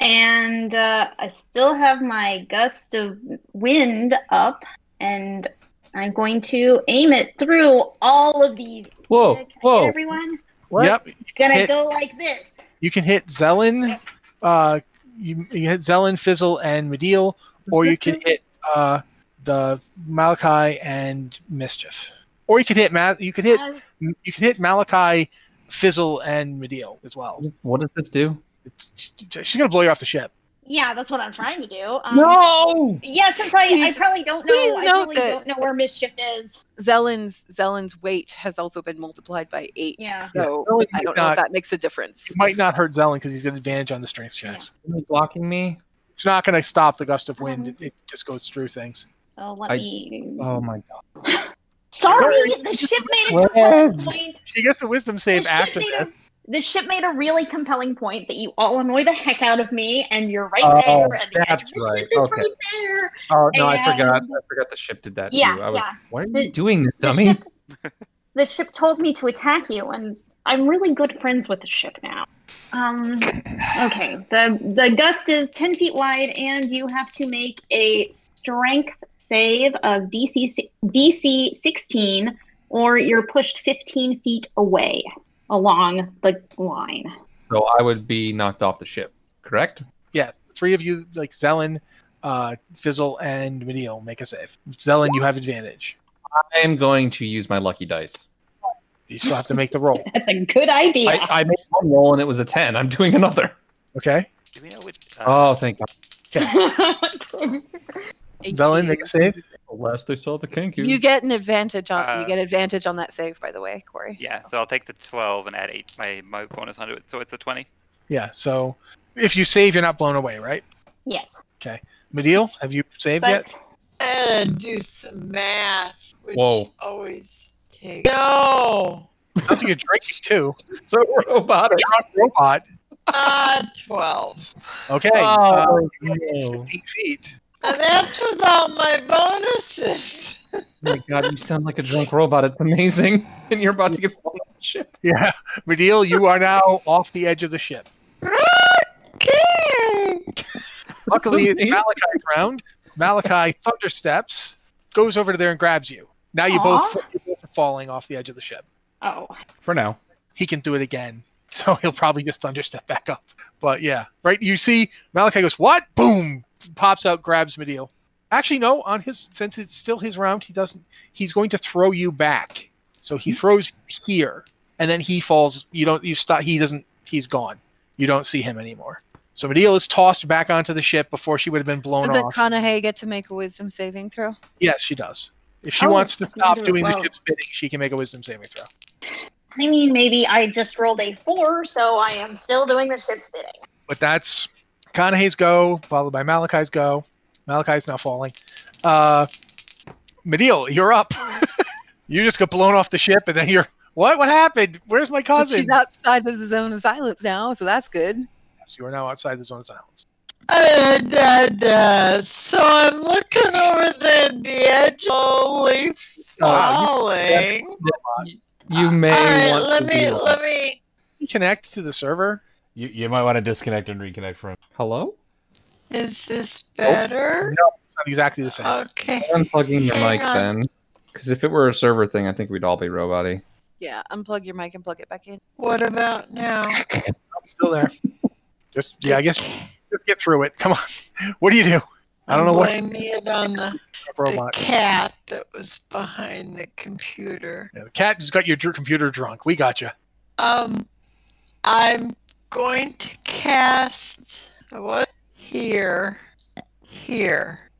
[SPEAKER 7] And uh, I still have my gust of wind up, and I'm going to aim it through all of these. Can I
[SPEAKER 2] Whoa,
[SPEAKER 7] hit
[SPEAKER 2] whoa.
[SPEAKER 7] Everyone,
[SPEAKER 1] Yep,
[SPEAKER 7] gonna
[SPEAKER 1] Hit.
[SPEAKER 7] go like this.
[SPEAKER 1] you can hit Zelen. Uh, you, you hit Zelen, Fizzle, and Mediel, or you can hit uh, the Malachi and mischief, or you could hit Ma- you could hit
[SPEAKER 7] As-
[SPEAKER 1] you could hit Malachi, Fizzle, and Medeal as well.
[SPEAKER 2] What does this do?
[SPEAKER 1] It's, she's gonna blow you off the ship.
[SPEAKER 7] yeah, that's what I'm trying to do. Um,
[SPEAKER 2] No.
[SPEAKER 7] Yeah, since I, I
[SPEAKER 3] Please-
[SPEAKER 7] probably don't know.
[SPEAKER 3] please
[SPEAKER 7] I
[SPEAKER 3] note
[SPEAKER 7] probably
[SPEAKER 3] that-
[SPEAKER 7] don't know where mischief is.
[SPEAKER 3] Zellin's Zellin's weight has also been multiplied by eight.
[SPEAKER 7] Yeah.
[SPEAKER 3] So
[SPEAKER 1] Zellin
[SPEAKER 3] I
[SPEAKER 1] might
[SPEAKER 3] don't know
[SPEAKER 1] not-
[SPEAKER 3] if that makes a difference.
[SPEAKER 1] It might not hurt Zellin because he's got advantage on the strength checks.
[SPEAKER 2] Blocking me?
[SPEAKER 1] It's not gonna stop the gust of wind. It, it just goes through things.
[SPEAKER 7] So let
[SPEAKER 2] I-
[SPEAKER 7] me.
[SPEAKER 2] Oh my god.
[SPEAKER 7] Sorry,
[SPEAKER 1] Sorry.
[SPEAKER 7] the ship made a
[SPEAKER 2] What?
[SPEAKER 7] compelling point.
[SPEAKER 1] She gets the wisdom save
[SPEAKER 7] The ship
[SPEAKER 1] after
[SPEAKER 7] made
[SPEAKER 1] that.
[SPEAKER 7] a- the ship made a really compelling point that you all annoy the heck out of me, and you're right
[SPEAKER 2] Oh,
[SPEAKER 7] there, and the
[SPEAKER 2] that's
[SPEAKER 7] edge of
[SPEAKER 2] right.
[SPEAKER 7] mischief is
[SPEAKER 2] Okay.
[SPEAKER 7] right there.
[SPEAKER 2] Oh no, I
[SPEAKER 1] um,
[SPEAKER 7] And-
[SPEAKER 2] forgot. I forgot the ship did that
[SPEAKER 7] Yeah,
[SPEAKER 2] too. I was
[SPEAKER 7] yeah.
[SPEAKER 2] why are you
[SPEAKER 7] The-
[SPEAKER 2] doing this,
[SPEAKER 7] The
[SPEAKER 2] dummy?
[SPEAKER 5] [LAUGHS]
[SPEAKER 7] ship, [LAUGHS] the ship told me to attack you, and I'm really good friends with the ship now. Um, okay. The the gust is ten feet wide, and you have to make a strength save of DC si- DC sixteen, or you're pushed fifteen feet away along the line.
[SPEAKER 2] So I would be knocked off the ship, correct?
[SPEAKER 1] Yeah, three of you, like Zellin, uh, Fizzle, and Medeal, make a save. Zellin, you have advantage.
[SPEAKER 2] I am going to use my lucky dice.
[SPEAKER 1] You still have to make the roll.
[SPEAKER 7] That's a good idea.
[SPEAKER 2] I, I made one roll and it was a ten. I'm doing another.
[SPEAKER 1] Okay,
[SPEAKER 4] Do we know which? Uh,
[SPEAKER 2] Oh, thank God.
[SPEAKER 1] Zellin, make a save.
[SPEAKER 2] Last they saw the kangaroo.
[SPEAKER 3] You get an advantage on
[SPEAKER 4] Uh,
[SPEAKER 3] you get advantage on that save, by the way, Corey.
[SPEAKER 4] yeah.
[SPEAKER 3] So-
[SPEAKER 4] So I'll take the twelve and add eight my my bonus onto it, so it's a twenty.
[SPEAKER 1] Yeah. So if you save, you're not blown away, right?
[SPEAKER 7] [LAUGHS] yes,
[SPEAKER 1] Medeal, have you saved
[SPEAKER 7] but
[SPEAKER 1] yet?
[SPEAKER 5] And do some math, which
[SPEAKER 2] Whoa.
[SPEAKER 5] always takes. No,
[SPEAKER 1] I think you're drinking too.
[SPEAKER 2] [LAUGHS] so robotic.
[SPEAKER 1] Drunk robot.
[SPEAKER 5] not 12.
[SPEAKER 1] Okay.
[SPEAKER 2] Oh,
[SPEAKER 1] uh,
[SPEAKER 2] no.
[SPEAKER 1] 15 feet. [LAUGHS]
[SPEAKER 5] And that's with all my bonuses.
[SPEAKER 2] Oh my god, you sound like a drunk robot. It's amazing. [LAUGHS] And you're about to get blown off the ship.
[SPEAKER 1] Yeah. Medeal, you are now off the edge of the ship.
[SPEAKER 5] [LAUGHS] Okay.
[SPEAKER 1] [LAUGHS] Luckily, it's
[SPEAKER 2] amazing.
[SPEAKER 1] Malachi's round. Malachi thundersteps, goes over to there and grabs you. Now you both,
[SPEAKER 7] Aw.
[SPEAKER 1] you both are falling off the edge of the ship.
[SPEAKER 7] oh,
[SPEAKER 6] For now.
[SPEAKER 1] He can do it again. [LAUGHS] So he'll probably just thunderstep back up. But yeah, right? You see, Malachi goes, What? Boom! Pops out, grabs Medeal. Actually, no, on his since it's still his round, he doesn't he's going to throw you back. So he throws here, and then he falls. You don't you stop he doesn't he's gone. You don't see him anymore. So Medeal is tossed back onto the ship before she would have been blown
[SPEAKER 3] Does
[SPEAKER 1] off.
[SPEAKER 3] Kanahe get to make a wisdom saving throw?
[SPEAKER 1] Yes, she does. If she
[SPEAKER 7] Oh,
[SPEAKER 1] wants to
[SPEAKER 7] she can
[SPEAKER 1] stop
[SPEAKER 7] do it
[SPEAKER 1] doing the
[SPEAKER 7] well.
[SPEAKER 1] ship's bidding, she can make a wisdom saving throw.
[SPEAKER 7] I mean maybe I just rolled a four, so I am still doing the ship spitting.
[SPEAKER 1] But that's Kanahe's go, followed by Malachi's go. Malachi's now falling. Uh Medeal, you're up. [LAUGHS] you just got blown off the ship and then you're what? What happened? Where's my
[SPEAKER 3] But
[SPEAKER 1] cousin?
[SPEAKER 3] She's outside of the zone of silence now, so that's good.
[SPEAKER 1] Yes, you are now outside the zone of silence.
[SPEAKER 5] And, and, uh, so I'm looking over there at the edge, slowly
[SPEAKER 1] Oh,
[SPEAKER 5] falling.
[SPEAKER 2] You may
[SPEAKER 5] all right,
[SPEAKER 2] want
[SPEAKER 5] let
[SPEAKER 2] to
[SPEAKER 5] me,
[SPEAKER 2] be like-
[SPEAKER 5] let me.
[SPEAKER 1] You connect to the server.
[SPEAKER 6] You, you might want to disconnect and reconnect from.
[SPEAKER 2] Hello?
[SPEAKER 5] Is this better?
[SPEAKER 1] It's not exactly the same.
[SPEAKER 5] Okay.
[SPEAKER 2] Unplugging your
[SPEAKER 5] Hang
[SPEAKER 2] mic
[SPEAKER 5] on.
[SPEAKER 2] then. Because if it were a server thing, I think we'd all be roboty.
[SPEAKER 3] Yeah, unplug your mic and plug it back in.
[SPEAKER 5] What about now?
[SPEAKER 1] I'm still there. Just yeah, I guess just get through it. Come on. [LAUGHS] What do you do? I don't know what's
[SPEAKER 5] Blame it on the, the
[SPEAKER 1] robot.
[SPEAKER 5] cat that was behind the computer.
[SPEAKER 1] Yeah, the cat just got your dr- computer drunk. We got you.
[SPEAKER 5] Um, I'm going to cast what here, here.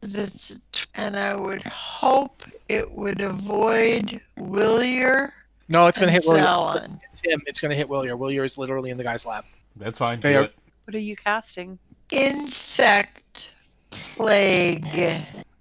[SPEAKER 5] This and I would hope it would avoid Willier
[SPEAKER 1] No, it's going
[SPEAKER 5] and
[SPEAKER 1] to hit William.
[SPEAKER 5] Zalon.
[SPEAKER 1] It's him. It's going to hit Willier. Willier is literally in the guy's lap.
[SPEAKER 6] That's fine.
[SPEAKER 1] They
[SPEAKER 6] do
[SPEAKER 1] are-
[SPEAKER 6] it.
[SPEAKER 3] What are you casting?
[SPEAKER 5] Insect plague.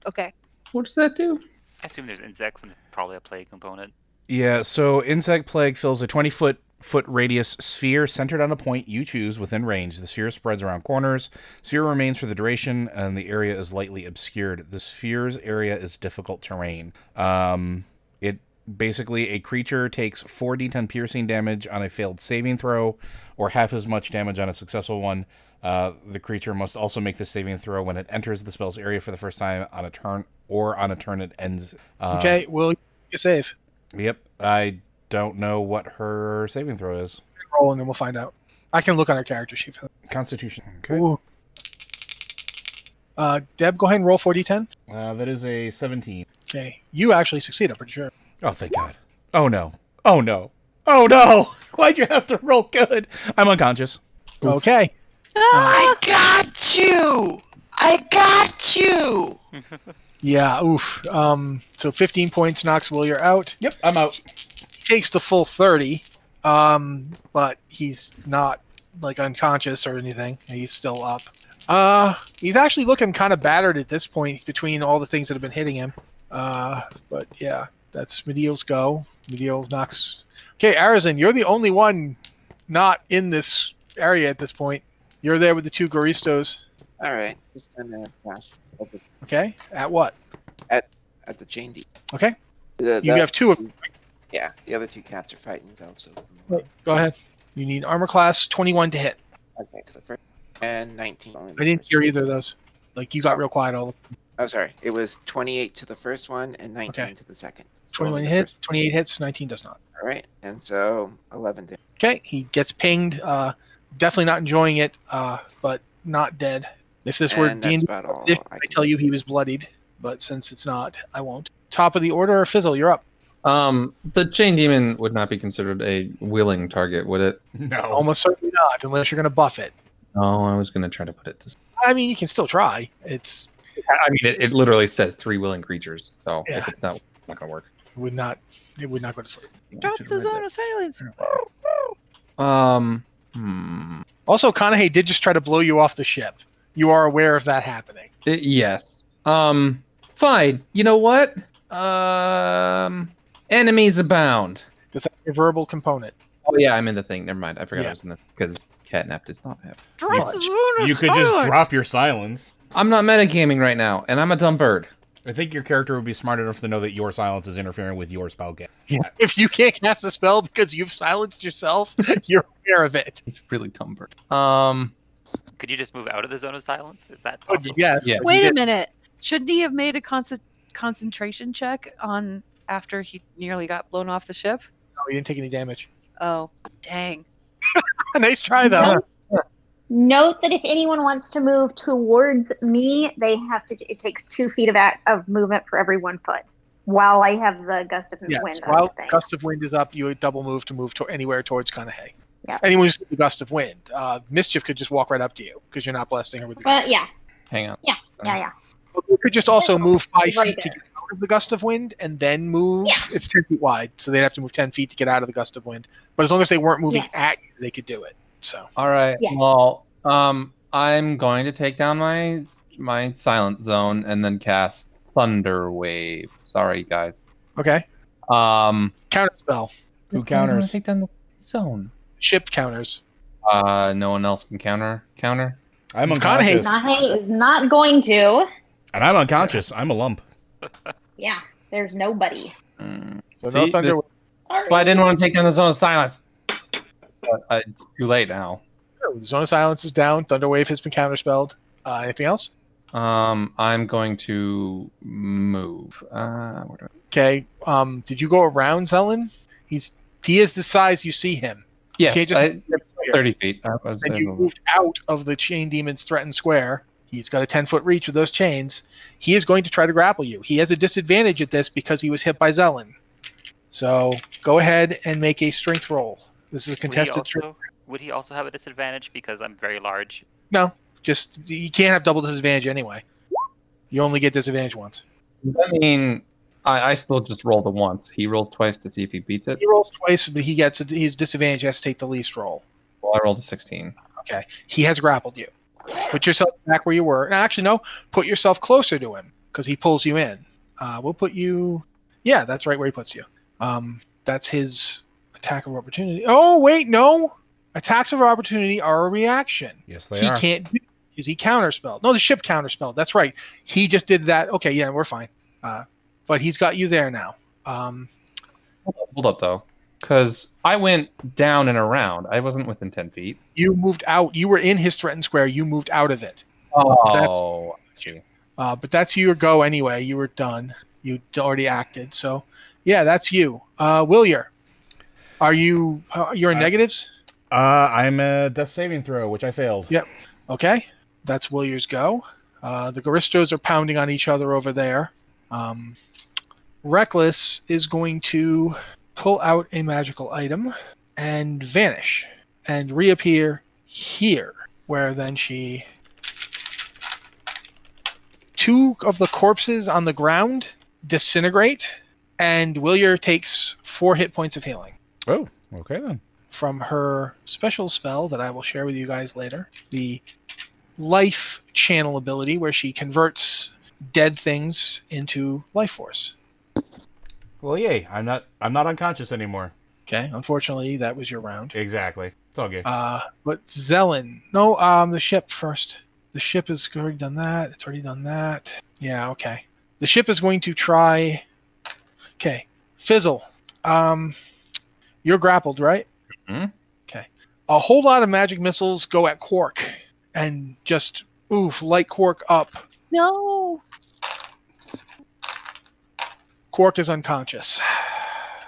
[SPEAKER 3] Okay.
[SPEAKER 2] What does that do?
[SPEAKER 4] I assume there's insects and probably a plague component.
[SPEAKER 6] Yeah, so insect plague fills a 20 foot foot radius sphere centered on a point you choose within range. The sphere spreads around corners. Sphere remains for the duration, and the area is lightly obscured. The sphere's area is difficult terrain. Um, it basically a creature takes 4d10 piercing damage on a failed saving throw, or half as much damage on a successful one. Uh, the creature must also make the saving throw when it enters the spell's area for the first time on a turn or on a turn it ends. Uh,
[SPEAKER 1] Okay, Will you save?
[SPEAKER 6] Yep. I don't know what her saving throw is.
[SPEAKER 1] Roll and then we'll find out. I can look on her character sheet. For that.
[SPEAKER 6] Constitution. Okay.
[SPEAKER 1] Ooh. Uh, Deb, go ahead and roll 4d10.
[SPEAKER 6] Uh, that is a 17.
[SPEAKER 1] Okay, you actually succeed. I'm pretty sure.
[SPEAKER 6] Oh, thank God. Oh, no. Oh, no. Oh, no. [LAUGHS] Why'd you have to roll good? I'm unconscious.
[SPEAKER 1] Okay.
[SPEAKER 3] Ah!
[SPEAKER 5] I got you. I got you.
[SPEAKER 1] Yeah. Oof. Um. So 15 points knocks Willier out.
[SPEAKER 6] Yep, I'm out.
[SPEAKER 1] He takes the full 30. Um. But he's not like unconscious or anything. He's still up. Uh. He's actually looking kind of battered at this point between all the things that have been hitting him. Uh. But yeah, that's Medieval's go. Medieval knocks. Okay, Arizin, you're the only one not in this area at this point. You're there with the two Goristos.
[SPEAKER 8] All right, just gonna flash at the,
[SPEAKER 1] Okay. At what?
[SPEAKER 8] at the chain D.
[SPEAKER 1] Okay.
[SPEAKER 8] The-
[SPEAKER 1] You
[SPEAKER 8] the-
[SPEAKER 1] have two of
[SPEAKER 8] Yeah, the other two cats are fighting themselves. So
[SPEAKER 1] Go ahead. You need armor class 21 to hit.
[SPEAKER 8] okay, to the first and 19. Only the
[SPEAKER 1] I didn't
[SPEAKER 8] first
[SPEAKER 1] hear
[SPEAKER 8] one.
[SPEAKER 1] either of those. Like you got real quiet. All
[SPEAKER 8] Oh, sorry. It was 28 to the first one and 19
[SPEAKER 1] Okay.
[SPEAKER 8] to the second. So only
[SPEAKER 1] 21
[SPEAKER 8] the
[SPEAKER 1] hits,
[SPEAKER 8] first-
[SPEAKER 1] 28 hits, 19 does not.
[SPEAKER 8] All right, and so 11 damage.
[SPEAKER 1] Okay, he gets pinged. Uh, definitely not enjoying it, uh, but not dead. If this were
[SPEAKER 8] And
[SPEAKER 1] D
[SPEAKER 8] that's
[SPEAKER 1] and
[SPEAKER 8] about all.
[SPEAKER 1] I
[SPEAKER 8] I can
[SPEAKER 1] tell you he was bloodied, but since it's not, I won't. Top of the order, Fizzle, you're up.
[SPEAKER 2] Um, the chain demon would not be considered a willing target, would it?
[SPEAKER 6] No.
[SPEAKER 1] Almost certainly not, unless you're going to buff it.
[SPEAKER 2] No, I was going to try to put it. To...
[SPEAKER 1] I mean, you can still try. It's
[SPEAKER 2] I mean, it, it literally says three willing creatures, so
[SPEAKER 1] Yeah.
[SPEAKER 2] if it's not, it's not going to work.
[SPEAKER 1] it would not. It would not go to sleep.
[SPEAKER 3] Drop the zone of silence.
[SPEAKER 2] Um, hmm.
[SPEAKER 1] Also, Kanahe did just try to blow you off the ship. You are aware of that happening.
[SPEAKER 2] I- yes. Um, fine. You know what? Um, enemies abound.
[SPEAKER 1] Does that have a verbal component?
[SPEAKER 2] Oh yeah, I'm in the thing. Never mind. I forgot
[SPEAKER 1] Yeah.
[SPEAKER 2] I was in the because catnap does not have.
[SPEAKER 3] Drop the
[SPEAKER 1] Fudge.
[SPEAKER 3] zone of
[SPEAKER 6] You could just
[SPEAKER 3] silence.
[SPEAKER 6] drop your silence.
[SPEAKER 2] I'm not metagaming right now, and I'm a dumb bird.
[SPEAKER 6] I think your character would be smart enough to know that your silence is interfering with your spell game.
[SPEAKER 1] If you can't cast a spell because you've silenced yourself, [LAUGHS] you're aware of it.
[SPEAKER 2] It's really dumb bird. Um,
[SPEAKER 4] Could you just move out of the zone of silence? Is that
[SPEAKER 1] Oh,
[SPEAKER 4] possible?
[SPEAKER 1] yes.
[SPEAKER 2] Yeah.
[SPEAKER 3] Wait a minute. Shouldn't he have made a concent- concentration check on after he nearly got blown off the ship?
[SPEAKER 1] No, you didn't take any damage.
[SPEAKER 3] Oh, dang.
[SPEAKER 1] [LAUGHS] nice try though.
[SPEAKER 7] Note, note that if anyone wants to move towards me, they have to. It takes two feet of act, of movement for every one foot. While I have the gust of
[SPEAKER 1] Yes.
[SPEAKER 7] wind on the
[SPEAKER 1] While
[SPEAKER 7] thing.
[SPEAKER 1] gust of wind is up, you would double move to move to anywhere towards Kanahe.
[SPEAKER 7] Yeah.
[SPEAKER 1] Anyone who's got the gust of wind, uh, mischief could just walk right up to you because you're not blasting her with the gust.
[SPEAKER 7] Well, yeah,
[SPEAKER 2] hang on.
[SPEAKER 7] yeah, yeah.
[SPEAKER 1] But you could just also move five
[SPEAKER 7] Right
[SPEAKER 1] feet to
[SPEAKER 7] there.
[SPEAKER 1] get out of the gust of wind and then move.
[SPEAKER 7] Yeah.
[SPEAKER 1] It's ten feet wide, so they'd have to move ten feet to get out of the gust of wind. But as long as they weren't moving
[SPEAKER 7] Yes.
[SPEAKER 1] at you, they could do it. So
[SPEAKER 2] All right.
[SPEAKER 7] Yes.
[SPEAKER 2] Well, um, I'm going to take down my my silent zone and then cast thunder wave. Sorry, guys.
[SPEAKER 1] okay,
[SPEAKER 2] Um,
[SPEAKER 1] counter spell,
[SPEAKER 6] Who
[SPEAKER 2] I'm gonna
[SPEAKER 6] counters?
[SPEAKER 2] Take down the zone.
[SPEAKER 1] ship counters.
[SPEAKER 2] Uh, no one else can counter counter.
[SPEAKER 6] I'm
[SPEAKER 1] If Kanahe-
[SPEAKER 6] unconscious.
[SPEAKER 7] Nahe is not going to.
[SPEAKER 6] And I'm unconscious. I'm a lump.
[SPEAKER 7] Yeah, there's nobody.
[SPEAKER 2] Mm.
[SPEAKER 1] So
[SPEAKER 2] See,
[SPEAKER 1] no thunder.
[SPEAKER 2] the-
[SPEAKER 1] wave.
[SPEAKER 7] Sorry.
[SPEAKER 2] That's why I didn't want to take down the zone of silence. But, uh, it's too late now.
[SPEAKER 1] Zone of silence is down. Thunder wave has been counterspelled. Uh, anything else?
[SPEAKER 2] Um, I'm going to move. Uh, where do I...
[SPEAKER 1] Okay. Um, did you go around Zelen? He's he is the size you see him.
[SPEAKER 2] Yes,
[SPEAKER 1] Okay, just-
[SPEAKER 2] I- thirty feet. I was-
[SPEAKER 1] and
[SPEAKER 2] I
[SPEAKER 1] you
[SPEAKER 2] moved.
[SPEAKER 1] moved out of the chain demon's threatened square. He's got a 10 foot reach with those chains. He is going to try to grapple you. He has a disadvantage at this because he was hit by Zelen. So go ahead and make a strength roll. This is a
[SPEAKER 4] Would he
[SPEAKER 1] contested strength.
[SPEAKER 4] also- Would he also have a disadvantage because I'm very large?
[SPEAKER 1] Just you can't have double disadvantage anyway. You only get disadvantage once.
[SPEAKER 2] I mean, I, I still just rolled the once. He rolled twice to see if he beats it.
[SPEAKER 1] He rolls twice, but he gets a, his disadvantage has to take the least roll.
[SPEAKER 2] Well, I rolled a sixteen.
[SPEAKER 1] He has grappled you. Put yourself back where you were. No, Actually, no. Put yourself closer to him because he pulls you in. Uh, we'll put you. Yeah, that's right where he puts you. Um, that's his attack of opportunity. Oh wait, no. Attacks of opportunity are a reaction.
[SPEAKER 6] Yes, they
[SPEAKER 1] he
[SPEAKER 6] are.
[SPEAKER 1] can't. Do, is he counterspelled? No, the ship counterspelled. That's right. He just did that. Okay, yeah, we're fine. Uh, but he's got you there now. Um,
[SPEAKER 2] Hold up though, because I went down and around. I wasn't within ten feet.
[SPEAKER 1] you moved out. You were in his threatened square. You moved out of it.
[SPEAKER 2] Oh, I see.
[SPEAKER 1] Uh, but that's your go anyway. You were done. You already acted. So, yeah, that's you. Uh, Willier, are you uh, you're in
[SPEAKER 6] Uh,
[SPEAKER 1] negatives?
[SPEAKER 6] Uh, I'm a death saving throw, which I failed.
[SPEAKER 1] Yeah. Okay, that's Willier's go. Uh, the Garistos are pounding on each other over there. Um, Reckless is going to pull out a magical item and vanish and reappear here, where then she. Two of the corpses on the ground disintegrate, and Willier takes four hit points of healing
[SPEAKER 6] Oh, okay then.
[SPEAKER 1] from her special spell that I will share with you guys later. The life channel ability, where she converts dead things into life force.
[SPEAKER 6] Well, yay! I'm not. I'm not unconscious anymore.
[SPEAKER 1] Okay, unfortunately, that was your round.
[SPEAKER 6] Exactly. It's all good.
[SPEAKER 1] Uh, but Zelen, no, um, the ship first. The ship has already done that. It's already done that. Yeah, okay. The ship is going to try. Okay, Fizzle. Um, you're grappled, right?
[SPEAKER 2] Mhm.
[SPEAKER 1] Okay. A whole lot of magic missiles go at Quark and just oof, light Quark up.
[SPEAKER 3] No,
[SPEAKER 1] Quark is unconscious.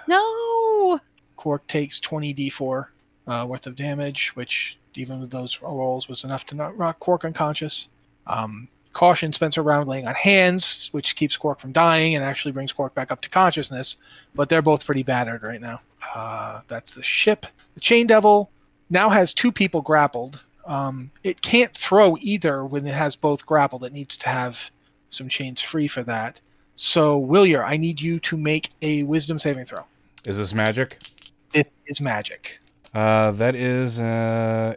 [SPEAKER 3] no.
[SPEAKER 1] Quark takes 20d4 uh, worth of damage, which even with those rolls was enough to not rock Quark unconscious. Um, caution spends her round laying on hands, which keeps Quark from dying and actually brings Quark back up to consciousness. But they're both pretty battered right now. Uh, that's the ship. The Chain Devil now has two people grappled. Um, it can't throw either when it has both grappled. It needs to have some chains free for that. So, Willier, I need you to make a wisdom saving throw.
[SPEAKER 6] Is this magic?
[SPEAKER 1] It is magic.
[SPEAKER 6] Uh, that is uh,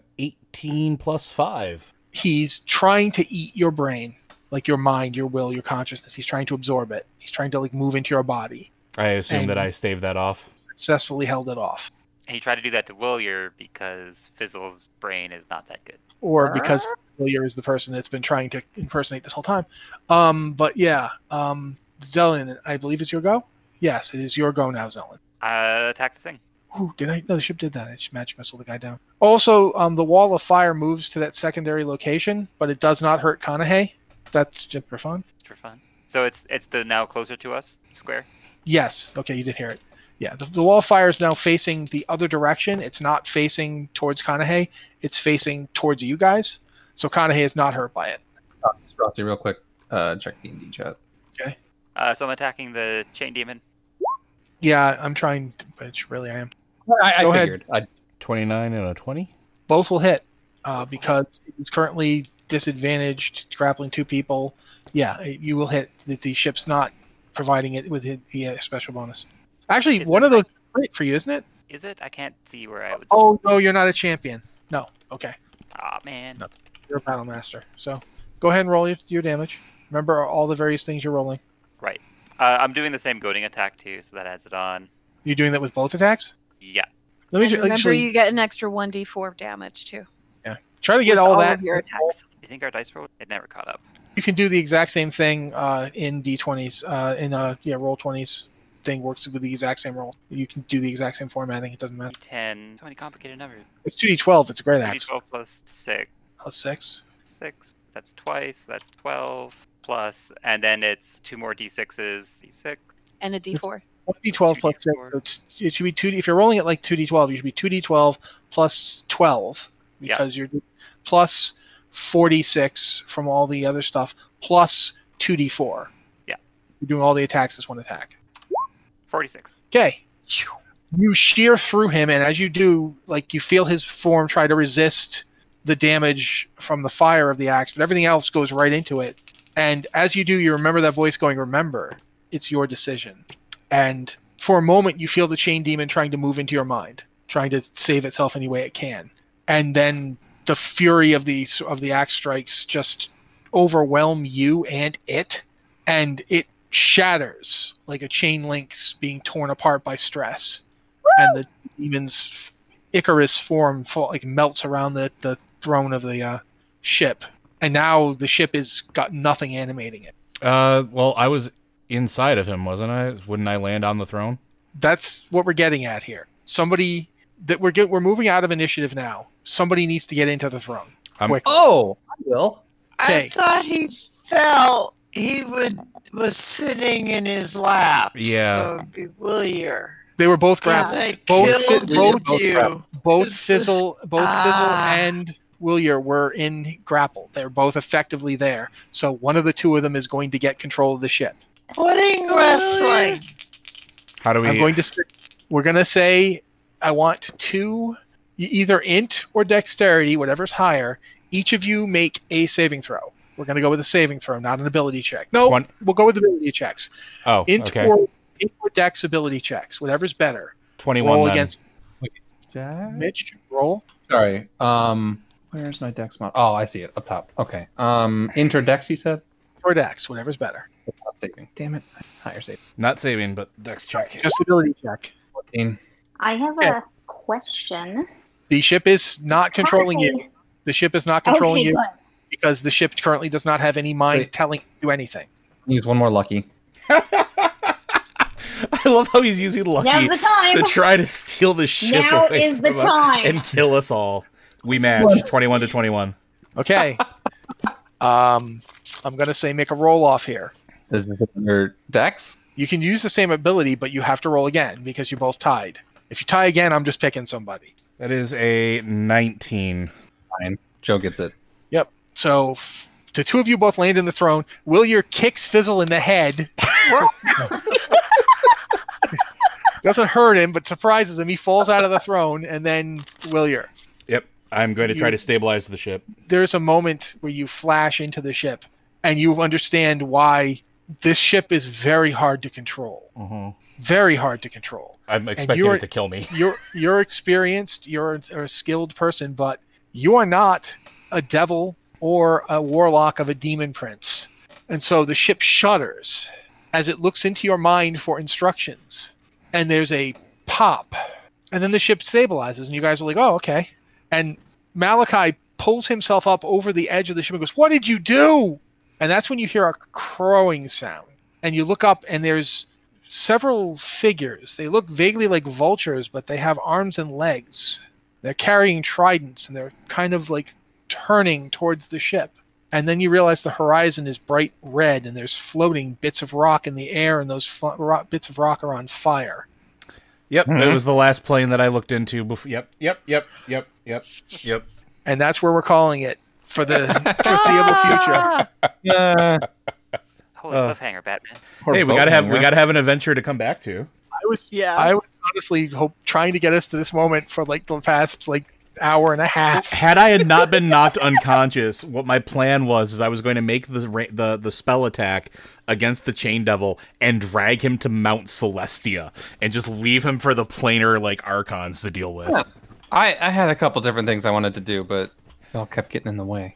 [SPEAKER 6] 18 plus five.
[SPEAKER 1] he's trying to eat your brain like your mind your will your consciousness he's trying to absorb it he's trying to like move into your body
[SPEAKER 6] I assume that
[SPEAKER 1] And-
[SPEAKER 6] I staved that off.
[SPEAKER 1] successfully held it off
[SPEAKER 4] And he tried to do that to Willier because Fizzle's brain is not that good.
[SPEAKER 1] or because Willier is the person that's been trying to impersonate this whole time um but yeah um Zelen I believe it's your go yes it is your go now Zelen
[SPEAKER 4] Uh, attack the thing.
[SPEAKER 1] Ooh, did I? No, the ship did that. It's magic missile the guy down. Also, um, the wall of fire moves to that secondary location, but it does not hurt Kanahe. That's just for fun.
[SPEAKER 4] It's for fun. So it's it's the now closer to us square.
[SPEAKER 1] Yes. Okay, you did hear it. Yeah, the, the wall of fire is now facing the other direction. It's not facing towards Kanahe. It's facing towards you guys. So Kanahe is not hurt by it.
[SPEAKER 2] Rossi, real quick, uh, check the D chat.
[SPEAKER 4] Uh, so I'm attacking the chain demon.
[SPEAKER 1] Yeah, I'm trying, which really I am.
[SPEAKER 2] I, I
[SPEAKER 1] Go ahead.
[SPEAKER 2] figured. I,
[SPEAKER 6] 29 and a 20?
[SPEAKER 1] Both will hit uh, because it's currently disadvantaged, grappling two people. Yeah, it- you will hit. The, the ship's not providing it with the, the uh, special bonus. Actually,
[SPEAKER 4] Is
[SPEAKER 1] one
[SPEAKER 4] it
[SPEAKER 1] of those is great for you, isn't it?
[SPEAKER 4] Is it? I can't see where I would.
[SPEAKER 1] Oh, no, you're not a champion. No. Okay.
[SPEAKER 4] Aw, man.
[SPEAKER 1] No. You're a battle master. So go ahead and roll your, your damage. Remember all the various things you're rolling.
[SPEAKER 4] Uh, I'm doing the same goading attack too, so that adds it on.
[SPEAKER 1] You're doing that with both attacks?
[SPEAKER 4] Yeah.
[SPEAKER 1] Let me
[SPEAKER 3] And
[SPEAKER 1] ju-
[SPEAKER 3] remember,
[SPEAKER 1] actually
[SPEAKER 3] you get an extra one d4 of damage too.
[SPEAKER 1] try to
[SPEAKER 3] with
[SPEAKER 1] get all,
[SPEAKER 3] all
[SPEAKER 1] that.
[SPEAKER 3] of your attacks.
[SPEAKER 4] You think our dice roll? It never caught up.
[SPEAKER 1] You can do the exact same thing uh, in D20s, uh, in uh, yeah, roll 20s thing works with the exact same roll. You can do the exact same formatting. It doesn't matter.
[SPEAKER 4] D10. So many complicated numbers.
[SPEAKER 1] It's 2D12. It's a great axe.
[SPEAKER 4] 12 plus six.
[SPEAKER 1] Plus 6.
[SPEAKER 4] six. That's twice. That's twelve plus, and then it's two more d6s. D6.
[SPEAKER 3] and a d4.
[SPEAKER 1] 1D12 plus 6. So it's, it should be 2D. If you're rolling it like 2D12, you should be 2D12 plus 12
[SPEAKER 4] Yeah.
[SPEAKER 1] because you're plus 46 from all the other stuff plus 2D4.
[SPEAKER 4] Yeah.
[SPEAKER 1] You're doing all the attacks as one attack.
[SPEAKER 4] Forty-six.
[SPEAKER 1] Okay. You shear through him, and as you do, like you feel his form try to resist the damage from the fire of the axe, but everything else goes right into it. And as you do, you remember that voice going, Remember, it's your decision. And for a moment, you feel the chain demon trying to move into your mind, trying to save itself any way it can. And then the fury of the of the axe strikes just overwhelm you and it, and it shatters like a chain link's being torn apart by stress, and the demon's Icarus form fall, like melts around the the throne of the uh, ship, and now the ship has got nothing animating it.
[SPEAKER 6] Uh, well, I was inside of him, wasn't I? Wouldn't I land on the throne?
[SPEAKER 1] that's what we're getting at here. Somebody that we're get, we're moving out of initiative now. Somebody needs to get into the throne.
[SPEAKER 6] I'm-
[SPEAKER 1] Quick.
[SPEAKER 2] oh, I will.
[SPEAKER 1] Okay.
[SPEAKER 5] I thought he fell. He would was sitting in his lap.
[SPEAKER 6] Yeah.
[SPEAKER 5] So it'd be Willier.
[SPEAKER 1] They were both
[SPEAKER 5] Because
[SPEAKER 1] grappled.
[SPEAKER 5] I
[SPEAKER 1] Both fi-
[SPEAKER 5] killed
[SPEAKER 1] both-
[SPEAKER 5] you.
[SPEAKER 1] Both
[SPEAKER 5] This-
[SPEAKER 1] fizzle, both fizzle,
[SPEAKER 5] Ah.
[SPEAKER 1] and Willier were in grapple. They're both effectively there. So one of the two of them is going to get control of the ship.
[SPEAKER 5] Pudding wrestling.
[SPEAKER 6] How do we?
[SPEAKER 1] I'm going to. St- we're going to say I want two, e- either int or dexterity, whatever's higher. Each of you make a saving throw. We're going to go with a saving throw, not an ability check. No,
[SPEAKER 6] Twen-
[SPEAKER 1] we'll go with ability checks.
[SPEAKER 6] oh,
[SPEAKER 1] Int
[SPEAKER 6] okay.
[SPEAKER 1] or int or dex ability checks, whatever's better.
[SPEAKER 6] Twenty-one.
[SPEAKER 1] Roll
[SPEAKER 6] then.
[SPEAKER 1] against
[SPEAKER 2] Dex?
[SPEAKER 1] Mitch. Roll.
[SPEAKER 2] Sorry. Um, where's my dex mod? Oh, I see it up top. Okay. Um, interdex. You said
[SPEAKER 1] or dex, whatever's better.
[SPEAKER 2] not saving. Damn it. Higher saving.
[SPEAKER 6] Not saving, but dex check.
[SPEAKER 1] Just ability check.
[SPEAKER 2] Fourteen.
[SPEAKER 7] I have
[SPEAKER 1] Yeah.
[SPEAKER 7] a question.
[SPEAKER 1] The ship is not controlling you.
[SPEAKER 7] Hi.
[SPEAKER 1] The ship is not controlling
[SPEAKER 7] okay,
[SPEAKER 1] you
[SPEAKER 7] good.
[SPEAKER 1] because the ship currently does not have any mind
[SPEAKER 2] Wait.
[SPEAKER 1] telling you anything.
[SPEAKER 2] Use one more lucky.
[SPEAKER 6] [LAUGHS] I love how he's using lucky
[SPEAKER 7] Now's the time.
[SPEAKER 6] to try to steal the ship
[SPEAKER 7] Now
[SPEAKER 6] away
[SPEAKER 7] is the
[SPEAKER 6] from us
[SPEAKER 7] time.
[SPEAKER 6] and kill us all. We match twenty-one to twenty-one.
[SPEAKER 1] Okay. um, I'm gonna say make a roll off here.
[SPEAKER 2] This is your dex.
[SPEAKER 1] You can use the same ability, but you have to roll again because you both tied. If you tie again, I'm just picking somebody.
[SPEAKER 6] That is a nineteen.
[SPEAKER 2] Fine. Joe gets it.
[SPEAKER 1] Yep. So f- the two of you both land in the throne. Will your kicks Fizzle in the head? [LAUGHS] Doesn't hurt him, but surprises him. He falls out of the throne, and then Willier.
[SPEAKER 6] Yep. I'm going to try
[SPEAKER 1] You-
[SPEAKER 6] to stabilize the ship.
[SPEAKER 1] there's a moment where you flash into the ship and you understand why this ship is very hard to control. Very hard to control.
[SPEAKER 6] I'm Mm-hmm. expecting
[SPEAKER 1] you're-
[SPEAKER 6] it to kill me.
[SPEAKER 1] You're you're experienced, you're a- a skilled person, but you are not a devil or a warlock of a demon prince. And so the ship shudders as it looks into your mind for instructions. And there's a pop. And then the ship stabilizes, and you guys are like, oh, okay. And Malachi pulls himself up over the edge of the ship and goes, What did you do? And that's when you hear a crowing sound. And you look up, and there's several figures. They look vaguely like vultures, but they have arms and legs. They're carrying tridents, and they're kind of like turning towards the ship. And then you realize the horizon is bright red, and there's floating bits of rock in the air, and those fl- ro- bits of rock are on fire.
[SPEAKER 6] Yep, it
[SPEAKER 2] Mhm.
[SPEAKER 6] was the last plane that I looked into before. Yep, yep, yep, yep, yep, yep.
[SPEAKER 1] And that's where we're calling it for the
[SPEAKER 2] [LAUGHS]
[SPEAKER 1] foreseeable future.
[SPEAKER 3] Ah!
[SPEAKER 2] Uh,
[SPEAKER 4] Holy
[SPEAKER 6] Uh.
[SPEAKER 4] cliffhanger, Batman.
[SPEAKER 6] hey, we gotta have we gotta have an adventure to come back to.
[SPEAKER 1] I was
[SPEAKER 5] Yeah.
[SPEAKER 1] I was honestly hope trying to get us to this moment for like the past like hour and a half.
[SPEAKER 6] Had I had not been knocked unconscious, what my plan was is I was going to make the ra- the the spell attack against the chain devil and drag him to Mount Celestia and just leave him for the planar like archons to deal with.
[SPEAKER 2] I I had a couple different things I wanted to do, but it all kept getting in the way.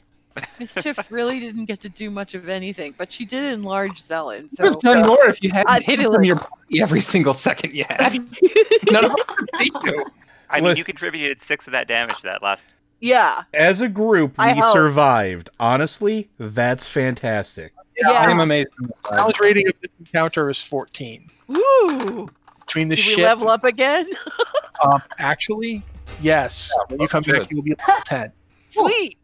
[SPEAKER 3] Mischief really didn't get to do much of anything, but she did enlarge Zelen.
[SPEAKER 2] Could
[SPEAKER 3] So
[SPEAKER 2] have
[SPEAKER 3] [LAUGHS]
[SPEAKER 2] done more if you hadn't
[SPEAKER 3] I
[SPEAKER 2] hidden
[SPEAKER 3] feel
[SPEAKER 2] from
[SPEAKER 3] like-
[SPEAKER 2] your body every single second you had. [LAUGHS] None of us could see you.
[SPEAKER 4] I mean,
[SPEAKER 6] Listen-
[SPEAKER 4] you contributed six of that damage to that last.
[SPEAKER 3] yeah,
[SPEAKER 6] As a group,
[SPEAKER 3] I
[SPEAKER 6] we
[SPEAKER 3] hope.
[SPEAKER 6] survived. Honestly, that's fantastic.
[SPEAKER 3] yeah.
[SPEAKER 2] I am amazed.
[SPEAKER 1] I was rating of this encounter is fourteen.
[SPEAKER 3] Woo!
[SPEAKER 1] Between the
[SPEAKER 3] Did
[SPEAKER 1] ship,
[SPEAKER 3] we level up again?
[SPEAKER 1] um, actually, yes.
[SPEAKER 2] Yeah,
[SPEAKER 1] when you come
[SPEAKER 2] good.
[SPEAKER 1] back, you will be
[SPEAKER 3] [LAUGHS]
[SPEAKER 1] level ten.
[SPEAKER 3] Sweet.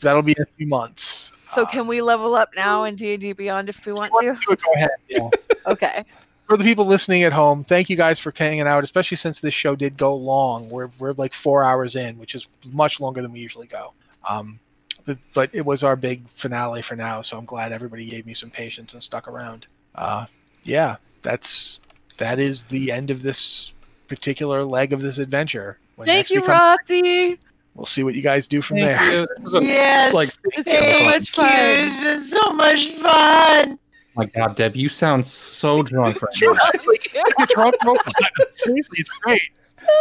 [SPEAKER 1] That'll be in a few months. Uh,
[SPEAKER 3] So can we level up now in D&D Beyond if we want to?
[SPEAKER 1] Go ahead. Yeah.
[SPEAKER 3] Okay.
[SPEAKER 1] For the people listening at home, thank you guys for hanging out, especially since this show did go long. We're, we're like four hours in, which is much longer than we usually go. Um, but, but it was our big finale for now, so I'm glad everybody gave me some patience and stuck around. Uh, yeah, that's that is the end of this particular leg of this adventure. When
[SPEAKER 3] Thank
[SPEAKER 1] next
[SPEAKER 3] you,
[SPEAKER 1] we come-
[SPEAKER 3] Rossi.
[SPEAKER 1] We'll see what you guys do from there.
[SPEAKER 2] Thank you. This is a-
[SPEAKER 5] yes.
[SPEAKER 2] Like,
[SPEAKER 3] It's so
[SPEAKER 5] Thank
[SPEAKER 3] much
[SPEAKER 5] you.
[SPEAKER 3] fun.
[SPEAKER 5] It's been so much fun.
[SPEAKER 2] Oh my God, Deb, you sound so drunk right now.
[SPEAKER 1] Sure, it's like a drunk robot. Seriously, it's great.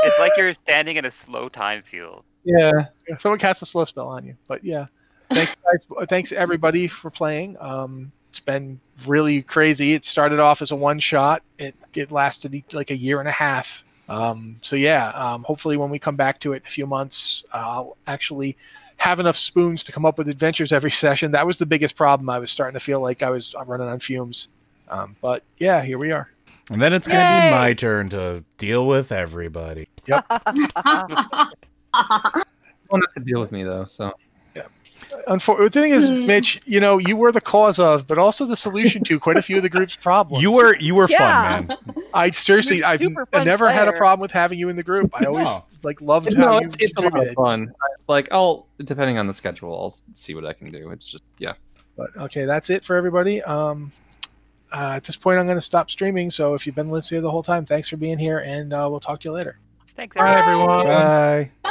[SPEAKER 4] It's like you're standing in a slow time field.
[SPEAKER 2] Yeah.
[SPEAKER 1] Yeah, someone cast a slow spell on you. But yeah, thanks guys. Uh, Thanks everybody for playing. Um, it's been really crazy. It started off as a one shot. It it lasted e- like a year and a half. Um, so yeah, um, hopefully when we come back to it in a few months, I'll actually have enough spoons to come up with adventures every [LAUGHS] session. That was the biggest problem. I was starting to feel like I was uh, running on fumes. Um, but yeah, here we are.
[SPEAKER 6] And then it's gonna be
[SPEAKER 3] Yay.
[SPEAKER 6] my turn to deal with everybody.
[SPEAKER 7] [LAUGHS]
[SPEAKER 2] You don't have to deal with me though, so
[SPEAKER 1] Unfor- the thing is,
[SPEAKER 7] Hmm.
[SPEAKER 1] Mitch, you know, you were the cause of, but also the solution to quite a few of the group's problems.
[SPEAKER 6] You were you were
[SPEAKER 3] Yeah. [LAUGHS]
[SPEAKER 6] fun, man.
[SPEAKER 1] I seriously,
[SPEAKER 3] You're a
[SPEAKER 1] I've
[SPEAKER 3] super
[SPEAKER 1] I
[SPEAKER 3] fun
[SPEAKER 1] never had a
[SPEAKER 3] player.
[SPEAKER 1] problem with having you in the group. I always
[SPEAKER 6] No.
[SPEAKER 1] like loved
[SPEAKER 2] no,
[SPEAKER 1] how
[SPEAKER 2] it's,
[SPEAKER 1] you
[SPEAKER 2] it's a lot of
[SPEAKER 1] contributed.
[SPEAKER 2] fun. like I'll depending on the schedule, I'll s- see what I can do. It's just yeah.
[SPEAKER 1] But okay, that's it for everybody. Um, uh, at this point, I'm going to stop streaming. So if you've been listening the whole time, thanks for being here, and uh, we'll talk to you later.
[SPEAKER 4] Thanks,
[SPEAKER 1] Bye, everyone.
[SPEAKER 6] Bye.